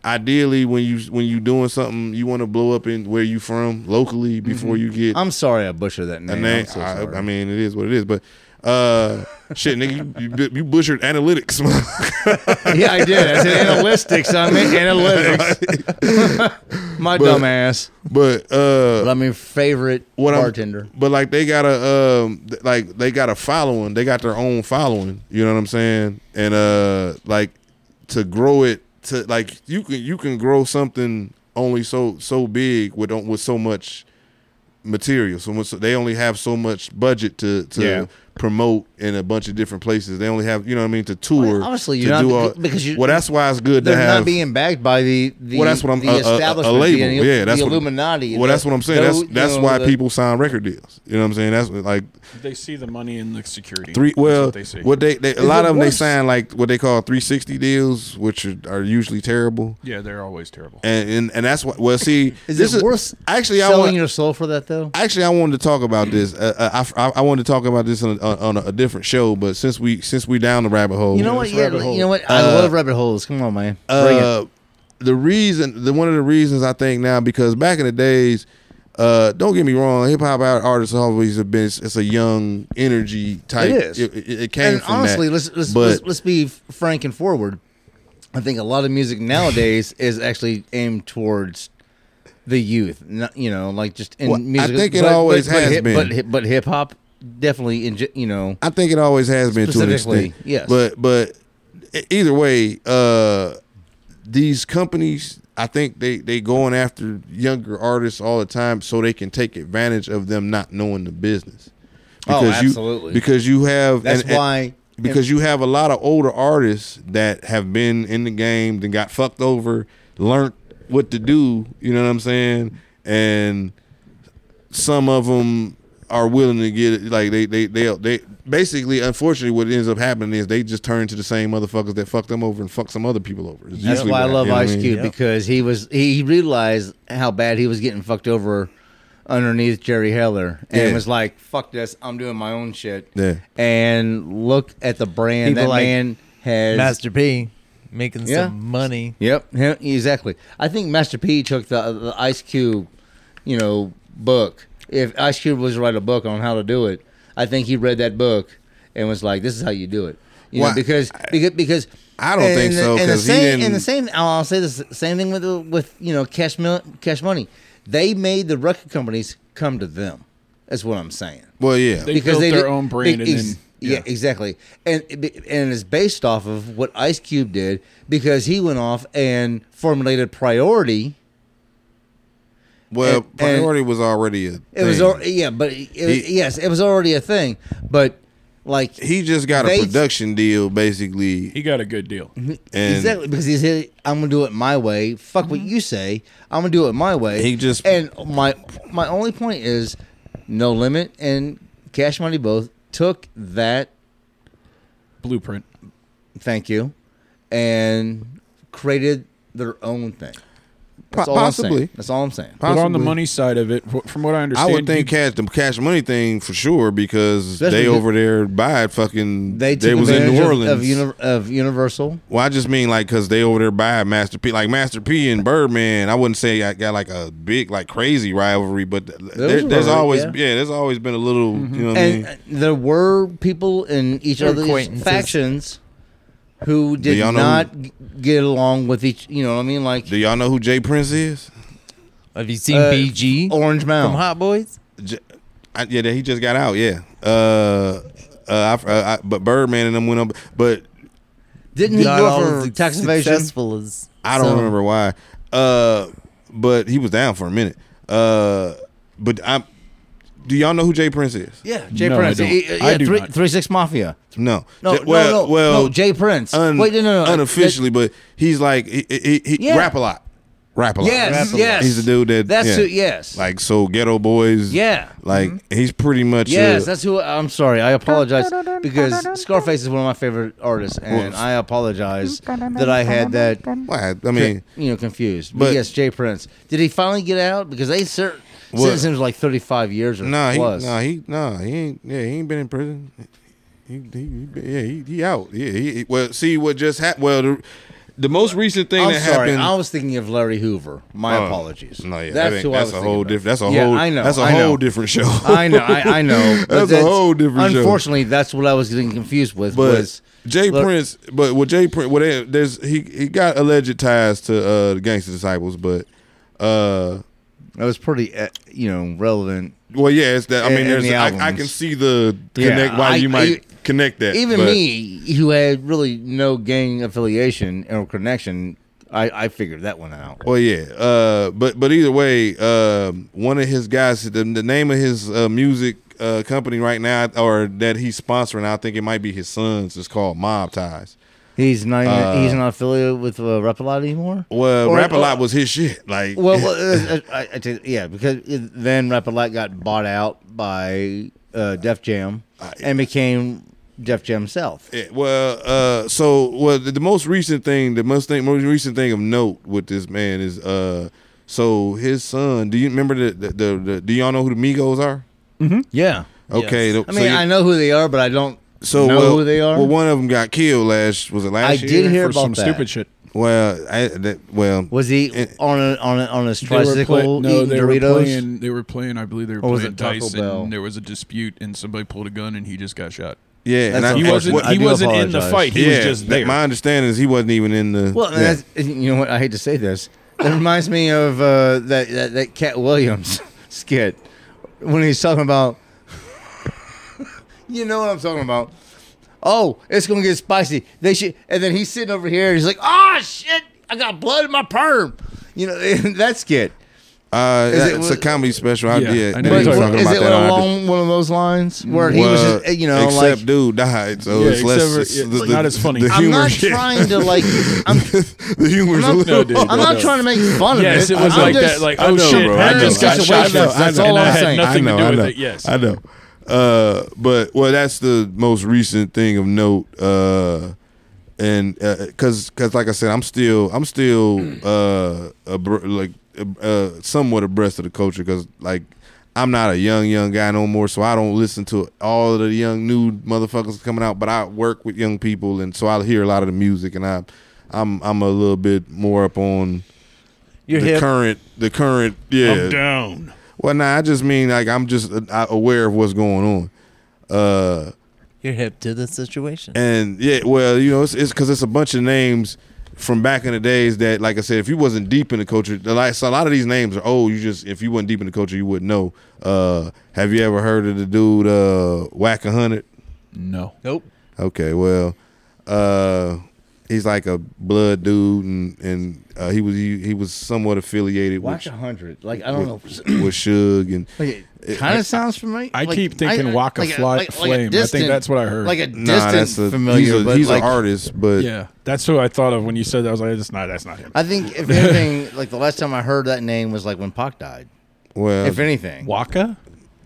B: ideally when you when you doing something, you want to blow up in where you from locally before you get
C: Mm-hmm. I'm sorry I butchered that
B: a
C: name.
B: name.
C: I'm so
B: I,
C: sorry.
B: I mean, it is what it is, but. Uh, shit, nigga, you, you, you butchered analytics.
C: yeah, I did. I said analytics. I meant analytics. My
B: But-
C: dumbass.
B: but uh,
C: But I mean, favorite
B: what I'm-
C: bartender.
B: but like they got a um th- like they got a following. They got their own following. You know what I'm saying? And uh like to grow it to like you can you can grow something only so so big with on- with so much material. So much, they only have so much budget to to
A: Yeah.
B: promote in a bunch of different places. They only have you know what I mean to tour.
C: Well, honestly,
B: to
C: you're not-
B: do
C: because you-
B: well that's why it's good to
C: They're
B: have
C: not being backed by the the,
B: well, that's what I'm
C: the
B: a- a- a-
C: establishment,
B: a label.
C: the,
B: yeah, that's
C: the
B: what,
C: Illuminati.
B: Well, that's what I'm saying.
C: Those-
B: That's
C: you
B: that's
C: know,
B: why
C: the-
B: people sign record deals. You know what I'm saying? That's like
A: They see the money in the security.
B: three.
A: That's
B: Well,
A: what they see.
B: what they, they a
C: it
B: lot of them they
C: worse?
B: sign like what they call 360 deals, which are, are usually terrible.
A: yeah, they're always terrible.
B: And and, and that's what. Well, see,
C: Is
B: this
C: it worth
B: actually? I
C: selling
B: want
C: your soul for that though.
B: actually I wanted to talk about this. Uh, uh, I, I I wanted to talk about this on, on, on a different show, but since we since we down the rabbit hole,
C: You know what? Yeah,
A: rabbit hole.
C: you know what? I
B: Uh,
C: love rabbit holes. Come on, man. Bring it.
B: Uh, the reason, the one of the reasons I think now, because back in the days, uh, don't get me wrong, hip hop artists always have been. It's a young energy type.
C: It is.
B: It, it- it came
C: And
B: from
C: honestly,
B: that.
C: let's let's,
B: But-
C: let's let's be f- frank and forward. I think a lot of music nowadays is actually aimed towards the youth. Not, you know, like just in
B: Well, I
C: music.
B: think it always has
C: hip,
B: been.
C: But hip, but hip hop definitely. In, you know,
B: I think it always has been to an
C: Specifically,
B: extent.
C: yes.
B: But but e- either way, uh, these companies, I think they they going after younger artists all the time so they can take advantage of them not knowing the business.
C: Oh,
B: you,
C: absolutely.
B: Because you have
C: that's
B: and- and-
C: why.
B: because you have a lot of older artists that have been in the game then got fucked over learned what to do you know what i'm saying and some of them are willing to get it like they they they they basically unfortunately what ends up happening is they just turn to the same motherfuckers that fucked them over and fuck some other people over It's
C: That's
B: usually
C: why I
B: what-
C: love
B: you know what
C: Ice
B: mean?
C: Cube
D: Yep.
C: because he was he realized how bad he was getting fucked over underneath Jerry Heller and
B: Yeah.
C: was like, "Fuck this, I'm doing my own shit."
B: Yeah.
C: And look at the brand
D: People
C: that
D: like
C: man has.
D: Master P making
C: Yeah.
D: some money.
C: Yep, him- exactly. I think Master P took the, uh, the Ice Cube, you know, book. If Ice Cube was to write a book on how to do it, I think he read that book and was like, "This is how you do it." You
B: Well,
C: know, because because because
B: I don't
C: and
B: think
C: the-
B: so,
C: And the
B: 'cause he
C: same
B: didn't-
C: and the same. I'll I'll say this same thing with with you know cash Mil- cash money. They made the record companies come to them. That's what I'm saying
B: well yeah
A: They built their own brand and
C: ex-
A: then-
C: yeah.
A: yeah.
C: exactly. And it be- and it's based off of what Ice Cube did because he went off and formulated priority.
B: well
C: and-
B: priority was already a
C: It was
B: thing.
C: al- yeah, but it,
B: He-
C: yes, it was already a thing. But like
B: he just got a
C: They-
B: production deal basically
A: He got a good deal.
B: and
C: exactly because he said, "I'm gonna do it my way. Fuck what you say. I'm gonna do it my way."
B: He just-
C: and my my only point is, no limit and Cash Money both took that
A: Blueprint.
C: thank you, and created their own thing. That's
B: Po-
C: all I'm
B: possibly
C: saying. That's all I'm saying.
A: But on the
B: Possibly.
A: money side of it, wh- from what I
B: I
A: understand,
B: would think
A: you-
B: cash the cash money thing for sure because
C: Especially
B: they
C: because-
B: over there buy it fucking.
C: They
B: They,
C: took
B: was in
C: advantage
B: New
C: of-
B: Orleans.
C: of, uni- of Universal.
B: well, I just mean like because they over there buy Master P, like Master P and Birdman. I wouldn't say I got like a big like crazy rivalry, but th- there-
C: was a
B: there's
C: rivalry,
B: always
C: yeah.
B: yeah. there's always been a little you know what I
C: And
B: mean.
C: uh, there were people in each
D: They're
C: other's
D: acquaintances.
C: factions who did
B: y'all know
C: not g get along with each. You know what I mean? Like
B: Do y'all know who Jay Prince is?
D: Have you seen
C: Uh,
D: BG
B: oh,
C: Orange
D: from
C: Mound.
D: Hot Boys?
B: J- I, yeah, that- he just got out. Yeah, uh, uh, I, uh, I, but Birdman and them went up, but
C: Didn't he
D: Not
C: go
D: all
C: for
D: as
C: tax evasion?
D: successful as
B: I don't
D: some.
B: remember why. Uh, but he was down for a minute. Uh, but I do y'all know who Jay Prince is?
C: Yeah, Jay
A: No, I
C: Prince.
A: don't.
C: He- he-
A: I
C: yeah,
A: do
C: three,
A: not.
C: three Six Mafia.
B: No.
C: No,
B: J- well,
C: no, no,
B: well,
C: no. Jay Prince.
B: un-
C: Wait, no, no, no.
B: unofficially, but he's like he, he, he
C: Yeah.
B: rap a lot, rap a lot.
C: Yes, yes.
B: He's the dude that
C: That's
B: yeah.
C: who. Yes.
B: Like so, ghetto boys.
C: Yeah. Mm-hmm.
B: Like he's pretty much.
C: Yes,
B: uh,
C: that's who. I'm sorry. I apologize because Scarface is one of my favorite artists, and I apologize that I had that
B: why? I mean,
C: you know confused. But,
B: But-
C: yes, Jay Prince. Did he finally get out? Because they ser-
B: What?
C: sentenced him to like 35 years or
B: nah, he,
C: plus.
B: nah, he, nah, he ain't. Yeah, he ain't been in prison. He, he, he been- yeah, he, he out. Yeah, he, he- well, see what just happened. Well, the, the most recent thing
C: I'm
B: that
C: sorry.
B: happened.
C: I was thinking of Larry Hoover. My
B: Oh,
C: apologies.
B: No, yeah,
C: that's
B: that ain't-
C: who
B: that's
C: I was
B: a
C: thinking
B: whole
C: about.
B: different. That's a
C: Yeah,
B: whole.
C: I know,
B: That's a
C: I know.
B: whole different show.
C: I know, I, I know. but
B: That's a whole different show.
C: Unfortunately, that's what I was getting confused with.
B: but
C: was
B: Jay
C: look-
B: Prince, but well, Jay Prince, well, there- there's he he got alleged ties to uh, the Gangster Disciples, but uh,
C: that was pretty, uh, you know, relevant.
B: well, yeah, it's that. I
C: And-
B: mean,
C: and
B: there's
C: the
B: I, I
C: albums.
B: can see the
C: Yeah,
B: connect why
C: I-
B: you might
C: e-
B: connect that.
C: Even
B: but-
C: me, who had really no gang affiliation or connection, I, I figured that one out.
B: Well, yeah, uh, but but either way, um one of his guys, the, the name of his uh, music uh, company right now, or that he's sponsoring. I think it might be his son's. It's called Mob Ties.
C: He's not. Even,
A: Uh,
C: he's not affiliated with uh, Repelot anymore.
B: Well,
C: Or-
B: Rap a Lot
C: or-
B: was his shit. Like,
C: Well, well, uh, uh, I, I think- yeah, because it- then Repelot got bought out by uh, Def Jam and became Def Jam South.
B: Yeah, well, uh, so well, the, the most recent thing, the most thing, most recent thing of note with this man is, uh, so his son. Do you remember the the, the, the do y'all know who the Migos are?
C: Yeah,
B: Okay,
C: I
B: th- so
C: mean,
B: you-
C: I know who they are, but I don't
B: so
C: know
B: well,
C: who they are.
B: Well, one of them got killed last. Was it last
C: I
B: year?
C: did hear
A: for
C: about
A: some
C: that.
A: stupid shit.
B: Well, I, that, well,
C: Was he
B: It-
C: on a, on a, on his
A: They were play-
C: tricycle
A: no,
C: eating
A: they
C: Doritos?
A: were playing. They were playing. I believe they were
C: Or was
A: playing
C: it Taco
A: dice,
C: Bell?
A: and there was a dispute, and somebody pulled a gun, and he just got shot.
B: yeah, and
C: That's
B: I-
A: He
C: Unfortunately,
A: wasn't.
B: what-
A: he
C: I do
A: wasn't in the
C: apologize.
A: fight. He
B: yeah,
A: was just
B: that-
A: there.
B: my understanding is he wasn't even in the.
C: Well,
B: yeah.
C: that's, you know what? I hate to say this. It reminds me of uh, that, that that Cat Williams skit when he's talking about. you know what I'm talking about? Oh, it's gonna get spicy. They should, and then he's sitting over here. And he's like, "Ah, shit! I got blood in my perm." You know that skit.
B: uh,
C: is it-
B: it's a comedy special. I,
A: Yeah,
B: yeah,
A: I know
B: we
A: you're
B: was
C: But
A: talking
B: talking
C: is
B: about
C: it
B: that. I did-
C: along one of those lines where he
B: Well,
C: was just, eh, you know,
B: except
C: like
B: dude died, so
A: Yeah,
B: it's less.
A: except for-
B: it's
A: yeah,
B: the-
A: not as funny.
B: The
A: I'm
C: I'm
B: humor,
C: not trying to like. I'm,
B: the humor's
C: I'm
B: a
C: not-
B: little.
A: no, dude,
C: I'm
A: no,
C: not
A: no.
C: trying to make fun of
A: Yes,
C: it.
A: it was
C: I'm
A: like
C: just-
A: that. Like,
B: I
A: oh
B: know,
A: shit,
B: bro,
A: I,
B: I know,
A: just
B: I
A: got
B: know,
A: shot.
B: I know,
A: That's
B: I
A: all
B: know,
A: I
B: I
A: had nothing
B: know,
A: to do
B: I
A: with
B: know,
A: it. Yes,
B: I know. Uh, but well, that's the most recent thing of note. Uh, and because, cause like I said, I'm still, I'm still, uh, abr- like, uh, somewhat abreast of the culture. Cause like, I'm not a young, young guy no more, so I don't listen to all of the young new motherfuckers coming out. But I work with young people, and so I hear a lot of the music, and I, I'm, I'm a little bit more up on.
D: You're
B: the
D: hip.
B: current, the current, yeah,
F: I'm down.
B: well, nah, I just mean like I'm just uh, I- aware of what's going on. Uh,
D: You're hip to the situation.
B: and yeah, well, you know, it's because it's, a bunch of names from back in the days that, like I said, if you wasn't deep in the culture, the like so a lot of these names are old. You just if you wasn't deep in the culture, you wouldn't know. Uh, have you ever heard of the dude uh, Whack a Hundred?
A: no.
D: Nope.
B: Okay, well, uh, he's like a blood dude, and and uh, he was he, he was somewhat affiliated
C: Watch a
B: with
C: hundred. Like I don't know.
B: with Suge and.
C: Like it
B: It-
C: kind
B: I-
C: of sounds familiar.
A: I
C: Like,
A: keep thinking Waka Fly- Flame. I think that's what I heard.
C: Like a
B: Nah,
C: distant
B: that's a,
C: familiar,
B: he's, a,
C: but
B: he's
C: like,
B: an artist, but
A: Yeah, that's who I thought of when you said that. I was like, that's not. That's not him.
C: I think if anything, like the last time I heard that name was like when Pac died.
B: well,
C: if anything,
A: Waka.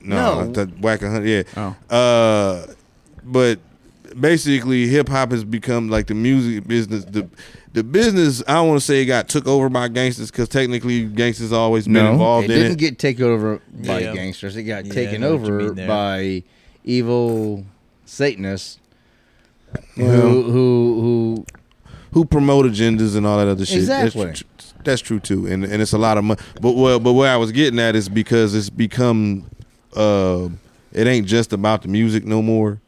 B: No,
C: No.
B: that whack a hundred. Yeah.
A: Oh.
B: Uh, but basically, hip hop has become like the music business. The the business I don't want to say it got took over by gangsters because technically gangsters always been involved
C: it
B: in
C: didn't
B: it.
C: get taken over by
D: Yeah.
C: gangsters. It got
D: Yeah, I
C: taken
D: know what you
C: over
D: mean there.
C: by evil Satanists who who who
B: Who promote agendas and all that other shit?
C: Exactly.
B: That's, tr- tr- that's true too, and and it's a lot of money. But well, but where I was getting at is because it's become, uh, it ain't just about the music no more.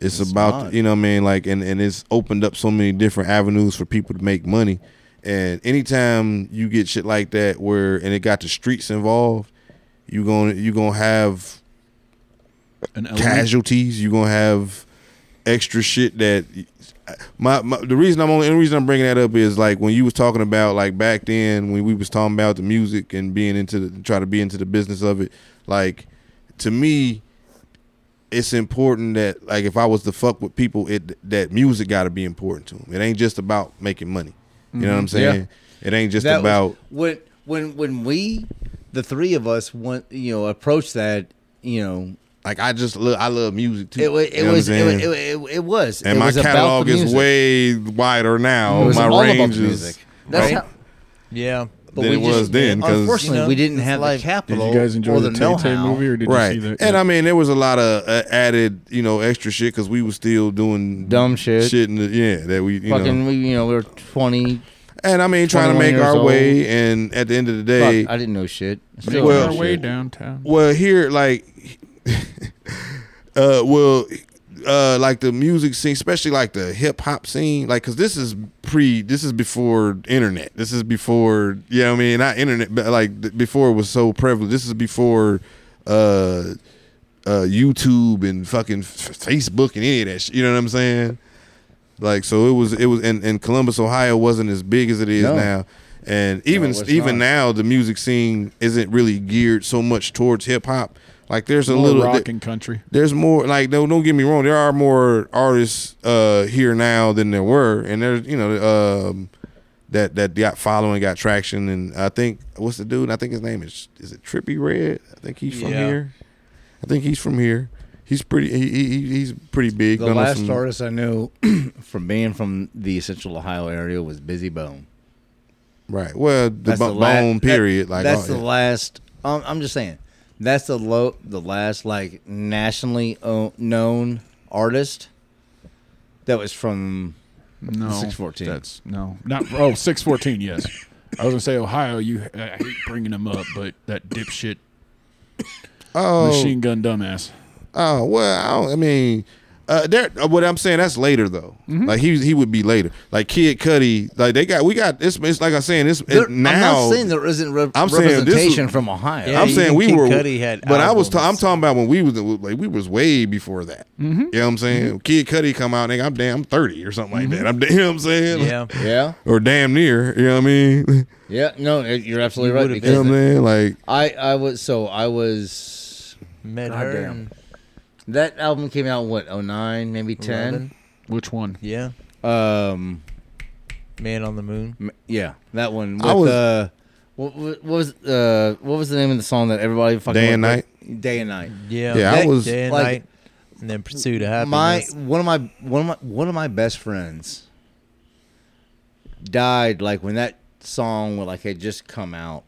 B: It's, about
C: not.
B: you know what I mean like and and it's opened up so many different avenues for people to make money, and anytime you get shit like that where and it got the streets involved, you gonna you gonna have
A: An element.
B: casualties. You're gonna have extra shit that my, my the reason I'm only the reason I'm bringing that up is like when you was talking about like back then when we was talking about the music and being into the try to be into the business of it. Like to me, it's important that like if I was to fuck with people, it that music got to be important to them. It ain't just about making money. You know what I'm saying? It ain't just
C: Mm-hmm. that was-
B: about
C: when when when we the three of us went you know approached that you know
B: like I just love I love music too.
C: it wa- it
B: You know what I'm
C: was it, wa-
B: saying?
C: it, wa- it, wa- it was
B: and
C: it
B: my
C: was about the
B: catalog is
C: music.
B: way wider now.
C: It was
B: my
C: all about the
B: range is
C: music. That's
B: right?
C: how,
D: Yeah.
C: but
B: than
C: we
B: it
C: just,
B: was then, 'cause-
C: Unfortunately,
D: You know,
C: we didn't
D: it's
C: have
D: like-
C: the
D: Did you
A: Did
C: capital
A: you guys enjoy
C: or
A: the
C: the
A: Tay-Tay
C: know-how.
A: movie, or did
B: right.
A: you see that?
B: And I mean, there was a lot of uh, added, you know, extra shit because we were still doing
C: Dumb shit.
B: shit in the, yeah, that we, you
C: Fucking,
B: know,
C: we, you know, we were twenty.
B: and I mean, trying to
C: 21
B: make
C: years
B: our
C: old.
B: way. And at the end of the
C: Fuck,
B: day,
C: I didn't know shit.
A: Making
C: Still
B: Well-
A: our
C: don't know
A: way
C: shit.
A: downtown.
B: well, here, like, uh, well, uh, like the music scene, especially like the hip hop scene, like, cause this is pre, this is before internet. This is before, you know what I mean? Not internet, but like th- before it was so prevalent. This is before, uh, uh, YouTube and fucking f- Facebook and any of that shit. You know what I'm saying? Like, so it was, it was, and, and Columbus, Ohio wasn't as big as it is
C: No.
B: now. And even
C: it's
B: even
C: not.
B: now, the music scene isn't really geared so much towards hip hop, Like there's a
A: More
B: little
A: rock and country.
B: there's more like don't don't get me wrong there are more artists uh here now than there were and there's you know um that that got following got traction and i think what's the dude i think his name is is it trippy red i think he's from
I: Yeah.
B: here i think he's from here he's pretty he, he he's pretty big
C: The
B: Done
C: last
B: some-
C: artist I knew from being from the Central Ohio area was Busy Bone.
B: right well the,
C: That's
B: bu-
C: la-
B: bone
C: that-
B: period like
C: that's
B: oh,
C: the
B: yeah.
C: last. Um, I'm just saying, that's the low, the last like nationally o- known artist that was from.
A: No,
C: 614.
A: That's no, not oh 614, Yes, I was gonna say Ohio. You, I hate bringing them up, but that dipshit
B: oh
A: machine gun dumbass.
B: Oh well, I, don't, I mean, uh, there. uh, What I'm saying that's later though. Like he he would be later. Like Kid Cudi, like they got we got it's it's like I'm saying it's
C: There-
B: it, now.
C: I'm not saying there isn't re-
B: I'm saying this was-
C: representation from Ohio.
D: Yeah,
B: I'm
D: even
B: saying we
D: Kid
B: were,
D: Cudi had
B: but I was. Ta- I'm
D: albums.
B: talking about when we was like we was way before that. You know what I'm saying? Kid Cudi come out, nigga. I'm damn, I'm 30 or something like that. I'm damn, you know what I'm saying, Like,
D: Yeah.
C: Yeah,
B: or damn near. You know what I mean?
C: yeah. No, it- you're absolutely right.
D: would've
B: you know
C: Because
B: what I'm saying? Like
C: I, I was so I was
D: Met her.
C: Goddamn.
D: and-
C: that album came out what 09, maybe ten.
D: Eleven.
A: Which one?
D: Yeah.
C: Um,
D: Man on the Moon.
C: M- Yeah, that one. With,
B: I was-
C: uh, what, what was uh, what was the name of the song that everybody fucking
B: Day and
C: loved? Day and night.
D: Yeah.
B: Yeah, I
D: That-
B: was-
D: Day and
C: like-
D: night. And then Pursuit of
C: My
D: Happiness.
C: one of my one of my one of my best friends died like when that song like had just come out.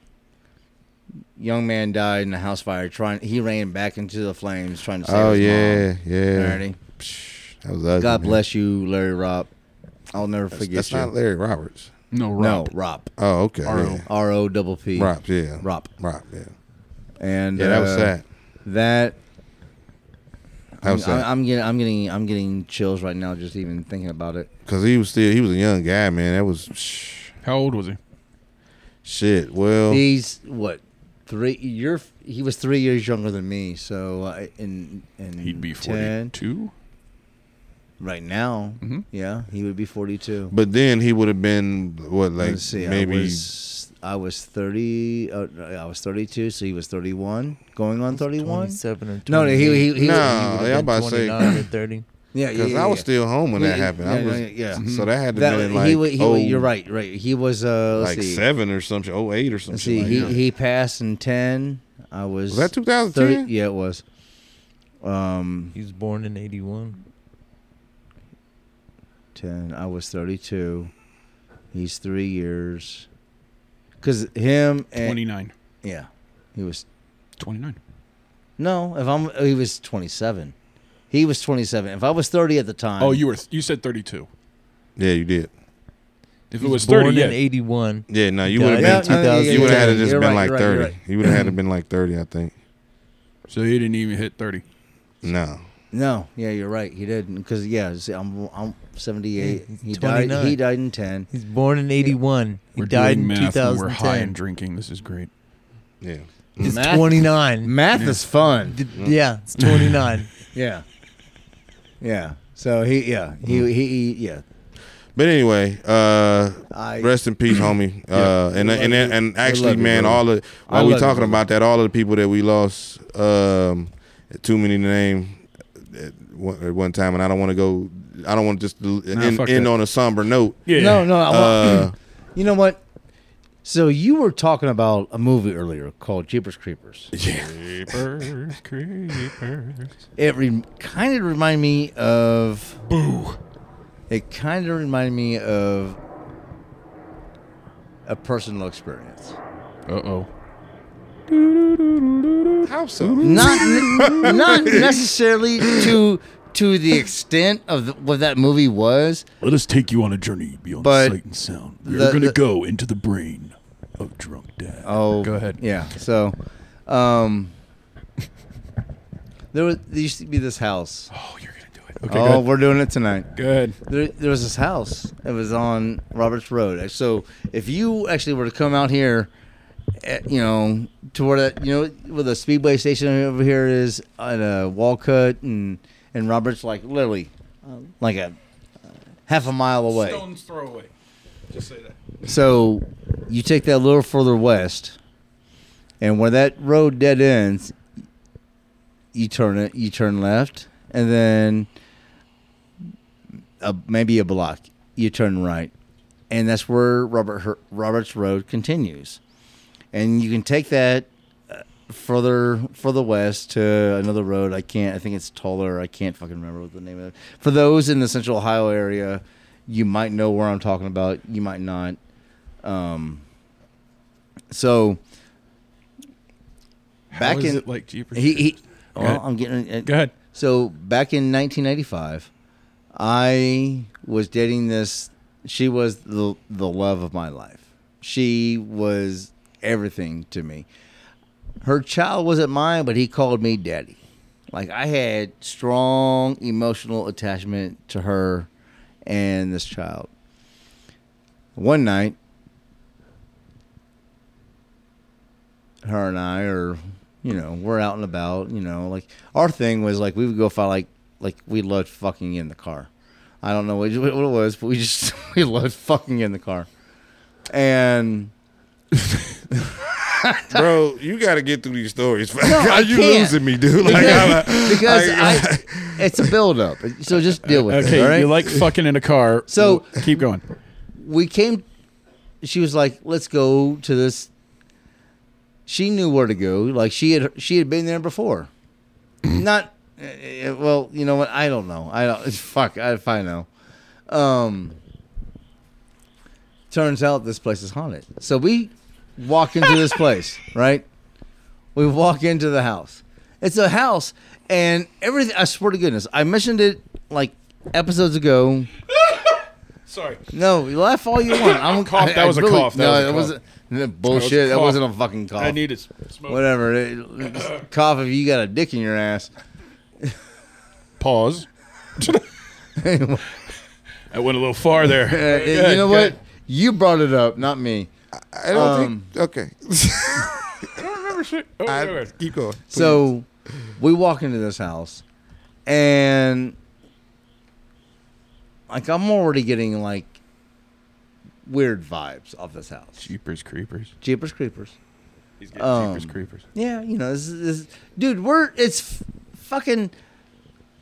C: Young man died in a house fire. Trying he ran back into the flames trying to save
B: oh
C: his
B: yeah,
C: mom.
B: yeah.
C: Alrighty.
B: That was ugly,
C: God
B: man.
C: bless you, Larry Rop. I'll never
B: That's,
C: forget
B: that's
C: you.
B: not Larry Roberts.
A: No,
C: no,
A: Rob.
C: Rop.
B: Oh okay.
A: R.O.
B: Yeah.
C: R O double P.
B: Rob, yeah.
C: Rop.
B: Rob, yeah.
C: And
B: Yeah, that was
C: uh,
B: sad.
C: That
B: That was
C: I'm,
B: sad.
C: I'm getting, I'm getting, I'm getting chills right now just even thinking about it.
B: Cause he was still he was a young guy, man. That was sh-
A: How old was he?
B: shit. Well,
C: He's what three? You're he was three years younger than me, so uh, in in
A: He'd be
C: 10
A: 42.
C: right now.
A: Mhm.
C: Yeah, he would be forty two.
B: but then he would have been what like
C: Let's see, I
B: maybe
C: was, I was thirty. Uh, I was thirty two, so he was thirty one, going on thirty one.
D: 27 or 28.
C: No, no, he he,
B: No.
C: he
D: would've
B: yeah, I'm
D: been
B: about to say-
D: 29 or 30.
C: yeah, yeah,
B: because
C: yeah,
B: I was
C: yeah.
B: still home when that
C: Yeah,
B: happened. I
C: yeah,
B: was
C: yeah, yeah.
B: so that had to
C: That,
B: been
C: he,
B: like
C: wa- he, wa-
B: oh,
C: you're right, right. He was uh, let's
B: like
C: see.
B: seven or something, oh eight or something.
C: Let's see,
B: like
C: he,
B: that.
C: he passed in ten. I was
B: was that 2010.
C: thirty. Yeah, it was. Um,
D: He was born in 81.
C: ten. I was thirty-two. He's three years. Cause him and
A: 29.
C: yeah, he was
A: 29.
C: no. If I'm, he was twenty-seven. He was twenty-seven. If I was thirty at the time.
A: Oh, you were you said 32.
B: Yeah, you did.
A: If it was
D: born
A: 30,
D: in
A: yeah.
D: 81.
B: Yeah, no, you
D: Died
B: would
D: in
B: have been.
C: Yeah, no, yeah, yeah,
B: you would have had to
C: yeah,
B: just
C: you're
B: been
C: right,
B: like
C: you're right, you're
B: thirty.
C: right.
B: You would have had to been like thirty, I think.
A: So he didn't even hit 30.
B: No,
C: No, yeah, you're right. He didn't. Cause yeah, see, I'm I'm seventy-eight. He died.
D: 29.
C: He died in ten.
D: He's born in 81. He
A: We're
D: died
A: doing
D: in
A: math and we're high and
D: 2010.
A: drinking. This is great.
B: yeah.
D: He's
C: Math-
D: 29.
C: Math is fun.
D: D- Yeah, it's 29.
C: Yeah. Yeah. So he yeah
A: Mm.
C: he he, he yeah.
B: But anyway, uh,
C: I
B: Rest in peace, homie. Uh, and
C: We love
B: and and,
C: you.
B: and
C: We love
B: actually,
C: you,
B: man,
C: brother.
B: all of
C: I
B: while we
C: love you,
B: talking
C: brother.
B: about that, all of the people that we lost, um, too many to name at one, at one time, and I don't want to go. I don't want to just l- end,
A: fuck
B: end
A: that.
B: on a somber note.
A: Yeah.
C: No, no. I want,
B: Uh,
C: you know what? So you were talking about a movie earlier called Jeepers Creepers.
A: Creepers, creepers.
C: It re- kind of reminded me of Boo. It kind of reminded me of a personal experience.
A: Uh-oh.
B: how so?
C: Not ne- not necessarily to to the extent of the, what that movie was.
F: Let us take you on a journey beyond
C: But
F: sight and sound. We're
C: the-
F: going to
C: the-
F: go into the brain of drunk dad.
C: Oh,
A: Go ahead.
C: Yeah. So, um, there was there used to be this house.
A: Oh, you're going to do it. Okay,
C: oh, we're doing it tonight.
A: good. Good.
C: There, there was this house. It was on Roberts Road. So if you actually were to come out here, eh, you know, toward that, you know, where the Speedway station over here is on uh, Walcott and and Roberts, like literally, uh, like a uh, half a mile away.
A: Stone's throw away. Just say that.
C: So you take that a little further west, and where that road dead ends, you turn it, you turn left, and then a, maybe a block, you turn right, and that's where Robert Her- Roberts Road continues, and you can take that uh, further further west to another road. I can't. I think it's taller. I can't fucking remember what the name of it. For those in the Central Ohio area, you might know where I'm talking about. You might not. Um. So back
A: How is
C: in-
A: it like Jeepers.
C: he, he
A: Go
C: well,
A: ahead.
C: I'm getting uh,
A: Go ahead.
C: so back in 1985, I was dating this. She was the the love of my life. She was everything to me. Her child wasn't mine, but he called me daddy. Like I had strong emotional attachment to her and this child. One night, her and I are, you know, we're out and about, you know, like our thing was like we would go find like like we loved fucking in the car. I don't know what, what it was, but we just we loved fucking in the car. And
B: bro. You got to get through these stories.
C: I
B: Are you
C: can't.
B: losing me, dude? Like, I'm-
C: because I,
B: I-
C: it's a build up. So just deal with
A: Okay,
C: it. All right?
A: you like fucking in a car.
C: So-
A: keep going.
C: we came she was like let's go to this she knew where to go like she had she had been there before not eh, eh, well you know what i don't know i don't fuck I- if i know um turns out this place is haunted so we walk into this place right we walk into the house it's a house and everything i swear to goodness i mentioned it like episodes ago
A: Sorry.
C: no, you laugh all you want. I'm
A: Cough, that
C: I
A: was a cough, that
C: no,
A: was a cough.
C: it wasn't no, bullshit. That,
A: cough.
C: was not a fucking cough.
A: I need to smoke.
C: Whatever. It- it's cough if you got a dick in your ass.
A: Pause.
C: Anyway,
A: I went a little far there.
C: uh, you know what? You brought it up, not me.
B: I don't
C: Um,
B: think. Okay, I,
A: I,
B: keep going.
C: So we walk into this house, and like I'm already getting like weird vibes off this house.
A: Jeepers creepers.
C: Jeepers creepers.
A: He's getting
C: Um,
A: Jeepers creepers.
C: Yeah, you know, this is, this, dude, we're it's f- fucking.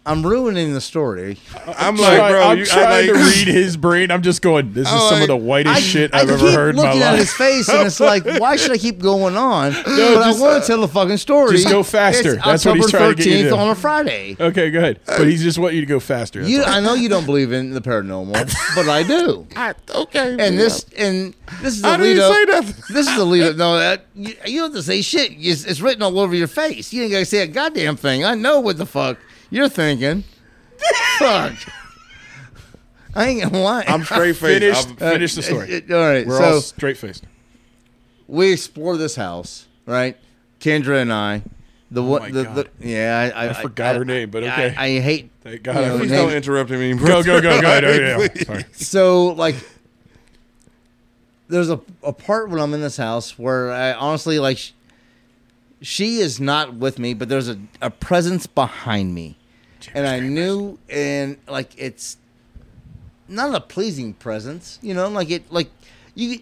C: I'm ruining the story.
B: I'm like,
A: Try-
B: bro.
A: I'm
B: you,
A: trying
B: I like,
A: to read his brain. I'm just going. This is
C: Oh,
B: I'm
A: some
B: like-
A: of the whitest shit I've ever
C: keep
A: heard in my
C: looking at
A: life.
C: his face, and it's like, why should I keep going on? but
A: just,
C: I want to tell the fucking story.
A: just go faster.
C: It's
A: That's what he's
C: October
A: trying to get you to
C: 13th
A: do.
C: on a Friday.
A: Okay, go ahead. But he's just wanting you to go faster. That's
C: You,
A: all.
C: I know you don't believe in the paranormal, but I do.
B: I, okay,
C: And this, and this is the
B: I
C: lead
B: didn't
C: up.
B: say nothing.
C: This is the lead up. No, that you, you don't have to say shit. It's, it's written all over your face. You ain't gotta say a goddamn thing. I know what the fuck you're thinking. fuck. I ain't gonna lie.
B: I'm straight
A: Finish,
B: faced. I'm-
A: finish the story.
C: all right,
A: We're
C: so
A: all straight faced.
C: we explore this house, right? Kendra and I. The one,
A: Oh my
C: the,
A: God.
C: the yeah, I, I,
A: forgot
C: I-
A: her name, but
C: I-
A: okay.
C: I, hate.
A: Thank God. I
C: you know,
B: Please
A: forgot.
B: don't
C: name-
B: interrupt me.
A: Go, go, go, go. No, yeah, yeah. Sorry.
C: So like, there's a a part when I'm in this house where I honestly like, sh- she is not with me, but there's a a presence behind me, and I knew, and like it's not a pleasing presence, you know, like it like you.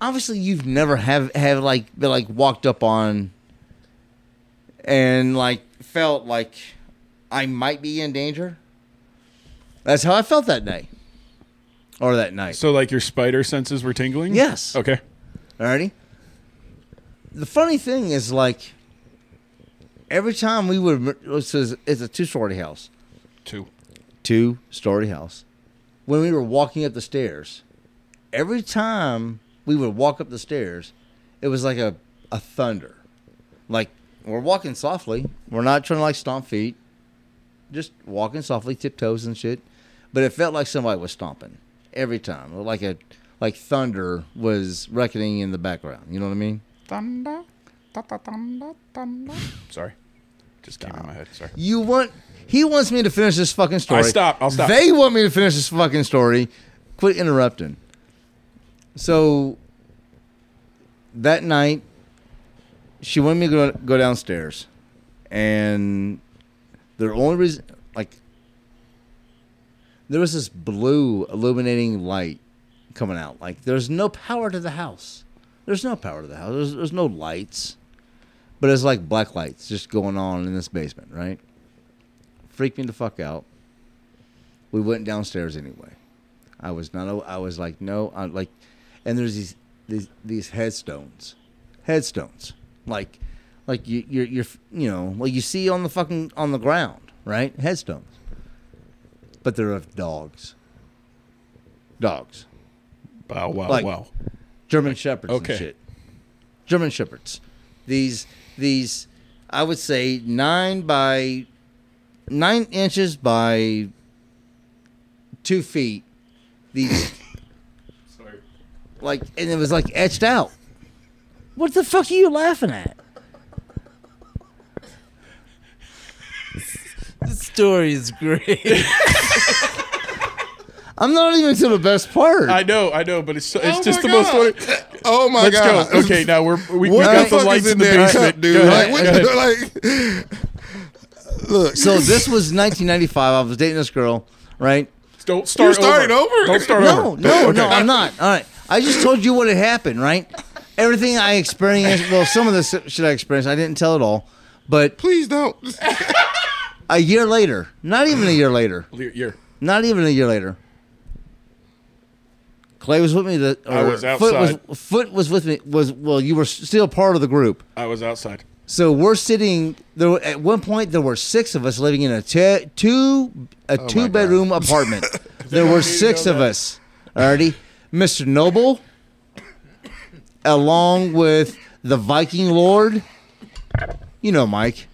C: Obviously, you've never have have like been like walked up on and like felt like I might be in danger. That's how I felt that day. Or that night.
A: So, like, your spider senses were tingling?
C: Yes.
A: Okay.
C: Alrighty. The funny thing is, like, every time we would, this is, it's a two story house,
A: Two.
C: two story house. When we were walking up the stairs, every time we would walk up the stairs, it was like a, a thunder. Like, we're walking softly. We're not trying to, like, stomp feet. Just walking softly, tiptoes and shit. But it felt like somebody was stomping every time. Like a, like thunder was reckoning in the background. You know what I mean?
A: Sorry. Just came in my head. Sorry.
C: You want he wants me to finish this fucking story.
A: I stop. I'll stop.
C: They want me to finish this fucking story. Quit interrupting. So that night, she wanted me to go, go downstairs, and the only reason, like, there was this blue illuminating light coming out. Like, there's no power to the house. There's no power to the house. There's, there's no lights. But it's like black lights just going on in this basement, right? Freaked me the fuck out. We went downstairs anyway. I was not. I was like, no. I like, and there's these these, these headstones, headstones, like, like you you're, you're you know like you see on the fucking on the ground, right? Headstones, but they're of dogs. Dogs.
A: Bow wow
C: Like-
A: wow.
C: German shepherds
A: Okay.
C: and shit. German shepherds. These these I would say nine by nine inches by two feet. These like and it was like etched out.
H: What the fuck are you laughing at?
D: This story is great.
C: I'm not even to the best part.
A: I know, I know, but it's so- it's
B: Oh
A: just
B: my
A: the most funny.
B: God. Oh my
A: Let's
B: god.
A: go. Okay, now we're we, we
B: What
A: got
B: the
A: the,
B: fuck
A: lights
B: is
A: in
B: in
A: the
B: that cup,
A: basement,
B: dude?
A: Go ahead, go ahead.
B: like, what, like, look.
C: so this was 1995. I was dating this girl, right?
A: Don't start
B: starting over?
A: Don't start
C: no,
A: over.
C: no,
A: Okay.
C: no, I'm not. All right. I just told you what had happened, right? Everything I experienced, well, some of this shit I experienced, I didn't tell it all. But
B: Please don't.
C: a year later, not even a year later,
A: You're- you're-
C: not even a year later, Clay was with me. The,
A: I
C: or
A: was
C: Foot was, Foot was with me. Was well, you were s- still part of the group.
A: I was outside.
C: So we're sitting there. were- At one point, there were six of us living in a te- two
B: Oh
C: a two bedroom apartment. there were six of us. Already, Mr. Noble, along with the Viking Lord, you know Mike,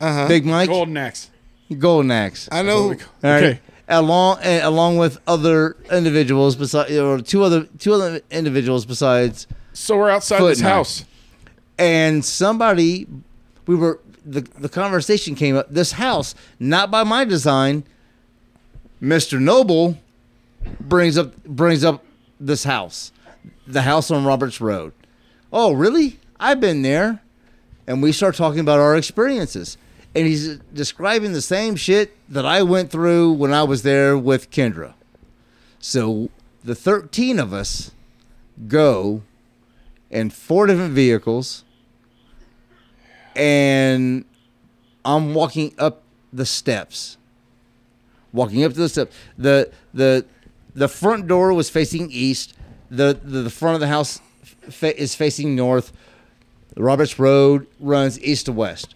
C: uh-huh. Big Mike,
A: Golden axe.
C: Golden Axe.
B: I know.
C: All right.
A: Okay.
C: Along eh, along with other individuals besides, or two other two other individuals besides,
A: So we're outside
C: Foot
A: this
C: knife.
A: house.
C: and somebody, we were the the conversation came up. This house, not by my design, Mister Noble brings up brings up this house, the house on Roberts Road. Oh, really? I've been there, and we start talking about our experiences. And he's describing the same shit that I went through when I was there with Kendra. So the 13 of us go in four different vehicles, and I'm walking up the steps. Walking up to the steps. The the the front door was facing east. The the, the front of the house fa- is facing north. Roberts Road runs east to west.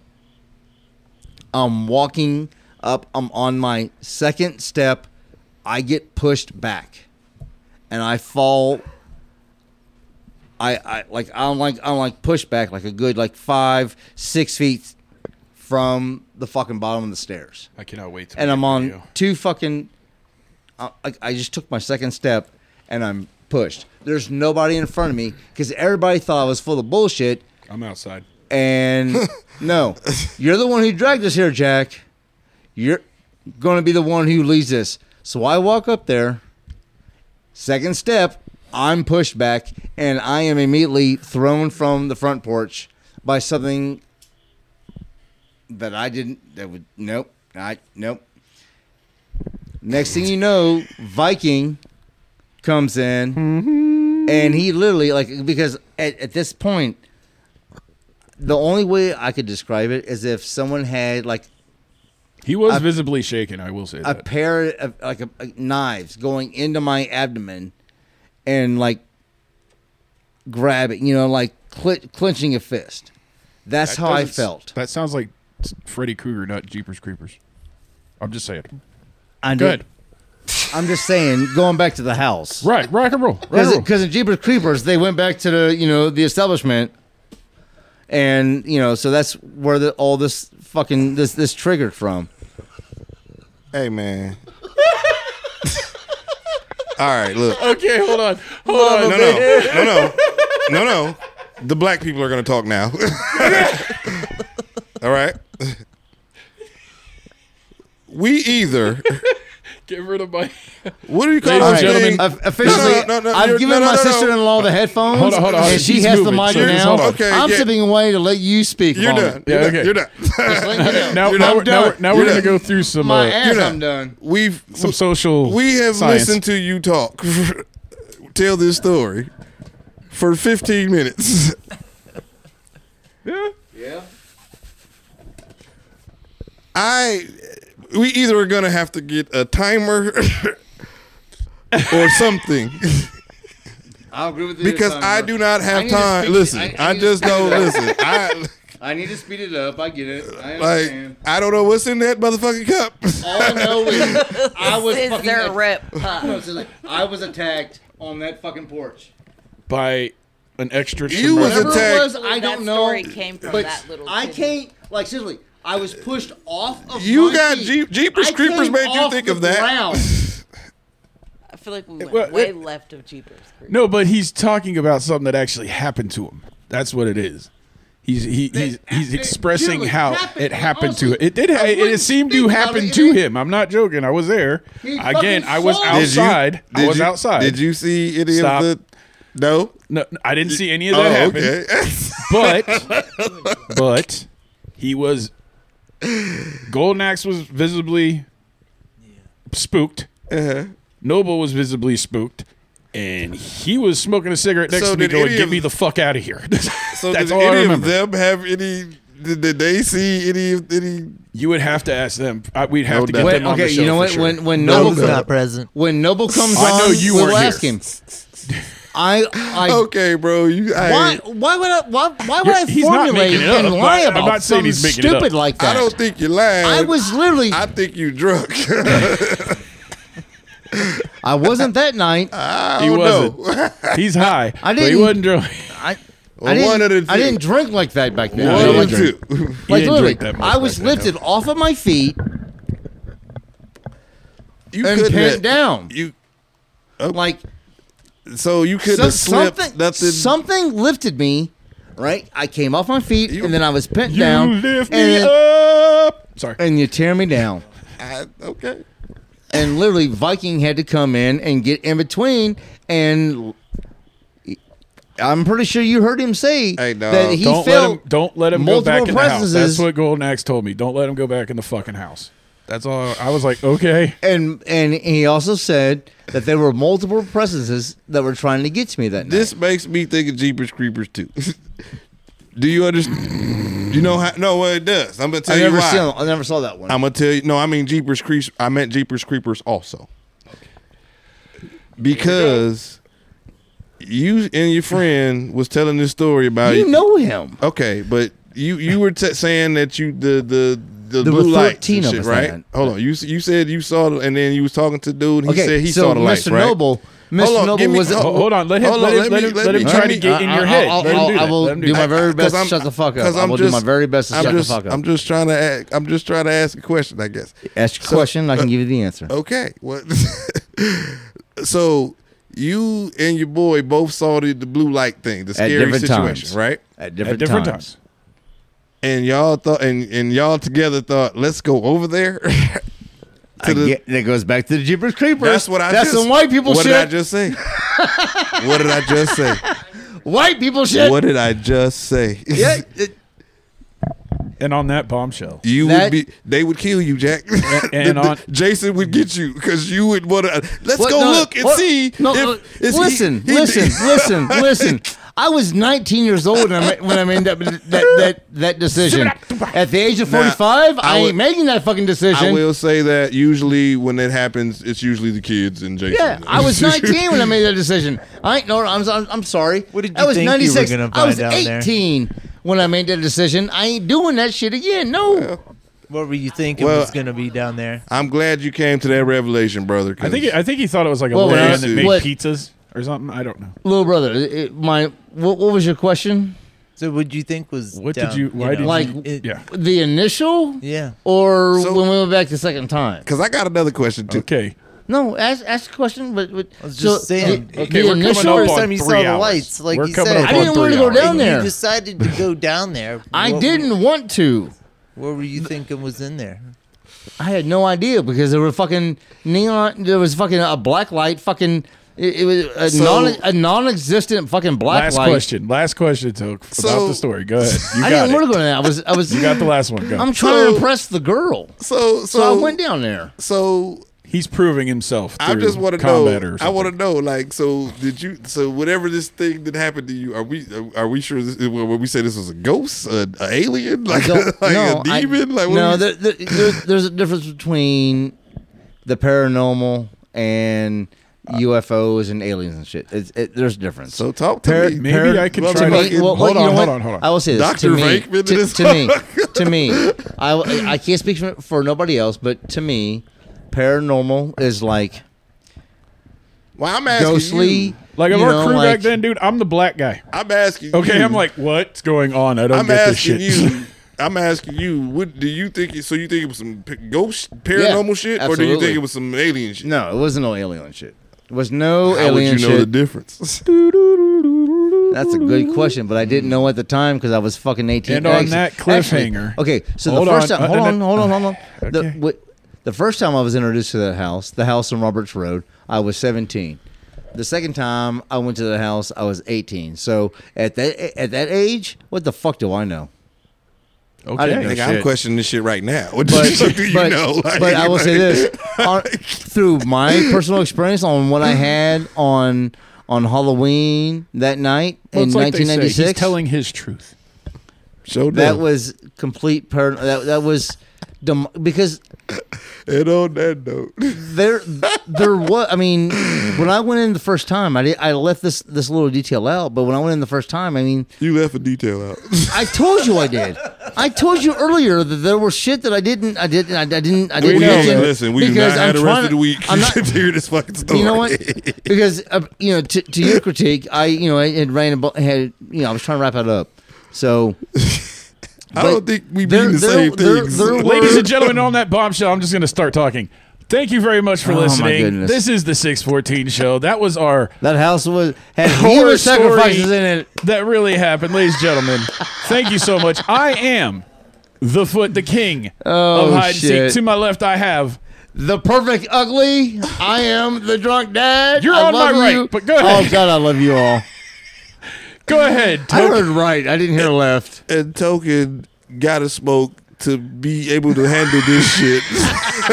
C: I'm walking up. I'm on my second step. I get pushed back, and I fall I, I like I'm like I'm like pushed back like a good like five six feet from the fucking bottom of the stairs,
A: I cannot wait. to
C: and
A: make
C: I'm
A: the
C: on
A: video.
C: two fucking. I, I- I just took my second step, and I'm pushed. There's nobody in front of me because everybody thought I was full of bullshit.
A: I'm outside.
C: And no, you're the one who dragged us here, Jack. You're going to be the one who leads this. So I walk up there. Second step, I'm pushed back, and I am immediately thrown from the front porch by something that I didn't. That would nope. I nope. Next thing you know, Viking comes in, and he literally like because at, at this point, the only way I could describe it is if someone had like
A: He was visibly shaken. I will say
C: a
A: that.
C: pair of like a, a- knives going into my abdomen and like grabbing, you know, like cl- clenching a fist. That's
A: That
C: how I
A: doesn't s-
C: felt.
A: That sounds like Freddy Krueger, not Jeepers Creepers. I'm just saying.
C: I
A: Good.
C: I'm just saying, going back to the house.
A: Right. Rock and roll. Rock and roll.
C: Because in Jeepers Creepers, they went back to the you know the establishment, and you know so that's where the, all this fucking this this triggered from.
B: Hey man. All right, look.
A: Okay, hold on. Hold on.
B: No, no, no, no, no, no. The black people are gonna talk now. All right. We either.
A: Get rid of my.
B: What do you call
A: Ladies and
B: those
A: gentlemen,
B: things?
C: I've officially,
B: No, no, no, no,
C: I've
B: you're-
C: given
B: no, no,
C: my
B: no, no.
C: sister-in-law the headphones,
A: Hold on, hold on, hold on.
C: and she
A: She's
C: has
A: moving,
C: the mic
A: so just
C: now.
A: hold on.
B: Okay,
C: I'm
B: yeah.
C: stepping away to let you speak.
B: You're
C: Vaughn.
B: done.
A: Yeah,
B: You're
A: okay.
B: done. You're done.
C: Just let me know.
A: Now,
C: You're
A: now,
C: done.
A: we're, now we're, now
B: You're
A: we're going to go
B: done.
A: through some
C: my
A: uh,
C: ass,
B: you're
C: I'm done.
B: We've
A: some social.
B: we have
A: science.
B: listened to you talk, tell this story for 15 minutes.
A: Yeah.
B: I we either are gonna have to get a timer or something
I: I'll agree with you.
B: because
I: this time,
B: I
I: bro.
B: do not
I: I
B: have
I: need to
B: time.
I: speed it-
B: Listen, I,
I: need to
B: just
I: speed it
B: don't
I: up.
B: listen. I
I: I need to speed it up. I get it. I understand.
B: like I don't know what's in that motherfucking cup.
I: All I know is I was fucking.
J: Scissor rip.
I: I was just like, I was attacked on that fucking porch.
A: by an extra.
B: You was
A: Chewbacca.
I: Whatever
B: attacked.
I: it was, I
J: That
I: don't know.
J: story came from
I: but
J: that little
I: I
J: kid.
I: can't. Like seriously, I was pushed off of.
B: You
I: my
B: got
I: feet.
B: Jeep- Jeepers
I: I
B: Creepers
I: came
B: made you
I: off
B: think
I: the
B: of that.
I: ground.
J: I feel like we went
A: well,
J: way
A: it-
J: left of Jeepers. Creepers.
A: No, but he's talking about something that actually happened to him. That's what it is. He's he, he's he's
I: it
A: expressing
I: literally
A: how
I: happened.
A: it happened to him.
I: Honestly,
A: It did.
I: I
A: It, it
I: wouldn't
A: seemed
I: think
A: to
I: about
A: happen
I: it.
A: to
I: It-
A: him. I'm not joking. I was there.
I: He
A: Again,
I: fucking
A: I was
I: saw
A: outside.
I: it. Did
A: I
B: did
A: was
B: you-
A: outside.
B: Did you see any
A: Stop.
B: of the? No.
A: No, I didn't see any of
B: Oh,
A: that happen.
B: okay.
A: But but he was Golden Axe was visibly spooked. Noble was visibly spooked. And he was smoking a cigarette next
B: So
A: to me,
B: did
A: going,
B: any
A: "Get
B: of-
A: me the fuck out of here."
B: so
A: That's
B: did
A: all I
B: any of
A: remember.
B: them have any? Did, did they see any? of- Any?
A: You would have to ask them. I, we'd have
B: No
A: to
B: doubt.
A: get
B: Wait,
A: them on the show.
C: you know
A: for
C: what?
A: sure.
C: When when Noble
D: Noble's
C: comes,
D: not present.
C: when Noble comes on,
A: I know you
C: we'll
A: weren't here.
C: ask him. I I
B: Okay, bro. You. I,
C: why why would I why, why would
A: You're-
C: I
A: he's not
C: formulate
A: making it up,
C: and lie
A: but I'm
C: about
A: not saying
C: something
A: he's making it up.
C: stupid like
B: I
C: that?
B: don't think you lied.
C: I was literally
B: I think you drunk.
C: I wasn't that night.
B: I
A: he
B: don't
A: wasn't.
B: know.
A: He's high.
C: I
A: But he
C: didn't-
A: wasn't drunk.
C: I didn't,
B: one of the two.
C: I didn't drink like that back then.
B: One
A: he
B: of
A: didn't
B: the
A: drink.
B: two.
C: like
A: didn't
C: literally,
A: drink that much
C: I was
A: back then,
C: lifted off of my feet
B: You
C: and
B: couldn't.
C: pinned
B: have-
C: down.
B: You.
C: Like
B: So you couldn't
C: so-
B: have slipped
C: something,
B: nothing.
C: something lifted me. Right, I came off my feet
B: You-
C: and then I was pinned
A: You
C: down.
A: lift me
C: and,
A: up. Sorry.
C: and you tear me down.
B: I- okay.
C: and literally Viking had to come in and get in between and I'm pretty sure you heard him say
B: Hey, dog.
C: that he
A: don't let
C: felt
A: him. Don't let him go back
C: multiple
A: in the house. That's
C: presences.
A: what Golden Axe told me. Don't let him go back in the fucking house. That's all. I was like, okay.
C: and and he also said that there were multiple presences that were trying to get to me that
B: This makes me think of Jeepers Creepers too. Do you understand? you know how? No, well, it does. I'm gonna tell
C: night.
B: you
C: I never
B: why.
C: saw I never saw that one.
B: I'm gonna tell you. No, I mean Jeepers Creepers. I meant Jeepers Creepers also. Because you and your friend was telling this story about
C: you know him.
B: Okay, but you you were t- saying that you the the the
C: There
B: blue
C: were
B: lights
C: 13
B: and
C: of
B: shit,
C: us,
B: right?
C: man.
B: Hold on. You s- you said you saw the- and then you was talking to dude. And he
C: Okay,
B: said he
C: so
B: saw the
C: Mr.
B: lights, right?
C: Noble, Mr.
B: Hold on,
C: Noble
B: give me-
C: was
B: ho-
A: Ho- hold on. Let him.
B: Hold
A: let
B: on,
A: him.
B: let
A: Let
B: me-
A: him,
B: let
A: let him
B: me-
A: try
B: let
A: to
B: me-
A: get in
C: I-
A: your
C: I-
A: head.
C: I'll-
A: Let him
C: I'll-
A: do
C: I
A: that.
C: will
A: Let him
C: do my
A: that.
C: very best
B: Because
C: to
B: I'm-
C: shut the fuck up.
B: because
C: I
B: I'm
C: will do
B: just-
C: my very best to
B: I'm
C: shut
B: just,
C: the fuck up.
B: I'm just trying to ask, I'm just trying to ask a question, I guess.
C: Ask your
B: So-
C: question, I can give you the answer.
B: Okay. What? so you and your boy both saw the, the blue light thing, the scary
C: different
B: situation,
C: times.
B: right?
C: At
A: At
C: different,
A: different
C: times.
A: times.
B: And y'all thought, and, and y'all together thought, let's go over there. to
C: I get- that goes back to the Jeepers Creepers.
B: that's what I.
C: That's
B: just,
C: some white people
B: What
C: shit.
B: did I just say? what did I just say?
C: white people shit.
B: What did I just say?
C: Yeah, it-
A: And on that bombshell.
B: You
C: That-
B: would be. They would kill you, Jack.
A: and
B: The- the-
A: on-
B: Jason would get you because you would want to. Let's
C: What?
B: go
C: No,
B: look and
C: what?
B: see.
C: No,
B: if-
C: uh,
B: is he-
C: listen,
B: he-
C: listen, listen, listen. I was 19 years old when I ma- when I made that that, that, that decision. At the age of
B: Now,
C: 45, I,
B: I
C: ain't
B: would-
C: making that fucking
B: I
C: decision.
B: will say that usually when it happens, it's usually the kids and Jason.
C: yeah, I was 19 when I made that decision. I ain't no, I'm, I'm, I'm sorry.
D: What did
C: I
D: you
C: was
D: think you were
C: 96.
D: gonna
C: I was
D: find out there?
C: 18 when I made that decision. I ain't doing that shit again. No.
D: What were you thinking
B: Well-
D: was gonna be down there?
B: I'm glad you came to that revelation, brother. 'cause
A: I think. I think he thought it was like a
C: Well,
A: man
B: what-
A: that made
C: what-
A: pizzas or something. I don't know.
C: Little brother, it, my what, what was your question?
D: So what you think was?
A: What
D: down,
A: did you? Why did
D: know?
A: you?
C: Like-
D: It-
A: Yeah.
C: The initial
D: Yeah.
C: or
B: So-
C: when we went back the second time?
B: Cause I got another question too.
A: Okay.
C: No, ask ask a question, but, but
D: I was just saying.
C: the-
D: it-
A: Okay,
C: the
A: we're coming
C: initial-
A: up
D: First
A: on
D: time you
A: three
D: saw the
A: hours.
D: lights, like
A: we're
D: you
A: coming
D: said.
A: up
C: I
A: on
C: didn't wanna
A: three
C: go
A: hours.
C: down
D: And
C: there.
D: You decided to go down there.
C: I
D: What-
C: didn't want to.
D: What were you thinking was in there?
C: I had no idea because there were fucking neon. There was fucking a black light. Fucking it, it was a
B: So-
C: non a non-existent fucking black
A: Last
C: light.
A: question. Last question, Toke,
B: So-
A: about the story. Go ahead. You
C: I
A: got
C: didn't
A: it.
C: want to go down there. I was I was.
A: You got the last one. Go.
C: I'm trying
B: So-
C: to impress the girl,
B: So, so,
C: so I went down there.
B: So
A: He's proving himself.
B: I
A: through
B: just want to
A: combat
B: know.
A: or
B: I want
A: something.
B: to know. Like, so did you? So whatever this thing that happened to you, are we? Are we sure? This, when we say this was a ghost, an alien, like,
C: I don't-
B: a, like a
C: I-
B: demon, like what
C: no,
B: we-
C: there, there, there's, there's a difference between the paranormal and UFOs and aliens and shit. It's, it, there's a difference.
B: So talk to me.
A: Maybe I can
B: Well,
A: try
B: to
A: to-
B: fucking-
A: well,
C: well,
A: hold
C: you know
A: on,
C: what?
A: hold on, hold on.
C: I will say this
B: Dr.
C: to me,
B: Vakeman
C: to,
B: is-
C: to me, to me. I I can't speak for, for nobody else, but to me, paranormal is like
B: Well, I'm asking
C: ghostly.
B: you.
A: Like of
C: you
A: our
C: know,
A: crew
C: like-
A: back then, dude. I'm the black guy.
B: I'm asking.
A: Okay,
B: you.
A: I'm like, what's going on? I don't
B: I'm
A: get this shit.
B: asking you. I'm asking you. What do you think? it- So you think it was some p- ghost paranormal shit, or do you
C: absolutely.
B: think it was some alien shit?
C: No, it wasn't no alien shit. It was no
B: How would
C: alien
B: you know the
C: shit.
B: difference?
C: That's a good question, but I didn't know at the time because I was fucking eighteen.
A: And on
C: Actually-
A: that cliffhanger.
C: actually, okay, so
A: Hold
C: the first
A: on,
C: time,
A: uh,
C: hold
A: uh,
C: on, hold on, hold on. The,
A: okay.
C: what, the first time I was introduced to that house, the house on Roberts Road, I was seventeen. The second time I went to the house, I was eighteen. So at that at that age, what the fuck do I know?
A: okay.
C: didn't know
B: Nigga,
C: shit.
B: I'm questioning this shit right now. What
C: But,
B: the fuck do you
C: but,
B: know? Like,
C: but I will say
B: like-
C: this: on, through my personal experience on what I had on on Halloween that night
A: Well,
C: in
A: it's like they say,
C: 1996,
A: he's telling his truth.
B: Show
C: That
B: them.
C: was complete par- that, that was dem- because
B: and on that note.
C: there there was I mean when I went in the first time I did, I left this this little detail out but when I went in the first time I mean
B: You left a detail out.
C: I told you I did I told you earlier that there was shit that I didn't I didn't I, didn't I didn't
B: we
A: know.
C: mention
B: listen, we do not
C: because I'm
B: have the rest
C: trying
B: of the week
C: I'm not,
B: to hear this fucking story.
C: you know what? Because uh, you know, to, to your critique, I you know, I had ran about, had you know, I was trying to wrap it up. So
B: I
C: but
B: don't think we
C: there-
B: mean the
C: there-
B: same
C: there-
B: things.
C: there were-
A: Ladies and gentlemen, on that bombshell, I'm just going to start talking. Thank you very much for
C: Oh, my
A: listening.
C: goodness.
A: This is the 614 show. That was our
C: that house was had
A: horror
C: horror sacrifices
A: story
C: in it.
A: that really happened, ladies and gentlemen. Thank you so much. I am the foot, the king
C: Oh,
A: of hide and
C: shit.
A: seek. To my left, I have.
C: The perfect ugly. I am the drunk dad.
A: You're
C: I
A: on
C: love
A: my right,
C: you.
A: but go ahead.
C: Oh God, I love you all.
A: Go ahead.
C: I heard right. I didn't hear left.
B: and Token gotta smoke to be able to handle this shit.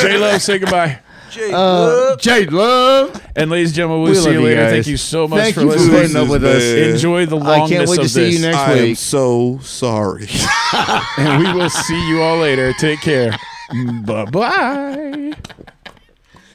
A: J Lo, say goodbye.
D: Jake,
C: Uh, Jade Love.
A: And ladies and gentlemen, we'll
C: We
A: see
C: love
A: you
C: you
A: later.
C: guys.
A: Thank you so much
C: Thank
A: for
C: you for
A: listening.
C: putting up with us.
B: Man,
A: Enjoy the
C: I
A: longness
C: can't wait
A: of
C: to
A: this.
C: see you next
B: I am
C: week.
B: so sorry.
A: Mm, and we will see you all later. Take care. bye bye.